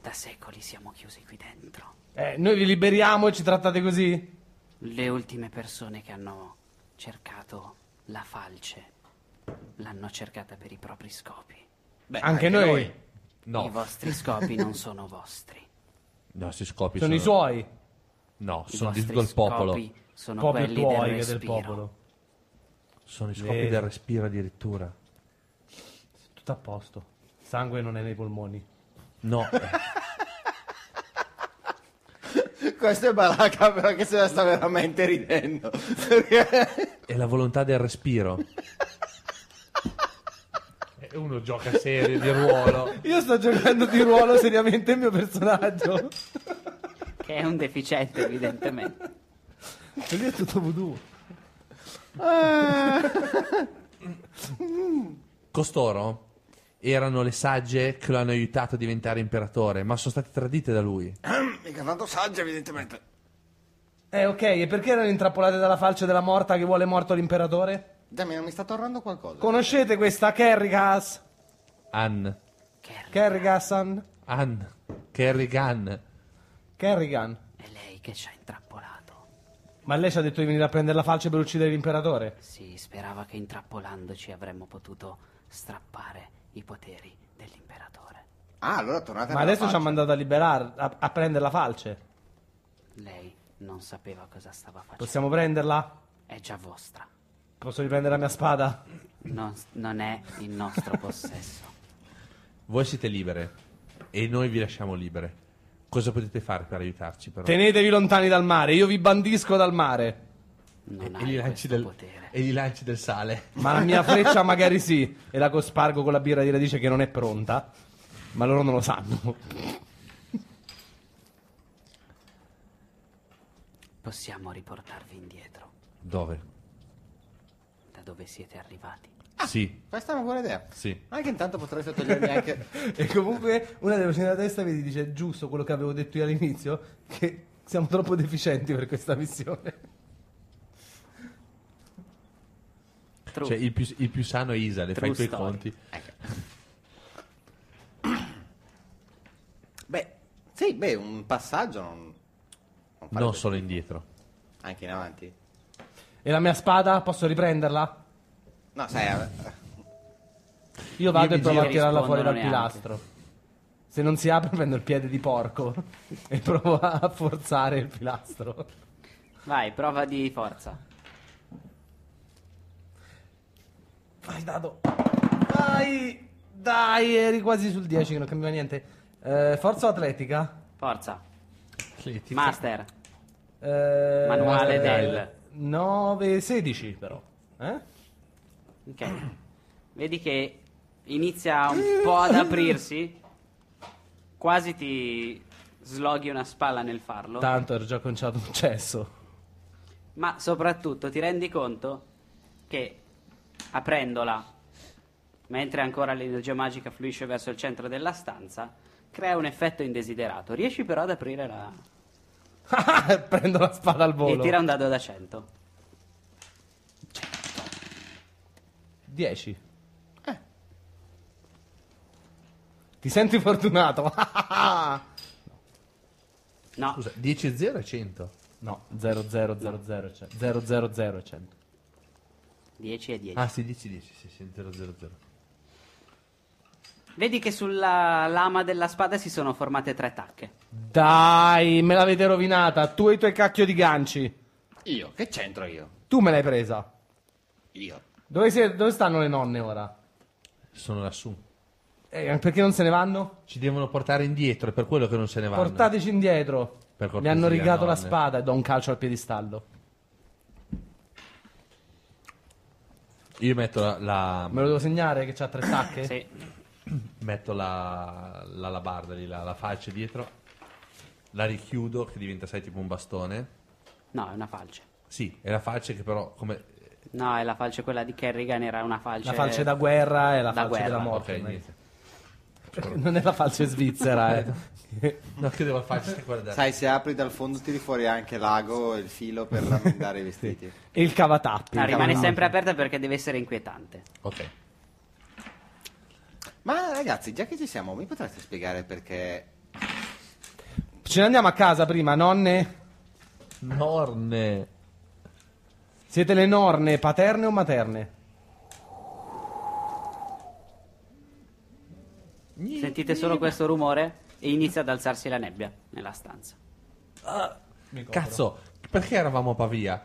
Speaker 2: Da secoli siamo chiusi qui dentro.
Speaker 3: Eh, noi vi liberiamo e ci trattate così?
Speaker 2: Le ultime persone che hanno cercato la falce l'hanno cercata per i propri scopi.
Speaker 4: Beh,
Speaker 3: anche, noi.
Speaker 2: I
Speaker 5: No,
Speaker 2: vostri scopi non sono vostri.
Speaker 5: i nostri scopi
Speaker 3: Sono
Speaker 5: sono...
Speaker 3: i suoi.
Speaker 5: No,
Speaker 2: I
Speaker 5: sono di tutto
Speaker 2: vostri
Speaker 5: il popolo.
Speaker 2: scopi sono
Speaker 3: Proprio
Speaker 2: quelli del
Speaker 3: tuoi che del
Speaker 2: respiro.
Speaker 3: popolo.
Speaker 5: Sono i scopi
Speaker 3: Vedi.
Speaker 5: del respiro addirittura.
Speaker 3: Tutto a posto. Sangue non è nei polmoni.
Speaker 5: No,
Speaker 4: Questo è Baracca, però che se la sta veramente ridendo. Perché-
Speaker 5: è la volontà del respiro. E uno gioca serio di ruolo.
Speaker 3: Io sto giocando di ruolo seriamente il mio personaggio.
Speaker 2: Che è un deficiente, evidentemente.
Speaker 3: E lì è tutto voodoo.
Speaker 5: Costoro erano le sagge che lo hanno aiutato a diventare imperatore, ma sono state tradite da lui.
Speaker 11: Mica tanto saggia, evidentemente.
Speaker 3: Eh, ok, e perché erano intrappolate dalla falce della morta che vuole morto l'imperatore?
Speaker 4: Dammi, non mi sta tornando qualcosa.
Speaker 3: Conoscete questa Kerrigas?
Speaker 5: Ann,
Speaker 2: Kerry,
Speaker 3: Kerrigasan?
Speaker 5: Ann, Kerrigan.
Speaker 3: Kerrigan?
Speaker 2: è lei che ci ha intrappolato.
Speaker 3: Ma lei ci ha detto di venire a prendere la falce per uccidere l'imperatore?
Speaker 2: Si sperava che intrappolandoci avremmo potuto strappare i poteri dell'imperatore.
Speaker 4: Ah, allora tornate
Speaker 3: Ma
Speaker 4: nella
Speaker 3: adesso ci ha
Speaker 4: faccia.
Speaker 3: mandato a liberare, a, a prendere la falce.
Speaker 2: Lei non sapeva cosa stava facendo.
Speaker 3: Possiamo prenderla?
Speaker 2: È già vostra.
Speaker 3: Posso riprendere la mia spada?
Speaker 2: Non, non è in nostro possesso.
Speaker 5: Voi siete libere e noi vi lasciamo libere. Cosa potete fare per aiutarci però?
Speaker 3: Tenetevi lontani dal mare, io vi bandisco dal mare.
Speaker 2: Non
Speaker 5: e, gli
Speaker 2: hai
Speaker 5: lanci
Speaker 2: questo
Speaker 5: del,
Speaker 2: potere.
Speaker 5: e gli lanci del sale.
Speaker 3: Ma la mia freccia magari sì. E la cospargo con la birra di radice che non è pronta. Ma loro non lo sanno.
Speaker 2: Possiamo riportarvi indietro
Speaker 5: Dove?
Speaker 2: da dove siete arrivati.
Speaker 5: Sì,
Speaker 4: Questa è una buona idea.
Speaker 5: sì.
Speaker 4: Ma che intanto potreste togliermi anche...
Speaker 3: E comunque una delle voci nella testa mi dice giusto quello che avevo detto io all'inizio, che siamo troppo deficienti per questa missione.
Speaker 2: True.
Speaker 5: Cioè, il più, il più sano è Isa, le fai i
Speaker 2: True
Speaker 5: tuoi
Speaker 2: story.
Speaker 5: conti.
Speaker 4: Beh, sì, beh, un passaggio non... non farebbe-
Speaker 5: Non solo indietro.
Speaker 4: Anche in avanti.
Speaker 3: E la mia spada, posso riprenderla?
Speaker 4: No, sai... eh,
Speaker 3: Io vado
Speaker 2: Io
Speaker 3: e
Speaker 2: mi
Speaker 3: provo
Speaker 2: giro
Speaker 3: a
Speaker 2: e
Speaker 3: tirarla fuori dal
Speaker 2: rispondono neanche.
Speaker 3: pilastro. Se non si apre prendo il piede di porco e provo a forzare il pilastro.
Speaker 2: Vai, prova di forza.
Speaker 3: Vai, dado. Dai, dai, eri quasi sul 10 che non cambiava niente. Eh, forza o atletica?
Speaker 2: Forza.
Speaker 5: Atletica.
Speaker 2: Master.
Speaker 3: Eh,
Speaker 2: Manuale del-
Speaker 3: 9, 16 però. Eh?
Speaker 2: Ok. Vedi che inizia un po' ad aprirsi. Quasi ti sloghi una spalla nel farlo.
Speaker 3: Tanto ero già conciato un cesso.
Speaker 2: Ma soprattutto ti rendi conto che aprendola, mentre ancora l'energia magica fluisce verso il centro della stanza, crea un effetto indesiderato. Riesci però ad aprire la...
Speaker 3: Prendo la spada al
Speaker 2: e
Speaker 3: volo.
Speaker 2: tira un dado da 100.
Speaker 3: 10. Eh. Ti senti fortunato?
Speaker 2: No,
Speaker 5: Scusa, 10 e 0 è 100.
Speaker 3: no, 0 0 0 0 0 0 0 100.
Speaker 2: 10 e 10.
Speaker 5: Ah, sì, 10 10, sì, sì, 0 0 0.
Speaker 2: Vedi che sulla lama della spada si sono formate tre tacche.
Speaker 3: Dai, me l'avete rovinata, tu e i tuoi cacchio di ganci.
Speaker 4: Io? Che c'entro io?
Speaker 3: Tu me l'hai presa.
Speaker 4: Io.
Speaker 3: Dove, siete- dove stanno le nonne ora?
Speaker 5: Sono lassù.
Speaker 3: Eh, perché non se ne vanno?
Speaker 5: Ci devono portare indietro, è per quello che non se ne vanno.
Speaker 3: Portateci indietro.
Speaker 5: Per
Speaker 3: Mi
Speaker 5: cortesia,
Speaker 3: hanno rigato la
Speaker 5: nonne.
Speaker 3: spada e do un calcio al piedistallo.
Speaker 5: Io metto la, la-
Speaker 3: Me lo devo segnare che c'ha tre
Speaker 5: Eh.
Speaker 3: tacche?
Speaker 2: Sì.
Speaker 5: metto la, la, la barda lì, la, la falce dietro, la richiudo che diventa, sai, tipo un bastone.
Speaker 2: No, è una falce.
Speaker 5: Sì, è la falce che però come...
Speaker 2: No, è la falce quella di Kerrigan, era una falce...
Speaker 3: La falce da guerra e la
Speaker 2: Da
Speaker 3: falce
Speaker 2: guerra,
Speaker 3: della
Speaker 5: Ok,
Speaker 3: morte.
Speaker 5: niente.
Speaker 3: non è la falce svizzera, eh.
Speaker 5: No, che devo farci guardare.
Speaker 4: Sai, se apri dal fondo tiri fuori anche l'ago e il filo per rammendare i vestiti.
Speaker 3: E il cavatappi. il
Speaker 2: No, Ah, rimane
Speaker 3: cavatappi.
Speaker 2: sempre aperta perché deve essere inquietante.
Speaker 5: Ok.
Speaker 4: Ma ragazzi, già che ci siamo, mi potreste spiegare perché...
Speaker 3: Ce ne andiamo a casa prima, nonne?
Speaker 5: Norne.
Speaker 3: Siete le norne paterne o materne?
Speaker 2: Sentite solo questo rumore e inizia ad alzarsi la nebbia nella stanza.
Speaker 5: Cazzo, perché eravamo a Pavia?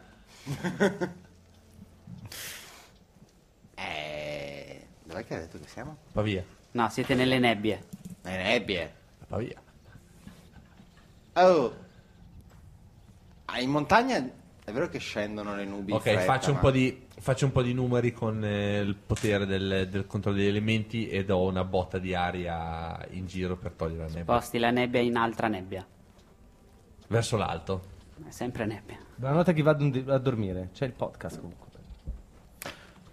Speaker 4: Eh... Dov'è che hai detto che siamo?
Speaker 5: Pavia.
Speaker 2: No, siete nelle nebbie.
Speaker 4: Le nebbie.
Speaker 5: A Pavia.
Speaker 4: Oh! Ah, in montagna è vero che scendono le nubi in
Speaker 5: Ok,
Speaker 4: fretta,
Speaker 5: faccio, un
Speaker 4: ma-
Speaker 5: po di, faccio un po' di numeri con eh, il potere del, del controllo degli elementi e do una botta di aria in giro per togliere la nebbia.
Speaker 2: Posti la nebbia in altra nebbia.
Speaker 5: Verso l'alto.
Speaker 2: È sempre nebbia.
Speaker 3: Buonanotte a chi va a a dormire. C'è il podcast comunque.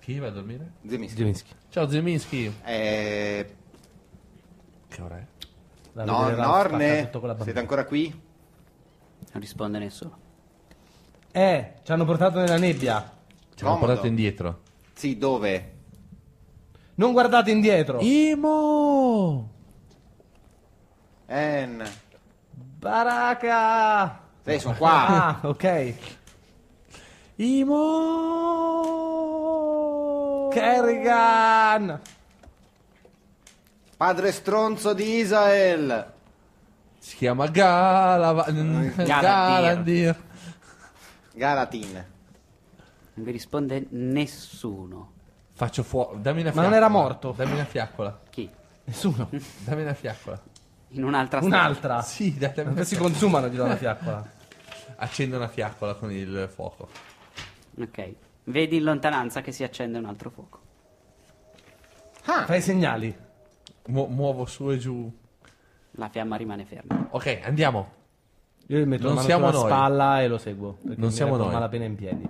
Speaker 5: Chi va a dormire?
Speaker 4: Zemischi.
Speaker 3: Zielinski.
Speaker 5: Ciao Zeminski.
Speaker 4: Eh...
Speaker 5: Che ora è?
Speaker 3: Da
Speaker 4: no,
Speaker 3: vedere Ralph spacca
Speaker 4: Norne,
Speaker 3: tutto con la
Speaker 4: siete
Speaker 3: bambina.
Speaker 4: ancora qui?
Speaker 2: Non risponde nessuno.
Speaker 3: Eh, ci hanno portato nella nebbia.
Speaker 5: Ci hanno
Speaker 4: Comodo.
Speaker 5: portato indietro.
Speaker 4: Sì, dove?
Speaker 3: Non guardate
Speaker 4: Oh.
Speaker 3: indietro.
Speaker 5: Imo!
Speaker 4: En...
Speaker 3: Baraka!
Speaker 4: Sì, sono
Speaker 3: Ah,
Speaker 4: qua!
Speaker 3: ok.
Speaker 5: Imo.
Speaker 3: Kerrigan!
Speaker 4: Padre stronzo di Israel.
Speaker 5: Si chiama Galava- Galandir.
Speaker 4: Galatin.
Speaker 2: Non vi risponde nessuno.
Speaker 5: Faccio fuoco. Dammi una
Speaker 3: Ma
Speaker 5: fiaccola.
Speaker 3: non era morto?
Speaker 5: Dammi una fiaccola.
Speaker 2: Chi?
Speaker 3: Nessuno.
Speaker 5: Dammi una fiaccola.
Speaker 2: In un'altra stanza.
Speaker 3: Un'altra.
Speaker 5: Sì, dai, dammi una
Speaker 3: Si
Speaker 5: fiaccola.
Speaker 3: consumano di una fiaccola.
Speaker 5: Accendo una fiaccola con il fuoco.
Speaker 2: Ok. Vedi in lontananza che si accende un altro fuoco.
Speaker 5: Ah.
Speaker 3: Fai i segnali.
Speaker 5: Mu- muovo su e giù.
Speaker 2: La fiamma rimane ferma.
Speaker 5: Ok, andiamo.
Speaker 3: Io gli metto
Speaker 5: Non
Speaker 3: la mano
Speaker 5: siamo
Speaker 3: sulla
Speaker 5: noi.
Speaker 3: spalla e lo seguo. perché
Speaker 5: Non
Speaker 3: mi
Speaker 5: siamo
Speaker 3: resto
Speaker 5: noi.
Speaker 3: malapena in piedi.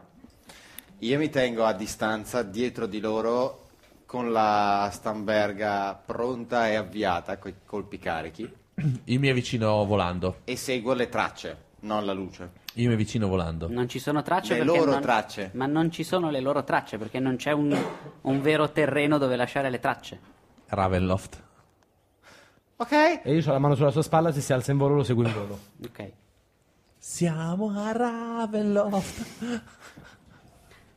Speaker 4: Io mi tengo a distanza dietro di loro con la Stamberga pronta e avviata coi colpi carichi
Speaker 5: Io mi avvicino volando.
Speaker 4: e seguo le tracce, non la luce.
Speaker 5: Io mi avvicino volando.
Speaker 3: Esatto.
Speaker 2: Non ci sono tracce
Speaker 4: Le
Speaker 2: perché
Speaker 4: loro
Speaker 2: non-
Speaker 4: tracce.
Speaker 2: Ma non ci sono le loro tracce perché non c'è un, un vero terreno dove lasciare le tracce.
Speaker 5: Ravenloft.
Speaker 4: Ok?
Speaker 3: E io ho la mano sulla sua spalla. Se si alza in volo, lo seguo in volo.
Speaker 2: Ok.
Speaker 5: Siamo a Ravenloft.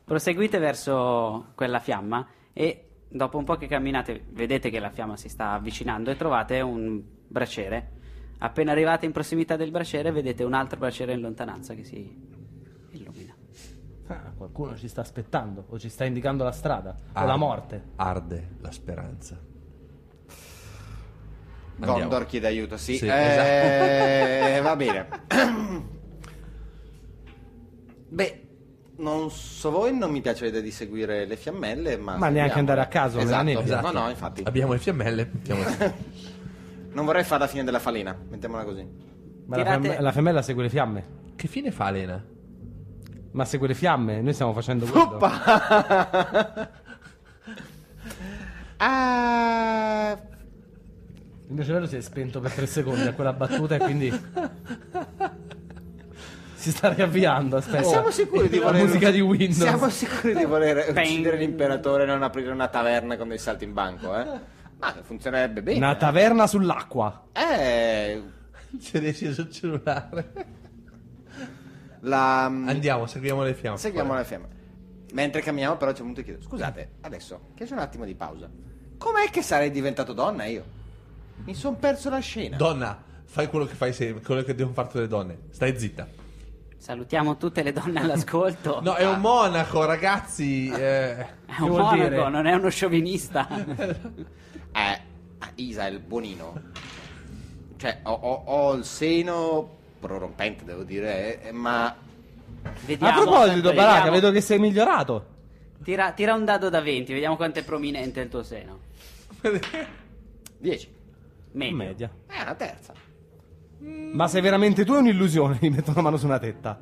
Speaker 2: Proseguite verso quella fiamma e dopo un po' che camminate vedete che la fiamma si sta avvicinando e trovate un braciere. Appena arrivate in prossimità del braciere vedete un altro braciere in lontananza che si illumina.
Speaker 3: Ah, qualcuno ci sta aspettando, o ci sta indicando la strada, o
Speaker 5: Arde-
Speaker 3: la morte.
Speaker 5: Arde la speranza. Andiamo.
Speaker 4: Gondor chiede aiuto, sì.
Speaker 5: Sì,
Speaker 4: Eh,
Speaker 3: esatto.
Speaker 4: Va bene. Beh, non so voi, non mi piace l'idea di seguire le fiammelle, ma...
Speaker 3: Ma neanche
Speaker 4: seguiamole.
Speaker 3: andare a caso, nella
Speaker 4: esatto,
Speaker 3: nebbia.
Speaker 4: esatto. No, no, infatti.
Speaker 5: Abbiamo le fiammelle. mettiamo le-
Speaker 4: Non vorrei fare la fine della falena, mettiamola così.
Speaker 3: Ma la
Speaker 2: Tirate-
Speaker 3: femme- la femmella segue le fiamme.
Speaker 5: che fine fa Elena?
Speaker 3: Ma segue le fiamme, noi stiamo facendo quello.
Speaker 4: Ah,
Speaker 3: Il mio cervello si è spento per tre secondi a quella battuta e quindi... si sta riavviando, aspetta.
Speaker 4: Ma Eh, siamo sicuri di
Speaker 3: la
Speaker 4: voler...
Speaker 3: musica di Windows.
Speaker 4: Siamo sicuri di voler
Speaker 2: Peng.
Speaker 4: uccidere l'imperatore e non aprire una taverna con dei salti in banco, eh? Ma funzionerebbe bene.
Speaker 3: Una taverna sull'acqua.
Speaker 4: eh,
Speaker 5: Ce riesci sul cellulare.
Speaker 4: la... mm,
Speaker 5: Andiamo, seguiamo le fiamme.
Speaker 4: Seguiamo la fiamma. Mentre camminiamo però c'è un punto che chiedo, scusate, adesso, che c'è un attimo di pausa. Com'è che sarei diventato donna io? Mi son perso la scena.
Speaker 5: Donna, fai quello che fai sempre, quello che devono fare tutte le donne. Stai zitta.
Speaker 2: Salutiamo tutte le donne
Speaker 3: Oh,
Speaker 2: all'ascolto.
Speaker 5: No, è
Speaker 3: ah.
Speaker 5: un monaco, ragazzi. eh.
Speaker 2: È
Speaker 3: Che
Speaker 2: un
Speaker 3: vuol
Speaker 2: monaco,
Speaker 3: dire?
Speaker 2: non è uno sciovinista.
Speaker 4: Eh, Isa, il buonino. Cioè, ho, ho- ho il seno prorompente, devo dire, eh, ma...
Speaker 2: Vediamo,
Speaker 3: a proposito,
Speaker 2: vediamo.
Speaker 3: Baraka, vedo che sei migliorato.
Speaker 2: Tira, tira un dado da 20, vediamo quanto è prominente il tuo seno.
Speaker 4: 10.
Speaker 3: In
Speaker 2: Meglio.
Speaker 3: media.
Speaker 4: Eh, una terza.
Speaker 3: Ma sei veramente tu o è un'illusione? Mi metto una mano su una tetta.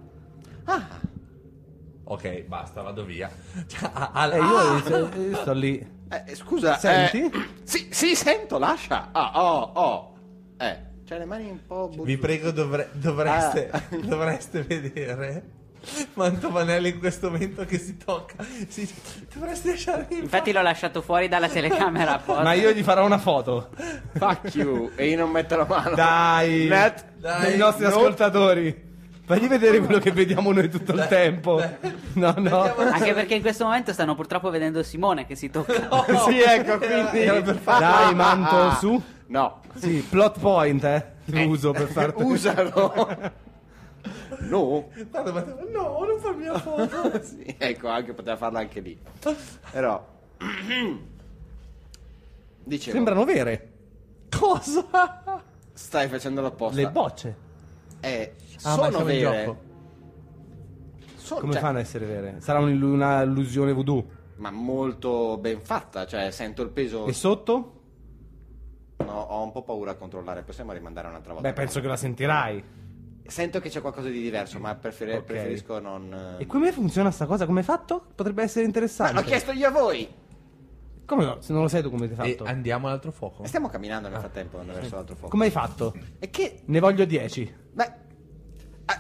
Speaker 5: ok, basta, vado via. Cioè, a- a-
Speaker 3: E io,
Speaker 5: ah!
Speaker 3: eh, io sto lì.
Speaker 4: Eh, scusa,
Speaker 3: Senti?
Speaker 4: eh, sì, sì, sento, lascia. Ah, oh, oh. Eh, c'hai le mani un po'...
Speaker 5: Vi prego, dovre- dovreste,
Speaker 3: Ah.
Speaker 5: dovreste vedere Mantovanelli in questo momento che si tocca. Sì, dovreste lasciare in
Speaker 2: Infatti l'ho lasciato fuori dalla telecamera apposta.
Speaker 3: Ma io gli farò una foto.
Speaker 4: Fuck you. e io non metto la mano.
Speaker 3: Dai,
Speaker 4: Net-
Speaker 3: dai i nostri ascoltatori. Fagli vedere quello che vediamo noi tutto il tempo. No, no.
Speaker 2: Anche perché in questo momento stanno purtroppo vedendo Simone che si tocca.
Speaker 4: sì, ecco,
Speaker 3: Era Ah,
Speaker 4: quindi...
Speaker 3: per fare- Dai, Manto, su.
Speaker 4: No,
Speaker 3: Sì, plot point, eh. Lo uso per farti.
Speaker 4: usalo. no.
Speaker 5: Guarda, ma- No, non farmi la foto.
Speaker 4: Sì, ecco, anche poteva farla anche lì. Però... Dicevo,
Speaker 3: Sembrano vere. Cosa?
Speaker 4: stai facendo l'apposta.
Speaker 3: Le bocce.
Speaker 4: Eh,
Speaker 5: Ah, ma
Speaker 4: sono
Speaker 5: siamo in
Speaker 4: vere.
Speaker 5: gioco.
Speaker 4: Sono-
Speaker 3: Come
Speaker 4: cioè,
Speaker 3: fanno a essere vere? Sarà un'illu- una illusione voodoo.
Speaker 4: Ma molto ben fatta, cioè sento il peso.
Speaker 3: E sotto?
Speaker 4: No, ho un po' paura a controllare, possiamo rimandare un'altra volta.
Speaker 3: Beh, penso che la sentirai.
Speaker 4: Sento che c'è qualcosa di diverso, ma prefer-
Speaker 3: Ok.
Speaker 4: preferisco non.
Speaker 3: E come funziona sta cosa? Come hai fatto? Potrebbe essere interessante.
Speaker 4: L'ho chiesto io a voi!
Speaker 3: Come no? Se non lo sai tu come hai
Speaker 5: E
Speaker 2: Esatto.
Speaker 3: fatto.
Speaker 5: andiamo all'altro fuoco.
Speaker 4: Stiamo camminando
Speaker 5: Ah.
Speaker 4: nel frattempo andando verso l'altro fuoco.
Speaker 3: Come hai fatto?
Speaker 4: E che.
Speaker 3: Ne voglio 10.
Speaker 4: Beh. ah,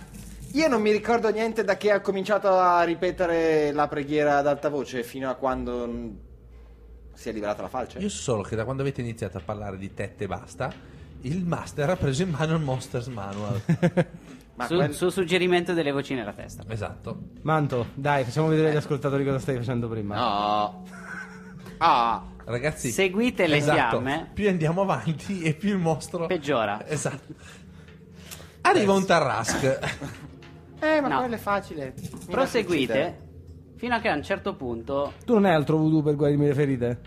Speaker 4: Io non mi ricordo niente da che ha cominciato a ripetere la preghiera ad alta voce fino a quando mm, si è liberata la falce.
Speaker 5: Io so solo che da quando avete iniziato a parlare di tette e basta, il master ha preso in mano il Monsters Manual.
Speaker 4: Ma
Speaker 2: Su,
Speaker 4: quel-
Speaker 2: su suggerimento delle voci nella testa.
Speaker 5: Esatto.
Speaker 3: Manto, dai, facciamo vedere agli ascoltatori cosa stai facendo prima.
Speaker 4: No. Ah,
Speaker 5: Ragazzi,
Speaker 2: Seguite le
Speaker 5: esatto.
Speaker 2: fiamme.
Speaker 5: Più andiamo avanti e più il mostro
Speaker 2: Peggiora.
Speaker 3: Eh,
Speaker 5: Esatto. Arriva un Tarrasque.
Speaker 4: eh, ma
Speaker 2: No.
Speaker 4: quello è facile.
Speaker 2: Proseguite fino a che a un certo punto
Speaker 3: Tu non hai altro voodoo per guarirmi le ferite?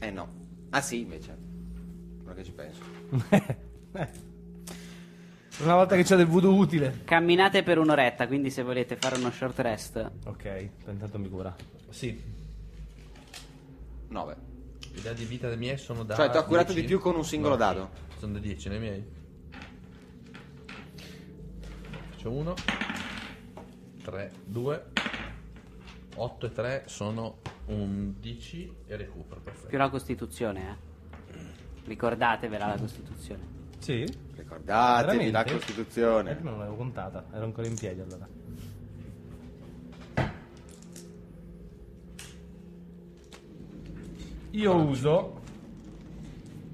Speaker 4: Eh no. Ah sì, invece. Ora che ci penso.
Speaker 3: Eh. Una volta che c'è del voodoo utile.
Speaker 2: camminate per un'oretta, quindi se volete fare uno short rest.
Speaker 3: Ok, intanto mi cura.
Speaker 5: sì.
Speaker 4: 9.
Speaker 5: I dadi di vita dei miei sono da
Speaker 4: Cioè, ti ho curato
Speaker 5: 10.
Speaker 4: di più con un singolo
Speaker 5: No,
Speaker 4: dado.
Speaker 5: Sono da 10 nei miei. Faccio 1 3 2 8 e 3 sono 11 e recupero,
Speaker 2: Più
Speaker 5: perfetto.
Speaker 2: la Costituzione, eh. Ricordatevela la Costituzione.
Speaker 3: Sì?
Speaker 4: Ricordatevi la
Speaker 3: Veramente? Eh,
Speaker 4: Costituzione.
Speaker 3: non l'avevo contata, ero ancora in piedi allora. Io uso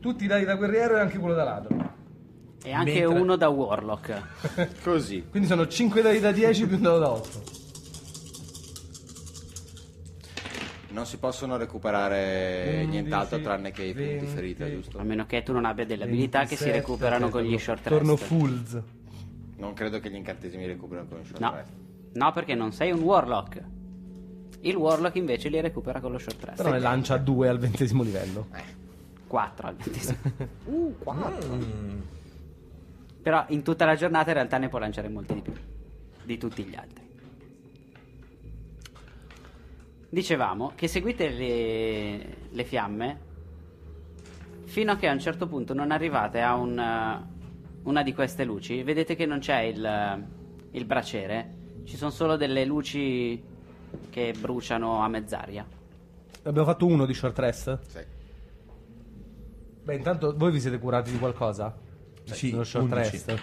Speaker 3: tutti i dadi da guerriero e anche quello da ladro.
Speaker 2: E anche
Speaker 5: Mentre-
Speaker 2: uno da Warlock.
Speaker 4: Così.
Speaker 3: Quindi sono 5 dadi da 10 più un dado da 8.
Speaker 4: Non si possono recuperare nient'altro
Speaker 3: Undici,
Speaker 4: tranne che i punti
Speaker 3: venti,
Speaker 4: ferita, giusto?
Speaker 2: A meno che tu non abbia delle abilità che si
Speaker 3: 27,
Speaker 2: recuperano
Speaker 3: aspetta,
Speaker 2: con gli
Speaker 3: torno-
Speaker 2: short
Speaker 3: Torno
Speaker 2: rest.
Speaker 3: fulls.
Speaker 4: Non credo che gli incantesimi recuperano con il short
Speaker 2: No.
Speaker 4: rest.
Speaker 2: No, perché non sei un Warlock. Il Warlock invece li recupera con lo short rest.
Speaker 3: Però ne lancia 2 al ventesimo livello.
Speaker 4: Eh,
Speaker 2: 4 al ventesimo. uh, 4. Però in tutta la giornata in realtà ne può lanciare molti di più. Di tutti gli altri. Dicevamo che seguite le, le fiamme fino a che a un certo punto non arrivate a un, eh, una di queste luci. Vedete che non c'è il, eh, il braciere, ci sono solo delle luci che bruciano a mezz'aria.
Speaker 3: Abbiamo fatto uno di short rest?
Speaker 4: Sì.
Speaker 3: Beh, intanto voi vi siete curati di qualcosa?
Speaker 5: Sì,
Speaker 3: Dello short
Speaker 5: 11.
Speaker 3: rest?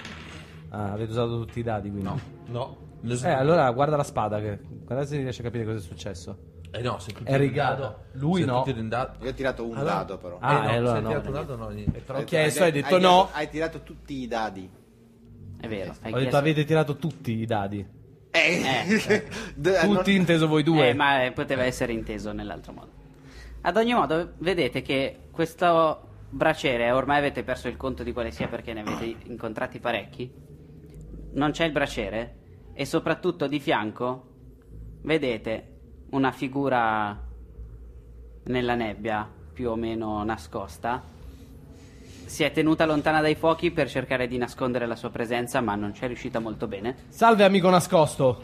Speaker 3: Ah, avete usato tutti i dadi quindi?
Speaker 5: No, no. lo s-
Speaker 3: Eh, allora guarda la spada che... Guarda se riesci a capire cosa è successo.
Speaker 5: Eh no, se tu
Speaker 3: È rigato. Lui no.
Speaker 4: Io ho tirato un
Speaker 5: Allora-
Speaker 4: dado però.
Speaker 3: Ah, eh, allora
Speaker 5: se
Speaker 3: no.
Speaker 5: hai tirato un dado no, niente.
Speaker 3: Però ho
Speaker 4: Hai-
Speaker 3: chiesto, hai detto
Speaker 4: hai
Speaker 3: no.
Speaker 4: tirato- Hai tirato tutti i dadi.
Speaker 2: È vero. hai
Speaker 3: Ho detto
Speaker 2: chiesto-
Speaker 3: avete tirato tutti i dadi.
Speaker 4: Eh, D-
Speaker 3: Tutti inteso voi due.
Speaker 2: Eh, ma eh, poteva essere inteso nell'altro modo. Ad ogni modo, vedete che questo braciere, ormai avete perso il conto di quale sia perché ne avete incontrati parecchi. Non c'è il braciere e soprattutto di fianco vedete una figura nella nebbia più o meno nascosta. Si è tenuta lontana dai fuochi per cercare di nascondere la sua presenza, ma non ci è riuscita molto bene.
Speaker 3: Salve amico nascosto.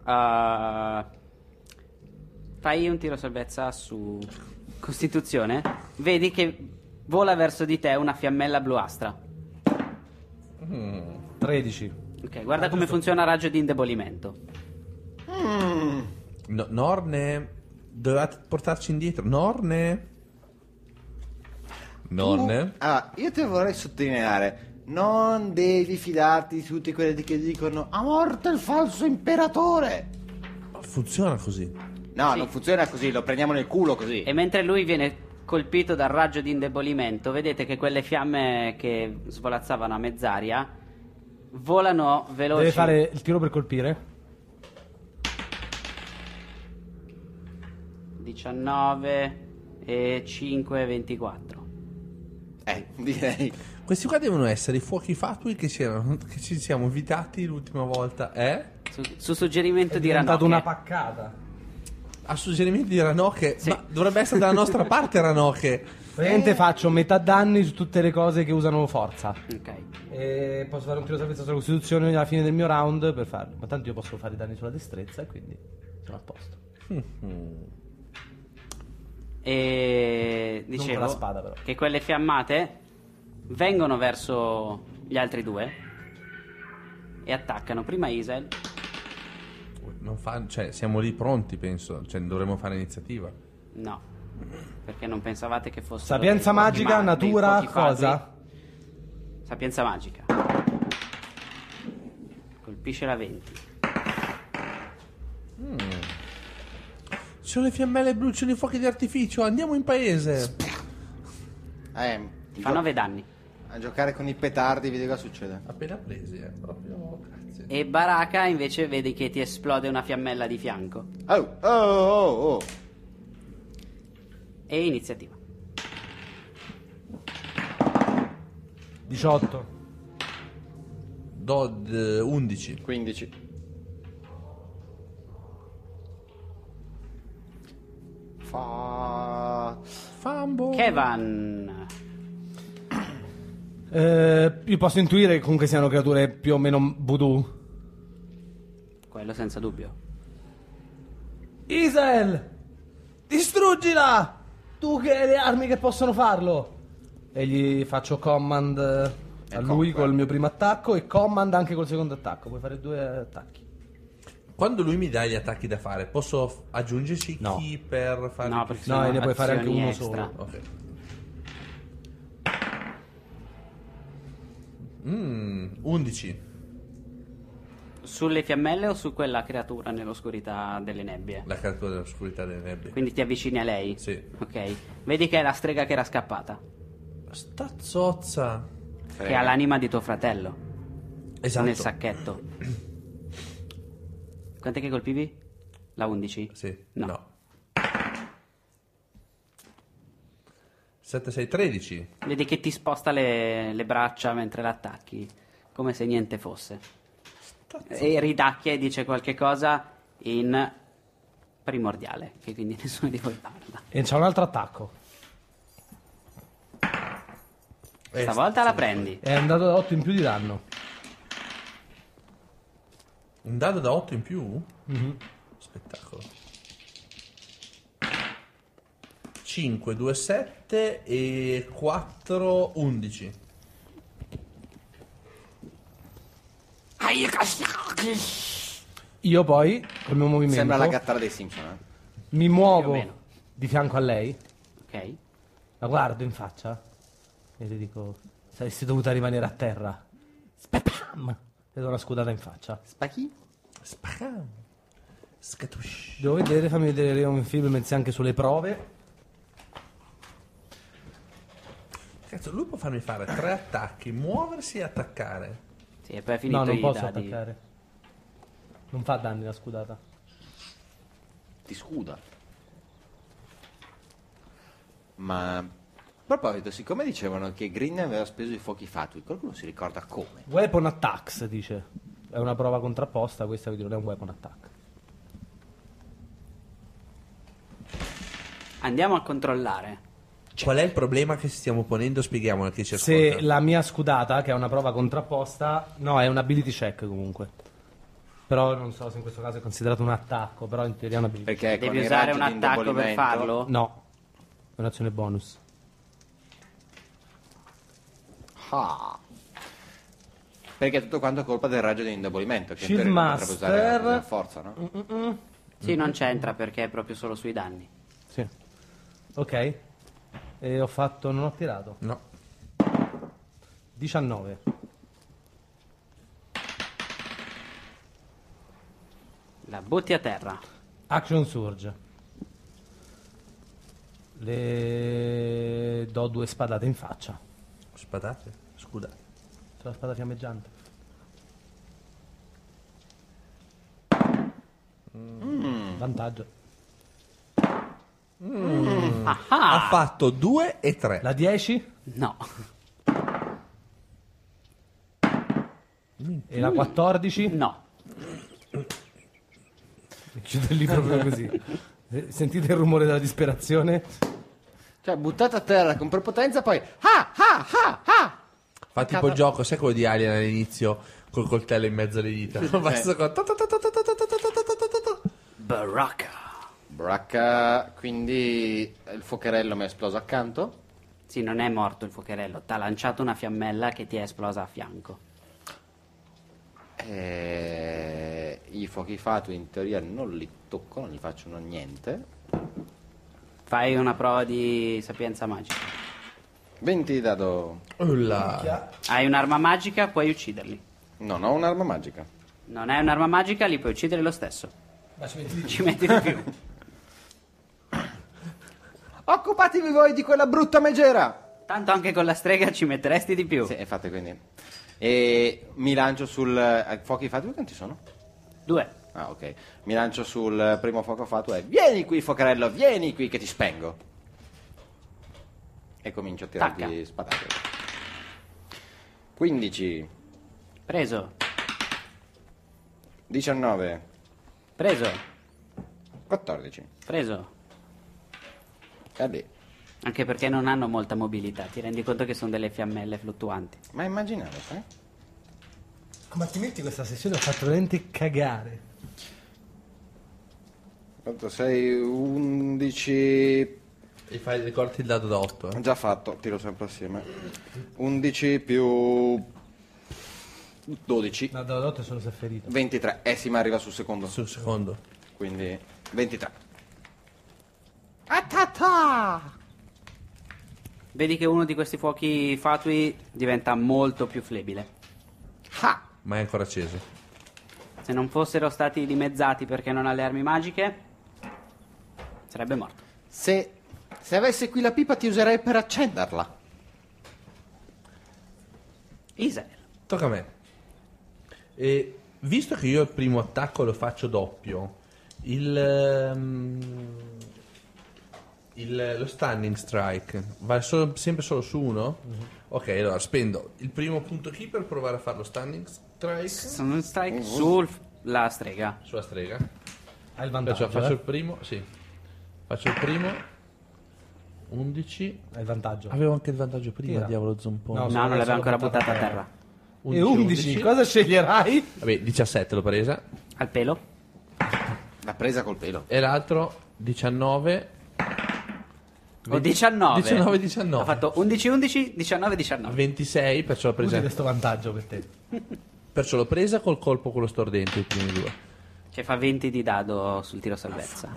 Speaker 2: Uh, fai un tiro salvezza su Costituzione. Vedi che vola verso di te una fiammella bluastra.
Speaker 3: 13.
Speaker 2: Ok, guarda come funziona raggio di indebolimento.
Speaker 5: No, Norne, dovevate portarci indietro. Norne. Norne.
Speaker 4: Ah, io ti vorrei sottolineare, non devi fidarti di tutti quelli che dicono a morte il falso imperatore.
Speaker 5: Funziona così.
Speaker 4: No,
Speaker 2: Sì. Eh.
Speaker 4: non funziona così, lo prendiamo nel culo così.
Speaker 2: E mentre lui viene colpito dal raggio di indebolimento, vedete che quelle fiamme che svolazzavano a mezz'aria volano veloci.
Speaker 3: Deve fare il tiro per colpire.
Speaker 2: 19 e 5 24.
Speaker 4: Eh, direi.
Speaker 5: Questi qua devono essere i fuochi fatui che, si erano- che ci siamo evitati l'ultima volta. Eh?
Speaker 2: Su, su suggerimento
Speaker 3: È
Speaker 2: di
Speaker 3: diventato
Speaker 2: Ranocchia.
Speaker 3: una paccata.
Speaker 5: A suggerimento di Ranoche.
Speaker 2: Sì.
Speaker 5: Ma dovrebbe essere dalla nostra parte Ranoche.
Speaker 3: Praticamente faccio metà danni su tutte le cose che usano forza.
Speaker 2: Ok.
Speaker 3: E posso fare un tiro salvezza sulla costituzione alla fine del mio round per farlo. Ma tanto io posso fare i danni sulla destrezza e quindi sono a posto.
Speaker 2: E
Speaker 3: con
Speaker 2: dicevo
Speaker 3: la spada, però.
Speaker 2: che quelle fiammate vengono verso gli altri due e attaccano prima Isel.
Speaker 5: Non fa- cioè, siamo lì pronti, penso. Cioè, dovremmo fare iniziativa.
Speaker 2: No, perché non pensavate che fosse
Speaker 3: Sapienza magica, natura, cosa?
Speaker 2: Sapienza magica. Colpisce la 20.
Speaker 5: Ci sono le fiammelle blu, ci sono i fuochi di artificio. Andiamo in paese.
Speaker 4: Eh,
Speaker 2: Ti fa 9 danni.
Speaker 4: A giocare con i petardi, vedi cosa succede.
Speaker 5: Appena presi, eh, proprio grazie.
Speaker 2: E Baraka invece vedi che ti esplode una fiammella di fianco.
Speaker 4: Oh, oh, oh, oh.
Speaker 2: E iniziativa.
Speaker 3: 18.
Speaker 5: Dod 11.
Speaker 4: 15. Fa...
Speaker 5: Fambo.
Speaker 2: Kevan.
Speaker 3: Eh, io posso intuire che comunque siano creature più o meno voodoo.
Speaker 2: Quello senza dubbio.
Speaker 3: Isel! Distruggila! Tu che hai le armi che possono farlo! E gli faccio command eh, a lui col mio primo attacco e command anche col secondo attacco. Puoi fare due attacchi.
Speaker 5: Quando lui mi dà gli attacchi da fare, posso f- aggiungerci
Speaker 3: No.
Speaker 5: chi per fare
Speaker 2: No,
Speaker 5: più-
Speaker 2: perché
Speaker 3: No,
Speaker 2: sono
Speaker 3: e ne puoi fare anche
Speaker 2: azioni
Speaker 3: uno
Speaker 2: extra.
Speaker 3: solo.
Speaker 5: Oh, Ok. Mm, 11.
Speaker 2: Sulle fiammelle o su quella creatura nell'oscurità delle nebbie?
Speaker 5: La creatura dell'oscurità delle nebbie.
Speaker 2: Quindi ti avvicini a lei?
Speaker 5: Sì.
Speaker 2: Ok. Vedi che è la strega che era scappata.
Speaker 5: Sta zozza.
Speaker 2: Che ha l'anima di tuo fratello.
Speaker 5: Eh. Esatto.
Speaker 2: Nel sacchetto. Quante che colpivi? La 11?
Speaker 5: Sì.
Speaker 2: No.
Speaker 5: No. 7, 6, 13.
Speaker 2: Vedi che ti sposta le, le braccia mentre l'attacchi, come se niente fosse. E ridacchia e dice qualche cosa in primordiale, che quindi nessuno di voi parla.
Speaker 3: E c'è un altro attacco.
Speaker 5: Eh,
Speaker 2: Stavolta la prendi.
Speaker 3: È andato da 8 in più di danno.
Speaker 5: Un dado da 8 in più? Spettacolo. 5, 2, 7 e 4, 11.
Speaker 3: Io poi, col mio movimento,
Speaker 4: Sembra la gattara dei Simpson. eh.
Speaker 3: mi
Speaker 2: Più o
Speaker 3: muovo
Speaker 2: meno.
Speaker 3: di fianco a lei,
Speaker 2: Ok?
Speaker 3: la guardo in faccia e le dico: Saresti dovuta rimanere a terra. Spam! E do una scudata in faccia.
Speaker 4: Spacchi?
Speaker 5: Spacam. Scatush.
Speaker 3: Devo vedere, fammi vedere un film, pensi anche sulle prove.
Speaker 5: Cazzo, lui può farmi fare tre attacchi, muoversi e attaccare.
Speaker 2: Sì, e poi è
Speaker 3: No,
Speaker 2: finito
Speaker 3: non
Speaker 2: i
Speaker 3: posso
Speaker 2: dadi.
Speaker 3: attaccare. Non fa danni la scudata.
Speaker 4: Ti scuda. Ma... A proposito, siccome dicevano che Green aveva speso i fuochi fatui, qualcuno si ricorda come?
Speaker 3: Weapon attacks, dice. È una prova contrapposta, questa quindi non è un weapon attack.
Speaker 2: Andiamo a controllare.
Speaker 5: Qual è il problema che stiamo ponendo? Spieghiamolo a chi ci ascolta.
Speaker 3: Se la mia scudata, che è una prova contrapposta, no, è un ability check comunque. Però non so se in questo caso è considerato un attacco, però in teoria è un ability
Speaker 4: Perché con
Speaker 2: Devi
Speaker 4: i
Speaker 2: usare
Speaker 4: raggi
Speaker 2: un
Speaker 4: Ecco, di
Speaker 2: attacco per
Speaker 4: indebolimento-
Speaker 2: farlo?
Speaker 3: No, è un'azione bonus.
Speaker 4: Ah. Perché è tutto quanto colpa del raggio di indebolimento. Che in
Speaker 3: Shield
Speaker 4: teoria non potrebbe usare
Speaker 3: Master.
Speaker 4: la la forza, no?
Speaker 2: Sì,
Speaker 3: Mm.
Speaker 2: non c'entra perché è proprio solo sui danni.
Speaker 3: Sì. Ok. E ho fatto, non ho tirato.
Speaker 5: No.
Speaker 3: 19.
Speaker 2: La butti a terra.
Speaker 3: Action Surge. Le do due spadate in faccia.
Speaker 5: Spadate? Scudate.
Speaker 3: C'è la spada fiammeggiante. Vantaggio.
Speaker 5: Ha fatto 2 e 3.
Speaker 3: La 10
Speaker 2: No.
Speaker 3: e la 14.
Speaker 2: No.
Speaker 3: Chiude lì proprio così. Eh, Sentite il rumore della disperazione?
Speaker 4: Cioè, buttata a terra con prepotenza, poi. Ah, ah, ah, ah!
Speaker 5: Fa tipo il gioco, sai quello di Alien all'inizio col coltello in mezzo alle dita. Va solo con- ta ta ta ta ta ta ta ta ta ta ta ta ta.
Speaker 2: Baraka.
Speaker 4: Bracca, quindi il fuocherello mi è esploso accanto.
Speaker 2: Sì, non è morto il fuocherello. T'ha lanciato una fiammella che ti è esplosa a fianco.
Speaker 4: E... Eh, I fuochi fatui in teoria non li tocco, non gli facciano niente.
Speaker 2: Fai una prova di sapienza magica.
Speaker 4: 20 di dado.
Speaker 5: Ulla.
Speaker 2: Hai un'arma magica, puoi ucciderli.
Speaker 4: Non ho un'arma magica.
Speaker 2: Non hai un'arma magica, li puoi uccidere lo stesso.
Speaker 3: Ma ci metti
Speaker 2: Ci metti di più.
Speaker 4: Occupatevi voi di quella brutta megera!
Speaker 2: Tanto anche con la strega ci metteresti di più.
Speaker 4: Sì, infatti, quindi. E mi lancio sul. eh, Fuochi fatui quanti sono?
Speaker 2: Due.
Speaker 4: Ah, ok. Mi lancio sul primo fuoco fatto e vieni qui, focarello, vieni qui che ti spengo. E comincio a tirarti
Speaker 2: Tacca.
Speaker 4: spadate. 15,
Speaker 2: Preso.
Speaker 4: 19,
Speaker 2: Preso.
Speaker 4: 14.
Speaker 2: Preso.
Speaker 4: E lì.
Speaker 2: Anche perché non hanno molta mobilità. Ti rendi conto che sono delle fiammelle fluttuanti.
Speaker 4: Ma immaginavo, eh?
Speaker 6: Come altrimenti questa sessione ha fatto veramente cagare.
Speaker 4: Quanto sei? 11.
Speaker 5: E fai, ricordi il dado da 8. Eh?
Speaker 4: Già fatto, tiro sempre assieme. 11 più 12.
Speaker 6: No, da notte sono si è ferito.
Speaker 4: 23. Eh sì, ma arriva sul secondo.
Speaker 5: Sul secondo.
Speaker 4: Quindi 23. Ah,
Speaker 2: Vedi che uno di questi fuochi fatui diventa molto più flebile.
Speaker 5: Ma è ancora acceso.
Speaker 2: Se non fossero stati dimezzati perché non ha le armi magiche, sarebbe morto.
Speaker 4: Se, se avessi qui la pipa ti userei per accenderla.
Speaker 2: Israel.
Speaker 5: Tocca a me. E visto che io il primo attacco lo faccio doppio, il, ehm, il- lo stunning strike va solo- sempre solo su uno? Ok, allora spendo il primo punto qui per provare a fare lo stunning strike
Speaker 2: Sono un strike sulla Oh. strega.
Speaker 5: sulla strega.
Speaker 6: Hai il
Speaker 5: Perciò
Speaker 6: vantaggio.
Speaker 5: faccio
Speaker 6: eh?
Speaker 5: il primo, sì. Faccio il primo 11.
Speaker 6: Hai il vantaggio.
Speaker 5: Avevo anche il vantaggio prima,
Speaker 6: Tira.
Speaker 5: diavolo zompone.
Speaker 6: No,
Speaker 2: No, non l'aveva ancora buttata a terra.
Speaker 6: E 11, cosa sceglierai?
Speaker 5: Vabbè, 17 l'ho presa.
Speaker 2: Al pelo.
Speaker 4: L'ha presa col pelo.
Speaker 5: E l'altro 19
Speaker 2: Ho 19.
Speaker 5: 19, 19.
Speaker 2: Ho fatto 11, 11, 19, 19.
Speaker 5: 26, perciò l'ho
Speaker 6: Usi
Speaker 5: presa.
Speaker 6: questo vantaggio per te.
Speaker 5: Perciò l'ho presa col colpo quello stordente, i primi due.
Speaker 2: Cioè fa 20 di dado sul tiro salvezza.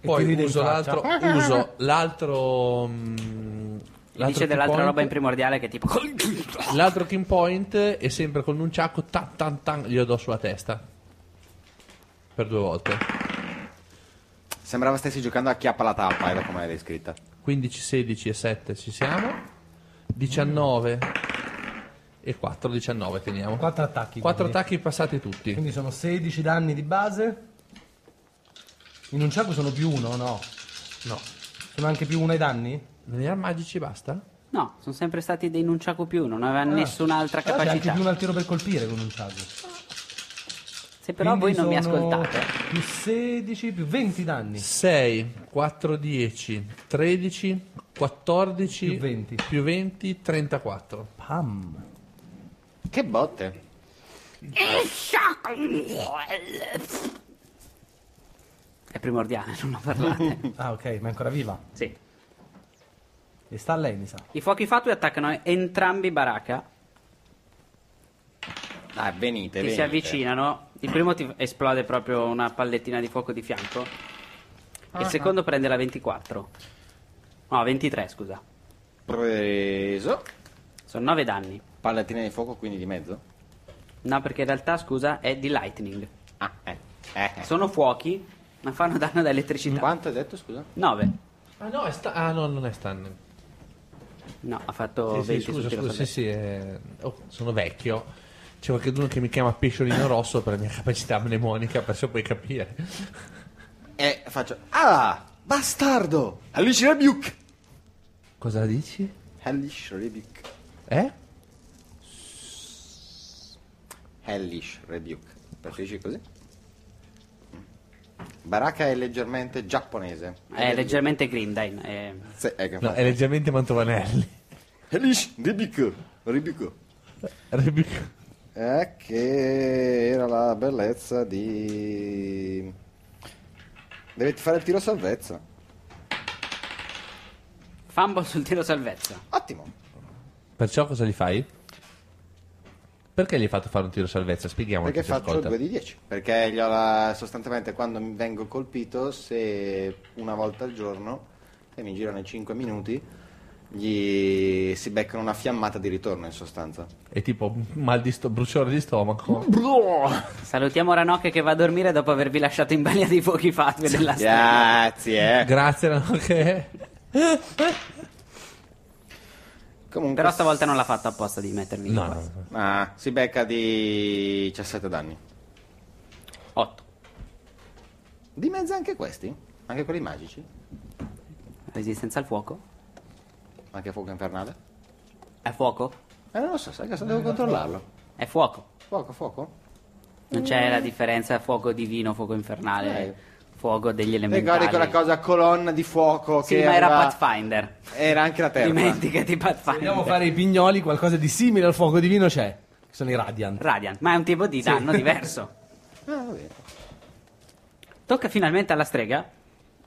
Speaker 6: ti
Speaker 5: Poi
Speaker 6: ride in
Speaker 5: uso
Speaker 6: faccia.
Speaker 5: l'altro Ah! uso l'altro mm,
Speaker 2: E dice
Speaker 5: key
Speaker 2: dell'altra
Speaker 5: point-
Speaker 2: roba in primordiale che è tipo...
Speaker 5: L'altro king point e sempre con un ciacco tan tan tan glielo do sulla testa. Per due volte.
Speaker 4: Sembrava stessi giocando a chiappa la tappa, era come l'hai descritta.
Speaker 5: 15, 16 e 7 ci siamo. 19 e 4, 19 teniamo.
Speaker 6: 4 attacchi.
Speaker 5: 4
Speaker 6: quindi.
Speaker 5: attacchi passati tutti.
Speaker 6: Quindi sono 16 danni di base. In un ciaco sono più uno, no?
Speaker 5: No.
Speaker 6: Sono anche più uno ai danni?
Speaker 5: Negli armi magici basta?
Speaker 2: No, sono sempre stati dei nunciaco più, non avevano nessun'altra
Speaker 6: Però C'è anche
Speaker 2: capacità.
Speaker 6: più un al tiro per colpire con un ciaco.
Speaker 2: Se però voi
Speaker 6: Quindi
Speaker 2: non mi
Speaker 6: sono
Speaker 2: ascoltate.
Speaker 6: Più 16, più 20 danni.
Speaker 5: 6, 4, 10, 13, 14,
Speaker 6: Più 20.
Speaker 5: più 20, 34.
Speaker 6: Pam.
Speaker 4: Che botte.
Speaker 2: È primordiale, non lo parlate.
Speaker 6: Ah, ok, ma è ancora viva.
Speaker 2: sì.
Speaker 6: E sta a lei, mi sa.
Speaker 2: I fuochi fatui attaccano entrambi Baraka.
Speaker 4: Dai, venite,
Speaker 2: Ti
Speaker 4: venite.
Speaker 2: si avvicinano. Il primo ti esplode proprio una pallettina di fuoco di fianco. Il secondo prende la 24. No, 23, scusa.
Speaker 4: Preso.
Speaker 2: Sono 9 danni.
Speaker 4: Pallatina di fuoco, quindi di mezzo.
Speaker 2: No, perché in realtà, scusa, è di lightning.
Speaker 4: Ah, eh. eh, eh.
Speaker 2: Sono fuochi, ma fanno danno da elettricità.
Speaker 4: Quanto hai detto, scusa?
Speaker 2: 9.
Speaker 5: Ah no, è sta- ah, no non è stunning.
Speaker 2: No, ha fatto
Speaker 4: Oh,
Speaker 5: Sì,
Speaker 2: 20
Speaker 5: sì,
Speaker 2: sul
Speaker 5: scusa,
Speaker 2: tiro
Speaker 5: scusa, sì,
Speaker 2: salvezza.
Speaker 5: sì, eh, oh, sono vecchio. C'è qualcuno che mi chiama pesciolino rosso per la mia capacità mnemonica, perciò puoi capire.
Speaker 4: E Eh, faccio... Ah, bastardo! Alice Rebuke!
Speaker 5: Cosa dici?
Speaker 4: Hellish Rebuke.
Speaker 5: Eh?
Speaker 4: Hellish Rebuke. Preferisci così? Baraka è leggermente giapponese.
Speaker 2: È Eh, leggermente eh, Grindine. È...
Speaker 4: Sì, è che
Speaker 5: No, è leggermente Mantovanelli.
Speaker 4: Hellish Rebuke. Rebuke.
Speaker 5: Rebuc-
Speaker 4: Eh, che era la bellezza di... Dovete fare il tiro salvezza.
Speaker 2: Fumble sul tiro salvezza.
Speaker 4: Ottimo.
Speaker 5: Perciò cosa gli fai? Perché gli hai fatto fare un tiro salvezza? Spieghiamo
Speaker 4: Perché
Speaker 5: chi ci
Speaker 4: faccio
Speaker 5: ascolta.
Speaker 4: 2 di 10. Perché gli ho la- sostanzialmente quando mi vengo colpito, se una volta al giorno, e mi girano i 5 minuti, gli si beccano una fiammata di ritorno in sostanza.
Speaker 5: È tipo mal di sto- bruciore di stomaco.
Speaker 2: Salutiamo Ranocche che va a dormire dopo avervi lasciato in balia dei fuochi fatui della
Speaker 4: eh.
Speaker 2: strega.
Speaker 4: Grazie.
Speaker 5: Grazie, no, che-
Speaker 4: Comunque,
Speaker 2: Però stavolta non l'ha fatto apposta di mettervi
Speaker 5: No,
Speaker 2: qua.
Speaker 5: no.
Speaker 4: Ah, si becca di 17 danni.
Speaker 2: 8.
Speaker 4: Di mezzo anche questi? Anche quelli magici?
Speaker 2: Resistenza al fuoco?
Speaker 4: Anche fuoco infernale?
Speaker 2: È fuoco?
Speaker 4: Eh, non lo so, sai che se devo controllarlo.
Speaker 2: È fuoco.
Speaker 4: Fuoco, fuoco?
Speaker 2: Non c'è la differenza fuoco divino, fuoco infernale,
Speaker 4: Eh.
Speaker 2: fuoco degli elementari.
Speaker 4: Ricordi quella cosa colonna di fuoco
Speaker 2: Sì,
Speaker 4: che Eh,
Speaker 2: ma era
Speaker 4: aveva-
Speaker 2: Pathfinder.
Speaker 4: Era anche la terra.
Speaker 2: Dimenticati Pathfinder.
Speaker 3: Vogliamo fare i pignoli, qualcosa di simile al fuoco divino c'è. che Sono i Radiant.
Speaker 2: Radiant, ma è un tipo di danno diverso.
Speaker 4: Ah, va bene.
Speaker 2: Tocca finalmente alla strega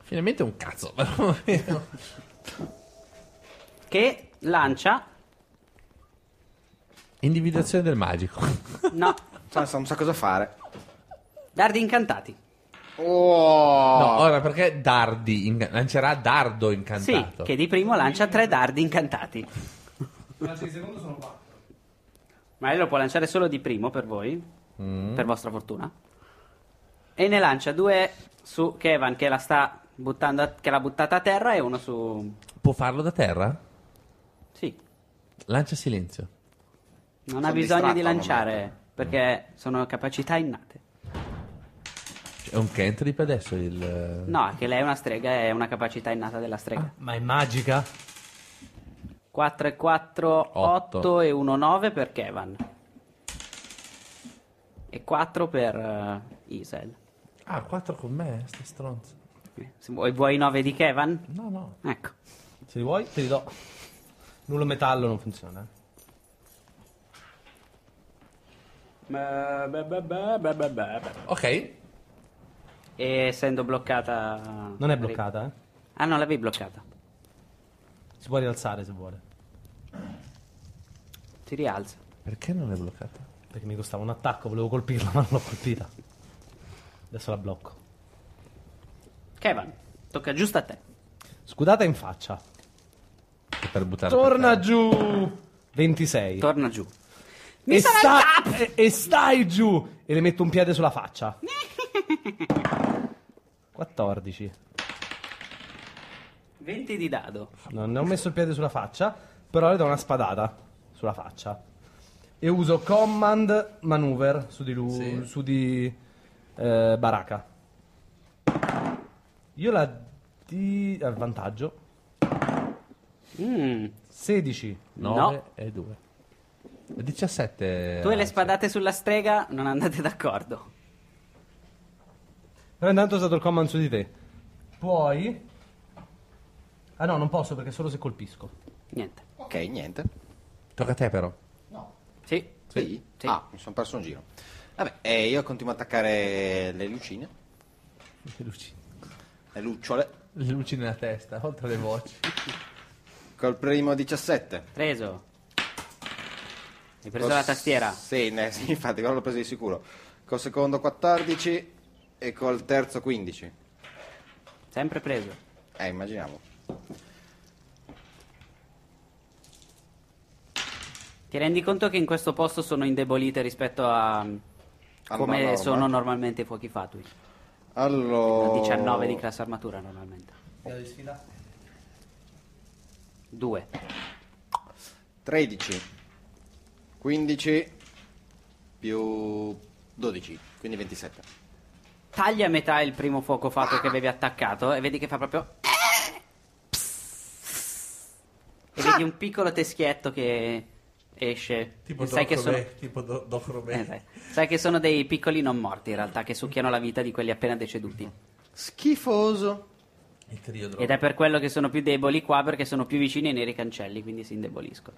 Speaker 5: Finalmente un cazzo.
Speaker 2: che lancia...
Speaker 5: Individuazione del magico.
Speaker 2: No,
Speaker 4: Sa- sa- non so cosa fare.
Speaker 2: dardi incantati.
Speaker 4: Oh!
Speaker 5: No, ora perché dardi in- lancerà dardo
Speaker 2: Sì,
Speaker 5: incantato.
Speaker 2: che di primo lancia tre dardi incantati. Ma lei lo può lanciare solo di primo per voi, per vostra fortuna. E ne lancia due su Kevan che la sta buttando, a- che l'ha buttata a terra e uno su...
Speaker 5: Può farlo da terra?
Speaker 2: Sì,
Speaker 5: Lancia silenzio.
Speaker 2: non ha
Speaker 4: Sono
Speaker 2: bisogno
Speaker 4: distratto
Speaker 2: di
Speaker 4: al
Speaker 2: lanciare perché sono capacità innate.
Speaker 5: Cioè, È un cantrip adesso il... eh,
Speaker 2: No, che lei è una strega, è una capacità innata della strega.
Speaker 3: Ma è magica?
Speaker 2: 4 e 4,
Speaker 5: Otto.
Speaker 2: 8 e 1, 9 per Kevan. E 4 per eh, Isel.
Speaker 5: Ah, 4 con me, sto stronzo.
Speaker 2: Eh, se vuoi, vuoi 9 di Kevan?
Speaker 5: No, no.
Speaker 2: Ecco.
Speaker 3: Se li vuoi, te li do. Nullo metallo non funziona. eh.
Speaker 5: Ok.
Speaker 2: E essendo bloccata...
Speaker 3: Non è bloccata, eh.
Speaker 2: Ah, non l'avevi bloccata.
Speaker 3: Si può rialzare se vuole.
Speaker 2: Ti rialza.
Speaker 5: Perché non è bloccata?
Speaker 3: Perché mi costava un attacco, volevo colpirla, ma non l'ho colpita. Adesso la blocco.
Speaker 2: Kevan, tocca giusto a te.
Speaker 3: Scudata in faccia.
Speaker 5: Per buttare
Speaker 3: Torna giù! 26.
Speaker 2: Torna giù. Mi
Speaker 3: e,
Speaker 2: sarà
Speaker 3: sta-
Speaker 2: il tap!
Speaker 3: e- e stai giù! E le metto un piede sulla faccia. 14.
Speaker 2: 20 di dado.
Speaker 3: Non ne ho messo il piede sulla faccia, però le do una spadata sulla faccia. E uso command maneuver su di lui,
Speaker 5: Sì.
Speaker 3: su di eh, Baraka. Io la di al vantaggio
Speaker 2: Mm,
Speaker 3: 16.
Speaker 5: 9 e 2. 17.
Speaker 3: Eh,
Speaker 2: Tu e le
Speaker 5: anzi.
Speaker 2: spadate sulla strega non andate d'accordo.
Speaker 3: Però intanto ho usato il command su di te. Puoi Ah no, non posso perché solo se colpisco.
Speaker 2: Niente.
Speaker 4: Ok, niente.
Speaker 5: Tocca a te però.
Speaker 2: Sì.
Speaker 4: Sì?
Speaker 2: Sì.
Speaker 4: Ah, mi sono perso un giro. Vabbè, e io continuo a attaccare le lucine,
Speaker 5: Le luci.
Speaker 4: le lucciole.
Speaker 5: Le luci nella testa, oltre alle voci.
Speaker 4: Col primo 17.
Speaker 2: Preso. Hai preso
Speaker 4: Col-
Speaker 2: la tastiera.
Speaker 4: Sì, ne- sì, infatti, quello l'ho preso di sicuro. Col secondo 14 e col terzo 15.
Speaker 2: Sempre preso.
Speaker 4: Eh, immaginiamo.
Speaker 2: Ti rendi conto che in questo posto sono indebolite rispetto a mm, come
Speaker 4: norma.
Speaker 2: sono normalmente i fuochi fatui.
Speaker 4: Allora...
Speaker 2: 19 di classe armatura normalmente. 2.
Speaker 4: 13, 15 più 12, quindi 27.
Speaker 2: Taglia a metà il primo fuoco fatto che avevi attaccato e vedi che fa proprio... E vedi un piccolo teschietto che esce.
Speaker 5: Tipo
Speaker 2: sai, che sono...
Speaker 5: tipo do,
Speaker 2: eh, sai. Sai che sono dei piccoli non morti in realtà che succhiano la vita di quelli appena deceduti.
Speaker 4: Schifoso.
Speaker 5: Il trio
Speaker 2: Ed è per quello che sono più deboli qua perché sono più vicini ai neri cancelli, quindi si indeboliscono.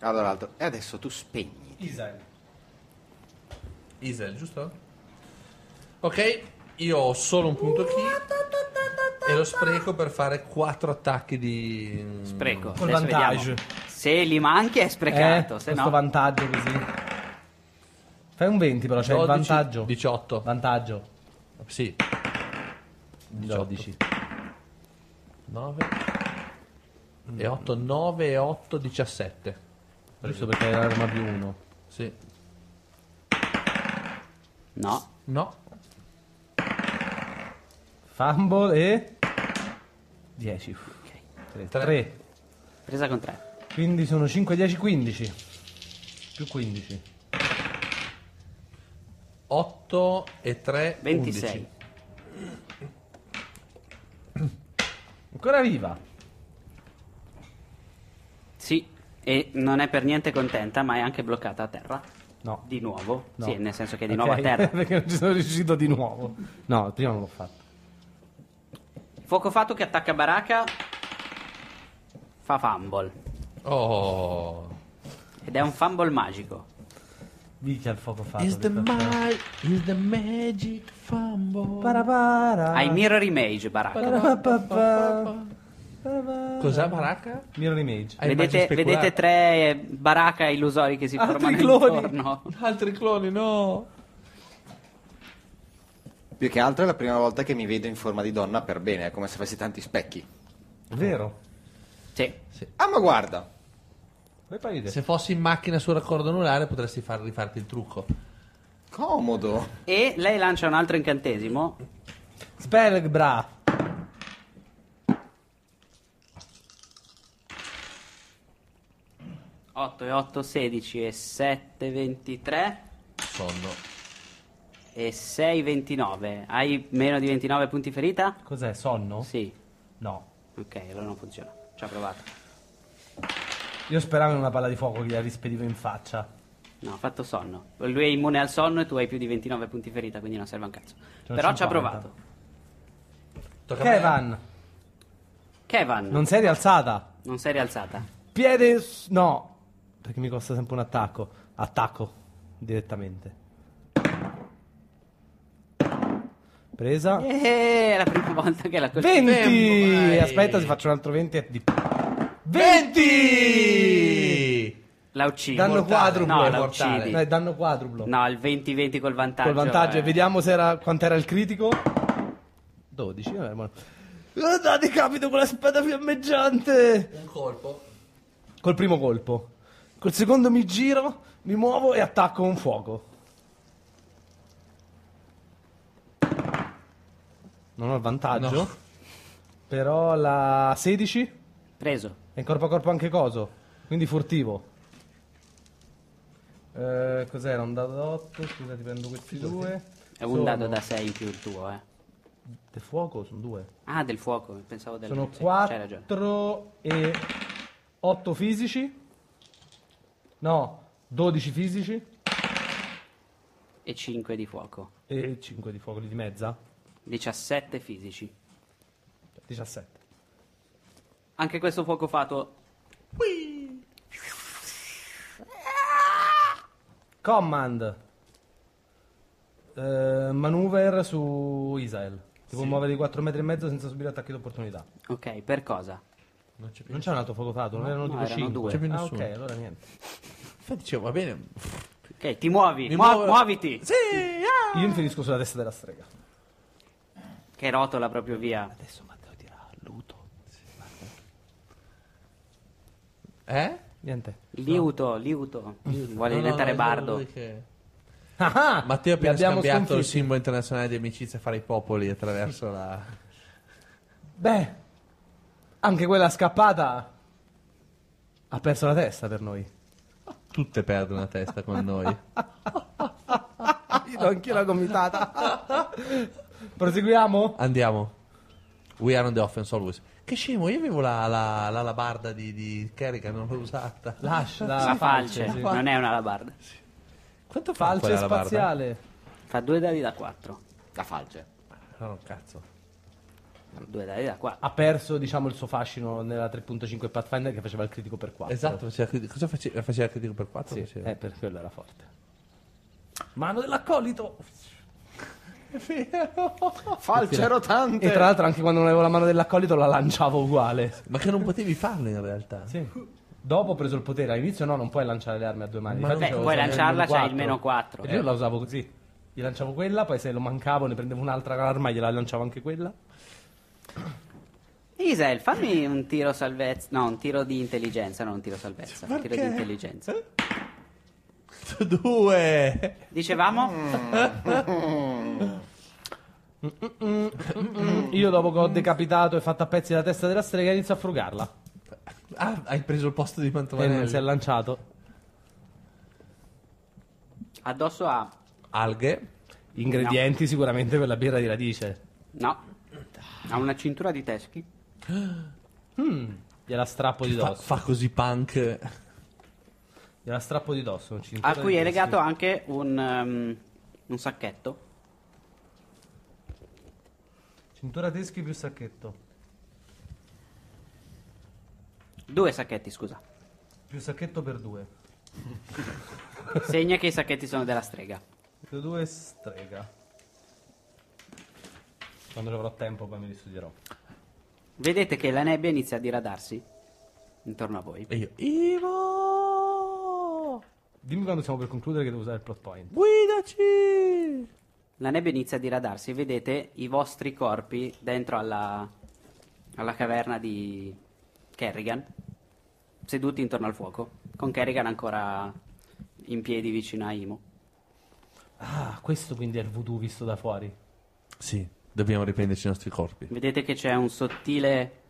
Speaker 4: Allora, altro. E adesso tu spegni.
Speaker 3: Isel.
Speaker 5: Isel, giusto? Ok, io ho solo un punto ki e lo spreco per fare 4 attacchi di...
Speaker 2: Spreco.
Speaker 3: Col
Speaker 2: Adesso
Speaker 3: vantage.
Speaker 2: vediamo. Se li manchi è sprecato,
Speaker 3: eh,
Speaker 2: se
Speaker 3: questo
Speaker 2: no...
Speaker 3: vantaggio così. Fai un 20 però, c'è il
Speaker 5: 12,
Speaker 3: vantaggio.
Speaker 5: 18.
Speaker 3: Vantaggio.
Speaker 5: Sì.
Speaker 3: 12.
Speaker 5: 9 e 8, 9 e 8, 17.
Speaker 3: Giusto perché è l'arma più 1.
Speaker 5: Sì.
Speaker 2: No.
Speaker 5: No.
Speaker 3: Fumble e 10.
Speaker 2: Ok.
Speaker 3: 3.
Speaker 5: Tre.
Speaker 2: Presa con tre.
Speaker 3: Quindi sono 5, 10, 15. Più 15.
Speaker 5: 8 e 3,
Speaker 2: 26.
Speaker 5: 11.
Speaker 3: Ancora viva.
Speaker 2: Sì, e non è per niente contenta, ma è anche bloccata a terra.
Speaker 3: No.
Speaker 2: Di nuovo?
Speaker 3: No.
Speaker 2: Sì, nel senso che è di
Speaker 3: Ok,
Speaker 2: nuovo a terra.
Speaker 3: Perché non ci sono riuscito di nuovo. No, prima non l'ho fatto.
Speaker 2: Fuoco fatto che attacca Baraka. Fa fumble.
Speaker 5: Oh.
Speaker 2: Ed è un fumble magico.
Speaker 3: Vicchia il fuoco fatto.
Speaker 5: Is the, ma- is the magic fumble.
Speaker 3: Parapara.
Speaker 2: Hai Mirror Image, Baraka.
Speaker 3: Parapapapa.
Speaker 5: Cos'ha Baracca?
Speaker 3: Mirror Image.
Speaker 5: Hai
Speaker 2: Vedete,
Speaker 5: immagini
Speaker 2: vedete
Speaker 5: speculari?
Speaker 2: tre eh, Baraka illusori che si
Speaker 3: Altri
Speaker 2: formano
Speaker 3: Ah, cloni.
Speaker 2: intorno.
Speaker 5: Altri cloni, no.
Speaker 4: Più che altro è la prima volta che mi vedo in forma di donna per bene, è come se avessi tanti specchi.
Speaker 3: Vero.
Speaker 2: Sì.
Speaker 4: Ah, ma guarda!
Speaker 3: Poi poi
Speaker 5: Se fossi in macchina sul raccordo anulare potresti far rifarti il trucco.
Speaker 4: Comodo!
Speaker 2: E lei lancia un altro incantesimo.
Speaker 3: Spelgbra.
Speaker 2: otto e 8, 16 e 7, 23
Speaker 5: Sonno.
Speaker 2: e 6, 29. Hai meno di 29 punti ferita?
Speaker 3: Cos'è? Sonno?
Speaker 2: Sì.
Speaker 3: No.
Speaker 2: Ok, allora non funziona. Ci ha provato.
Speaker 3: Io speravo in una palla di fuoco che la rispedivo in faccia.
Speaker 2: No, ha fatto sonno. Lui è immune al sonno e tu hai più di 29 punti ferita, quindi non serve un cazzo.
Speaker 3: Sono
Speaker 2: Però ci
Speaker 3: 50.
Speaker 2: ha provato.
Speaker 5: Tocca a me.
Speaker 3: Kevan,
Speaker 2: Kevan, non,
Speaker 3: non sei rialzata.
Speaker 2: sei rialzata.
Speaker 3: Piede... s- No. Perché mi costa sempre un attacco. Attacco. Direttamente. Presa.
Speaker 2: Eh, è la prima volta che la colpisci.
Speaker 3: 20!
Speaker 5: Tempo, vai.
Speaker 3: Aspetta, ti faccio un altro 20 e di... 20!
Speaker 5: Sì.
Speaker 2: La uccidi.
Speaker 3: Danno
Speaker 2: Mortale.
Speaker 3: quadruplo.
Speaker 2: No, la
Speaker 5: Mortale.
Speaker 2: uccidi.
Speaker 3: No, è danno quadruplo.
Speaker 2: No, il 20-20 col vantaggio.
Speaker 3: Esatto. Col vantaggio,
Speaker 2: eh.
Speaker 3: e vediamo se era, quant'era il critico. 12, vabbè, buono. Ah, Date capito con la spada fiammeggiante!
Speaker 5: Un colpo.
Speaker 3: Col primo colpo. Col secondo mi giro, mi muovo e attacco un fuoco. Non ho il vantaggio.
Speaker 5: No.
Speaker 3: Però la 16
Speaker 2: Preso.
Speaker 3: è in corpo a corpo anche coso. Quindi furtivo. Eh, cos'era? Un dado da 8? Scusa, ti prendo questi due.
Speaker 2: È un dado
Speaker 3: Sono-
Speaker 2: da 6 in più il tuo, eh.
Speaker 3: Del fuoco sono due.
Speaker 2: Ah, del fuoco, pensavo del...
Speaker 3: Sono
Speaker 2: sì, C'hai ragione.
Speaker 3: 4 e 8 fisici. No, 12 fisici
Speaker 2: E 5 di fuoco.
Speaker 3: e 5 di fuoco lì di mezza.
Speaker 2: 17 fisici.
Speaker 3: cioè 17.
Speaker 2: Anche questo fuoco fatto...
Speaker 3: Command. Eh, maneuver su Israel. Ti può muovere di 4 metri e mezzo senza subire attacchi d'opportunità.
Speaker 2: Ok, per cosa?
Speaker 5: Non c'è più.
Speaker 3: Non c'è un altro fuoco fatto, non erano
Speaker 2: no,
Speaker 3: tipo
Speaker 2: erano
Speaker 3: 5.
Speaker 2: due.
Speaker 5: C'è più
Speaker 3: Ah, ok,
Speaker 5: nessuno.
Speaker 3: allora niente.
Speaker 5: Infatti dicevo, va bene.
Speaker 2: Ok, ti muovi,
Speaker 5: Mi
Speaker 2: muo-
Speaker 5: muovo-
Speaker 2: muoviti!
Speaker 5: Sì. ah.
Speaker 3: Io infinisco sulla testa della strega.
Speaker 2: Che rotola proprio via.
Speaker 3: Adesso Matteo dirà luto.
Speaker 5: Eh?
Speaker 3: Niente.
Speaker 2: Liuto, liuto. Vuole
Speaker 5: No, no,
Speaker 2: diventare
Speaker 5: no,
Speaker 2: bardo.
Speaker 5: lui che-
Speaker 3: Ah, ah,
Speaker 5: Matteo ha
Speaker 3: li
Speaker 5: appena
Speaker 3: abbiamo
Speaker 5: scambiato il
Speaker 3: sconfitti.
Speaker 5: simbolo internazionale di amicizia fra i popoli attraverso la...
Speaker 3: Beh, anche quella scappata ha perso la testa per noi.
Speaker 5: Tutte perdono la testa con noi.
Speaker 3: Ah, Io do anch'io la gomitata. Proseguiamo?
Speaker 5: Andiamo. We are on the offense always. Che scemo, io avevo la, la, l'alabarda di, di Kerrigan, non l'ho usata.
Speaker 3: Lascia la,
Speaker 2: La falce,
Speaker 3: sì.
Speaker 2: non è una alabarda.
Speaker 5: Quanto fa
Speaker 3: Falce
Speaker 5: quella alabarda?
Speaker 3: spaziale.
Speaker 2: Fa due dadi da 4.
Speaker 4: La falce.
Speaker 5: No, no, cazzo.
Speaker 2: Due dadi da 4.
Speaker 3: Ha perso, diciamo, il suo fascino nella 3.5 Pathfinder che faceva il critico per 4.
Speaker 5: Esatto, faceva, critico- cosa faceva, faceva il critico per 4?
Speaker 3: Sì, eh, per quello era forte. Mano dell'accolito.
Speaker 4: Falce rotante!
Speaker 3: E tra l'altro anche quando non avevo la mano dell'accolito la lanciavo uguale.
Speaker 5: Ma che non potevi farlo in realtà.
Speaker 3: Dopo ho preso il potere, all'inizio no, non puoi lanciare le armi a due mani.
Speaker 5: Ma
Speaker 3: Infatti
Speaker 5: non
Speaker 3: avevo
Speaker 2: puoi
Speaker 3: sempre
Speaker 2: lanciarla, c'hai
Speaker 3: quattro.
Speaker 2: il meno quattro. eh.
Speaker 3: E io la usavo così. Gli lanciavo quella, poi se lo mancavo ne prendevo un'altra arma e gliela lanciavo anche quella.
Speaker 2: Isel, fammi un tiro salvezza. No, un tiro di intelligenza, non un tiro salvezza. Un tiro di intelligenza.
Speaker 5: Due!
Speaker 2: Dicevamo?
Speaker 5: Mm.
Speaker 3: Io dopo che ho decapitato e fatto a pezzi la testa della strega inizio a frugarla.
Speaker 5: Ah, hai preso il posto
Speaker 3: E
Speaker 5: di
Speaker 4: Eh,
Speaker 3: non si è
Speaker 5: Mantovanelli.
Speaker 3: lanciato.
Speaker 2: Addosso a...
Speaker 5: Alghe.
Speaker 3: Ingredienti sicuramente per la birra di radice.
Speaker 2: No. Ha una cintura di teschi.
Speaker 3: Gliela strappo di
Speaker 5: Fa,
Speaker 3: dosso.
Speaker 5: fa così punk.
Speaker 3: Gliela strappo di dosso. non ci
Speaker 2: A
Speaker 3: interessa
Speaker 2: cui
Speaker 3: di
Speaker 2: è
Speaker 3: questo.
Speaker 2: legato anche un, ehm, un sacchetto.
Speaker 3: Cintura teschi più sacchetto.
Speaker 2: Due sacchetti, scusa.
Speaker 3: Più sacchetto per due.
Speaker 2: Segna che i sacchetti sono della strega.
Speaker 3: Più due strega. Quando ci avrò tempo poi me li studierò.
Speaker 2: Vedete che la nebbia inizia a diradarsi intorno a voi.
Speaker 5: E io. Ivo!
Speaker 3: Dimmi quando siamo per concludere che devo usare il plot point.
Speaker 5: Guidaci!
Speaker 2: La nebbia inizia a diradarsi e vedete i vostri corpi dentro alla, alla caverna di Kerrigan, seduti intorno al fuoco, con Kerrigan ancora in piedi vicino a Imo.
Speaker 3: Ah, questo quindi è il voodoo visto da fuori.
Speaker 5: Sì, dobbiamo riprenderci i nostri corpi.
Speaker 2: Vedete che c'è un sottile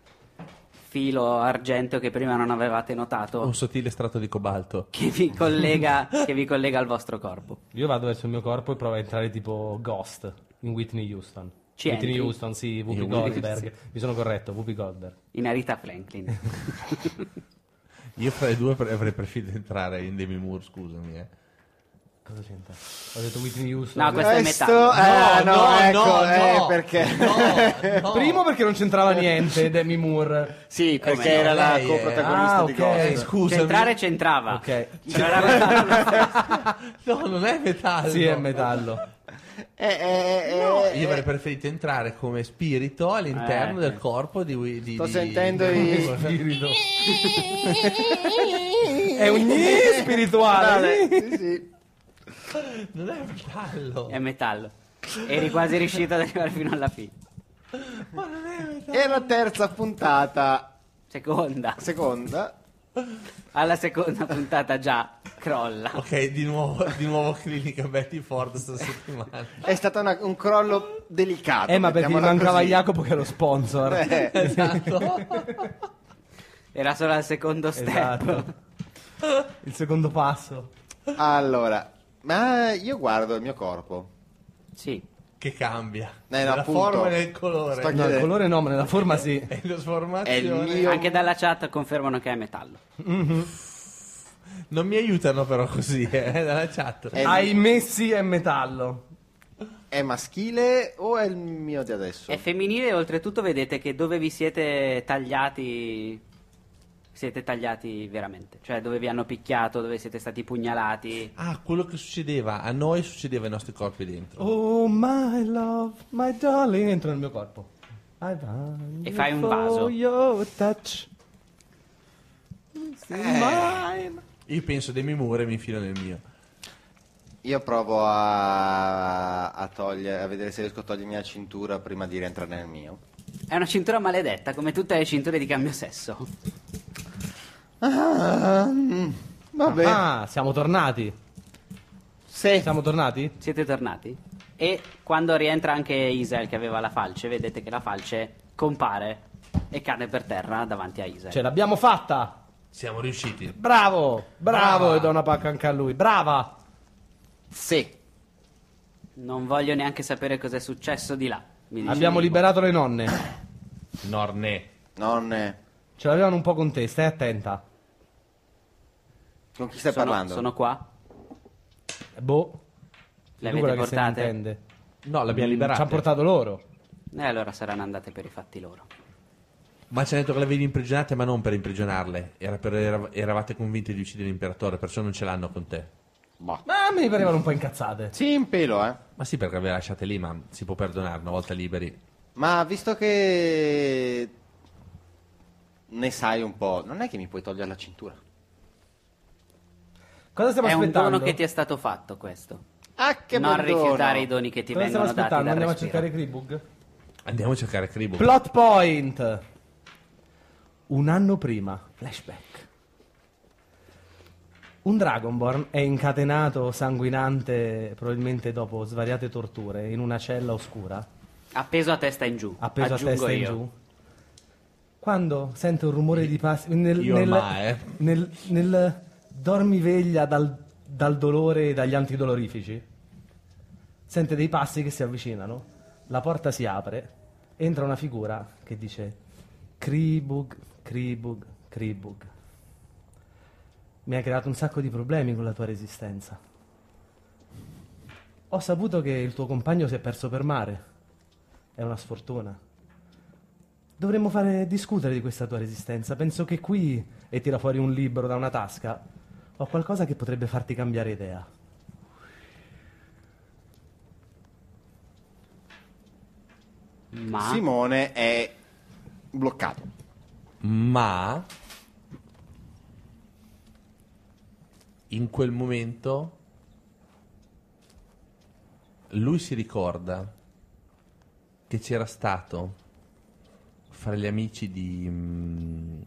Speaker 2: filo argento che prima non avevate notato
Speaker 3: Oh,
Speaker 5: Un sottile strato di cobalto.
Speaker 2: che vi collega, che vi collega al vostro corpo.
Speaker 3: Io vado verso il mio corpo e provo a entrare tipo Ghost in Whitney Houston.
Speaker 2: Ci
Speaker 3: Whitney
Speaker 2: entri?
Speaker 3: Houston, sì, Whoopi
Speaker 5: In
Speaker 3: Goldberg. Mi sono corretto, Whoopi Goldberg.
Speaker 2: In Arita Franklin.
Speaker 5: Io fra i due pre- avrei preferito entrare in Demi Moore, scusami, eh.
Speaker 3: Cosa c'entra? Ho detto Whitney Houston.
Speaker 2: No, questo è metallo.
Speaker 4: Questo- eh, no, ecco, eh, perché...
Speaker 5: No, no.
Speaker 3: Eh, Primo perché non c'entrava niente Demi Moore.
Speaker 4: Sì,
Speaker 5: Come
Speaker 4: perché
Speaker 5: no,
Speaker 4: era la
Speaker 5: Ecco, lei è-
Speaker 4: coprotagonista
Speaker 3: Ah,
Speaker 4: di
Speaker 3: ok.
Speaker 5: Eh,
Speaker 4: Ghost.
Speaker 5: scusami.
Speaker 2: C'entrare c'entrava.
Speaker 3: Ok.
Speaker 5: No, non è metallo.
Speaker 3: Sì, è metallo.
Speaker 4: Eh, eh, eh,
Speaker 5: No,
Speaker 4: eh,
Speaker 5: io avrei preferito entrare come spirito all'interno
Speaker 2: Eh,
Speaker 5: del
Speaker 2: sì.
Speaker 5: corpo di... Wi- di
Speaker 4: Sto
Speaker 5: di-
Speaker 4: sentendo
Speaker 5: di-
Speaker 4: i-
Speaker 3: Spirito. è un gni spirituale.
Speaker 4: Sì, sì.
Speaker 5: Non è
Speaker 3: Cioè,
Speaker 5: metallo.
Speaker 2: È metallo. Eri quasi riuscito ad arrivare fino alla fine.
Speaker 5: Ma non è metallo.
Speaker 4: E la terza puntata,
Speaker 2: Seconda.
Speaker 4: seconda.
Speaker 2: Alla seconda puntata già crolla.
Speaker 5: Ok, di nuovo, di nuovo clinica Betty Ford
Speaker 4: Eh.
Speaker 5: questa settimana.
Speaker 4: È stato una- un crollo delicato.
Speaker 3: Eh, ma perché gli
Speaker 4: Ah, mettiamola
Speaker 3: mancava
Speaker 4: così.
Speaker 3: Jacopo che è lo sponsor.
Speaker 4: Eh,
Speaker 5: Esatto.
Speaker 2: Era solo al secondo step.
Speaker 3: Esatto. Il secondo passo.
Speaker 4: allora, ma io guardo il mio corpo.
Speaker 2: Sì.
Speaker 5: Che cambia.
Speaker 4: Eh, no,
Speaker 5: la
Speaker 4: appunto.
Speaker 5: forma e nel colore.
Speaker 4: Sto-
Speaker 3: No, il colore no, ma nella forma sì.
Speaker 4: Eh,
Speaker 5: E la trasformazione.
Speaker 4: È il mio- Io-
Speaker 2: Anche dalla chat confermano che è metallo.
Speaker 5: Non mi aiutano però così, eh, dalla chat.
Speaker 4: È,
Speaker 3: Hai messi è metallo.
Speaker 4: è maschile o è il mio di adesso?
Speaker 2: È femminile e oltretutto vedete che dove vi siete tagliati siete tagliati veramente, cioè dove vi hanno picchiato, dove siete stati pugnalati.
Speaker 5: Ah, quello che succedeva a noi succedeva ai nostri corpi dentro.
Speaker 3: Oh my love, my darling, entro nel mio corpo. I
Speaker 2: E fai un vaso.
Speaker 3: Your touch.
Speaker 4: Eh.
Speaker 3: Mine.
Speaker 5: Io penso dei miei muri e mi infilo nel mio.
Speaker 4: Io provo a, a togliere, a vedere se riesco a togliermi la cintura prima di rientrare nel mio.
Speaker 2: È una cintura maledetta, come tutte le cinture di cambio sesso.
Speaker 4: vabbè.
Speaker 3: Ah, siamo tornati.
Speaker 4: Sì.
Speaker 3: Siamo tornati?
Speaker 2: Siete tornati? E quando rientra anche Isel che aveva la falce, vedete che la falce compare e cade per terra davanti a Isel.
Speaker 3: Ce l'abbiamo fatta.
Speaker 5: Siamo riusciti.
Speaker 3: Bravo, bravo.
Speaker 5: Brava.
Speaker 3: E do una pacca anche a lui. Brava.
Speaker 4: Sì.
Speaker 2: Non voglio neanche sapere cos'è successo di là. mi dice
Speaker 3: Abbiamo
Speaker 2: Mimmo.
Speaker 3: liberato le nonne.
Speaker 5: Norne.
Speaker 4: Nonne,
Speaker 3: Ce l'avevano un po' con te, stai attenta.
Speaker 4: con chi stai
Speaker 2: Sono-
Speaker 4: parlando?
Speaker 2: Sono qua.
Speaker 3: Boh.
Speaker 2: Le
Speaker 3: tu quella che
Speaker 2: avete
Speaker 3: se ne
Speaker 2: portate?
Speaker 3: intende.
Speaker 5: No, l'abbiamo
Speaker 3: Mm, Ci
Speaker 5: liberata.
Speaker 3: hanno portato loro.
Speaker 2: E allora saranno andate per i fatti loro.
Speaker 5: Ma ci hanno detto che l'avevi imprigionate, ma non per imprigionarle. Era per- era- eravate convinti di uccidere l'imperatore, perciò non ce l'hanno con te.
Speaker 4: Boh.
Speaker 3: Ma mi parevano un po' incazzate.
Speaker 4: Sì, in pelo, eh.
Speaker 5: Ma sì, perché le aveva lasciate lì, ma si può perdonare una volta liberi.
Speaker 4: Ma visto che ne sai un po', non è che mi puoi togliere la cintura?
Speaker 3: Cosa stiamo
Speaker 2: è un
Speaker 3: aspettando?
Speaker 2: dono che ti è stato fatto questo.
Speaker 4: Ah, che
Speaker 2: non
Speaker 4: bel
Speaker 2: rifiutare
Speaker 4: dono.
Speaker 2: i doni che ti
Speaker 3: Cosa stiamo
Speaker 2: vengono dati
Speaker 3: aspettando?
Speaker 2: dal
Speaker 3: Andiamo
Speaker 2: respiro.
Speaker 3: a cercare Kribug?
Speaker 5: Andiamo a cercare Cribo.
Speaker 3: Plot point. Un anno prima, flashback. Un Dragonborn è incatenato, sanguinante, probabilmente dopo svariate torture, in una cella oscura,
Speaker 2: Appeso a testa in giù.
Speaker 3: appeso
Speaker 2: Aggiungo
Speaker 3: a testa in
Speaker 2: io.
Speaker 3: giù. Quando sento un rumore di passi nel,
Speaker 5: Io
Speaker 3: nel,
Speaker 5: ormai, eh.
Speaker 3: nel, nel dormiveglia dal, dal dolore e dagli antidolorifici, sente dei passi che si avvicinano, la porta si apre, entra una figura che dice Kribug, Kribug, Kribug. Mi hai creato un sacco di problemi con la tua resistenza. Ho saputo che il tuo compagno si è perso per mare. È una sfortuna. Dovremmo fare discutere di questa tua resistenza. Penso che qui, e tira fuori un libro da una tasca, ho qualcosa che potrebbe farti cambiare idea.
Speaker 2: Ma
Speaker 4: Simone è bloccato.
Speaker 5: ma in quel momento lui si ricorda che c'era stato fra gli amici di mm,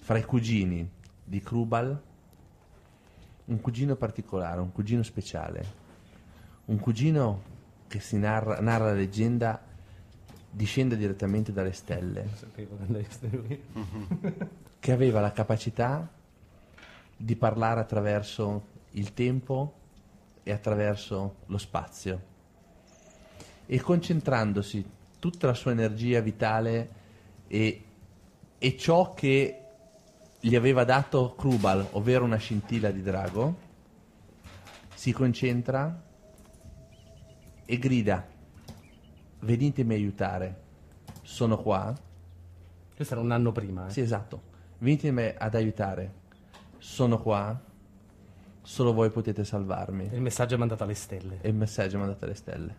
Speaker 5: fra i cugini di Krubal un cugino particolare, un cugino speciale un cugino che si narra, narra la leggenda discende direttamente dalle stelle che aveva la capacità di parlare attraverso il tempo e attraverso lo spazio e concentrandosi tutta la sua energia vitale e, e ciò che gli aveva dato Krubal, ovvero una scintilla di drago, si concentra e grida venitemi aiutare, sono qua,
Speaker 3: Questo era un anno prima. eh.
Speaker 5: sì, esatto. Venite me ad aiutare. Sono qua. Solo voi potete salvarmi.
Speaker 3: Il messaggio è mandato alle stelle.
Speaker 5: E il messaggio mandato alle stelle.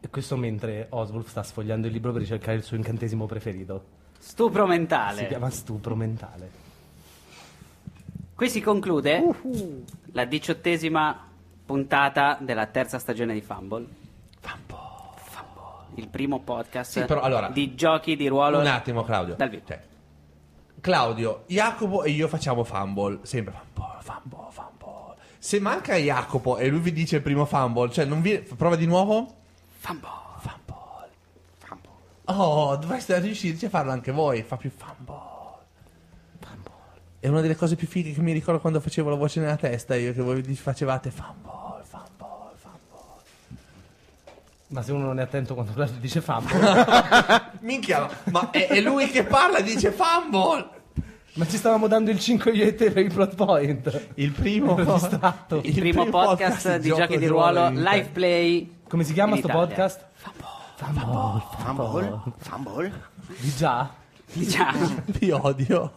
Speaker 3: E questo mentre Oswald sta sfogliando il libro per ricercare il suo incantesimo preferito.
Speaker 2: stupro
Speaker 3: Si
Speaker 2: mentale.
Speaker 3: chiama stupro mentale.
Speaker 2: Qui si conclude la diciottesima puntata della terza stagione di Fumble. Fumble. Il primo podcast
Speaker 5: Sì, però, allora,
Speaker 2: di giochi di ruolo.
Speaker 5: Un attimo, Claudio.
Speaker 2: Dal vivo.
Speaker 5: Cioè, Claudio, Jacopo e io facciamo fumble. Sempre fumble, fumble, fumble. Se manca Jacopo e lui vi dice il primo fumble, cioè non vi. Prova di nuovo.
Speaker 2: Fumble.
Speaker 5: Fumble. Fumble. Oh, dovreste riuscirci a farlo anche voi. Fa più fumble. È una delle cose più fighe che mi ricordo quando facevo la voce nella testa. Io che voi vi facevate fumble, fumble, fumble.
Speaker 3: Ma se uno non è attento quando Claudio dice famo,
Speaker 5: Minchia, ma è, è lui che parla e dice fumble.
Speaker 3: ma ci stavamo dando il 5 io e te per il plot point.
Speaker 5: Il primo,
Speaker 3: L'ho distratto.
Speaker 2: Il, primo, podcast, di giochi di ruolo,
Speaker 5: in-
Speaker 2: live play.
Speaker 3: Come si chiama
Speaker 2: in
Speaker 3: sto
Speaker 2: Italia.
Speaker 3: podcast? Fumble.
Speaker 12: Fumble?
Speaker 2: Oh.
Speaker 12: Fumble?
Speaker 3: Di già?
Speaker 2: Diciamo.
Speaker 5: Vi odio.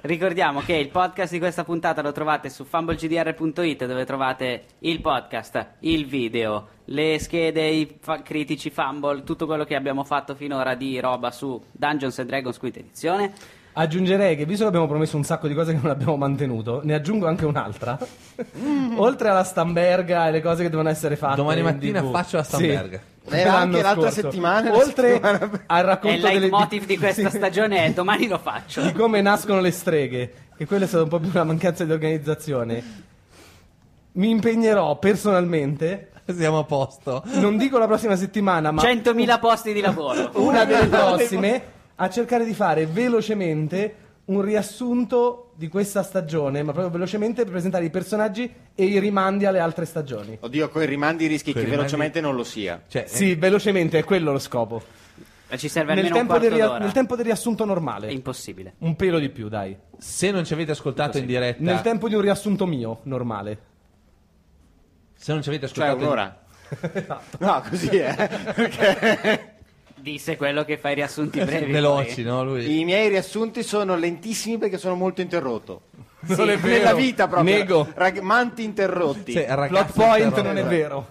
Speaker 2: Ricordiamo che il podcast di questa puntata lo trovate su fumblegdr.it dove trovate il podcast, il video, le schede, i fa- critici fumble, tutto quello che abbiamo fatto finora di roba su Dungeons and Dragons quinta edizione.
Speaker 3: Aggiungerei che visto che abbiamo promesso un sacco di cose che non abbiamo mantenuto, ne aggiungo anche un'altra.
Speaker 2: Mm.
Speaker 3: Oltre alla stamberga e le cose che devono essere fatte.
Speaker 5: Domani
Speaker 3: in
Speaker 5: mattina
Speaker 3: TV.
Speaker 5: faccio la stamberga.
Speaker 3: Sì.
Speaker 4: Eh,
Speaker 3: Per
Speaker 4: anche
Speaker 3: l'anno
Speaker 4: l'altra
Speaker 3: scorso.
Speaker 4: settimana, la
Speaker 3: Oltre
Speaker 4: settimana-
Speaker 3: al
Speaker 2: E il
Speaker 3: racconto delle
Speaker 2: leitmotiv di questa
Speaker 3: Sì.
Speaker 2: stagione è domani lo faccio.
Speaker 3: di come nascono le streghe, che quella è stata un po' più una mancanza di organizzazione. Mi impegnerò personalmente,
Speaker 5: Siamo a posto.
Speaker 3: non dico la prossima settimana, ma
Speaker 2: 100.000 posti di lavoro.
Speaker 3: una delle prossime a cercare di fare velocemente un riassunto di questa stagione, ma proprio velocemente per presentare i personaggi e i rimandi alle altre stagioni.
Speaker 4: Oddio, con i rimandi rischi
Speaker 5: Coi
Speaker 4: che
Speaker 5: rimandi-
Speaker 4: velocemente non lo sia.
Speaker 5: Cioè,
Speaker 3: Sì, velocemente è quello lo scopo.
Speaker 2: Ma Ci serve
Speaker 3: Nel
Speaker 2: almeno un
Speaker 3: tempo, del
Speaker 2: quarto
Speaker 3: ria-
Speaker 2: d'ora.
Speaker 3: nel tempo del riassunto
Speaker 2: È
Speaker 3: normale.
Speaker 2: impossibile.
Speaker 3: Un pelo di più, dai.
Speaker 5: se non ci avete ascoltato in diretta,
Speaker 3: Nel tempo di un riassunto mio, normale.
Speaker 5: se non ci avete
Speaker 4: Cioè,
Speaker 5: ascoltato in-
Speaker 4: un'ora. No, così eh. è. Perché
Speaker 2: Disse quello che fa i
Speaker 3: Eh
Speaker 2: riassunti brevi. poi.
Speaker 5: veloci, no? Lui.
Speaker 4: I miei riassunti sono lentissimi perché sono molto interrotto.
Speaker 3: Non è
Speaker 4: Nella vita proprio.
Speaker 3: Nego.
Speaker 4: Rag- manti interrotti.
Speaker 5: Cioè,
Speaker 3: Plot
Speaker 5: ragazzi,
Speaker 3: point
Speaker 5: però- eh.
Speaker 3: non è vero.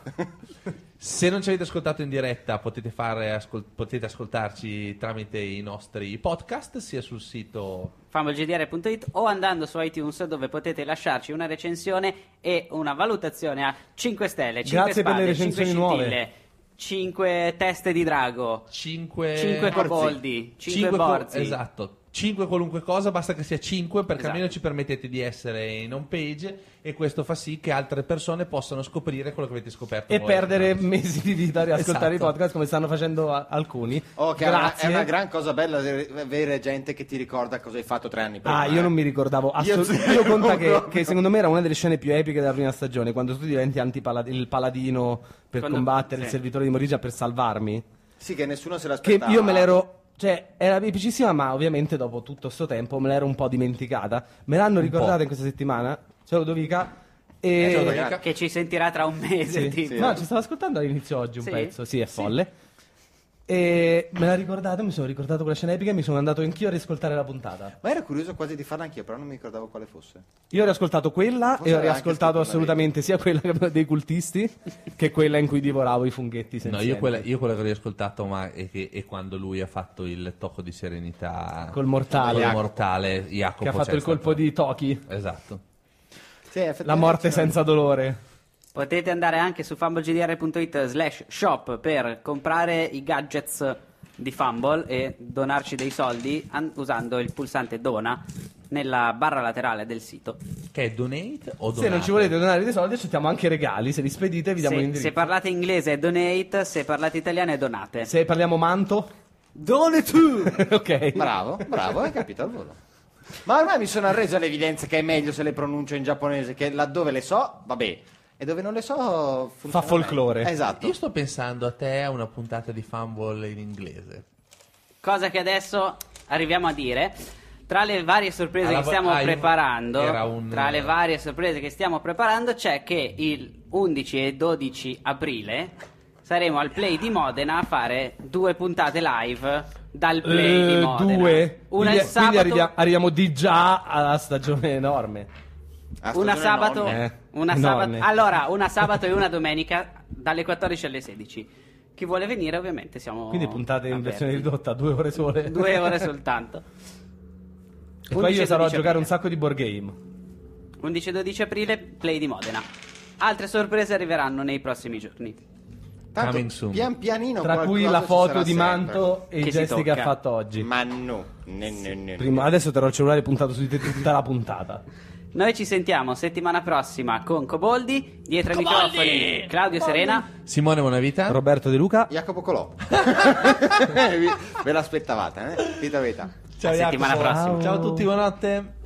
Speaker 5: Se non ci avete ascoltato in diretta, potete, fare ascol- potete ascoltarci tramite i nostri podcast, sia sul sito.
Speaker 2: fumblegdr.it o andando su iTunes dove potete lasciarci una recensione e una valutazione a 5 stelle, 5
Speaker 3: Grazie per
Speaker 2: spade,
Speaker 3: le recensioni
Speaker 2: 5
Speaker 3: nuove.
Speaker 2: scintille, 5 teste di drago,
Speaker 5: 5
Speaker 2: 5 coboldi, 5 borzi.
Speaker 5: Esatto, 5 qualunque cosa, basta che sia 5 perché
Speaker 3: Esatto.
Speaker 5: almeno ci permettete di essere in home page e questo fa sì che altre persone possano scoprire quello che avete scoperto.
Speaker 3: E
Speaker 5: voi.
Speaker 3: perdere mesi di vita a riascoltare
Speaker 5: Esatto.
Speaker 3: i podcast come stanno facendo a- alcuni.
Speaker 4: Oh, che è una-
Speaker 3: Grazie.
Speaker 4: È, una, gran cosa bella se- avere gente che ti ricorda cosa hai fatto tre anni prima.
Speaker 3: Ah, io non mi
Speaker 4: eh.
Speaker 3: ricordavo
Speaker 4: Io
Speaker 3: assolutamente.
Speaker 4: zero,
Speaker 3: Io, conta che,
Speaker 4: proprio.
Speaker 3: che secondo me era una delle scene più epiche della prima stagione, quando tu diventi antipala- il paladino per
Speaker 2: Quando-
Speaker 3: combattere il
Speaker 2: sì.
Speaker 3: servitore di Morigia per salvarmi.
Speaker 4: Sì, che nessuno se
Speaker 3: Che
Speaker 4: l'aspettava.
Speaker 3: io me l'ero. Cioè, era epicissima, ma ovviamente dopo tutto sto tempo me l'ero un po' dimenticata. Me l'hanno ricordata
Speaker 5: po'.
Speaker 3: in questa settimana. Ciao Ludovica. E...
Speaker 4: Eh, ciao, Ludovica.
Speaker 2: Che ci sentirà tra un
Speaker 3: Sì.
Speaker 2: mese. tipo.
Speaker 3: No, ci stavo ascoltando all'inizio oggi un
Speaker 2: Sì?
Speaker 3: pezzo, sì, è
Speaker 2: Sì.
Speaker 3: folle. E me l'ha ricordata, mi sono ricordato quella scena epica e mi sono andato anch'io a riascoltare la puntata.
Speaker 4: Ma ero curioso quasi di farla anch'io, però non mi ricordavo quale fosse.
Speaker 3: Io ho riascoltato quella
Speaker 4: Forse
Speaker 3: e ho
Speaker 4: era
Speaker 3: riascoltato
Speaker 4: anche scritto una
Speaker 3: assolutamente sia quella che- dei cultisti che quella in cui divoravo i funghetti senza
Speaker 5: No, io quella, io quella che ho riascoltato ma è, che- è quando lui ha fatto il tocco di serenità
Speaker 3: Col mortale.
Speaker 5: Col
Speaker 3: Jacopo.
Speaker 5: mortale, Jacopo,
Speaker 3: che ha fatto
Speaker 5: cioè,
Speaker 3: il colpo
Speaker 5: stato-
Speaker 3: di Toki,
Speaker 5: Esatto.
Speaker 4: Sì,
Speaker 3: la
Speaker 4: effettivamente
Speaker 3: morte
Speaker 4: c'era-
Speaker 3: senza dolore.
Speaker 2: Potete andare anche su fumblegdr.it slash shop per comprare i gadgets di Fumble e donarci dei soldi an- usando il pulsante dona nella barra laterale del sito.
Speaker 5: Che è donate o donate?
Speaker 3: Se non ci volete donare dei soldi, accettiamo anche regali. Se li spedite, vi diamo
Speaker 2: Se,
Speaker 3: l'indirizzo.
Speaker 2: se parlate inglese è donate, se parlate italiano è donate.
Speaker 3: Se parliamo manto,
Speaker 2: Done tu!
Speaker 3: ok.
Speaker 4: Bravo, bravo, hai capito al volo. Ma ormai mi sono arreso all'evidenza che è meglio se le pronuncio in giapponese, che laddove le so, vabbè, e dove non le so funziona
Speaker 3: folklore.
Speaker 4: meglio. Esatto.
Speaker 5: Io sto pensando a te a una puntata di Fumble in inglese.
Speaker 2: Cosa che adesso arriviamo a dire. Tra le varie sorprese
Speaker 5: Alla
Speaker 2: che
Speaker 5: vo-
Speaker 2: stiamo
Speaker 5: ah, io-
Speaker 2: preparando,
Speaker 5: era un-
Speaker 2: tra le varie sorprese che stiamo preparando, c'è che il 11 e 12 aprile saremo al Play di Modena a fare due puntate live dal Play di
Speaker 3: Eh,
Speaker 2: Modena.
Speaker 3: due.
Speaker 2: Una
Speaker 3: quindi,
Speaker 2: il sabato,
Speaker 3: quindi arrivia- arriviamo di già alla stagione enorme.
Speaker 4: Ah, stagione
Speaker 2: una sabato,
Speaker 4: nonna.
Speaker 3: Eh,
Speaker 2: una
Speaker 3: enorme.
Speaker 2: sabato- allora, una sabato e una domenica dalle 14 alle 16. Chi vuole venire, ovviamente siamo
Speaker 3: Quindi puntate in
Speaker 2: aperti.
Speaker 3: versione ridotta, due ore sole.
Speaker 2: Due ore soltanto.
Speaker 3: E poi io sarò a
Speaker 2: 11 e
Speaker 3: giocare
Speaker 2: 12
Speaker 3: un sacco di board game.
Speaker 2: 11 e 12 aprile, play di Modena. Altre sorprese arriveranno nei prossimi giorni.
Speaker 4: Tanto,
Speaker 5: Coming soon.
Speaker 4: pian pianino
Speaker 3: Tra cui
Speaker 4: qualcosa
Speaker 3: la
Speaker 4: ci
Speaker 3: foto
Speaker 4: sarà
Speaker 3: di
Speaker 4: sempre.
Speaker 3: Manto e i
Speaker 2: Che si
Speaker 3: gesti che
Speaker 2: tocca.
Speaker 3: ha fatto oggi.
Speaker 4: Ma no, ne, ne, ne, ne.
Speaker 3: Prima, adesso terrò il cellulare puntato su di te tutta la puntata.
Speaker 2: Noi ci sentiamo settimana prossima con Coboldi, dietro ai microfoni Claudio Serena.
Speaker 5: Simone Bonavita.
Speaker 3: Roberto De Luca.
Speaker 4: Jacopo Colò. Vi- Ve l'aspettavate, eh? Vita, vita.
Speaker 5: Ciao,
Speaker 2: A settimana
Speaker 5: Jacopo.
Speaker 2: prossima.
Speaker 5: Ciao a tutti, buonanotte.